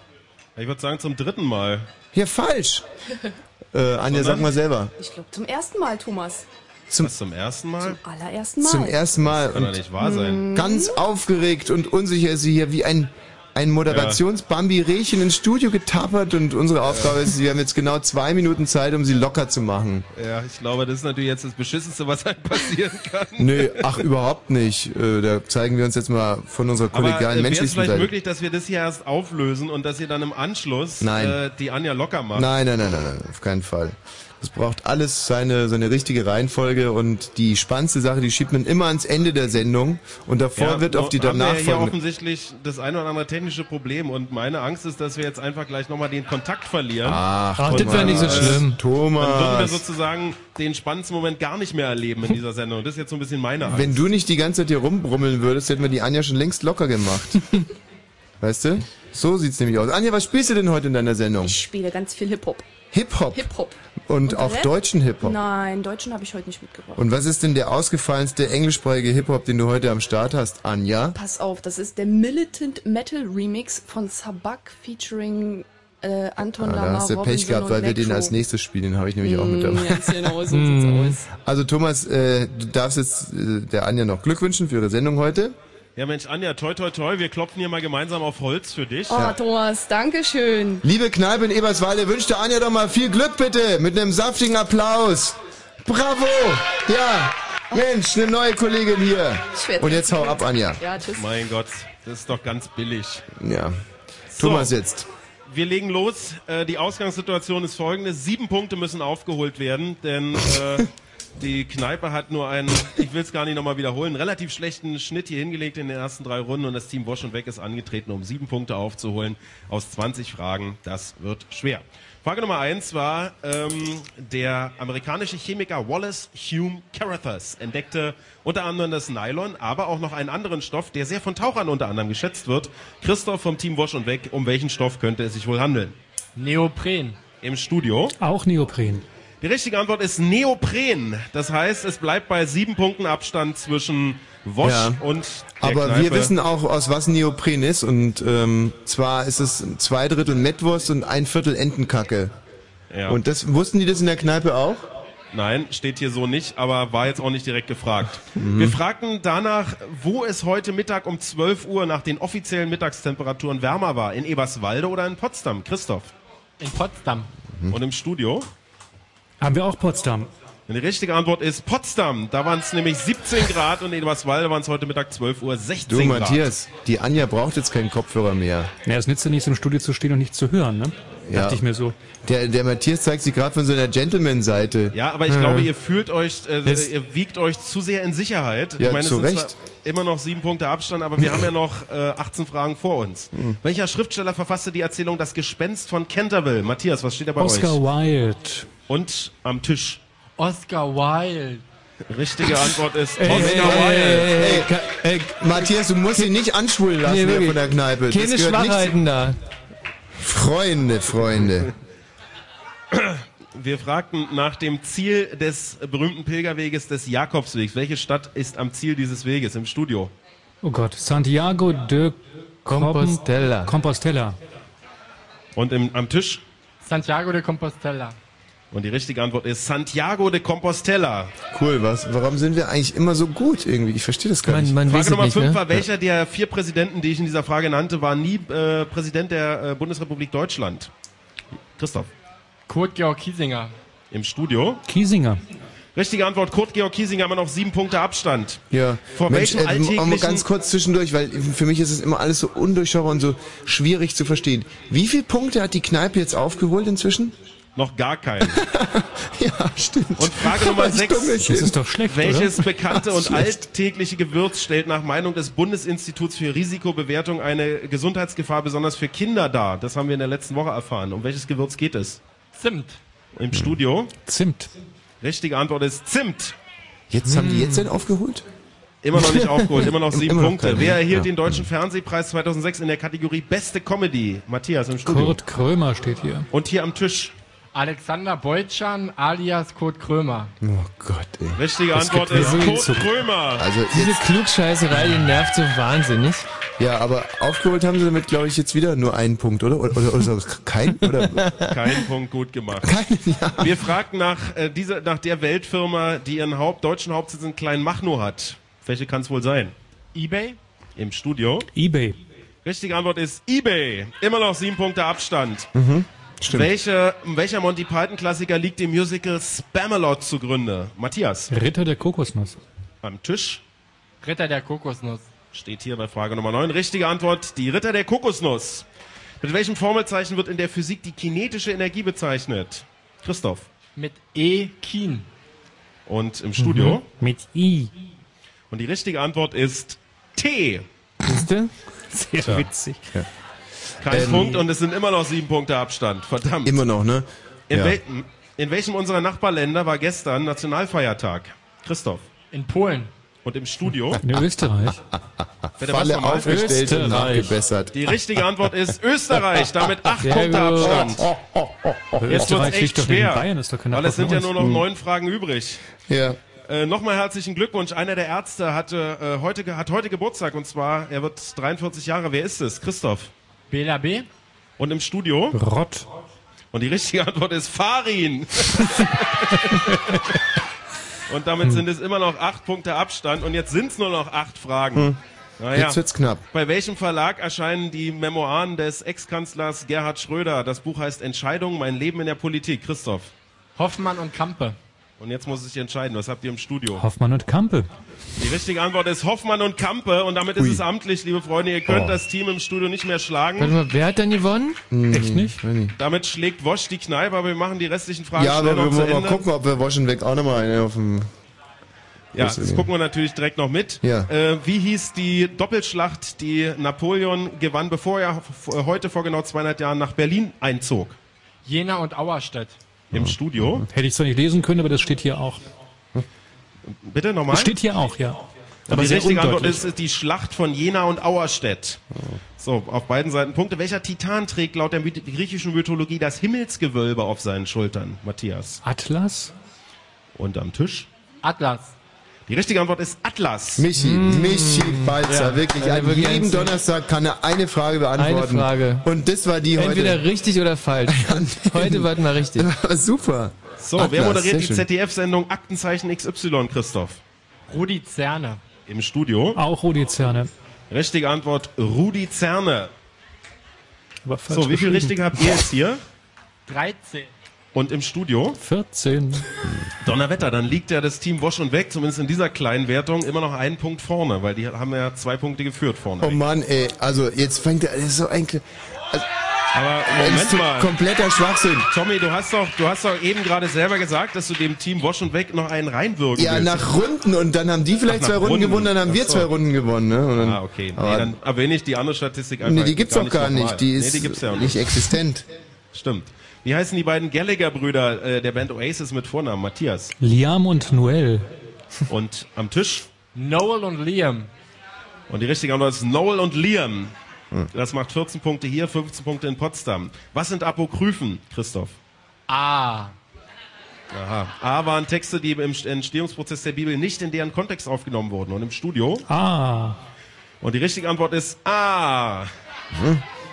Speaker 6: Ich würde sagen zum dritten Mal.
Speaker 3: Ja, falsch. Äh, Anja,
Speaker 6: Sondern?
Speaker 3: sag mal selber.
Speaker 23: Ich glaube zum ersten Mal, Thomas.
Speaker 3: Zum,
Speaker 6: zum ersten Mal?
Speaker 23: Zum allerersten Mal.
Speaker 3: Zum ersten Mal.
Speaker 6: Das kann doch
Speaker 3: Und
Speaker 6: nicht wahr sein.
Speaker 3: Ganz aufgeregt und unsicher ist sie hier wie ein, ein Moderations-Bambi-Rehchen ins Studio getappert und unsere Aufgabe ist, wir haben jetzt genau zwei Minuten Zeit, um sie locker zu machen.
Speaker 6: Ja, ich glaube, das ist natürlich jetzt das Beschissenste, was einem passieren kann.
Speaker 3: Nö, ach, überhaupt nicht. Äh, da zeigen wir uns jetzt mal von unserer
Speaker 6: Aber
Speaker 3: kollegialen
Speaker 6: äh, wäre es
Speaker 3: menschlichen
Speaker 6: vielleicht
Speaker 3: Seite.
Speaker 6: möglich, dass wir das hier erst auflösen und dass ihr dann im Anschluss
Speaker 3: Nein.
Speaker 6: Äh, die Anja locker macht?
Speaker 3: Nein, nein, nein, nein, nein, auf keinen Fall. Das braucht alles seine, seine richtige Reihenfolge und die spannendste Sache, die schiebt man immer ans Ende der Sendung und davor
Speaker 6: Ja,
Speaker 3: wird auf die
Speaker 6: haben
Speaker 3: danach
Speaker 6: wir hier
Speaker 3: folgende.
Speaker 6: offensichtlich das ein oder andere technische Problem und meine Angst ist, dass wir jetzt einfach gleich nochmal den Kontakt verlieren.
Speaker 3: Ach, das wär nicht so schlimm. Thomas.
Speaker 6: Dann würden wir sozusagen den spannendsten Moment gar nicht mehr erleben in dieser Sendung. Das ist jetzt so ein bisschen meine Angst.
Speaker 3: Wenn du nicht die ganze Zeit hier rumbrummeln würdest, hätten wir die Anja schon längst locker gemacht.
Speaker 6: (laughs)
Speaker 3: weißt du? So sieht's nämlich aus. Anja, was spielst du denn heute in deiner Sendung?
Speaker 23: Ich spiele ganz viel Hip-Hop.
Speaker 3: Hip-Hop.
Speaker 23: Hip-Hop.
Speaker 3: Und auch
Speaker 23: Rap?
Speaker 3: deutschen Hip-Hop.
Speaker 23: Nein, deutschen habe ich heute nicht mitgebracht.
Speaker 3: Und was ist denn der ausgefallenste englischsprachige Hip-Hop, den du heute am Start hast, Anja?
Speaker 23: Pass auf, das ist der Militant Metal Remix von Sabak featuring äh, Anton
Speaker 3: Ah, da
Speaker 23: Lama,
Speaker 3: hast du Pech
Speaker 23: Robinson
Speaker 3: gehabt,
Speaker 23: und
Speaker 3: weil wir den
Speaker 23: Metro.
Speaker 3: als nächstes spielen, den habe ich nämlich auch
Speaker 23: Mm,
Speaker 3: mit dabei.
Speaker 23: ganz genau,
Speaker 3: (laughs)
Speaker 23: so sieht's
Speaker 3: Mm.
Speaker 23: aus.
Speaker 3: Also Thomas, äh, du darfst jetzt äh, der Anja noch Glück wünschen für ihre Sendung heute.
Speaker 6: Ja, Mensch, Anja, toi, toi, toi, wir klopfen hier mal gemeinsam auf Holz für dich.
Speaker 23: Oh, Thomas, danke schön.
Speaker 3: Liebe Kneipe in Eberswalde, wünscht der Anja doch mal viel Glück bitte, mit einem saftigen Applaus. Bravo! Ja, Mensch, eine neue Kollegin hier.
Speaker 23: Ich werd-
Speaker 3: Und jetzt hau ab, Anja.
Speaker 23: Ja, tschüss.
Speaker 6: Mein Gott, das ist doch ganz billig.
Speaker 3: Ja. Thomas jetzt.
Speaker 6: Wir legen los. Äh, die Ausgangssituation ist folgende. Sieben Punkte müssen aufgeholt werden,
Speaker 3: (laughs)
Speaker 6: denn äh, die Kneipe hat nur einen, ich will es gar nicht nochmal wiederholen, relativ schlechten Schnitt hier hingelegt in den ersten drei Runden und das Team Wosch und Weg ist angetreten, um sieben Punkte aufzuholen aus 20 Fragen. Das wird schwer. Frage Nummer eins war, ähm, der amerikanische Chemiker Wallace Hume Carruthers entdeckte unter anderem das Nylon, aber auch noch einen anderen Stoff, der sehr von Tauchern unter anderem geschätzt wird. Christoph vom Team Wosch und Weg, um welchen Stoff könnte es sich wohl handeln? Neopren. Im Studio.
Speaker 15: Auch Neopren.
Speaker 6: Die richtige Antwort ist Neopren. Das heißt, es bleibt bei sieben Punkten Abstand zwischen Wosch
Speaker 3: Ja.
Speaker 6: und der
Speaker 3: Aber
Speaker 6: Kneipe.
Speaker 3: wir wissen auch, aus was Neopren ist. Und ähm, zwar ist es zwei Drittel Mettwurst und ein Viertel Entenkacke.
Speaker 6: Ja.
Speaker 3: Und das wussten die das in der Kneipe auch?
Speaker 6: Nein, steht hier so nicht, aber war jetzt auch nicht direkt gefragt.
Speaker 3: Mhm.
Speaker 6: Wir fragten danach, wo es heute Mittag um 12 Uhr nach den offiziellen Mittagstemperaturen wärmer war. In Eberswalde oder in Potsdam? Christoph. In Potsdam. Und im Studio?
Speaker 15: Haben wir auch Potsdam.
Speaker 6: Und die richtige Antwort ist Potsdam. Da waren es nämlich 17 Grad und in Eberswalde waren es heute Mittag 12 Uhr 16
Speaker 3: Du,
Speaker 6: Grad.
Speaker 3: Matthias, die Anja braucht jetzt keinen Kopfhörer mehr.
Speaker 15: Na, es nützt ja nichts, im Studio zu stehen und nicht zu hören, ne?
Speaker 3: Ja.
Speaker 15: Dachte ich mir so.
Speaker 3: Der, der Matthias zeigt sich gerade von so einer Gentleman-Seite.
Speaker 6: Ja, aber ich
Speaker 3: Hm.
Speaker 6: glaube, ihr fühlt euch, äh,
Speaker 3: Das-
Speaker 6: ihr wiegt euch zu sehr in Sicherheit.
Speaker 3: Ja,
Speaker 6: ich meine,
Speaker 3: zu
Speaker 6: es sind
Speaker 3: Recht.
Speaker 6: zwar immer noch sieben Punkte Abstand, aber wir haben ja noch äh, 18 Fragen vor uns.
Speaker 3: Hm.
Speaker 6: Welcher Schriftsteller verfasste die Erzählung Das Gespenst von Canterville? Matthias, was steht da bei
Speaker 15: Oscar
Speaker 6: euch?
Speaker 15: Wilde.
Speaker 6: Und am Tisch.
Speaker 19: Oscar Wilde.
Speaker 6: Richtige Antwort ist
Speaker 3: Ey,
Speaker 6: Oscar
Speaker 3: ey,
Speaker 6: Wilde.
Speaker 3: ey, ey, ey, Matthias, du musst ihn nicht anschwulen lassen
Speaker 2: Nee,
Speaker 3: hier
Speaker 2: wirklich.
Speaker 3: von der Kneipe. Das
Speaker 2: Keine
Speaker 3: gehört nicht
Speaker 2: Schwachheiten da.
Speaker 3: Freunde, Freunde.
Speaker 6: Wir fragten nach dem Ziel des berühmten Pilgerweges des Jakobswegs. Welche Stadt ist am Ziel dieses Weges im Studio?
Speaker 15: Oh Gott, Santiago de
Speaker 2: Compostela.
Speaker 15: Copen- Compostela.
Speaker 6: Und im, am Tisch?
Speaker 19: Santiago de Compostela.
Speaker 6: Und die richtige Antwort ist Santiago de Compostela.
Speaker 3: Cool, was? Warum sind wir eigentlich immer so gut irgendwie? Ich verstehe das gar nicht. ne?
Speaker 6: Frage Nummer 5
Speaker 2: ne?
Speaker 6: war, welcher der vier Präsidenten, die ich in dieser Frage nannte, war nie äh, Präsident der äh, Bundesrepublik Deutschland? Christoph.
Speaker 19: Kurt-Georg Kiesinger.
Speaker 6: Im Studio.
Speaker 15: Kiesinger.
Speaker 6: Richtige Antwort, Kurt-Georg Kiesinger, immer noch sieben Punkte Abstand.
Speaker 3: Ja,
Speaker 6: Vor
Speaker 3: Mensch, äh,
Speaker 6: welchem
Speaker 3: m- auch mal
Speaker 6: alltäglichen-
Speaker 3: ganz kurz zwischendurch, weil für mich ist es immer alles so undurchschaubar und so schwierig zu verstehen. Wie viele Punkte hat die Kneipe jetzt aufgeholt inzwischen?
Speaker 6: Noch gar
Speaker 3: (laughs)
Speaker 6: keinen.
Speaker 3: ja, stimmt. (laughs)
Speaker 6: Und Frage Nummer
Speaker 3: Was
Speaker 6: 6.
Speaker 3: Dummes Das ist doch schlecht,
Speaker 6: Welches
Speaker 3: oder?
Speaker 6: bekannte und
Speaker 3: Schlecht.
Speaker 6: alltägliche Gewürz stellt nach Meinung des Bundesinstituts für Risikobewertung eine Gesundheitsgefahr besonders für Kinder dar? Das haben wir in der letzten Woche erfahren. Um welches Gewürz geht es? Zimt. Im Studio?
Speaker 15: Zimt.
Speaker 6: Richtige Antwort ist Zimt.
Speaker 3: Jetzt haben die jetzt denn aufgeholt?
Speaker 6: Immer noch nicht aufgeholt,
Speaker 3: (laughs)
Speaker 6: immer noch sieben
Speaker 3: Immer noch
Speaker 6: Punkte.
Speaker 3: keine.
Speaker 6: Wer erhielt
Speaker 3: Ja.
Speaker 6: den Deutschen Fernsehpreis 2006 in der Kategorie Beste Comedy? Matthias im Studio.
Speaker 15: Kurt Krömer steht hier.
Speaker 6: Und hier am Tisch.
Speaker 19: Alexander Beutschan alias Kurt Krömer.
Speaker 3: Oh Gott, ey.
Speaker 6: Richtige
Speaker 19: Das
Speaker 6: Antwort
Speaker 19: gibt
Speaker 6: ist
Speaker 19: mir so
Speaker 6: Kurt
Speaker 19: Zug.
Speaker 6: Krömer.
Speaker 3: Also
Speaker 2: Diese Klugscheißerei, die nervt so wahnsinnig.
Speaker 3: Ja, aber aufgeholt haben sie damit, glaube ich, jetzt wieder nur einen Punkt, oder? Oder, oder, oder kein? Oder?
Speaker 6: Kein Punkt gut gemacht. Wir fragten nach, äh, dieser, nach der Weltfirma, die ihren Haupt, deutschen Hauptsitz in Kleinmachnow hat. Welche kann es wohl sein?
Speaker 19: Ebay?
Speaker 6: Im Studio.
Speaker 15: Ebay.
Speaker 6: Richtige Antwort ist eBay. Immer noch sieben Punkte Abstand.
Speaker 3: Mhm. Stimmt.
Speaker 6: Welche, welcher Monty Python-Klassiker liegt dem Musical Spamalot zugrunde? Matthias.
Speaker 15: Ritter der Kokosnuss.
Speaker 6: Am Tisch.
Speaker 19: Ritter der Kokosnuss.
Speaker 6: Steht hier bei Frage Nummer 9. Richtige Antwort, die Ritter der Kokosnuss. Mit welchem Formelzeichen wird in der Physik die kinetische Energie bezeichnet? Christoph.
Speaker 19: Mit E. Kien.
Speaker 6: Und im Studio?
Speaker 15: Mit I.
Speaker 3: Mhm.
Speaker 6: Und die richtige Antwort ist T.
Speaker 2: Siehste?
Speaker 15: Sehr
Speaker 6: Tja.
Speaker 15: witzig.
Speaker 6: Kein
Speaker 3: Ähm,
Speaker 6: Punkt und es sind immer noch sieben Punkte Abstand. Verdammt.
Speaker 3: Immer noch, ne?
Speaker 6: In,
Speaker 3: Ja.
Speaker 6: wel in welchem unserer Nachbarländer war gestern Nationalfeiertag? Christoph.
Speaker 19: In Polen.
Speaker 6: Und im Studio?
Speaker 15: In Österreich.
Speaker 6: (laughs) Bitte, was
Speaker 3: Falle
Speaker 6: nochmal?
Speaker 3: aufgestellt und
Speaker 6: Österreich.
Speaker 3: nachgebessert.
Speaker 6: Die richtige Antwort ist Österreich,
Speaker 3: (laughs)
Speaker 6: damit acht
Speaker 3: Sehr
Speaker 6: Punkte
Speaker 3: gut.
Speaker 6: Abstand. Jetzt wird's
Speaker 15: Österreich liegt
Speaker 6: echt
Speaker 15: doch neben
Speaker 6: schwer,
Speaker 15: Bayern, ist doch kein
Speaker 6: weil es
Speaker 15: Nachbar
Speaker 6: sind ja
Speaker 15: von
Speaker 6: nur noch
Speaker 15: uns. Mhm.
Speaker 6: neun Fragen übrig.
Speaker 3: Ja.
Speaker 6: Äh, Nochmal herzlichen Glückwunsch. Einer der Ärzte hatte, äh, heute, ge- hat heute Geburtstag und zwar, er wird 43 Jahre. Wer ist es? Christoph.
Speaker 19: Bela B.
Speaker 6: Und im Studio?
Speaker 2: Rott.
Speaker 6: Und die richtige Antwort
Speaker 3: (laughs)
Speaker 6: ist Farin. Und damit
Speaker 3: Hm.
Speaker 6: sind es immer noch acht Punkte Abstand. Und jetzt sind es nur noch acht Fragen.
Speaker 3: Hm. Jetzt wird's knapp.
Speaker 6: Ah Bei welchem Verlag erscheinen die Memoiren des Ex-Kanzlers Gerhard Schröder? Das Buch heißt Entscheidung, mein Leben in der Politik. Christoph.
Speaker 19: Hoffmann und Kampe.
Speaker 6: Und jetzt muss ich entscheiden, was habt ihr im Studio?
Speaker 15: Hoffmann und Kampe.
Speaker 6: Die richtige Antwort ist Hoffmann und Kampe. Und damit ist es amtlich, liebe Freunde. Ihr könnt
Speaker 2: Oh.
Speaker 6: das Team im Studio nicht mehr schlagen.
Speaker 2: Warte mal, wer hat denn gewonnen? (laughs) Echt nicht?
Speaker 6: Damit schlägt Wosch die Kneipe, aber wir machen die restlichen Fragen
Speaker 3: Hm, ja,
Speaker 6: schnell
Speaker 3: aber wir
Speaker 6: noch zu
Speaker 3: wollen
Speaker 6: Ende.
Speaker 3: mal gucken, ob wir Waschen weg auch nochmal einen auf dem.
Speaker 6: Ja,
Speaker 3: Weiß ich
Speaker 6: das
Speaker 3: nicht.
Speaker 6: gucken wir natürlich direkt noch mit.
Speaker 3: Ja.
Speaker 6: Äh, wie hieß die Doppelschlacht, die Napoleon gewann, bevor er f- heute vor genau 200 Jahren nach Berlin einzog?
Speaker 19: Jena und Auerstedt.
Speaker 6: Im Studio.
Speaker 15: Hätte ich zwar nicht lesen können, aber das steht hier auch.
Speaker 6: Bitte nochmal?
Speaker 15: Das steht hier auch, ja.
Speaker 6: Aber
Speaker 15: Aber
Speaker 6: die
Speaker 15: sehr
Speaker 6: richtige Antwort
Speaker 15: undeutlich.
Speaker 6: ist, ist die Schlacht von Jena und Auerstedt.
Speaker 3: Oh.
Speaker 6: So, auf beiden Seiten Punkte. Welcher Titan trägt laut der myth- griechischen Mythologie das Himmelsgewölbe auf seinen Schultern, Matthias?
Speaker 15: Atlas?
Speaker 6: Und am Tisch?
Speaker 19: Atlas.
Speaker 6: Die richtige Antwort ist Atlas.
Speaker 3: Michi, Michi Balzer,
Speaker 6: Ja.
Speaker 3: wirklich.
Speaker 6: Also
Speaker 3: An
Speaker 6: wirklich
Speaker 3: jedem
Speaker 6: einzig.
Speaker 3: Donnerstag kann er eine Frage beantworten.
Speaker 2: Frage.
Speaker 3: Und das war die heute.
Speaker 2: Entweder richtig oder
Speaker 3: (laughs)
Speaker 2: falsch. Heute war es mal richtig.
Speaker 3: Super.
Speaker 6: So, wer moderiert die ZDF-Sendung Aktenzeichen XY, Christoph?
Speaker 19: Rudi Zerne.
Speaker 6: Im Studio?
Speaker 15: Auch Rudi Zerne.
Speaker 6: Richtige Antwort, Rudi Zerne.
Speaker 15: Aber
Speaker 6: so, wie viel
Speaker 15: geschrieben.
Speaker 6: richtig habt ihr jetzt hier?
Speaker 19: 13.
Speaker 6: Und im Studio?
Speaker 15: 14.
Speaker 6: (laughs) Donnerwetter, dann liegt ja das Team Wosch und Weg, zumindest in dieser kleinen Wertung, immer noch einen Punkt vorne, weil die haben ja zwei Punkte geführt vorne.
Speaker 3: Oh Mann, ey, also jetzt fängt er das ist so ein. Also, Kle-
Speaker 6: Aber
Speaker 3: ist
Speaker 6: Moment mal.
Speaker 3: Kompletter Schwachsinn.
Speaker 6: Tommy, du hast doch, du hast doch eben gerade selber gesagt, dass du dem Team Wosch und Weg noch einen reinwirken
Speaker 3: Ja,
Speaker 6: willst.
Speaker 3: nach Runden und dann haben die vielleicht
Speaker 6: Ach,
Speaker 3: zwei
Speaker 6: nach
Speaker 3: Runden,
Speaker 6: Runden.
Speaker 3: gewonnen, dann haben
Speaker 6: Ach
Speaker 3: wir
Speaker 6: so.
Speaker 3: zwei Runden gewonnen, ne? Und dann,
Speaker 6: Ah, okay. Nee,
Speaker 3: aber-
Speaker 6: dann erwähne ich die andere Statistik einfach.
Speaker 3: Nee, die gibt's doch gar
Speaker 6: nochmal.
Speaker 3: nicht. Die ist
Speaker 6: nee, die gibt's ja auch
Speaker 3: nicht existent.
Speaker 6: Stimmt. Wie heißen die beiden Gallagher-Brüder äh, der Band Oasis mit Vornamen? Matthias.
Speaker 15: Liam und Noel.
Speaker 6: Und am Tisch?
Speaker 19: Noel und Liam.
Speaker 6: Und die richtige Antwort ist Noel und Liam.
Speaker 3: Hm.
Speaker 6: Das macht 14 Punkte hier, 15 Punkte in Potsdam. Was sind Apokryphen, Christoph?
Speaker 19: Ah.
Speaker 6: Aha. A waren Texte, die im Entstehungsprozess der Bibel nicht in deren Kontext aufgenommen wurden und im Studio.
Speaker 15: Ah.
Speaker 6: Und die richtige Antwort ist A.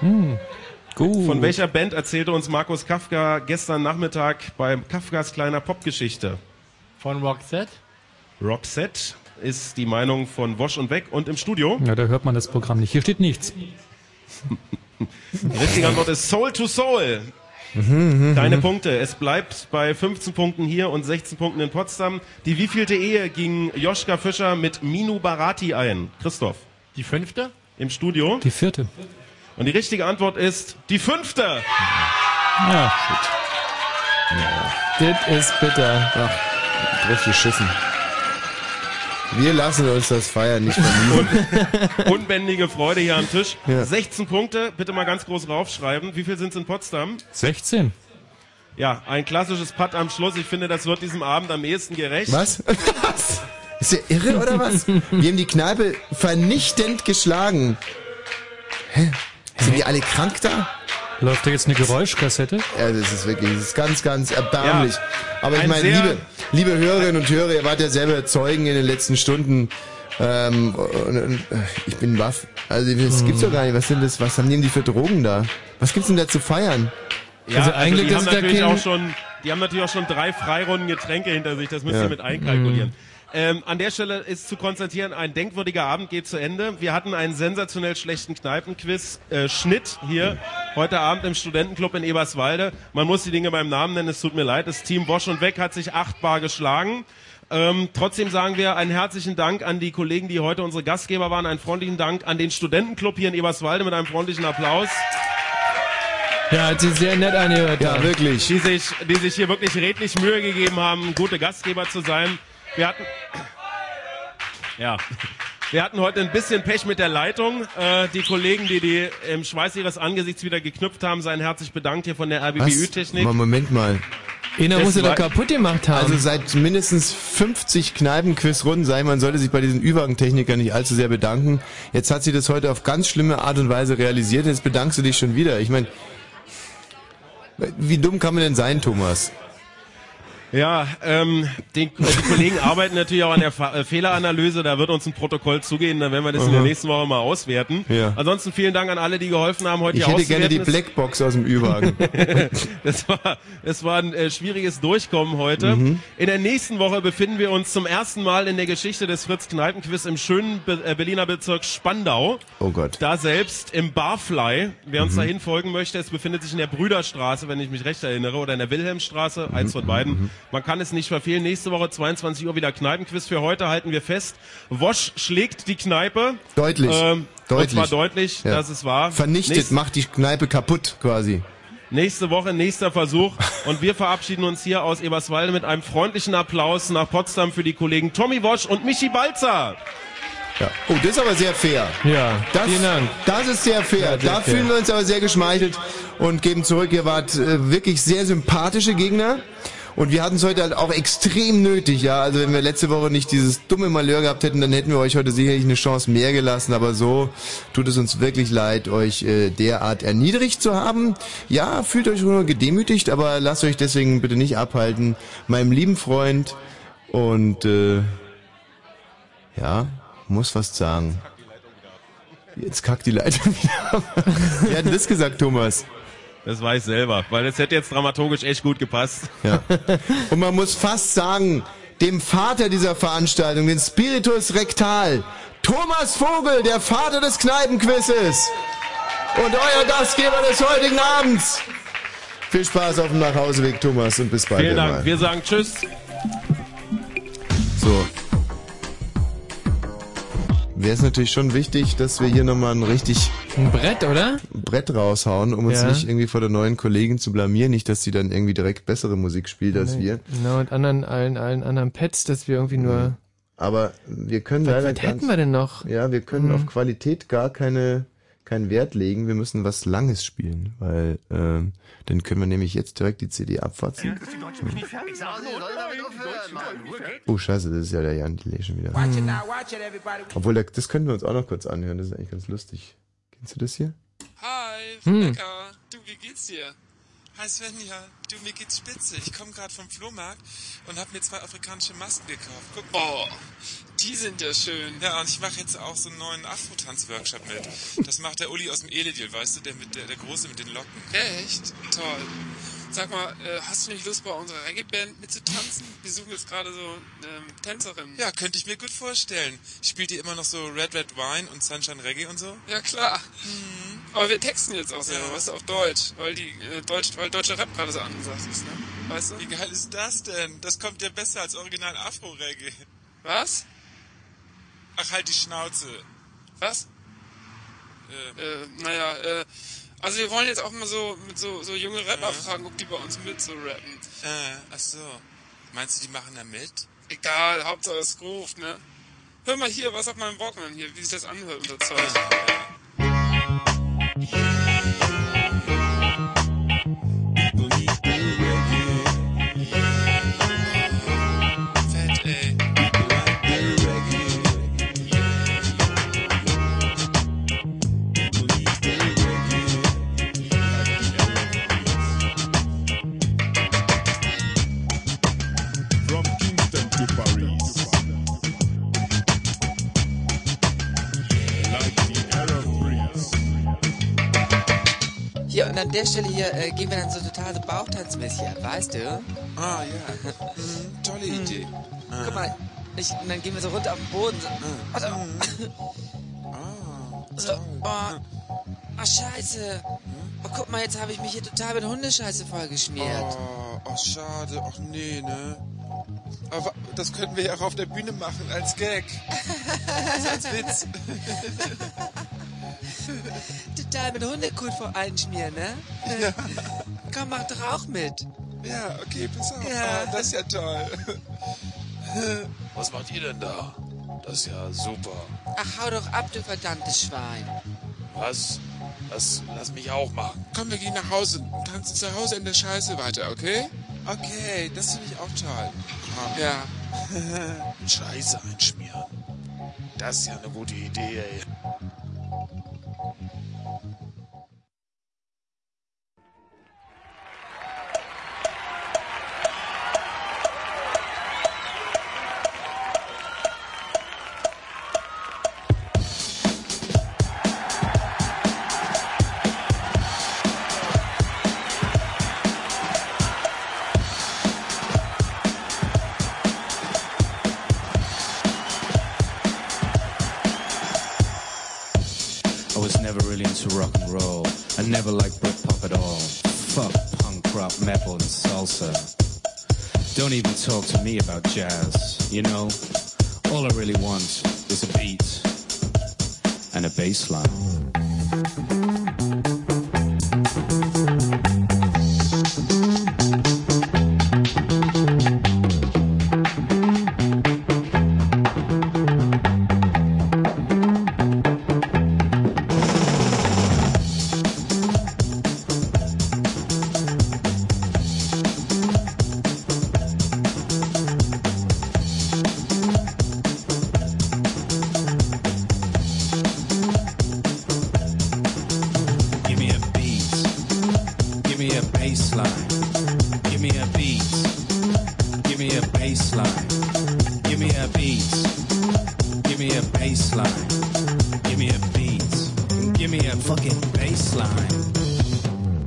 Speaker 15: Hm? Gut.
Speaker 6: Von welcher Band erzählte uns Markus Kafka gestern Nachmittag bei Kafkas kleiner Popgeschichte?
Speaker 19: Von Roxette.
Speaker 6: Roxette ist die Meinung von Wosch und Weg und im Studio.
Speaker 15: Ja, da hört man das Programm nicht. Hier steht nichts.
Speaker 6: Die richtige Antwort ist Soul to Soul.
Speaker 15: Mhm.
Speaker 6: Deine Punkte. Es bleibt bei 15 Punkten hier und 16 Punkten in Potsdam. Die wievielte Ehe ging Joschka Fischer mit Minu Barati ein? Christoph.
Speaker 19: Die fünfte?
Speaker 6: Im Studio.
Speaker 15: Die vierte.
Speaker 6: Und die richtige Antwort ist die fünfte.
Speaker 15: Ja.
Speaker 2: Das ist bitter.
Speaker 3: Ach, richtig schissen. Wir lassen uns das feiern, nicht von mir.
Speaker 6: Unbändige Freude hier am Tisch.
Speaker 3: Ja.
Speaker 6: 16 Punkte. Bitte mal ganz groß raufschreiben. Wie viel sind es in Potsdam?
Speaker 15: 16.
Speaker 6: Ja, ein klassisches Putt am Schluss. Ich finde, das wird diesem Abend am ehesten gerecht.
Speaker 15: (laughs)
Speaker 3: Was? Ist der irre oder was? Wir haben die Kneipe vernichtend geschlagen. Hä? Sind die alle krank da?
Speaker 15: Läuft da jetzt eine Geräuschkassette?
Speaker 3: Ja, das ist wirklich, das ist ganz, ganz erbärmlich.
Speaker 15: Ja.
Speaker 3: Aber ich
Speaker 15: Ein
Speaker 3: meine,
Speaker 15: sehr-
Speaker 3: liebe, liebe Hörerinnen und Hörer, ihr wart ja selber Zeugen in den letzten Stunden. Ähm, und, und, ich bin waff. Also
Speaker 15: Hm.
Speaker 3: das gibt's doch gar nicht. Was sind das? Was haben die denn die für Drogen da? Was gibt's denn da zu feiern?
Speaker 6: Ja, also die haben
Speaker 3: ist da
Speaker 6: natürlich
Speaker 3: kein-
Speaker 6: auch schon, die haben natürlich auch schon drei Freirunden Getränke hinter sich. Das müsst
Speaker 3: Ja.
Speaker 6: ihr mit einkalkulieren. Ähm, an der Stelle ist zu konstatieren, ein denkwürdiger Abend geht zu Ende. Wir hatten einen sensationell schlechten Kneipenquiz äh, Schnitt hier heute Abend im Studentenclub in Eberswalde. Man muss die Dinge beim Namen nennen, es tut mir leid. Das Team Bosch und Weg hat sich achtbar geschlagen. Ähm, trotzdem sagen wir einen herzlichen Dank an die Kollegen, die heute unsere Gastgeber waren. Einen freundlichen Dank an den Studentenclub hier in Eberswalde mit einem freundlichen Applaus.
Speaker 2: Ja, hat sich sehr nett angehört.
Speaker 6: Ja,
Speaker 3: wirklich.
Speaker 6: Die sich, die sich hier wirklich redlich Mühe gegeben haben, gute Gastgeber zu sein. Wir hatten, ja, wir hatten heute ein bisschen Pech mit der Leitung. Äh, die Kollegen, die die im Schweiß ihres Angesichts wieder geknüpft haben, seien herzlich bedankt hier von der RBBÜ-Technik.
Speaker 3: Mal, Moment mal.
Speaker 6: Einer muss sie doch
Speaker 2: kaputt gemacht haben.
Speaker 3: Also seit mindestens 50 Kneipenquizrunden sei, man sollte sich bei diesen Übergangtechnikern nicht allzu sehr bedanken. Jetzt hat sie das heute auf ganz schlimme Art und Weise realisiert. Jetzt bedankst du dich schon wieder. Ich meine, wie dumm kann man denn sein, Thomas?
Speaker 6: Ja, ähm, den, die Kollegen arbeiten natürlich auch an der Fa äh, Fehleranalyse. Da wird uns ein Protokoll zugehen. Dann werden wir das in der
Speaker 3: Aha.
Speaker 6: nächsten Woche mal auswerten.
Speaker 3: Ja.
Speaker 6: Ansonsten vielen Dank an alle, die geholfen haben, heute
Speaker 3: Ich
Speaker 6: hier
Speaker 3: hätte gerne die
Speaker 6: auszuwerten. Es-
Speaker 3: Blackbox aus dem Ü-Wagen.
Speaker 6: (laughs) das war, das war ein äh, schwieriges Durchkommen heute.
Speaker 3: Mhm.
Speaker 6: In der nächsten Woche befinden wir uns zum ersten Mal in der Geschichte des Fritz-Kneipen-Quiz im schönen Be äh, Berliner Bezirk Spandau.
Speaker 3: Oh Gott.
Speaker 6: Da selbst im Barfly. Wer uns
Speaker 3: Mhm.
Speaker 6: dahin folgen möchte, es befindet sich in der Brüderstraße, wenn ich mich recht erinnere, oder in der
Speaker 3: Mhm.
Speaker 6: Wilhelmstraße, eins von beiden. Man kann es nicht verfehlen. Nächste Woche 22 Uhr wieder Kneipenquiz. Für heute halten wir fest. Wosch schlägt die Kneipe.
Speaker 3: Deutlich.
Speaker 6: Ähm,
Speaker 3: deutlich.
Speaker 6: Und zwar deutlich,
Speaker 3: Ja.
Speaker 6: das ist wahr.
Speaker 3: Vernichtet,
Speaker 6: Nächst-
Speaker 3: macht die Kneipe kaputt quasi.
Speaker 6: Nächste Woche, nächster Versuch. Und wir verabschieden uns hier aus Eberswalde mit einem freundlichen Applaus nach Potsdam für die Kollegen Tommy Wosch und Michi Balzer.
Speaker 3: Ja. Oh, das ist aber sehr fair.
Speaker 2: Ja,
Speaker 3: das, vielen Dank. Das ist sehr fair.
Speaker 2: Ja, sehr
Speaker 3: da
Speaker 2: fair.
Speaker 3: fühlen wir uns aber sehr geschmeichelt und geben zurück. Ihr wart äh, wirklich sehr sympathische Gegner. Und wir hatten es heute halt auch extrem nötig, ja. Also wenn wir letzte Woche nicht dieses dumme Malheur gehabt hätten, dann hätten wir euch heute sicherlich eine Chance mehr gelassen. Aber so tut es uns wirklich leid, euch äh, derart erniedrigt zu haben. Ja, fühlt euch nur gedemütigt, aber lasst euch deswegen bitte nicht abhalten. Meinem lieben Freund und äh, ja, muss was sagen. Jetzt kackt die Leitung wieder ab. Wer hat denn das gesagt, Thomas?
Speaker 6: Das weiß ich selber, weil das hätte jetzt dramaturgisch echt gut gepasst.
Speaker 3: Ja. Und man muss fast sagen, dem Vater dieser Veranstaltung, den Spiritus Rectal, Thomas Vogel, der Vater des Kneipenquizzes und euer Gastgeber des heutigen Abends. Viel Spaß auf dem Nachhauseweg, Thomas, und bis bald.
Speaker 6: Vielen Dank.
Speaker 3: einmal.
Speaker 6: Wir sagen Tschüss.
Speaker 3: So. Wäre es natürlich schon wichtig, dass wir hier nochmal ein richtig
Speaker 2: Ein Brett, oder?
Speaker 3: Brett raushauen, um uns
Speaker 2: Ja.
Speaker 3: nicht irgendwie vor der neuen Kollegin zu blamieren, nicht, dass sie dann irgendwie direkt bessere Musik spielt als
Speaker 2: Nee.
Speaker 3: wir. Mhm.
Speaker 2: Genau, und anderen, allen, allen anderen Pets, dass wir irgendwie nur.
Speaker 3: Aber wir können
Speaker 2: Was-
Speaker 3: leider
Speaker 2: was hätten wir denn noch?
Speaker 3: Ja, wir können
Speaker 2: Hm.
Speaker 3: auf Qualität gar keine keinen Wert legen. Wir müssen was Langes spielen, weil ähm, dann können wir nämlich jetzt direkt die CD abfatzen. Oh Scheiße, das ist ja der Jan Delay schon wieder.
Speaker 12: Watch it now, watch it everybody.
Speaker 3: Obwohl, da- das können wir uns auch noch kurz anhören. Das ist eigentlich ganz lustig. Kennst du das hier?
Speaker 12: Hi,
Speaker 3: Hm.
Speaker 12: Rebecca. Du, wie geht's dir? Hi Svenja, du, mir geht's spitze. Ich komme gerade vom Flohmarkt und habe mir zwei afrikanische Masken gekauft. Guck mal. Oh, die sind ja schön. Ja, und ich mache jetzt auch so einen neuen Afro-Tanz-Workshop mit. Das macht der Uli aus dem Eledil, weißt du, der, mit, der, der Große mit den Locken.
Speaker 16: Echt? Toll. Sag mal, äh, hast du nicht Lust, bei unserer Reggae-Band mitzutanzen? Wir suchen jetzt gerade so ähm, Tänzerin.
Speaker 12: Ja, könnte ich mir gut vorstellen. Spielt ihr immer noch so Red Red Wine und Sunshine Reggae und so? Mhm.
Speaker 16: Ja, klar. Aber wir texten jetzt auch selber, weißt du, auf Deutsch, weil die äh, Deutsch, weil deutscher Rap gerade so angesagt ist, ne? Weißt du?
Speaker 12: Wie geil ist das denn? Das kommt ja besser als original Afro-Reggae.
Speaker 16: Was?
Speaker 12: Ach, halt die Schnauze. Ähm.
Speaker 16: Was? Äh, naja, äh, also wir wollen jetzt auch mal so mit so, so junge Rapper fragen, ob die bei uns mit so rappen.
Speaker 12: Äh, ach so. Meinst du, die machen da mit?
Speaker 16: Egal, Hauptsache es groovt, ne? Hör mal hier, was auf meinem Walkman hier, wie sich das anhört, unser Zeug.
Speaker 12: Äh. Fett, ey.
Speaker 24: From Kingston to Paris. Like the Arab breeze.
Speaker 12: Hier, und an der Stelle hier äh, gehen wir dann so total so bauchtanzmäßig ab, weißt du? Ah, (laughs) ja. Tolle Idee. Ah.
Speaker 16: Guck mal,
Speaker 12: ich, und dann gehen wir so runter auf den Boden. So. Warte mal. (laughs) So, oh. Mhm. Ah, scheiße. Oh, guck mal, jetzt habe ich mich hier total mit Hundescheiße vollgeschmiert. Oh, oh, schade. Ach nee, ne? Aber das könnten wir ja auch auf der Bühne machen, als Gag. Also als Witz. (laughs) total mit Hundekot vor allen schmieren, ne? (laughs) Ja. Komm, mach doch auch mit. Ja, okay, pass auf. Ja. das ist ja (laughs) toll.
Speaker 25: Was macht ihr denn da? Das ist ja super.
Speaker 12: Ach, hau doch ab, du verdammtes Schwein.
Speaker 25: Was? Das, lass mich auch machen.
Speaker 12: Komm, wir gehen nach Hause und tanzen zu Hause in der Scheiße weiter, okay? Okay, das finde ich auch toll. (laughs)
Speaker 25: Ja. Scheiße einschmieren. Das ist ja eine gute Idee, ey.
Speaker 11: roll. I never liked Britpop at all. Fuck punk rock, metal, and salsa. Don't even talk to me about jazz, you know? All I really want is a beat and a bass line. Give me a beat. Give me a bass line. Give me a beat. Give me a bass line. Give me a beat. Give me a bass line. Give me a beat. Give me a fucking bass line.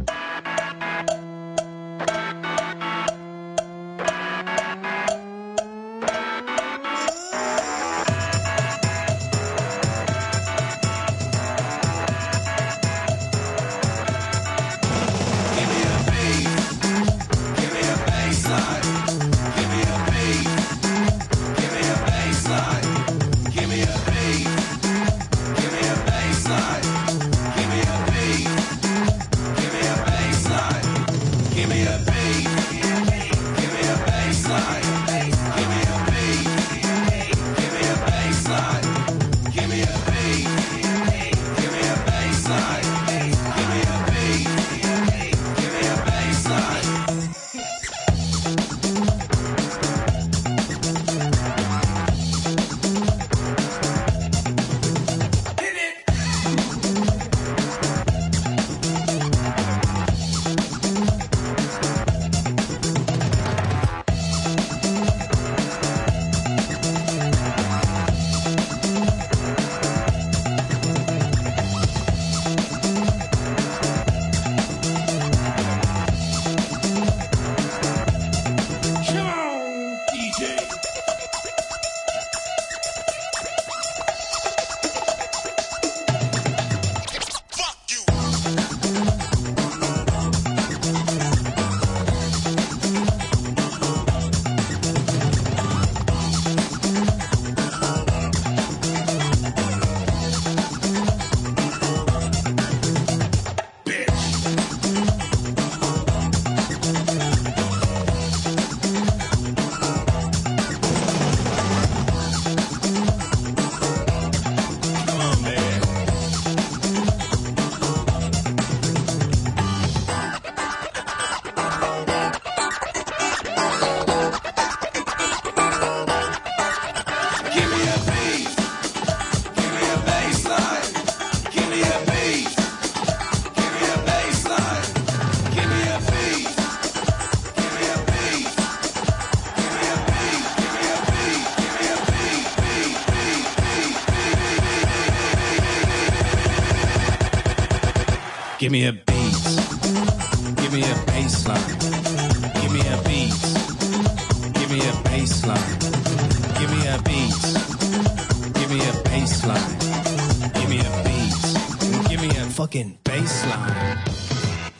Speaker 11: Give me a beat. Give me a bass line. Give me a beat. Give me a bass line. Give me a beat. Give me a bass line. Give me a beat. Give me a fucking bass line.